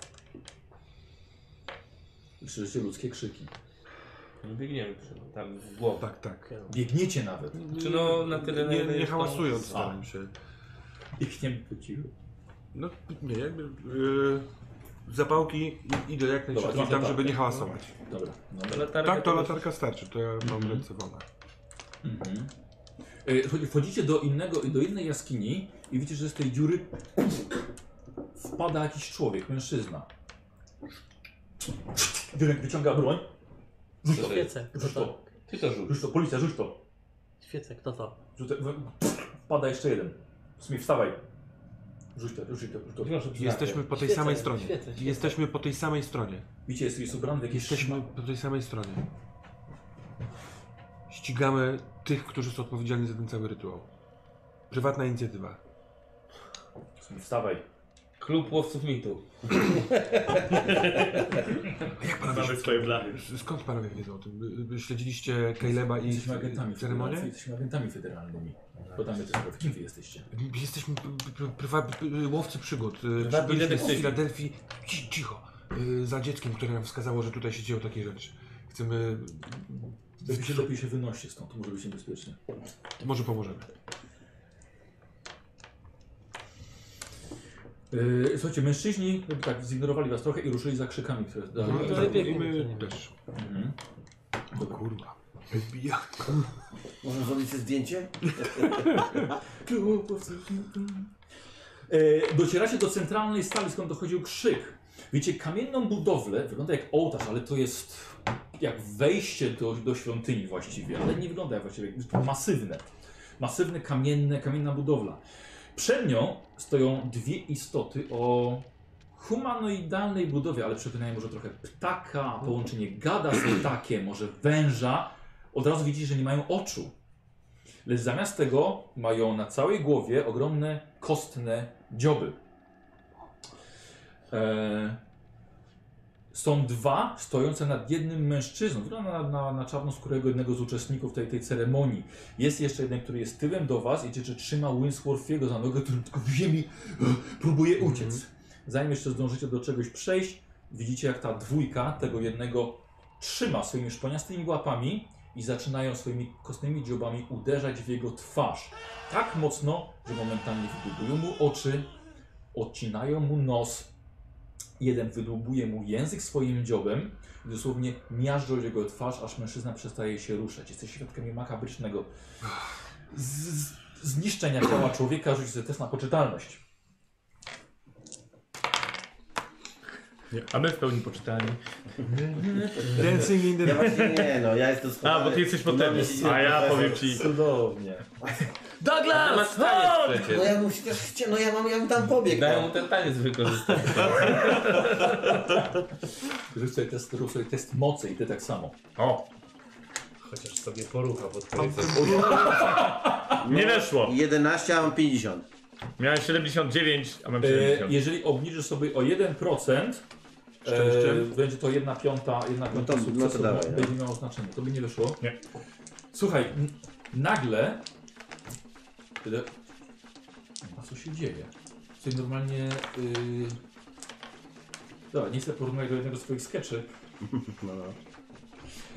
Słyszycie ludzkie krzyki. No Biegniemy przy- tam w głowę. Tak, tak. Biegniecie nawet. Czy no na tyle... na Nie, ile nie jest tą- hałasując A. staram się. Biegniemy po cichu. No nie, jakby y, zapałki i- idę jak Dobra, najszybciej to tam, latarka. żeby nie hałasować. Dobra. No, Ta dobra. Latarka Tak, to już- latarka starczy, to ja mam ręce wolne. Mhm. E, wchodzi- Wchodzicie do innego, do innej jaskini i widzicie, że z tej dziury wpada jakiś człowiek, mężczyzna. Dyrek wyciąga broń. Rzuć to. Świece, kto Rzuć to? to. Ty to rzuć. Rzuć to. Policja, rzuć to. Świece, kto to? Rzucę, w- wpada jeszcze jeden. W sumie wstawaj. Rzuć to, rzuć to, rzuć to. Jesteśmy po tej Świecę, samej stronie. świecę, świecę. Jesteśmy po tej samej stronie. Widzicie, jest, jest ubrany w jakieś... Jesteśmy po tej samej stronie. Ścigamy tych, którzy są odpowiedzialni za ten cały rytuał. Prywatna inicjatywa. Wstawaj. Klub łowców mitu. Znamy swoje plany. Skąd panowie wiedzą o tym? Wy- wy Śledziliście Caleba i Jesteśmy agentami w ceremonię? federacji, jesteśmy agentami federalnymi. Podamy tę sprawę. Kim wy jesteście? Jesteśmy p- p- prywa- p- łowcy przygód. Prywatni Byliśmy w detektywi. Filadelfii. Ci- Cicho. Y, Za dzieckiem, które nam wskazało, że tutaj się dzieją takie rzeczy. Chcemy... Lepiej się, lepiej się wynoście stąd, to może być niebezpiecznie. Może pomożemy. Tak. Yy, słuchajcie, mężczyźni jakby tak zignorowali was trochę i ruszyli za krzykami, które... No, dalej- tak, dalej- lepiej i kurwa, my nie też. Mhm. O kurwa. FBI. Można zrobić sobie zdjęcie? E, Docieracie do centralnej sali, skąd dochodził krzyk. Wiecie, kamienną budowlę, wygląda jak ołtarz, ale to jest jak wejście do, do świątyni właściwie, ale nie wygląda jak właściwie, jest to masywne. Masywne, kamienne, kamienna budowla. Przed nią stoją dwie istoty o humanoidalnej budowie, ale przypominają może trochę ptaka, połączenie gada z ptakiem, może węża. Od razu widzisz, że nie mają oczu. Lecz zamiast tego mają na całej głowie ogromne kostne dzioby. E, są dwa stojące nad jednym mężczyzną. Wygląda na, na, na czarnoskórego jednego z uczestników tej, tej ceremonii. Jest jeszcze jeden, który jest tyłem do was i czy, czy trzyma Winsworthiego za nogę, który tylko w ziemi e, próbuje uciec. Zanim jeszcze zdążycie do czegoś przejść, widzicie jak ta dwójka tego jednego trzyma swoimi szponiastymi łapami i zaczynają swoimi kostnymi dziobami uderzać w jego twarz. Tak mocno, że momentalnie wydłubują mu oczy, odcinają mu nos. Jeden wydłubuje mu język swoim dziobem i dosłownie miażdżą jego twarz, aż mężczyzna przestaje się ruszać. Jesteś świadkami makabrycznego z- z- zniszczenia ciała człowieka. Rzuć sobie test na poczytalność. A my w pełni poczytani. Dancing in Ja the... właśnie nie no, ja jestem A, schowany. bo ty jesteś No, potem. mam się A ja profesor. powiem ci. Cudownie. Masz taniec No przecież. ja mu się też chciałem, no ja mam, ja bym tam pobiegł. Dają No. mu ten taniec wykorzystać. Rzuć sobie test, rzuć sobie test mocy i ty tak samo. O! Chociaż sobie porucha pod końcem. Nie weszło. 11, no. a mam 50. Miałem 79, a mam E, 70. jeżeli obniżysz sobie o 1%, Szczęście. e, będzie to 1 piąta, 1 piąta to- no to sukcesu, dawaj, no, no. będzie miało znaczenie, to by nie wyszło. Nie. Słuchaj, n- nagle... Tyle- A co się dzieje? Czyli normalnie... Yy... Dobra, nie chcę porównać do jednego z swoich skeczy, No, no.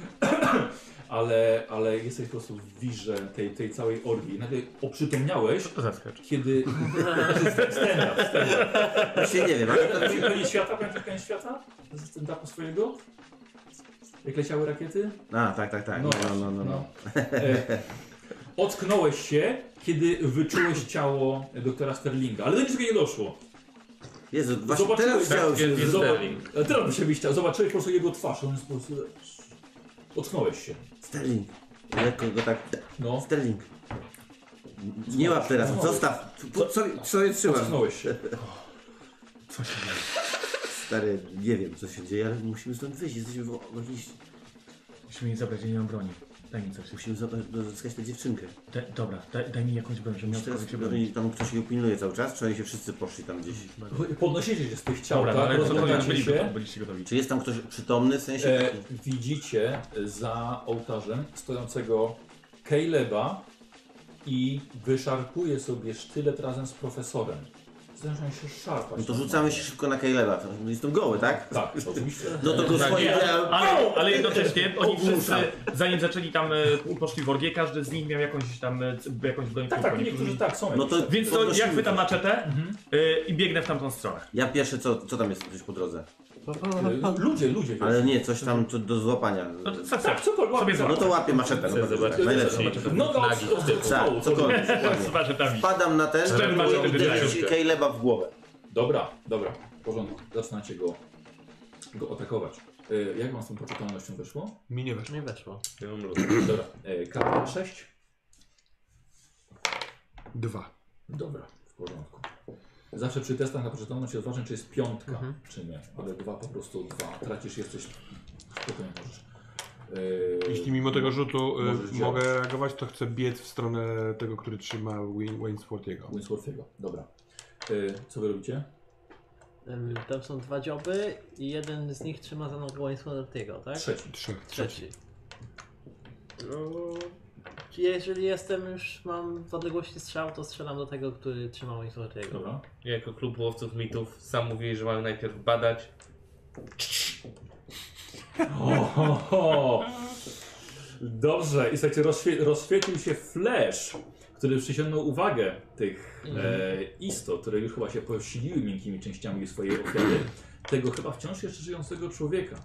ale, ale jesteś po prostu w wirze tej, tej całej orgii. Nagle oprzytomniałeś, To zaskacz. kiedy... Stand up, stand up. Właśnie nie wiem, ale to Pamiętasz koniec świata? Pamiętasz koniec świata? Z tym dachu swojego? Jak leciały rakiety? A, tak, tak, tak. No, no, no, no. no. E, ocknąłeś się, kiedy wyczułeś ciało doktora Sterlinga, ale do niczego nie doszło. Jezu, właśnie Zobaczyłeś, teraz tak? chciałem się... Jest Zobacz- Sterling. E, Teraz by się wyjścia. Zobaczyłeś po prostu jego twarz. On jest po prostu... Ocknąłeś się. Sterling. Lekko go tak... No, Sterling. Nie łap teraz, zostaw. Po- Co, co je trzymasz? ocknąłeś się. Stary, nie wiem co się dzieje, ale musimy stąd wyjść. Jesteśmy w w jakiejś... Musimy jej zabrać, ja nie mam broni. Daj mi coś. Musimy zobaczyć- odzyskać tę dziewczynkę. Da, dobra, daj, daj mi jakąś broń, żebym miał Czy teraz kogoś bronić. oni, tam ktoś ją pilnuje cały czas, czy oni się wszyscy poszli tam gdzieś? Mhm. Podnosicie się z tych ciał, Dobra, no tak? ale cokolwiek Rozglądacie byliście, się. byliście gotowi. Czy jest tam ktoś przytomny, w sensie E, taki... widzicie za ołtarzem stojącego Caleba i wyszarpuje sobie sztylet razem z profesorem. Zaczynają się szarpać. No to rzucamy się szybko na Kejlera. Jestem goły, tak? Tak, oczywiście. No to go Tak, swoje... nie, ja- ale, ale jednocześnie oni Ogłuszam. wszyscy, zanim zaczęli tam, e, poszli w orgię, każdy z nich miał jakąś tam, e, c- jakąś broń Tak, w tak, ręku, niektórzy niektórzy- tak są. No to Więc to ja podnosimy chwytam to. maczetę e, i biegnę w tamtą stronę. Ja pierwsze, co, co tam jest coś po drodze? E, Ludzie, ludzie. Ale nie, coś tam co, do złapania. No to co Tak, chcesz? cokolwiek. Sobie No złap. to łapię maczetę. No pewnie, tak, najlepiej. Noga od, No od, od stołu. Tak, cokolwiek. Z maczetami. Padam na ten, Cztery żeby maczety uderzyć wydają. Kejleba w głowę. Dobra, dobra, w porządku. Zaczynacie go, go atakować. E, Jak wam z tą poczytalnością wyszło? Mi nie weszło. Nie weszło. Ja mam luz. Dobra, e, karta 6. Dwa. Dobra, w porządku. Zawsze przy testach na przytomność jest ważne, czy jest piątka, czy nie. Ale dwa po prostu dwa. Tracisz, jesteś spokojnie możesz. Yy, Jeśli mimo tego rzutu y, Możesz mogę działać. reagować, to chcę biec w stronę tego, który trzyma Wayne- Wainsfortiego. Winsworthiego, dobra. Yy, co wy robicie? Em, Tam są dwa dzioby i jeden z nich trzyma za nogę Wainsfortiego, tak? Trzeci. Trzech. Trzeci. No, jeżeli jestem już, mam w odległości strzał, to strzelam do tego, który trzyma Wainsfortiego. Dobra. Ja jako klub łowców mitów sam mówili, że mamy najpierw badać. Oho! Dobrze, i słuchajcie, rozświe rozświecił się flash, który przyciągnął uwagę tych e, istot, które już chyba się posiliły miękkimi częściami swojej ofiary, tego chyba wciąż jeszcze żyjącego człowieka.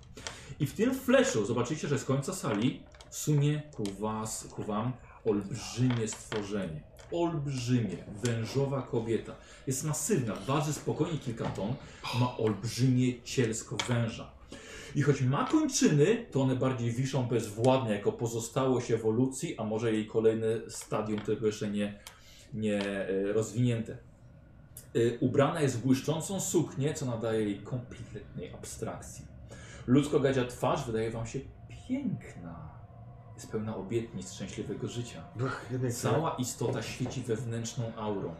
I w tym flashu zobaczycie, że z końca sali sunie ku, was, ku wam olbrzymie stworzenie. Olbrzymie, wężowa kobieta. Jest masywna, waży spokojnie kilka ton, ma olbrzymie cielsko węża. I choć ma kończyny, to one bardziej wiszą bezwładnie, jako pozostałość ewolucji, a może jej kolejne stadium, którego jeszcze nie, nie e, rozwinięte. E, Ubrana jest w błyszczącą suknię, co nadaje jej kompletnej abstrakcji. Ludzko-gadzia twarz wydaje wam się piękna. Jest pełna obietnic szczęśliwego życia. Cała istota świeci wewnętrzną aurą.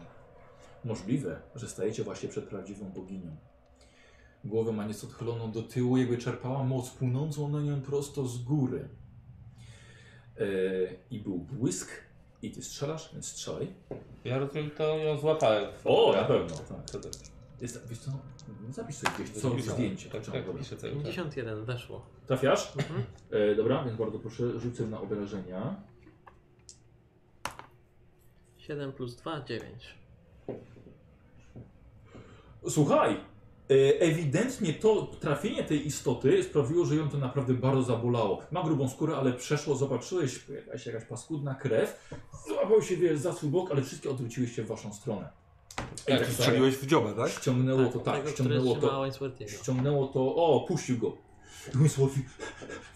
Możliwe, że stajecie właśnie przed prawdziwą boginią. Głowę ma nieco odchyloną do tyłu, jakby czerpała moc płynącą na nią prosto z góry. E, I był błysk. I ty strzelasz, więc strzelaj. Ja rozumiem, to ją złapałem. O, na pewno, tak. To też. Jest, wiesz co, no, zapisz sobie gdzieś co zdjęcie. Tak, Czemu tak, robisz? piszę cały czas. 51 weszło. Trafiasz? E, dobra, więc bardzo proszę, rzucę na obrażenia. 7 plus 2, 9. Słuchaj, e, ewidentnie to trafienie tej istoty sprawiło, że ją to naprawdę bardzo zabolało. Ma grubą skórę, ale przeszło, zobaczyłeś, jakaś, jakaś paskudna krew. Złapał się, wiesz, za swój bok, ale wszystkie odwróciły się w waszą stronę. Tak, tak, Strzeliłeś w dzioba, tak? Ściągnęło to, tak, tego, który ściągnęło trzyma to. Wainsfortiego. Ściągnęło to, o, puścił go. Wysłowi,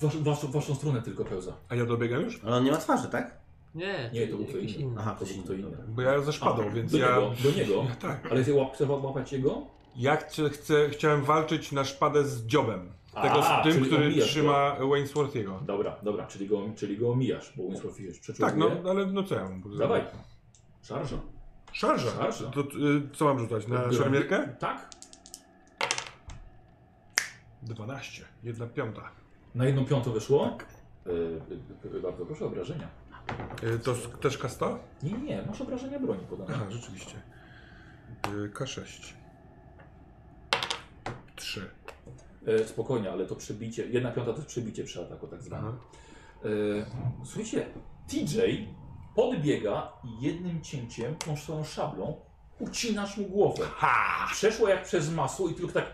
wasz, wasz, waszą stronę tylko pełza. A ja dobiegam już? Ale on nie ma twarzy, tak? Nie, Nie, to był kto jakiś inny. inny. Aha, To był to inny. Bo ja ze szpadą, A, więc do ja... Niego, do niego, Ja tak. ale ty łap, trzeba łapać jego? Ja chcę, chcę, chciałem walczyć na szpadę z dziobem. Tego A, z tym, czyli który omijasz tak? go. trzyma Wainsworthiego. Dobra, dobra, czyli go, czyli go omijasz, bo Winslow już przeczuje. Tak, no ale no co ja mam powiedzieć? Dawaj. Szarża. Szarża. Szarża. To, y, co mam rzucać? Na Odbieram. szermierkę? Tak? 12. Jedna piąta. Na jedną piątą wyszło? Tak. Y, y, y, bardzo proszę, obrażenia. Y, to s- też K100? Nie, nie, nie, masz obrażenia broni podane. Aha, rzeczywiście. Y, K6. 3. E, spokojnie, ale to przebicie, jedna piąta to jest przebicie przy ataku tak zwane. Aha. E, słuchajcie, TJ podbiega i jednym cięciem, tą swoją szablą, ucinasz mu głowę. Przeszło jak przez masło i tylko tak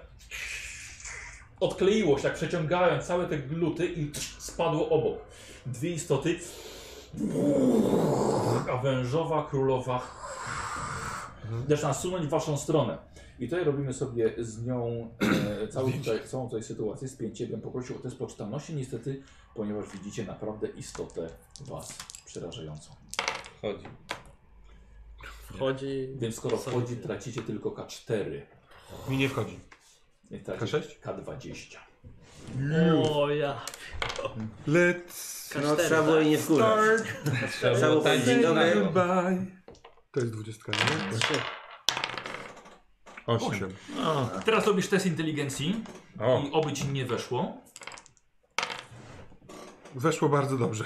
odkleiło się, tak przeciągając całe te gluty i spadło obok. Dwie istoty, a wężowa królowa zaczyna sunąć w waszą stronę. I tutaj robimy sobie z nią e, całą, tutaj, całą tutaj sytuację z pięciem. Bym poprosił o test poczytalności niestety, ponieważ widzicie naprawdę istotę was przerażającą. Chodzi. Wchodzi... Więc skoro wchodzi, tracicie tylko K4. Mi nie wchodzi. Nie tracicie K6? K20. O ja... Let's No trzeba było jej nie wkurzać. start. Trzeba Trzeba było było tańczyć powiedzieć, dzień na dobry. żywo. Goodbye. To jest 20, nie? Trzy. 8. Teraz robisz test inteligencji O, i oby ci nie weszło. Weszło bardzo dobrze.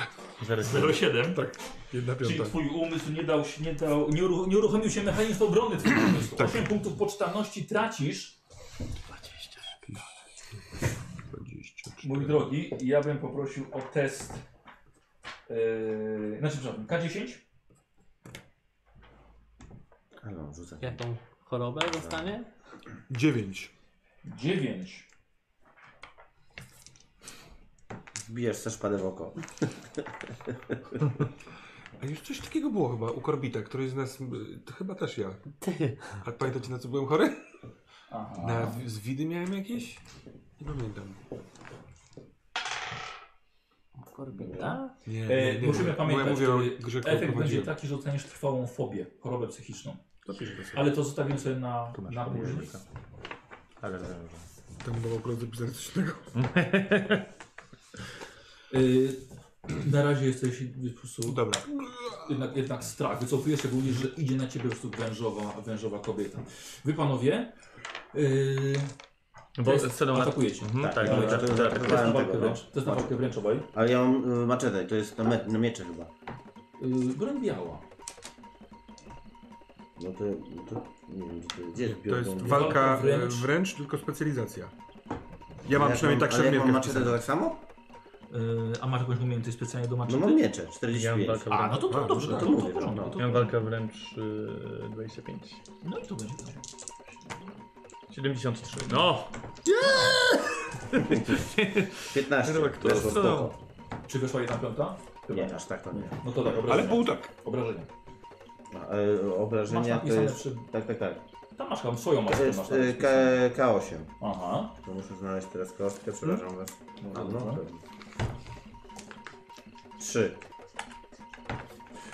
07. Tak, jedna Czyli piąta. twój umysł nie dał się, nie dał, nie, uruch nie uruchomił się mechanizm obrony Tak. twojego umysłu. 8 punktów poczytalności tracisz. 24. Mój drogi, ja bym poprosił o test. Yy, znaczy, przepraszam, K10? Ale on rzuca. Jaką chorobę dostanie? 9. 9. Wbijasz sobie szpadę w oko. A już coś takiego było chyba u Korbita, któryś z nas, y, to chyba też ja. A pamiętacie na co byłem chory? Aha. Na w- z widy miałem jakieś? Nie pamiętam. Korbita? Nie, E, nie, nie. musimy Bo ja pamiętać, mówię o że grze, którą efekt będzie prowadziłem. taki, że dostaniesz trwałą fobię, chorobę psychiczną. Zapiszę to sobie. Ale to zostawimy sobie na, Tu masz na później. komórkę. Ale rozumiem, że... tak. Tam było akurat zapisane coś innego. Y, na razie jesteś po prostu Dobra. jednak, jednak strach. Wycofujesz się również, że idzie na ciebie po prostu wężowa, wężowa kobieta. Wy panowie, yy, Bo jest- sceną na... atakujecie. Mhm, tak, no, tak, ja tak, to- tak. to jest na Dałem walkę tego, no. wręcz. To jest na walkę wręcz obaj. Yy, Ale ja mam y, maczetę, to jest na, me- na miecze chyba. E, broń biała. No to, to nie wiem, czy to gdzie Nie, jest to jest biorą- walka wręcz. wręcz, wręcz tylko specjalizacja. Ja mam Jak przynajmniej tak ale jak mam szermierkę maczetę, to wpisaną. tak samo? Yy, a masz jakąś umiejętność specjalnie do No maczety? mam miecze, Ja mam 45. walkę A, no wręcz, to, to A, dobrze, no to, to to, to mówię, w porządku. no. To, miałem walkę wręcz y, 25. No i to będzie to. 73. No! 15. Rybek, to Weszło jest co? spoko. Czy wyszła jedna piąta? Nie, aż tak to nie. No to tak, Ale obrażenia. pół tak. obrażenia. A, e, Masz Obrażenia to napisane jest... przy... Tak, tak, tak. Tam masz tam swoją To maskę. jest masz e, napisane. K, K8. Aha. To muszę znaleźć teraz kostkę, przepraszam was. No, A, no, no, Trzy.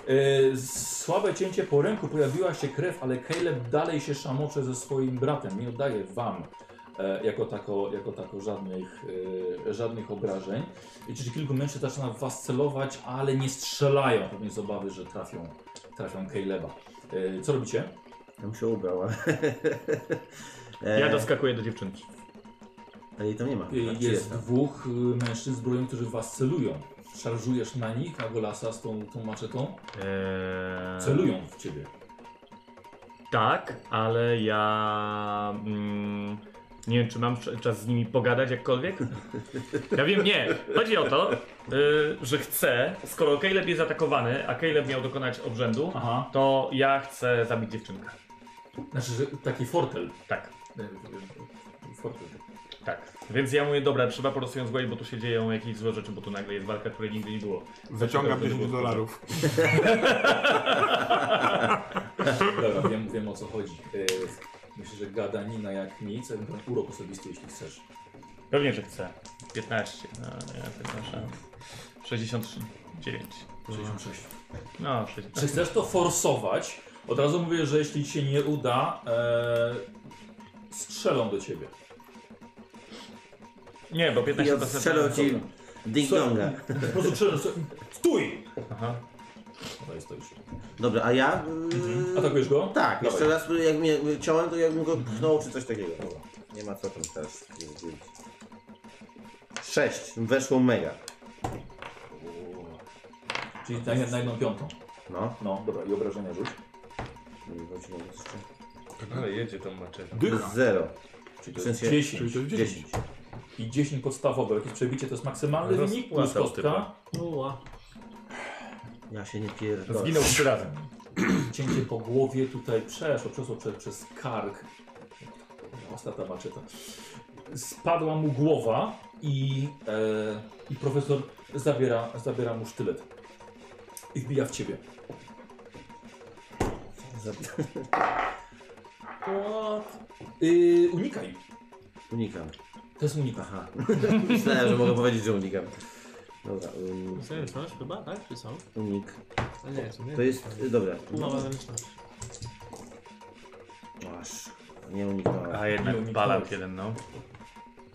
E, słabe cięcie po ręku, pojawiła się krew, ale Caleb dalej się szamocze ze swoim bratem. Nie oddaje wam e, jako tako, jako tako żadnych, e, żadnych obrażeń. Widzicie, że kilku mężczyzn zaczyna w was celować, ale nie strzelają, pewnie z obawy, że trafią, trafią Caleba. E, co robicie? Tam się ubrał, ale... E. Ja doskakuję do dziewczynki. Ale jej tam nie ma. E, Czy jest tam? dwóch e, mężczyzn zbrojnych, którzy w was celują. Szarżujesz na nich, a Golasa z tą, tą maczetą Eee, celują w ciebie. Tak, ale ja. Mm, nie wiem, czy mam cz- czas z nimi pogadać jakkolwiek? Ja wiem, nie. Chodzi o to, y, że chcę, skoro Caleb jest atakowany, a Caleb miał dokonać obrzędu, Aha. to ja chcę zabić dziewczynkę. Znaczy, że taki fortel. Tak, E, e, Fortel. tak. Więc ja mówię, dobra, trzeba po prostu ją zgłosić, bo tu się dzieją jakieś złe rzeczy, bo tu nagle jest walka, której nigdy nie było. Wyciągam Dlaczego to 10 było? dolarów. Dobra, wiem, wiem o co chodzi. Yy, Myślę, że gadanina jak nic, ewentualnie urok osobisty, jeśli chcesz. Pewnie, że chcę. 15, no nie, przepraszam. 63, 9. 66. No, Czy 60. chcesz to forsować? Od razu mówię, że jeśli ci się nie uda, e, strzelą do ciebie. Nie, bo 15 I to sobie- odstrzelał ci ding-donga. Po prostu strzelą, strzelą. Stój! Aha. Dobra, stoisz. Dobra, a ja... y, Atakujesz go? Tak, Dawaj. jeszcze raz, jak mnie y, ciąłem, to jakbym go pchnął czy coś takiego. Dobra, nie ma co tam teraz zrobić. Sześć, weszło mega. Czyli na, na jedną piątą. No, No, dobra, i obrażenia rzuć. nie wiem, czy mogę jeszcze. Ale jedzie tą maczetą. Zero. Czyli W to jest sensie- 10. Czyli to jest 10. Dziesięć. I 10 podstawowe. Jakieś przebicie to jest maksymalny wynik plus Rozpłatał kostka. Uła. Ja się nie pierdolę. Zginął trzy razy. Cięcie po głowie tutaj przeszło, przeszło przez, przez kark. Ostatnia maczeta. Spadła mu głowa i, e, i profesor zabiera, zabiera mu sztylet. I wbija w ciebie. Y, unikaj. Unikam. To jest unikach. Aha. Myślałem, że mogę powiedzieć, że unikam. Dobra, um, Wręcz masz chyba, tak? Czy są? unik. A nie, są nie. To jest, y, dobra. Umowa wręcz masz. Aż, nie uniknąłem. A jednak Miło mi balant powiedz. jeden, no.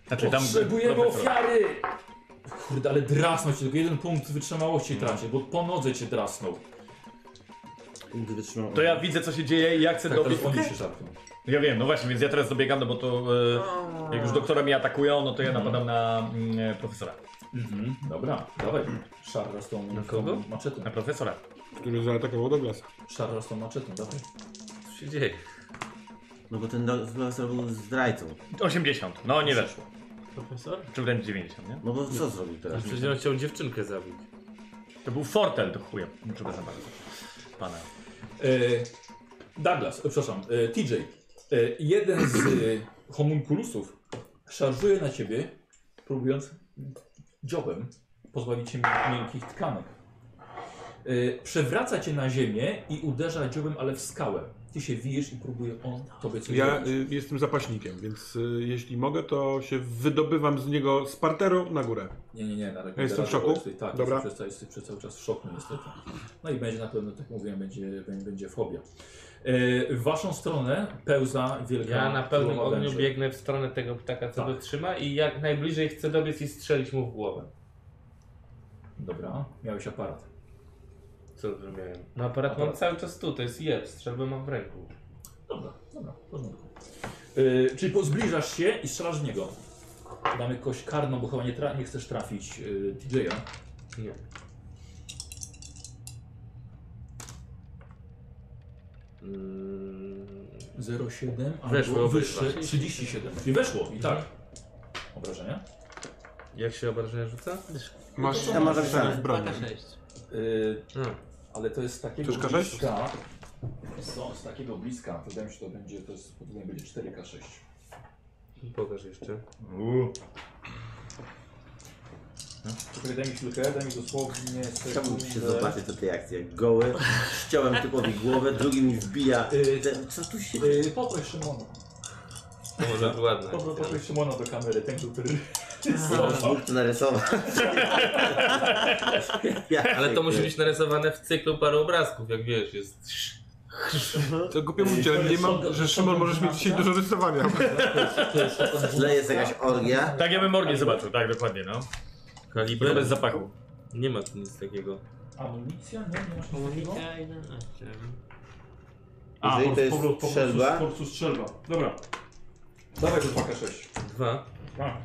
Znaczy tam... Potrzebujemy profesor. ofiary! Kurde, ale drasnął cię, tylko jeden punkt wytrzymałości No. traci, bo po nodze cię drasnął. Tak, Nigdy wytrzymałem. To ja widzę co się dzieje No i ja chcę Tak, dobiec. teraz oni się żartują. Ja wiem, no właśnie, więc ja teraz dobiegam, no bo to e, jak już doktora mnie atakują, no to ja napadam na mm, profesora. Mhm, dobra, dawaj. Szarra z tą, Na z kogo? tą maczetą. Na profesora. który zaatakował Douglasa. Szarra z tą maczetą, dawaj. Co się dzieje? No bo ten do- profesor był zdrajcą. 80, no nie weszło. Profesor? Czy wręcz 90, nie? No bo co zrobił teraz? Przecież on chciał dziewczynkę zabić. To był fortel do chuja. Przepraszam bardzo. Pana. E, Douglas, e, przepraszam, e, TJ. E, jeden z e, homunculusów szarżuje na ciebie, próbując dziobem pozbawić się miękkich tkanek. Y, przewraca cię na ziemię i uderza dziobem, ale w skałę. Ty się wijesz i próbuje on tobie coś Ja zrobić. y, jestem zapaśnikiem, więc y, jeśli mogę, to się wydobywam z niego z parteru na górę. Nie, nie, nie. Na razie Ja jestem w teraz szoku? jesteś- Tak, Dobra. Jesteś, przez- jesteś przez cały czas w szoku niestety. No i będzie na pewno, tak jak mówiłem, będzie, będzie, będzie fobia. E, w waszą stronę pełza wielka Ja na pełnym królowa ogniu węży. biegnę w stronę tego ptaka, co Tak. go trzyma i jak najbliżej chcę dobiec i strzelić mu w głowę. Dobra, miałeś aparat. Co zrobiłem? No aparat mam Aparat. cały czas tu, to jest jeb, strzelbę mam w ręku. Dobra, dobra, w porządku. E, czyli po- zbliżasz się i strzelasz w niego. Damy kość karną, bo chyba nie, tra- nie chcesz trafić yy, TJ-a. Nie. Mm, 0,7 Weszło albo obydwa. wyższe 37. Czyli weszło i tak. Obrażenia? jak się obrażenia rzuca? Masz Ja mam zapisane. w broni. 6. Hmm. Y, ale to jest z takiego Tuż K6? bliska. Są z takiego bliska. Wydaje mi się, że to będzie, to jest, podobnie będzie 4K6. Pokaż jeszcze. Uuu, Czekaj, daj mi chwilkę, daj mi dosłownie Chciałbym się sekundę. zobaczyć do tej akcji, jak goły. Ściąłem typowi głowę, drugi mi wbija. Te- Co tu się dzieje? Yy, poproś Szymona. To może ładna. Popro- Poproś Szymona do kamery, ten, który... Mógł to narysować. Ja Ale to pierdolę. musi być narysowane w cyklu paru obrazków, jak wiesz, jest... To głupio mówić, ale nie mam, że Szymon możesz mieć tak. dzisiaj dużo rysowania. W tle jest jakaś orgia. Tak, ja bym orgię zobaczył, tak, dokładnie, no. Tylko Kaliber? bez zapachu. Nie ma tu nic takiego. Amunicja? Nie, nie masz amunicji? Komunika i... no, a, chciałem. A, Jeżeli po, to jest po, po, po, strzelba? po prostu strzelba. Dobra. Dawaj to 2K6. Dwa A.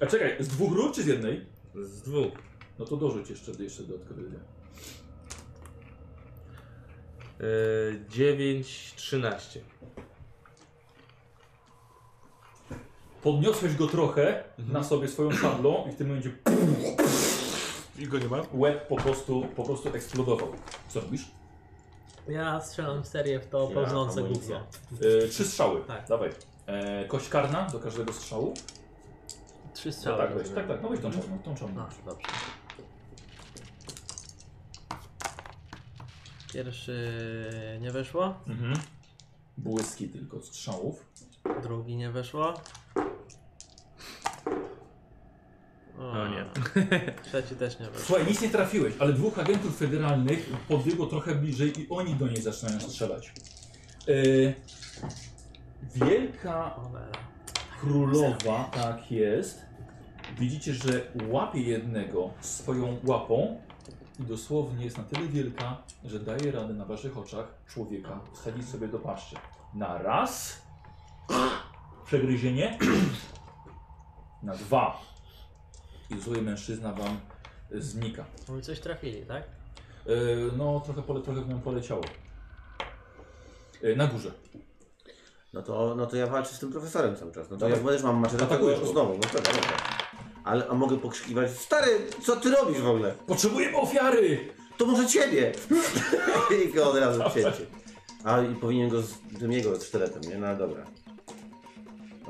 A czekaj, z dwóch rur czy z jednej? z dwóch. No to dorzuć jeszcze, jeszcze dodatkowy jeden. Yy, 9, 13. Podniosłeś go trochę na sobie swoją szablą i w tym momencie I go nie ma. łeb po prostu, po prostu eksplodował. Co robisz? Ja strzelam serię w to Ja, pełznące amunicja. gówno. E, trzy strzały. Tak. Dawaj. E, kość karna do każdego strzału. Trzy No strzały. tak, weź, rozumiem. tak, tak. No weź tą czarną, tą czarną. No, dobrze. Pierwszy nie weszło, Mhm. Błyski tylko od strzałów. drugi nie weszło. O, No nie. Trzeci też nie weszło. Słuchaj, nic nie trafiłeś, ale dwóch agentów federalnych podbiegło trochę bliżej i oni do niej zaczynają strzelać. E, wielka Cholera. Królowa, tak jest. Widzicie, że łapie jednego swoją łapą i dosłownie jest na tyle wielka, że daje radę na waszych oczach człowieka wsadzić sobie do paszczy. Na raz przegryzienie, na dwa i zły mężczyzna wam znika. Oni coś trafili, tak? Yy, no trochę, pole, trochę w nią poleciało. Yy, na górze. No to, no to ja walczę z tym profesorem cały czas. No to Dawaj. ja też mam maczetę, Atakujesz to go. znowu. No to, dobra. Ale a mogę pokrzykiwać, stary, co ty robisz w ogóle? Potrzebujemy ofiary! To może ciebie! I go od razu wcięcie. A i powinien go z tym jego sztyletem, nie? No dobra.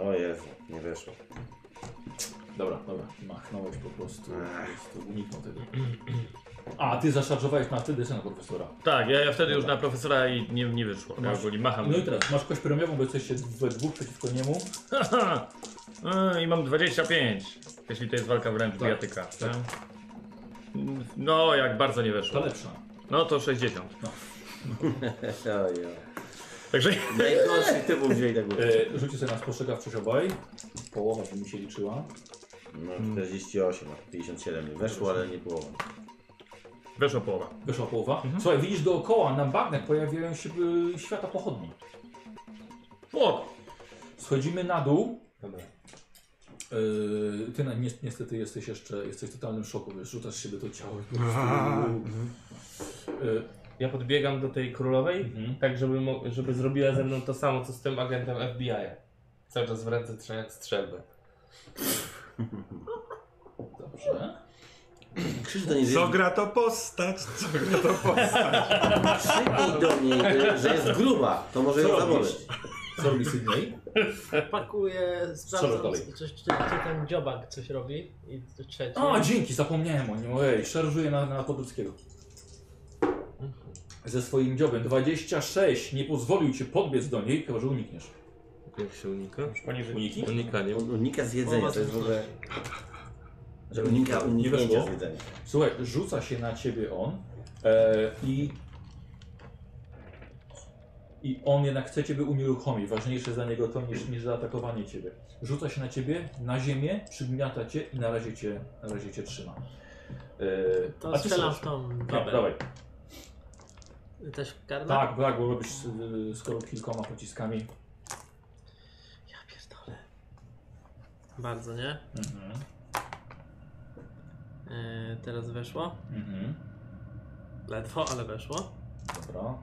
O Jezu, nie weszło. Dobra, dobra, machnąłeś po prostu, po prostu uniknął tego. A, ty zaszarżowałeś na wtedy syna profesora. Tak, ja, ja wtedy już na profesora i nie, nie wyszło. Ja ogólnie macham. No i teraz, masz kość premiową, bo jesteście we dwóch przeciwko niemu. I mam 25, jeśli to jest walka wręcz bijatyka. tak. No, jak bardzo nie Ta weszło. lepsza. No to 60. Oj, oj. Także Najgorszy typ wzięli tak było. E, rzućcie sobie na spostrzegawczość obaj. Połowa by mi się liczyła. Hmm. No 48, a 57 nie weszło, ale nie połowa. weszła połowa. Wyszła połowa. Słuchaj, widzisz dookoła, na bagnach pojawiają się y, świata pochodni. O! Schodzimy na dół. Dobra. Yy, ty na, ni niestety jesteś jeszcze, jesteś w totalnym szoku, wiesz, rzucasz się do to ciało. Yy, Ja podbiegam do tej królowej, Mhm. tak żeby, mo- żeby zrobiła ze mną to samo, co z tym agentem FBI. Cały czas w ręce trzymając strzelbę. dobrze. Krzyż do niej, że Co jest, gra to postać? Co gra to postać? krzyknij do niej, y, że jest gruba, to może Co ją robisz? zaboleć. Co robi Sydney? Pakuję, Co sprawdzam, dalej? czy, czy, czy ten dziobak coś robi. I trzeci. A, dzięki, zapomniałem o nim. Ojej, szarżuję na, na Podolskiego. Ze swoim dziobem 26 nie pozwolił cię podbiec do niej, chyba że unikniesz. Jak się unika? Uniki? Unikanie. Unika zjedzenia, to jest w ogóle... Że unika Nie uniknięcia weszło. zjedzenia. Słuchaj, rzuca się na ciebie on e, i. I on jednak chce ciebie unieruchomić. Ważniejsze dla niego to niż, niż zaatakowanie ciebie. Rzuca się na ciebie, na ziemię, przygniata cię i na razie cię, na razie cię trzyma. E, To a ty strzelam strzelasz. w tą Dobra, babę. dawaj. Też karna? Tak, tak, bo robisz y, skoro kilkoma pociskami. Bardzo, nie? Mhm. E, teraz weszło. Mhm. Ledwo, ale weszło. Dobra.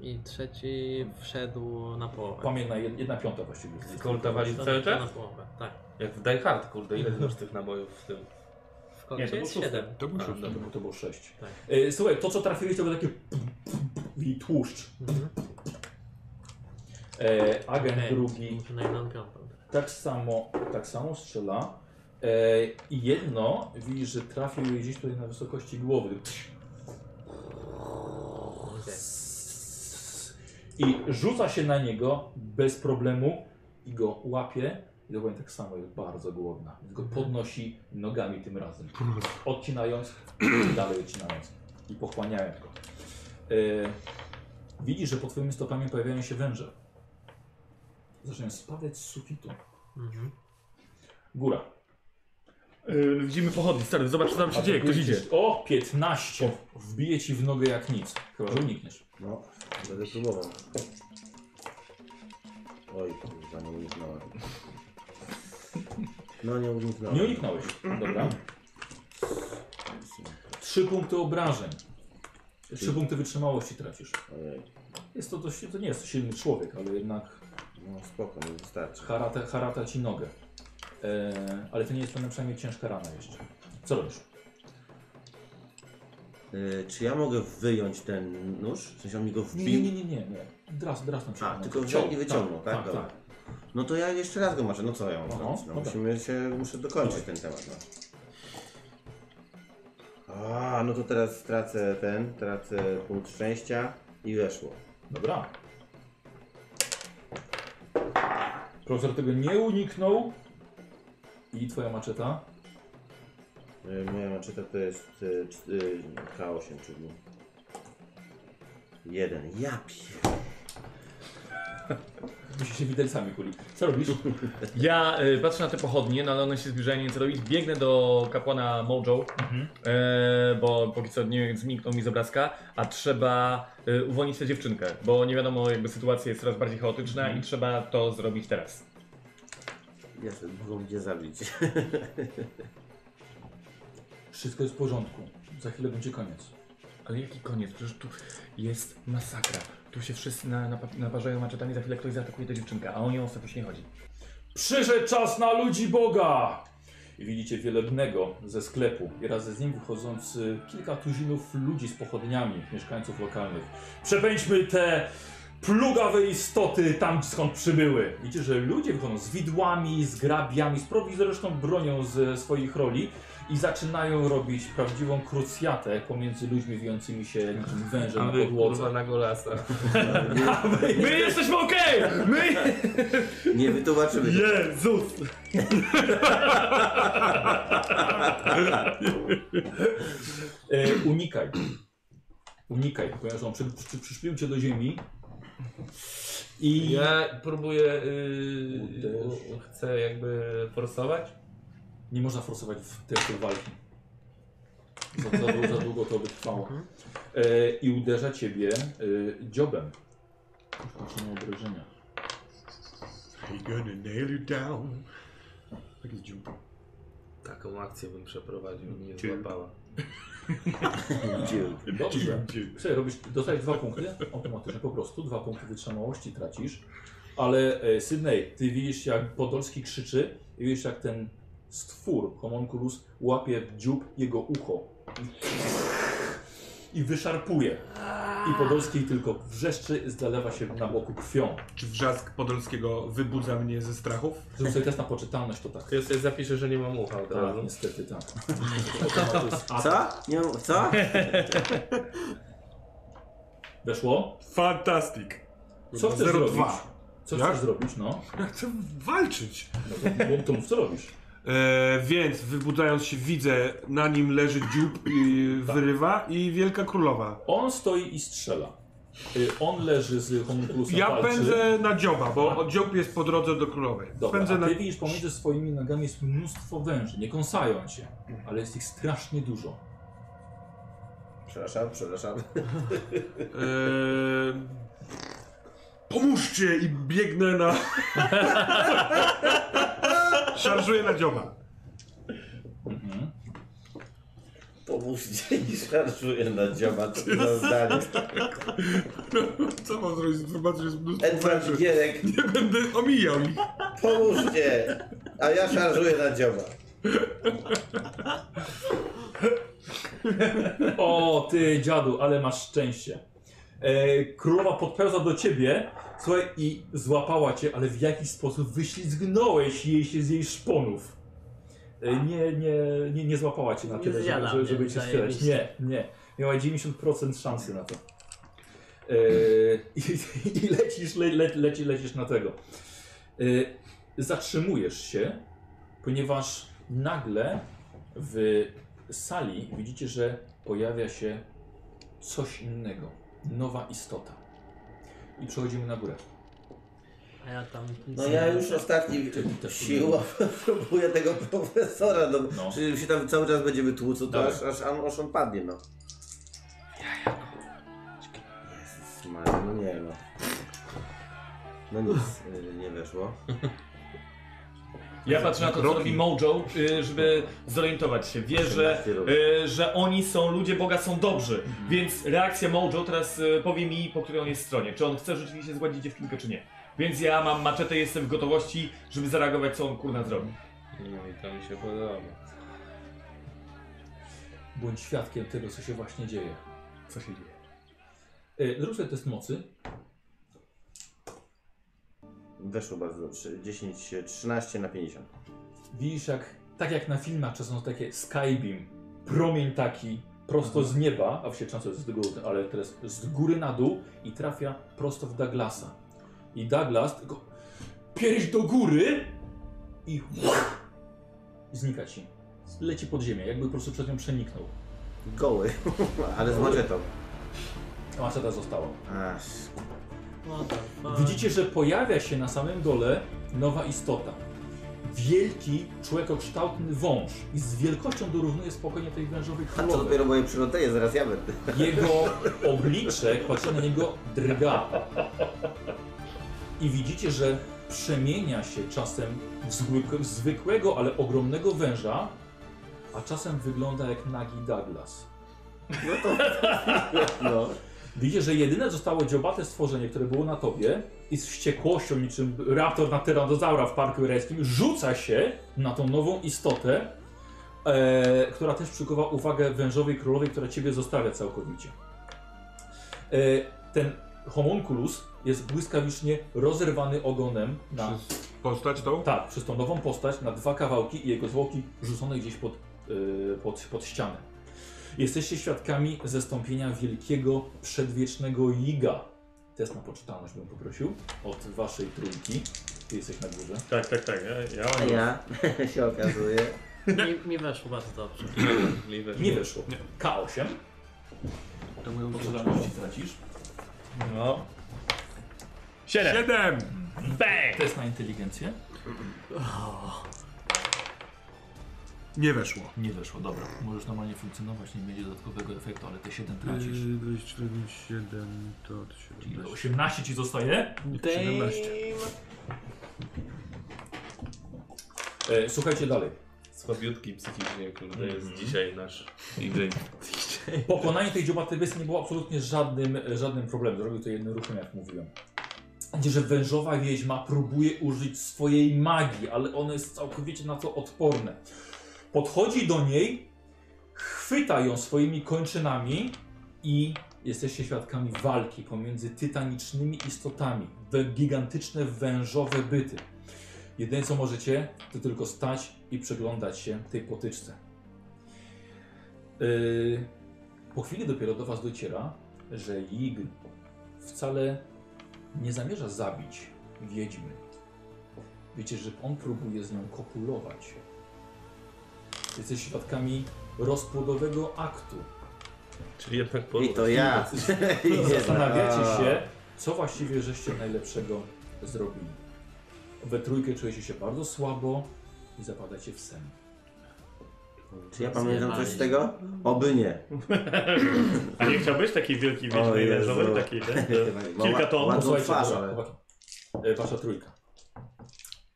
I trzeci wszedł na połowę. Pamiętaj, jed- jedna piąta właściwie. jest. Kolta wali cały Na czas? połowę, tak. Jak w Die Hard, kurde, ile ty masz tych nabojów w tym? W kolcie jest szósty. siedem. To był Mhm. szósty. dobra. To było sześć. Tak. E, Słuchaj, to co trafiłeś to był taki i tłuszcz. E, agent Okej, drugi Muszę na jedną piątą. tak samo, tak samo strzela. E, I jedno widzisz, że trafił jej gdzieś tutaj na wysokości głowy. I rzuca się na niego bez problemu i go łapie. I dokładnie tak samo jest bardzo głodna. Więc go podnosi nogami tym razem. Odcinając, dalej odcinając. I pochłaniając go. E, widzisz, że pod twoimi stopami pojawiają się węże. Zaczynają spadać z sufitu. Góra. Yy, widzimy pochodni, stary, zobacz co tam się A dzieje, ty ktoś idzie. widzisz- O, 15. Wbije ci w nogę jak nic. Chyba, że unikniesz. No, będę próbował. Oj, kurwa, nie uniknąłem. No nie uniknąłem. Nie uniknąłeś. Dobra. Trzy punkty obrażeń. Trzy punkty wytrzymałości tracisz. Ojej, Jest to, dość, to nie jest silny człowiek, ale jednak no spoko, nie wystarczy. harata, harata ci nogę. Eee, ale to nie jest to na przynajmniej ciężka rana jeszcze. Co robisz? Y, czy ja mogę wyjąć ten nóż? W sensie on mi go Nie, nie, wbił? nie, nie. nie. Dras, dras na A, przykład. tylko Ciął. wziął i wyciągnął, tak? Tak, tak. Dobra. No to ja jeszcze raz go maczę, no co ja mam Aha, zrobić? No, dobra. musimy się, muszę dokończyć ten temat, no. A, no to teraz tracę ten, tracę punkt szczęścia i weszło. Dobra. Profesor tego nie uniknął. I twoja maczeta? Y, Moja maczeta to jest y, cz- y, K8, czyli... Jeden. Ja pier... Musisz się widelcami kulić. Co robisz? Ja y, patrzę na te pochodnie, no ale one się zbliżają, nie wiem co robić. Biegnę do kapłana Mojo, e, bo póki co nie zniknął mi z obrazka, a trzeba y, uwolnić tę dziewczynkę, bo nie wiadomo, jakby sytuacja jest coraz bardziej chaotyczna i trzeba to zrobić teraz. Jasne, mogą mnie zabić. Wszystko jest w porządku. Za chwilę będzie koniec. Ale jaki koniec? Przecież tu jest masakra. Tu się wszyscy na, na, naparzają maczetami, za chwilę ktoś zaatakuje tę dziewczynkę, a o nią ostatecznie chodzi. Przyszedł czas na ludzi Boga! I widzicie wielebnego ze sklepu i razem z nim wychodzący kilka tuzinów ludzi z pochodniami, mieszkańców lokalnych. Przepędźmy te plugawe istoty tam, skąd przybyły. Widzicie, że ludzie wychodzą z widłami, z grabiami, z prowizoryczną bronią ze swoich roli i zaczynają robić prawdziwą krucjatę pomiędzy ludźmi wijącymi się niczym węże A na wy, podłodze. kurwa, na golasa. My jesteśmy okej! My! Nie wytłumaczymy. Jezus! E, unikaj. Unikaj, ponieważ on przy, przy, przyszpił cię do ziemi. I Ja próbuję, yy, Uderz. u- chcę jakby forsować. nie można forsować w tej, tej walki. Za, za, dłu- za długo to by trwało. E, I uderza ciebie e, dziobem. Proszę na obrażenia. We're gonna nail you down. Tak jest dziób. Taką akcję bym przeprowadził, nie Dzień. złapała. Dzień. Dobrze. Słuchaj, robisz, dostajesz dwa punkty automatycznie, po prostu. Dwa punkty wytrzymałości tracisz. Ale e, Sydney, ty widzisz jak Podolski krzyczy i widzisz jak ten stwór, homunculus, łapie w dziób jego ucho. I, i wyszarpuje. I Podolskiej tylko wrzeszczy, zalewa się na boku krwią. Czy wrzask Podolskiego wybudza mnie ze strachów? Zrób sobie test na poczytalność, to tak. Ja sobie zapiszę, że nie mam ucha od Tak, razu. niestety tak. Co? Nie, mam- co? Weszło? Fantastik. Co chcesz 02. zrobić? Co Jak? chcesz zrobić, no? Ja chcę walczyć. No to, bo to mów, co robisz? E, więc wybudzając się widzę, na nim leży dziób i Tak. wyrywa i Wielka Królowa. On stoi i strzela. Y, On leży z homunculusem, Ja walczy. pędzę na dzioba, bo dziób jest po drodze do królowej. Dobra, pędzę a na... ty widzisz, pomiędzy swoimi nogami jest mnóstwo węży, nie kąsają cię, ale jest ich strasznie dużo. Przepraszam, przepraszam. E, Eee, pomóżcie i biegnę na... Szarżuję na dzioba. Mhm. Pomóżcie i szarżuję na dzioba, co to za zdanie. Co mam zrobić z informacją, że jest mnóstwo Edward węży? Gierek, Nie będę omijał ich. pomóżcie, a ja szarżuję na dzioba. O, ty dziadu, ale masz szczęście. E, królowa podpełza do ciebie, słuchaj, i złapała cię, ale w jakiś sposób wyślizgnąłeś jej się z jej szponów. E, nie, nie, nie, nie złapała cię na Nie tyle, żeby, zjada żeby, mnie, żeby cię strzelać. Nie, zajebiście. nie. Miała 90% szansy na to. E, i, I lecisz, le, le, leci, lecisz na tego. E, zatrzymujesz się, ponieważ nagle w sali widzicie, że pojawia się coś innego. Nowa istota. I przechodzimy na górę. A ja tam... No ja już ostatni siła próbuję tego profesora, no, No. czy się tam cały czas będziemy tłucu, to Dawaj. aż, aż, on- aż on padnie, no. Jezus Maria, no nie no. No nic, y, nie weszło. Ja patrzę na to, co robi Mojo, y, żeby zorientować się. Wie, że, y, że oni są ludzie Boga, są dobrzy. Mhm. Więc reakcja Mojo teraz y, powie mi, po której on jest stronie. Czy on chce rzeczywiście zgładzić dziewczynkę, czy nie. Więc ja mam maczetę, jestem w gotowości, żeby zareagować, co on kurna zrobi. No i to mi się podoba. Bądź świadkiem tego, co się właśnie dzieje. Co się dzieje? E, Zrób sobie test mocy. Weszło bardzo, dobrze. 10, y, 13 na 50. Widzisz, jak, tak jak na filmach czasem są takie skybeam, promień taki prosto z nieba, a w sieci często jest z góry, ale teraz z góry na dół i trafia prosto w Douglasa. I Douglas tylko pierś do góry i znika ci. Leci pod ziemię, jakby po prostu przed nią przeniknął. Goły, ale z maczetą. A maseta została. Aż, Widzicie, że pojawia się na samym dole nowa istota. Wielki, człowiekokształtny wąż i z wielkością dorównuje spokojnie tej wężowej a co królowej. dopiero moje przyrodzenie, zaraz ja będę. Jego oblicze, jak patrzycie na niego, drga. I widzicie, że przemienia się czasem w zwykłe- w zwykłego, ale ogromnego węża, a czasem wygląda jak nagi Douglas. No to... No. Widzicie, że jedyne zostało dziobate stworzenie, które było na tobie i z wściekłością, niczym raptor na tyranozaura w Parku Rejskim, rzuca się na tą nową istotę, e, która też przykuwa uwagę wężowej królowej, która ciebie zostawia całkowicie. E, ten homunculus jest błyskawicznie rozerwany ogonem na, Przez postać tą? tak, przez tą nową postać na dwa kawałki i jego zwłoki rzucone gdzieś pod, yy, pod, pod ścianę. Jesteście świadkami zastąpienia wielkiego, przedwiecznego Liga. Test na poczytalność bym poprosił od waszej trójki. Ty jesteś na górze. Tak, tak, tak. Ja, ja A ja się okazuje. Mi, mi weszło bardzo dobrze. Nie weszło. K8. To moją Poczytalności tracisz. No. Siedem! Siedem! Bang! Test na inteligencję. Nie weszło. Nie weszło, dobra. Możesz normalnie funkcjonować, nie będzie dodatkowego efektu, ale te 7 tracisz. 24, 7, to od Ile? 17. 18 ci zostaje? 17. E, słuchajcie dalej. Słabiutki psychicznie, kurde, jest dzisiaj nasz DJ. Pokonanie tej dziobaty bestii nie było absolutnie żadnym, żadnym problemem. Zrobił to jednym ruchem, jak mówiłem. Widzicie, że wężowa wiedźma próbuje użyć swojej magii, ale ona jest całkowicie na to odporne. Podchodzi do niej, chwyta ją swoimi kończynami i Jesteście świadkami walki pomiędzy tytanicznymi istotami, we- gigantyczne wężowe byty. Jedyne co możecie, to tylko stać i przyglądać się tej potyczce. Yy, po chwili dopiero do was dociera, że Jig wcale nie zamierza zabić wiedźmy. Wiecie, że on próbuje z nią kopulować. Jesteś świadkami rozpłodowego aktu. Czyli jednak I to ja. Zastanawiacie się, co właściwie żeście najlepszego zrobili. We trójkę czujecie się bardzo słabo i zapadacie w sen. Czy ja pamiętam coś z tego? Oby nie. A nie chciałbyś takiej wielkiej wiedźmy wężowej, takiej, nie? Ma- Kilka ton. Ładną Posłuchajcie, twarz, chłopaki, ale... chłopaki. E, Wasza trójka.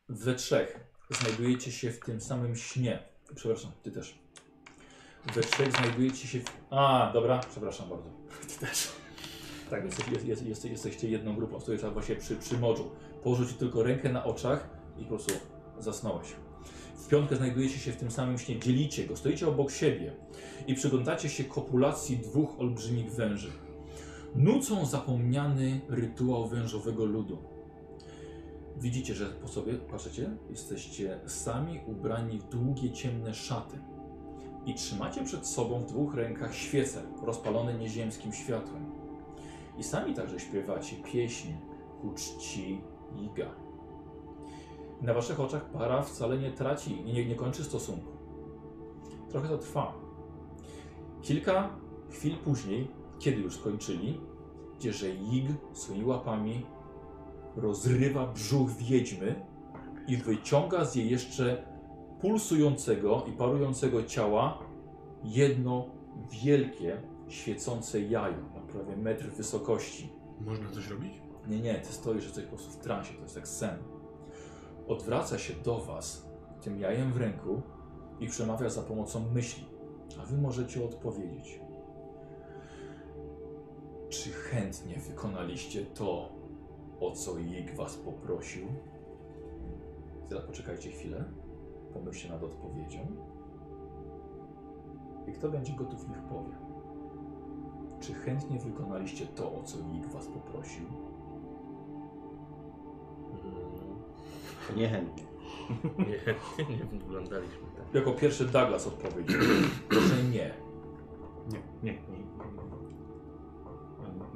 We trzech znajdujecie się w tym samym śnie. Przepraszam, ty też. We trzech znajdujecie się w... A, dobra, przepraszam bardzo. Ty też. Tak, jesteś, jest, jest, jeste- jesteście jedną grupą, stoisz tam właśnie przy, przy morzu. Położył ci tylko rękę na oczach i po prostu zasnąłeś. W piątkę znajdujecie się w tym samym śnie, dzielicie go, stoicie obok siebie i przyglądacie się kopulacji dwóch olbrzymich węży nucą zapomniany rytuał wężowego ludu. Widzicie, że po sobie, patrzycie, jesteście sami ubrani w długie, ciemne szaty i trzymacie przed sobą w dwóch rękach świece rozpalone nieziemskim światłem. I sami także śpiewacie pieśni ku czci Iga. Na waszych oczach para wcale nie traci i nie, nie kończy stosunku. Trochę to trwa. Kilka chwil później kiedy już skończyli, gdzie że Jig swoimi łapami rozrywa brzuch wiedźmy i wyciąga z jej jeszcze pulsującego i parującego ciała jedno wielkie, świecące jajo na prawie metr wysokości. Można coś robić? Nie, nie, ty stoisz jesteś po prostu w transie, to jest jak sen. Odwraca się do was tym jajem w ręku i przemawia za pomocą myśli, a wy możecie odpowiedzieć. Czy chętnie wykonaliście to, o co Jig was poprosił? Teraz poczekajcie chwilę, pomyślcie nad odpowiedzią. I kto będzie gotów, niech powie. Czy chętnie wykonaliście to, o co Jig was poprosił? Niechętnie. Nie, nie wyglądaliśmy tak. Jako pierwszy Douglas odpowiedział, że nie. Nie, nie. nie.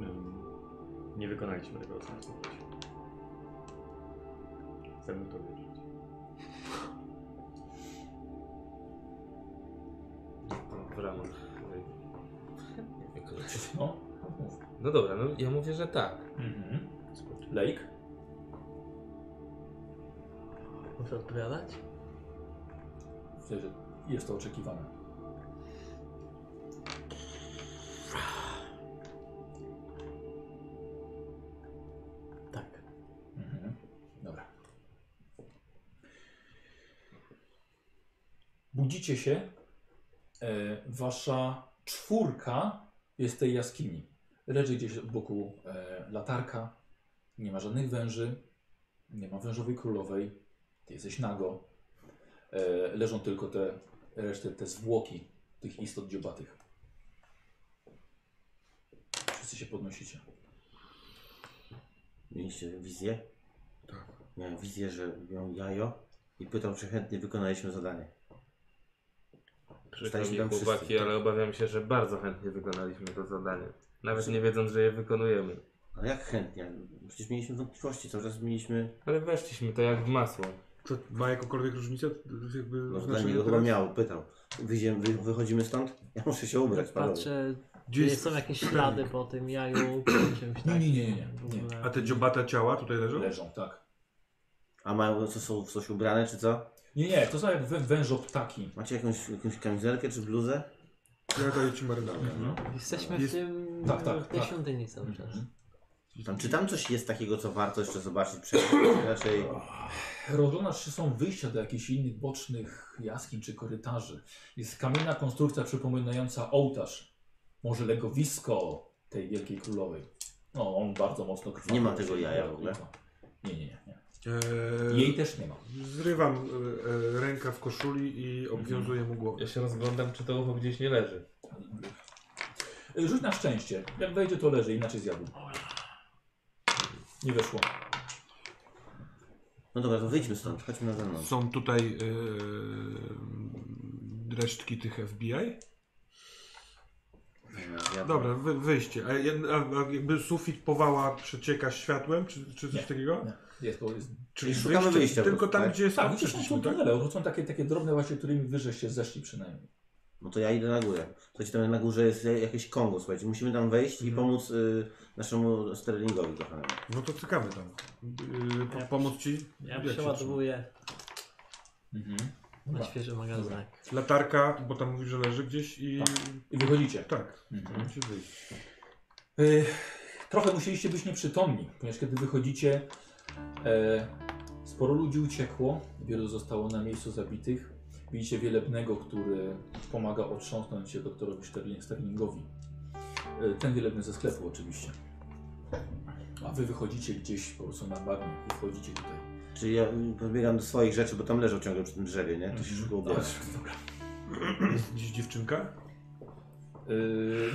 Em, Nie wykonaliśmy tego, co nas poprosił. Chcę mu to wierzyć. No, w ramach. No, No dobra, no ja mówię, że tak. Mhm. Lejk? Muszę odpowiadać? Myślę, że jest to oczekiwane. Tak. Mhm. Dobra. Budzicie się. E, wasza czwórka jest w tej jaskini. Leży gdzieś wokół e, latarka. Nie ma żadnych węży. Nie ma wężowej królowej. Ty jesteś nago. E, leżą tylko te reszty, te zwłoki tych istot dziobatych. Wszyscy się podnosicie. Mieliście wizję? Tak. Miałem wizję, że robią jajo i pytał, czy chętnie wykonaliśmy zadanie. Przykro Staliśmy mi tam chłopaki, wszyscy. ale obawiam się, że bardzo chętnie wykonaliśmy to zadanie. Nawet nie wiedząc, że je wykonujemy. Ale jak chętnie? Przecież mieliśmy wątpliwości, cały czas mieliśmy... Ale weszliśmy to jak w masło. To ma jakąkolwiek różnicę? To Jakby No, dla znaczenie niego chyba Znaczy, teraz? miał, pytał. Wyjdziemy, wy, wychodzimy stąd? Ja muszę się ubrać, Tak panowie. patrzę, Gdzie gdzie jest- są jakieś ślady po tym jaju, po czymś Nie, takim. nie, nie, nie, w nie. ogóle. A te dziobata ciała tutaj leżą? Leżą, tak. A mają, co są w coś ubrane, czy co? Nie, nie, to są jak wę- wężoptaki. Macie jakąś, jakąś kamizelkę, czy bluzę? Ja daję ci marynarkę. Mhm. Jesteśmy Jest- w tym... tak, tak, w tej tak. świątyni cały czas. Tam, czy tam coś jest takiego, co warto jeszcze zobaczyć? Przed, raczej... Rozglądasz się, są wyjścia do jakichś innych bocznych jaskiń czy korytarzy. Jest kamienna konstrukcja przypominająca ołtarz. Może legowisko tej wielkiej królowej. No, on bardzo mocno krwawi. Nie ma tego jaja w ogóle. Nie, nie, nie. nie. Eee, Jej też nie ma. Zrywam e, e, ręka w koszuli i obwiązuję mu głowę. Ja się rozglądam, czy to ucho gdzieś nie leży. Y, Rzuć na szczęście. Jak wejdzie, to leży, inaczej zjadł. Nie weszło. No dobra, to wyjdźmy stąd, chodźmy na zewnątrz. Są tutaj yy, resztki tych FBI? Dobra, wy, wyjście. A, jed- a, a jakby sufit powała przecieka światłem, czy, czy coś takiego? Jest, to jest. Czyli wyjście, tylko tam, gdzie Tak, sam widzisz, tam są przyszliśmy, tak? tunele, bo są takie, takie drobne właśnie, którymi wyżej się zeszli przynajmniej. No to ja idę na górę. Słuchajcie, tam na górze jest jakieś Kongo, słuchajcie. Musimy tam wejść i pomóc y, naszemu Sterlingowi kochanemu. No to czekamy tam. Yy, po, pomóc ci? Ja Jak się przeładowuję na Dobra. świeży magazynek. trzyma? Latarka, bo tam mówi, że leży gdzieś i... I wychodzicie. Tak. Mhm. Musisz wyjść. Y, Trochę musieliście być nieprzytomni, ponieważ kiedy wychodzicie, e, sporo ludzi uciekło, wielu zostało na miejscu zabitych. Widzicie wielebnego, który pomaga otrząsnąć się doktorowi Sterling- Sterlingowi. E, ten wielebny ze sklepu oczywiście. A wy wychodzicie gdzieś po prostu na bagnie i wchodzicie tutaj. Czyli ja y, podbiegam do swoich rzeczy, bo tam leżą ciągle przy tym drzewie, nie? To się Mhm. szybko ubiera. Tak, dobra. Dziś dziewczynka?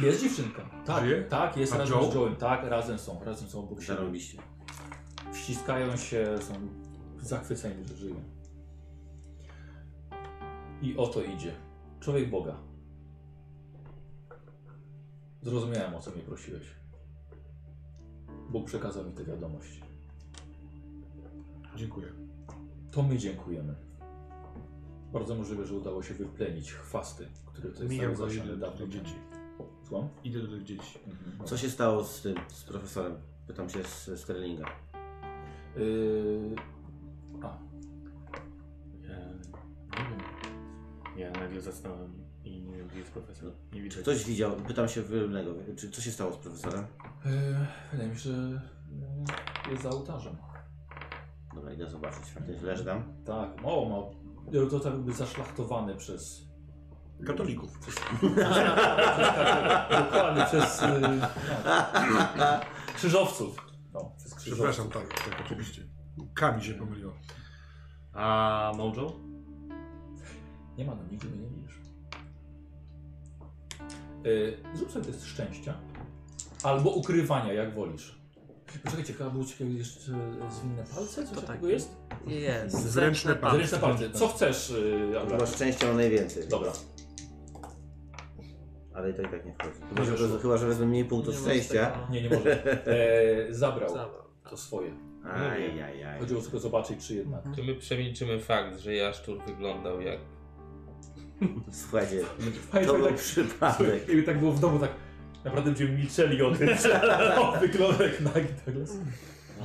Y, jest dziewczynka. Tak, Żyje? tak jest A razem Joe? z Joe'em. Tak, razem są, razem są obok siebie. Zarobiście. Wściskają się, są zachwyceni, że żyją. I o to idzie. Człowiek Boga. Zrozumiałem, o co mnie prosiłeś. Bóg przekazał mi tę wiadomość. Dziękuję. To my dziękujemy. Bardzo możliwe, że udało się wyplenić chwasty, które tutaj Mijam zostały go zasiane idę do dawno tych temu. dzieci. Słucham? Idę do tych dzieci. Co się stało z tym, z profesorem? Pytam się z Sterlinga. Yy... A, Ja nagle zasnąłem i nie wiem, gdzie jest profesor. Nie widzę. Czy ktoś widział? Pytam się Wyrylnego. Czy co się stało z profesorem? Yy, wydaje mi się, że yy, jest za ołtarzem. Dobra, idę zobaczyć. Faktycznie leży tam. Tak, o, ma. był To tak jakby zaszlachtowany przez. Katolików. Przez, dokładnie, przez. Yy, no, krzyżowców. No, przez krzyżowców. Przepraszam, tak, tak, oczywiście. Kami się pomyliło. A Mojo? Nie ma, no nigdy mnie nie widzisz. Yy, zrób sobie test szczęścia. Albo ukrywania, jak wolisz. Poczekajcie, chyba było ciekawe jeszcze zwinne palce? Coś To takiego tak. jest? Jest. Zręczne Zręczne palce. Zresztą palce. Co chcesz, yy, Agata? Chyba szczęścia mam no najwięcej. Dobra. Ale i to i tak nie wchodzi. Chyba, że, chyba, że wezmę mniej punktów Nie ma szczęścia. tego. Nie, nie może. E, zabrał to swoje. Ajajaj. Chodziło tylko zobaczyć, czy jednak. Czy my przemilczymy fakt, że Jaszczur wyglądał jak... Słuchajcie, Słuchaj, to tak- był przypadek. Jakby tak było w domu, tak naprawdę będziemy milczeli o tym, że o, wyglądek nagi Douglas.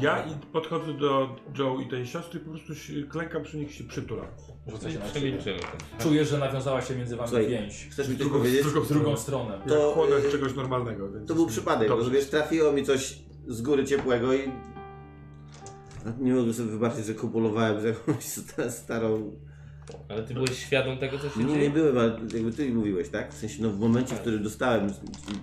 Ja i podchodzę do Joe i tej siostry, po prostu się, klękam przy nich się przytulam. Rzucę się na ciebie. Przemilczymy ten fakt. Czujesz, że nawiązała się między wami Słuchaj, więź. Chcesz mi coś powiedzieć? W drugą stronę. To, To, jak chłodak y, czegoś normalnego. Więc To był przypadek, bo Dobrze. wiesz, trafiło mi coś z góry ciepłego i... Nie mogę sobie wybaczyć, że kopulowałem z jakąś sta- starą... Ale ty byłeś świadom tego, co się Nie, nie dzieje? byłem, ale jakby ty mówiłeś, tak? W sensie, no w momencie, w którym dostałem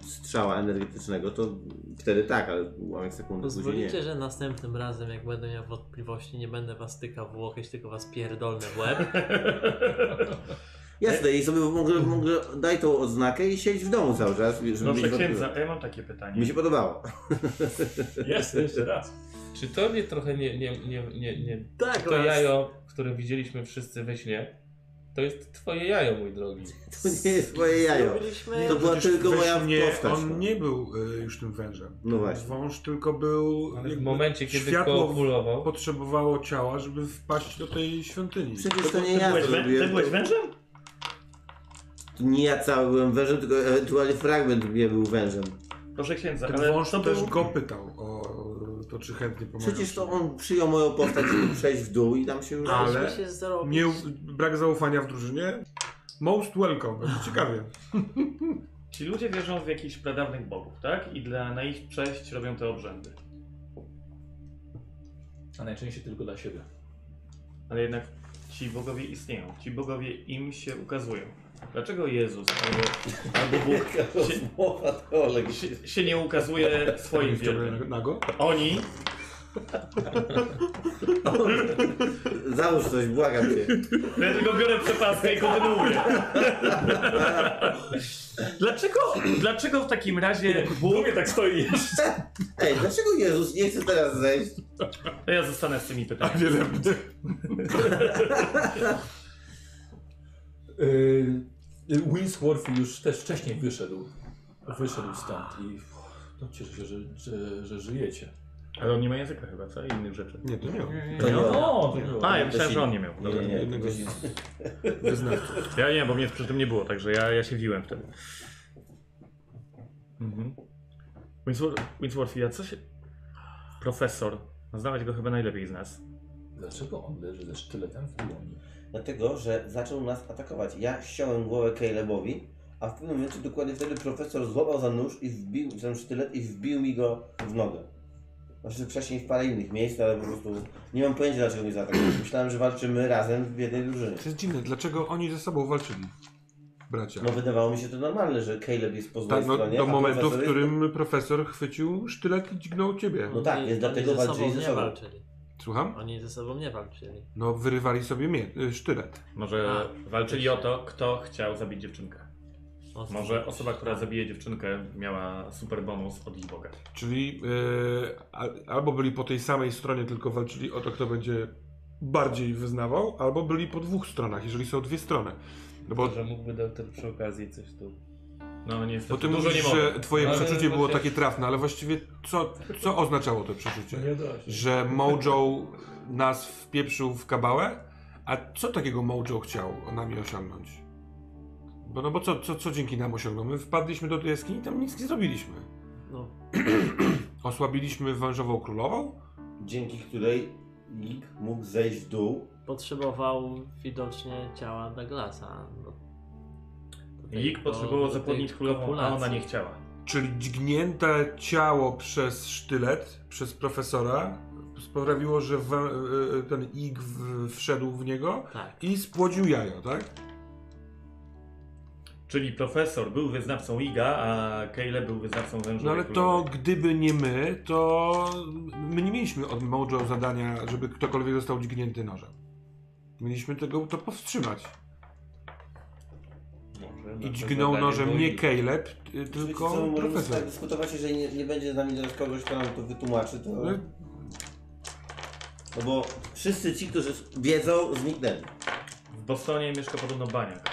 strzała energetycznego, to wtedy tak, ale ułamek sekundy później nie. Pozwolicie, że następnym razem, jak będę miał wątpliwości, nie będę was tykał w łokieć, tylko was pierdolnę w łeb. Jasne, i sobie mogę, mogę daj tą odznakę i siedzieć w domu cały czas, żeby mieć Proszę wątpliwości. księdza, a ja mam takie pytanie. Mi się podobało. Jest, jeszcze raz. Czy to nie trochę nie... nie, nie, nie, nie... Tak, To jajo, które widzieliśmy wszyscy we śnie, to jest twoje jajo, mój drogi. To nie jest moje jajo. Byliśmy... To była Przecież tylko we moja śnie postać. no. On nie był y, już tym wężem. No właśnie. Wąż tylko był... Ale w jakby momencie, kiedy światło koopulował... potrzebowało ciała, żeby wpaść do tej świątyni. Przecież No to nie Ty ja byłeś, to wę- ty zrobiłem. byłeś wężem? To nie ja cały byłem wężem, tylko ewentualnie fragment mnie był wężem. Proszę księdza, Ten ale wąż to też był... go pytał o to, czy chętnie pomoże. Przecież to on przyjął moją postać, żeby przejść w dół i tam się już... Ale- Byliśmy się zrobić. Nie, brak zaufania w drużynie. Most welcome. Będzie Ciekawie. Ci ludzie wierzą w jakichś pradawnych bogów, tak? I dla, na ich cześć robią te obrzędy. A najczęściej tylko dla siebie. Ale jednak ci bogowie istnieją, ci bogowie im się ukazują. Dlaczego Jezus albo, albo Bóg się, się, się nie ukazuje swoim Wciągnę wielbem? nago. Oni Załóż coś, błagam cię. No Ja tylko biorę przepaskę i kontynuuję. Dlaczego, dlaczego w takim razie... Głowie tak stoi jeszcze. Ej, dlaczego Jezus nie chce teraz zejść? To ja zostanę z tymi pytaniami. Yy, E, Winsworth już też wcześniej wyszedł. Wyszedł stąd i no, cieszę się, że, że, że żyjecie. Ale on nie ma języka chyba, co? I innych rzeczy. Nie, to miał. To miał? No, O, Nie miał. a, ja myślałem, że on nie miał. Nie, Dobra, nie, nie, jednego z wyznawców. Ja nie, bo mnie przy tym nie było, także ja, ja się wiłem wtedy. Mhm. Winsworth, Winsworth, ja co się... Profesor, no znawać go chyba najlepiej z nas. Dlaczego on leży ze sztyletem w dłoni? Dlatego, że zaczął nas atakować. Ja ściąłem głowę Calebowi, a w pewnym momencie dokładnie wtedy profesor złapał za nóż i wbił, za sztylet i wbił mi go w nogę. Znaczy wcześniej w parę innych miejsc, ale po prostu nie mam pojęcia dlaczego mi zaatakował. Myślałem, że walczymy razem w jednej drużynie. To jest dziwne, dlaczego oni ze sobą walczyli? Bracia. No wydawało mi się to normalne, że Caleb jest po złej Tak, no, stronie, do a momentu, w profesor jest- którym profesor chwycił sztylet i dźgnął ciebie. No tak, jest dlatego Oni ze walczyli sobą ze nie sobą. walczyli. Słucham? Oni ze sobą nie walczyli. No, wyrywali sobie mie- y, sztylet. Może walczyli o to, kto chciał zabić dziewczynkę. O, Może osoba, która tak. zabije dziewczynkę miała super bonus od ich boga. Czyli y, al- albo byli po tej samej stronie, tylko walczyli o to, kto będzie bardziej wyznawał, albo byli po dwóch stronach, jeżeli są dwie strony. No bo, Może mógłby doktor przy okazji coś tu. No, No niestety, bo ty mówisz, że twoje Ale przeczucie było właśnie- takie trafne, ale właściwie co, co oznaczało to przeczucie? Nie da się. Że Mojo nas wpieprzył w kabałę? A co takiego Mojo chciał nami osiągnąć? Bo no bo co, co, co dzięki nam osiągnął? My wpadliśmy do tej jaskini i tam nic nie zrobiliśmy. No. Osłabiliśmy wężową królową? Dzięki której nikt mógł zejść w dół. Potrzebował widocznie ciała Douglasa. no Do, do tej- Ig potrzebował do tej zapłodnić królową, a ona kopulacji. nie chciała. Czyli dźgnięte ciało przez sztylet, przez profesora, sprawiło, że wę- y, y, ten ig w- wszedł w niego Tak. i spłodził jajo, tak? Czyli profesor był wyznawcą Iga, a Kejle był wyznawcą węża. No ale to gdyby nie my, to my nie mieliśmy od Mojo zadania, żeby ktokolwiek został dźgnięty nożem. Mieliśmy tego to powstrzymać. I dźgnął nożem nie Caleb, y, Co, tylko możemy profesor. tak dyskutować, jeżeli nie, nie będzie z nami teraz kogoś, kto nam to wytłumaczy, to... No. No bo wszyscy ci, którzy wiedzą, zniknęli. W Bostonie mieszka podobno baniak.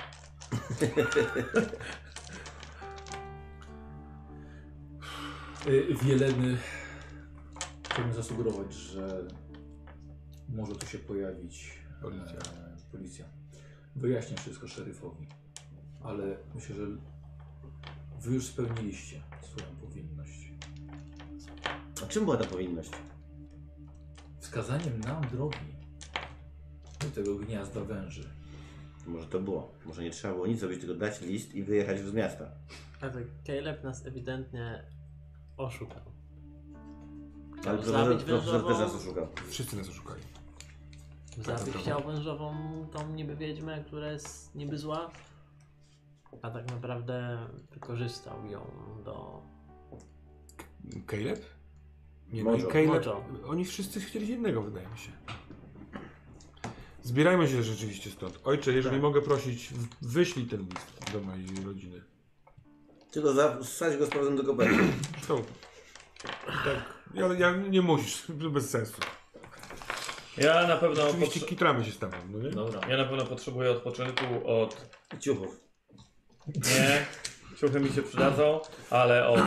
Y, Wieleny chciałbym zasugerować, że może tu się pojawić policja. E, policja. Wyjaśnię wszystko szeryfowi, ale myślę, że wy już spełniliście swoją powinność. A czym była ta powinność? Wskazaniem nam drogi do tego gniazda węży. Może to było. Może nie trzeba było nic zrobić, tylko dać list i wyjechać z miasta. Ale Caleb nas ewidentnie oszukał. Ale Chciał profesor, zabić profesor też wężową, nas oszukał. Wszyscy nas oszukali. Tak, zabić chciał wężową tą niby wiedźmę, która jest niby zła, a tak naprawdę wykorzystał ją do... Caleb? Nie, no i Mojo. Caleb, Mojo. oni wszyscy chcieli jednego, wydaje mi się. Zbierajmy się rzeczywiście stąd. Ojcze, Tak. jeżeli mogę prosić, w- wyślij ten list do mojej rodziny. Tylko za- wsadź go z powrotem do koperty. Co? Tak, ja, ja nie musisz, to bez sensu. Ja na pewno... Oczywiście potrze- kitramy się z tobą, no nie? Dobra. Ja na pewno potrzebuję odpoczynku od... Ciuchów. Nie, ciuchy mi się przydadzą, ale od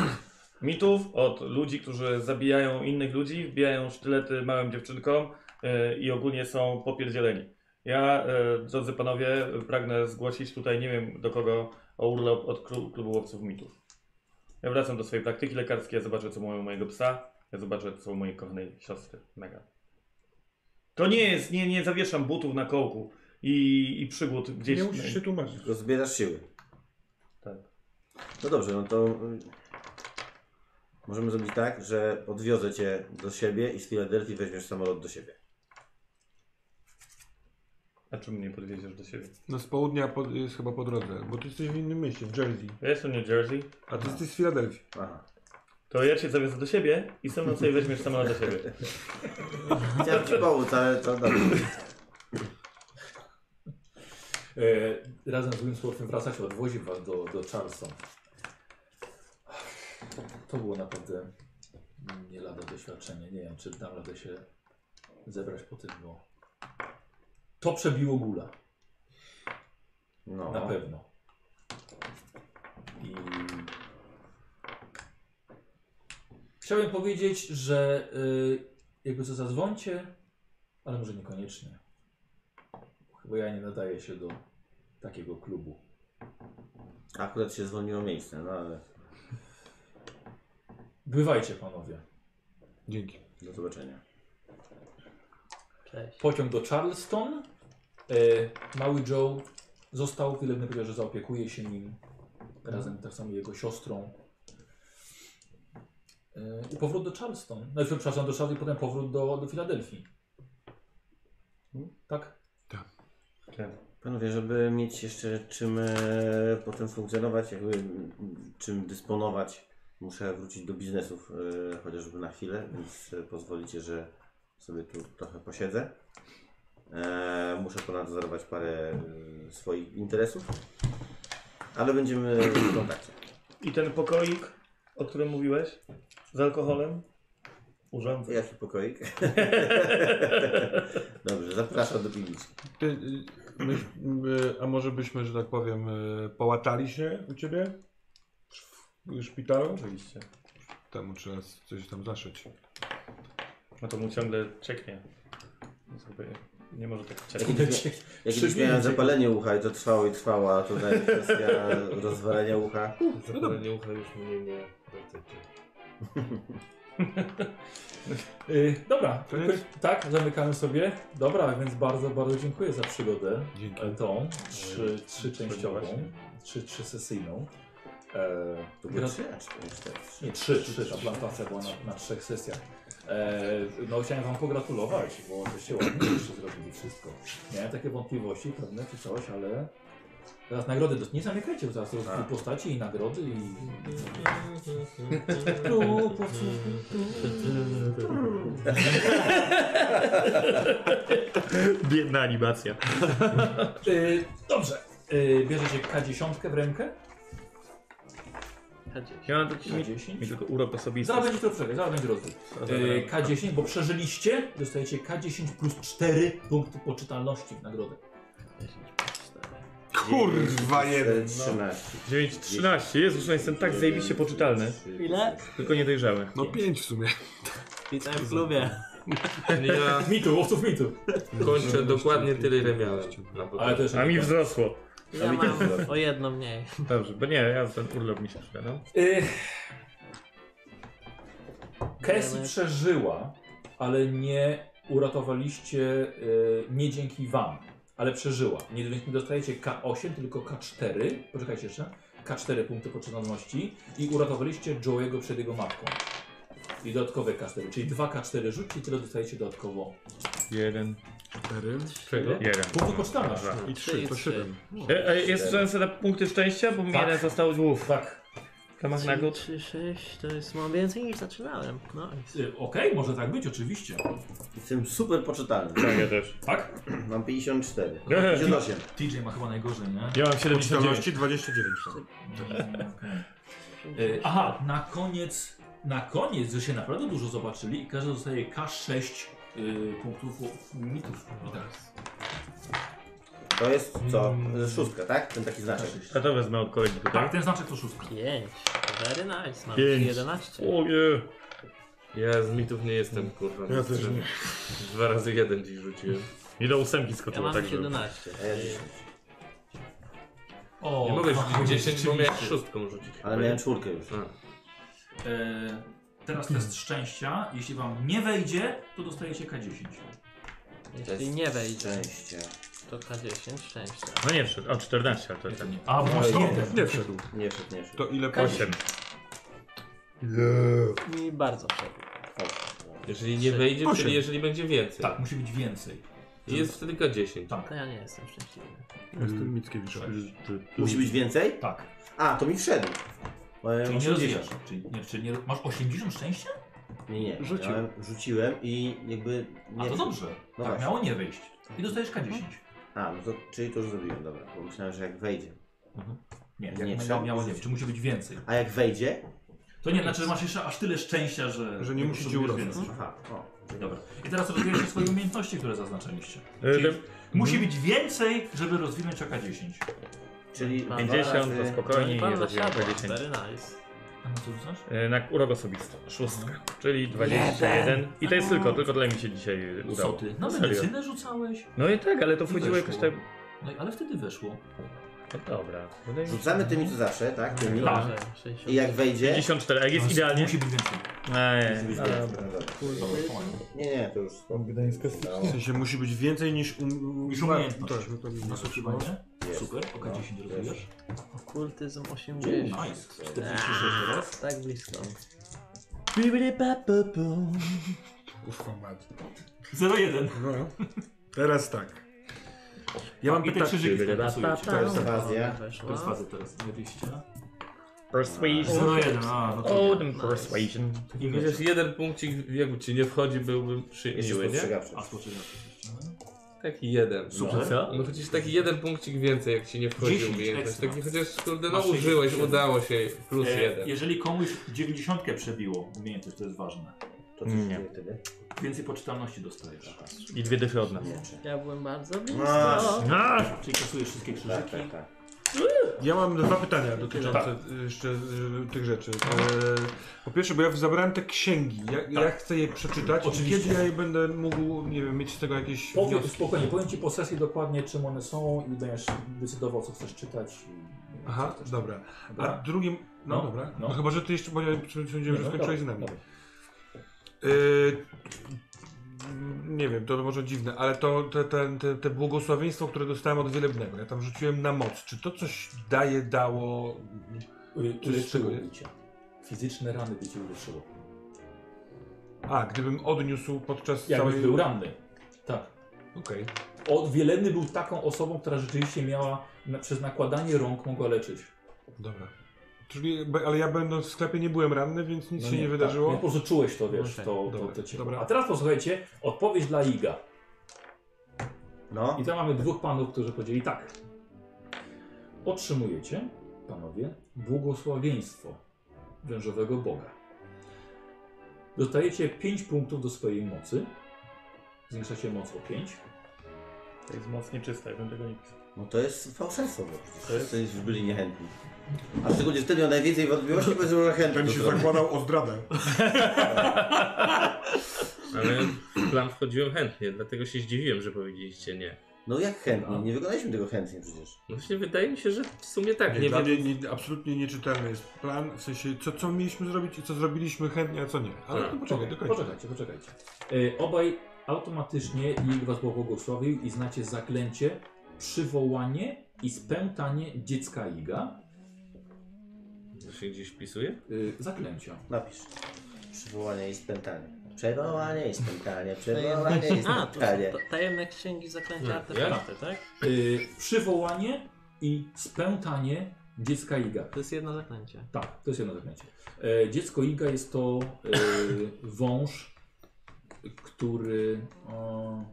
mitów, od ludzi, którzy zabijają innych ludzi, wbijają sztylety małym dziewczynkom yy, i ogólnie są popierdzieleni. Ja, yy, drodzy panowie, pragnę zgłosić tutaj, nie wiem do kogo, o urlop od klu- klubu łowców mitów. Ja wracam do swojej praktyki lekarskiej, ja zobaczę co mają mojego psa, ja zobaczę co u mojej kochanej siostry, Megan. To nie jest, nie, nie zawieszam butów na kołku i, i przygód gdzieś. Nie musisz się tłumaczyć. Tylko zbierasz siły. Tak. No dobrze, no to mm, możemy zrobić tak, że odwiozę cię do siebie i z Filadelfii weźmiesz samolot do siebie. A czym mnie podwieziesz do siebie? No z południa po, jest chyba po drodze, bo ty jesteś w innym mieście, w Jersey. Tak. Ja jestem New Jersey. A ty jesteś z Filadelfii. Aha. to ja cię zawiozę do siebie i ze mną sobie weźmiesz samolot do siebie. Chciałem ci pomóc, ale to dobrze. E, razem z Winsworthem wracacie, odwozi was do, do Charleston. To było naprawdę nie lada doświadczenie. Nie wiem, czy dam radę się zebrać po tym, bo to przebiło gula. No. Na pewno. I chciałbym powiedzieć, że y, jakby co zadzwońcie, ale może niekoniecznie. Chyba ja nie nadaję się do takiego klubu. Akurat się zwolniło miejsce, no ale Bywajcie panowie. Dzięki. do zobaczenia. Pociąg do Charleston. E, mały Joe został, Wilewny powiedział, że zaopiekuje się nim. Razem tak samo jego siostrą. E, I powrót do Charleston. Najpierw przepraszam do Charleston i potem powrót do, do Filadelfii. Tak? Panowie, żeby mieć jeszcze czym e, potem funkcjonować, jakby m, czym dysponować, muszę wrócić do biznesów e, chociażby na chwilę, więc e, pozwolicie, że sobie tu trochę posiedzę. E, muszę ponadzorować parę e, swoich interesów, ale będziemy w kontakcie. I ten pokoik, o którym mówiłeś, z alkoholem, urządzę. Jaki pokoik? Dobrze, zapraszam do piwnicy. Ty, y, myś, y, a może byśmy, że tak powiem, y, połatali się u ciebie w szpitalu? Oczywiście. Temu trzeba coś tam zaszyć. No to mu ciągle cieknie. Więc jakby Nie może tak ciekać. E, Jakbyś miałem zapalenie ucha i to trwało i trwało, a tutaj kwestia rozwalenia ucha. No Zapalenie ucha już mnie nie dotyczy. Y, dobra, To jest- tak, zamykamy sobie. Dobra, więc bardzo, bardzo dziękuję za przygodę. Dzięki. e, Tą trzy, trzyczęściową, trzy, trzysesyjną. E, To było gra- trzy, a cztery, cztery. Nie, trzy, trzy. Ta plantacja była na, na trzech sesjach. E, no chciałem wam pogratulować, bo żeście ładnie jeszcze zrobili wszystko. Miałem takie wątpliwości, pewne czy coś, ale... Teraz nagrody, do... nie zamykajcie, bo zaraz rozwój postaci i nagrody i... Tu, po prostu, tu. Biedna animacja. Y, Dobrze. Y, Bierzecie K10 w rękę. Ja mam taki K10. mi tylko urok osobisty. Yy, Zaraz będzie to przebieg, zaraz będzie rozwój. Y, K10, bo przeżyliście, dostajecie K10 plus 4 punkty poczytalności w nagrodę. Kurwa jeden! no. 13. 9, 13. Jezus, no jestem tak zajebiście poczytalny. Ile? Tylko niedojrzały. No pięć w sumie. Witam w klubie. Ja Mitu, łowców mitu. kończę dokładnie tyle, ile miałem. Na Ale też. A mi wzrosło. Ja mam o jedno mniej. Dobrze, bo nie, ja ten urlop mi się przyda, no. Y, Cassie przeżyła, ale nie uratowaliście, y, nie dzięki wam, ale przeżyła. Nie, nie dostajecie K8, tylko K4. Poczekajcie jeszcze. K4 punkty poczytalności i uratowaliście Joe'ego przed jego matką. I dodatkowe K4, czyli 2K4 rzuci, tyle dostajecie dodatkowo. Jeden. Cztery. Czego? Jeden. Punkty poczytalności. Dobra. I trzy, to siedem. No, E, e, jest szansa na punkty szczęścia, bo mi Tak. jeden został z głów. Tak. W ramach nagród. 3, 6 to jest mam więcej niż zaczynałem. No. Y, Okej, może tak być, oczywiście. Jestem super poczytalny. No, Ja też. Tak? Mam 54. Ehe. 58. TJ ma chyba najgorzej, nie? Ja mam 79. Poczytalności 29. E, Aha, na koniec, na koniec, że się naprawdę dużo zobaczyli i każdy dostaje K6 y, punktów u- mitów. I tak. To jest co? Mm. Szóstka, tak? Ten taki znaczek. A to wezmę od kolegi tutaj. Tak, ten znaczek to szóstka. 5. Very nice. Mam Pięć. 11. Ojej. Ja z mitów nie jestem, kurwa. Ja też nie. Dwa razy jeden dziś rzuciłem. Nie do ósemki Ja skoczyło, mam także... 17. A ja 10. O, Nie mogę rzucić kochani, 10, bo miałem rzeczywiście. szóstką rzucić. Ale miałem czwórkę już. A. E, Teraz test szczęścia. Jeśli wam nie wejdzie, to dostajecie K10. Jeśli nie wejdzie, Szczęście. to K10 szczęścia. No nie wszedł. O, 14, ale to jest... A właśnie. Nie wszedł. Nie wszedł, nie wszedł. To ile po... 8. Mi bardzo wszedł. Jeżeli nie wejdzie, Osiem. czyli jeżeli będzie więcej. Tak, musi być więcej. Jest wtedy K10. Tak. To ja nie jestem szczęśliwy. Mm. Jestem Mickiewicz. Musi być więcej? Tak. A, to mi wszedł. Miałem Czyli nie 80. rozwijasz. Czyli, nie, czyli nie, masz 80 szczęścia? Nie, nie. Rzucił. Miałem, rzuciłem i jakby... A to wiem. dobrze. No tak właśnie. miało nie wyjść. I dostajesz K10. A, no to, czyli to już zrobiłem, dobra. Bo myślałem, że jak wejdzie. Nie, jak mia- miało nie być, czy musi być więcej. A jak wejdzie? To nie, znaczy że masz jeszcze aż tyle szczęścia, że... Że nie że musi ci potrzebujesz urosnąć. więcej. Aha, Dobra. I teraz rozwijesz swoje umiejętności, które zaznaczyliście. E, Czyli to- musi być więcej, żeby rozwinąć o K10. Czyli 50, to spokojnie, nie zabijam po 10. Very nice. A na co rzucasz? E, Na urok osobisty. Szóstka. Czyli 21. I to jest tylko, tylko dla mnie się dzisiaj udało. Co ty? Na Serio. medycynę rzucałeś? No i tak, ale to I wchodziło jakoś weszło. tak... No i- ale wtedy weszło. No dobra. Rzucamy tymi co zawsze, tak? Tymi. Tak. I jak wejdzie... 54, jak jest No, idealnie. musi być więcej. Ej, Musi być dobra. więcej, no dobra. Nie, nie, to już... No, Gdańska W sensie musi być więcej niż um... Niż umiejętność. Tak, no to mi- Nasłuchiwanie? Jest. Super, o K10 No, rozwijasz. Okultyzm 80. Nice. 46 Aaa, teraz. tak blisko. Ufa, mat. 0,1. No. Teraz tak. Ja mam I te pytanie. krzyżyki wtedy pasujecie. To jest fazja. To jest fazy teraz, 20. Persuasion. 0,1, a no to nie. Odem persuasion. I chociaż jeden punkcik, jakby ci nie wchodzi, byłbym Jeszcze przyjemny, nie? spostrzegawczy. A spoczywa jeszcze. Taki jeden. Super. No, no chociaż taki jeden punkcik więcej, jak ci nie wchodzi Dziesięć umiejętność. ekstra. Taki chociaż, kurde, no Masz użyłeś, 67. udało się, plus E, jeden. Jeżeli komuś 90 przebiło umiejętność, to jest ważne. To co się dzieje wtedy? Więcej poczytalności dostajesz. I dwie dychy od nas. Ja byłem bardzo No. blisko. Masz. Aż! Czyli kasujesz wszystkie krzyżyki. No. Tak, tak, tak. Ja mam dwa pytania dotyczące Tak. jeszcze y, tych rzeczy. E, po pierwsze, bo ja zabrałem te księgi. Ja, ja chcę je przeczytać. Tak. Oczywiście. Oczywiście. Kiedy ja je będę mógł, nie wiem, mieć z tego jakieś Powiem, wnioski? spokojnie, powiem Ci po sesji dokładnie czym one są i będziesz decydował co chcesz czytać. Aha, Co chcesz- dobra. A Dobra. drugim... No, No, dobra. no. No. chyba, że ty jeszcze, bo ja sądziłem, Nie, że no, skończyłeś z dobra, nami. dobra. Y, nie wiem, to może dziwne, ale to te, te, te, te błogosławieństwo, które dostałem od Wielebnego, ja tam rzuciłem na moc. Czy to coś daje, dało... Y, Czy z uleczyło czego? cię. Fizyczne rany by Cię uleczyło. A, gdybym odniósł podczas Jakbyś całej... był ranny. Tak. Okej. Od Wielenny był taką osobą, która rzeczywiście miała na, przez nakładanie rąk mogła leczyć. Dobra. Czyli, be- ale ja będąc w sklepie nie byłem ranny, więc nic się nie, wydarzyło. Tak, nie, po prostu czułeś to, wiesz, Okej, to, to, No tak, dobra, to cię. dobra. A teraz posłuchajcie, odpowiedź dla Iga. No. I tam mamy dwóch panów, którzy powiedzieli tak. Otrzymujecie, panowie, błogosławieństwo wężowego Boga. Dostajecie 5 punktów do swojej mocy. Zwiększacie moc o 5. To jest mocnie czyste, ja bym tego nie pisał. No to jest fałszerstwo, bo przecież wszyscy już byli niechętni. A szczególnie wtedy miał najwięcej wątpliwości, bo że chętny. Ten to się Tak, zrobił. zakładał o zdradę. Ale w plan wchodziłem chętnie, dlatego się zdziwiłem, że powiedzieliście nie. No jak chętnie? Nie wykonaliśmy tego chętnie przecież. No właśnie wydaje mi się, że w sumie tak. Nie, Nie, dla wiem, mnie nie, absolutnie nieczytelny jest plan, w sensie co, co mieliśmy zrobić i co zrobiliśmy chętnie, a co nie. Ale Tak. to poczekaj, do końca. Poczekajcie, poczekajcie. E, obaj automatycznie Ig was błogosławił i znacie zaklęcie przywołanie i spętanie dziecka Iga. to się gdzieś wpisuje. E, zaklęcia. Napisz. Przywołanie i spętanie. Przewołanie i spętanie, przewołanie i A, to są spętanie. ta- tajemne księgi zaklęcia Hmm, artefakty, tak? Y, przywołanie i spętanie dziecka Iga. To jest jedno zaklęcie. Tak, to jest jedno zaklęcie. E, dziecko Iga jest to e, wąż, który. O,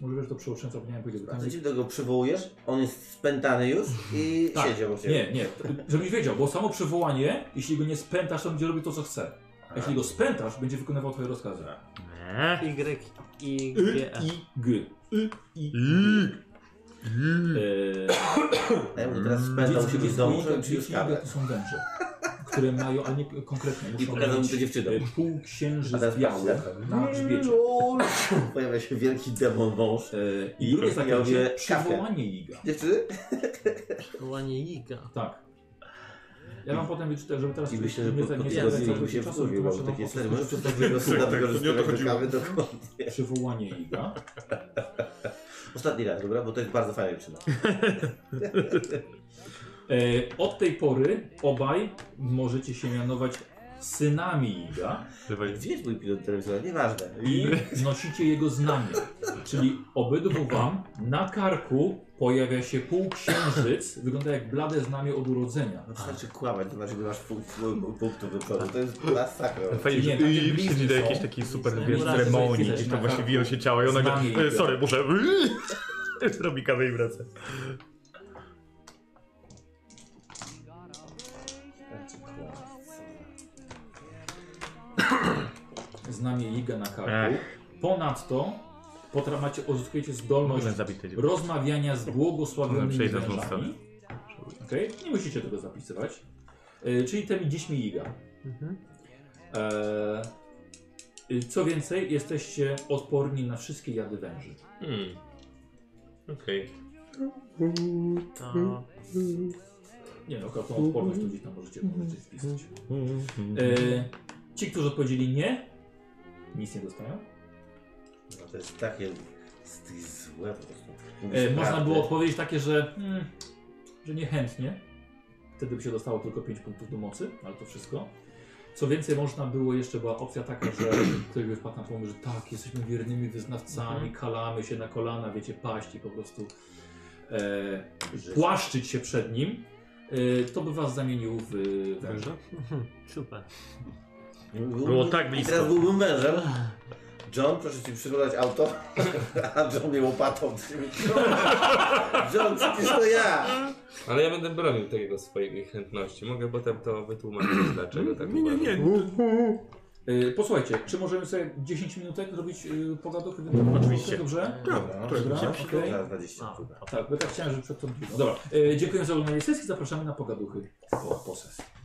może wiesz, to przeoczęca, powinienem powiedzieć. bo A tam ty jest- ci tego przywołujesz, on jest spętany już i Tak. siedział u ciebie. Nie, nie, t- żebyś wiedział, bo samo przywołanie, jeśli go nie spętasz, to będzie robił to, co chce. A jeśli go spętasz, będzie wykonywał twoje rozkazy. Eee. Y, I, Y, G, E. i, G. Y, i, G. E, A ja bym teraz spętał się w domu, żeby ci już Dzieciaki kawę. to są węże, które mają, ale nie konkretnie, I pokazał muszą mi mieć to dziewczyną. e, półksiężyc A teraz biały patrz na grzbiecie. Pojawia się wielki demon wąż. E, I I drugie ja zaklęcie, mówię, przywołanie Iga. Dziewczyny? Wołanie Iga. Tak. Ja wam potem wyczytałem, żeby teraz I myślę, że nie po, po zajmie- tym nie rozdzieleniu zajmie się czasu, wkurwił, wytłumaczę bo wam takie po stary, prostu możesz przestawić Tak, tak, sobie to nie o to chodziło. kawy dokładnie. Przywołanie Iga. Ostatni raz, dobra? Bo to jest bardzo fajna dziewczyna. E, od tej pory obaj możecie się mianować synami Iga. Gdzie jest mój pilot telewizora? Nieważne. I nosicie jego znamie. Czyli obydwu wam na karku pojawia się półksiężyc, wygląda jak blade znamie od urodzenia. Znaczy kłamać, to znaczy, że masz pół, pół, pół punktu wyprawy. To jest masakra. Fajnie, że i przyjdzie do jakiejś takiej super wiesz, ceremonii, gdzieś tam właśnie wiją się ciała i ona Z nami nagle, idzie. sorry, muszę, robi kawę i wraca. Znamie Iga na karku. Ech. Ponadto potra- macie, odzyskujecie zdolność Mogę zabić te dziewczyny. rozmawiania z Mogę błogosławionymi przejść na tą mężami. stronę. Okej, Nie musicie tego zapisywać. E, czyli tymi dziećmi Iga. E, y, co więcej, jesteście odporni na wszystkie jady węży. Hmm. Okej. To... Nie no, tą odporność to gdzieś tam możecie, możecie wpisać. Mhm. E, ci, którzy odpowiedzieli nie, nic nie dostają. No to jest takie z tych złe po prostu. Mówisz E, można prawdę. było odpowiedzieć takie, że, mm, że niechętnie. Wtedy by się dostało tylko 5 punktów do mocy, ale to wszystko. Co więcej, można było jeszcze, była opcja taka, że ktoś by wpadł na pomysł, że tak, jesteśmy wiernymi wyznawcami, Mhm. kalamy się na kolana, wiecie, paść i po prostu e, płaszczyć się przed nim. E, to by was zamienił w e, Tak. węża. Super. Było tak blisko. I teraz byłbym mężem. John, proszę ci przygotować auto. A John mnie łopatą. John, przecież to ja. Tak, Ale ja będę bronił tego swojej chętności. Mogę potem to wytłumaczyć, dlaczego tak Nie, nie, nie. uważam. E, posłuchajcie, czy możemy sobie 10 minutek zrobić e, pogadok? ewentualnie? Oczywiście. Dobrze? Dobra, tak, Dobra, dobra, okej. dobra, 20 A, Tak, bo tak chciałem, żeby przed tą... Dobra, e, dziękuję za oglądanie sesji, zapraszamy na pogaduchy po, po sesji.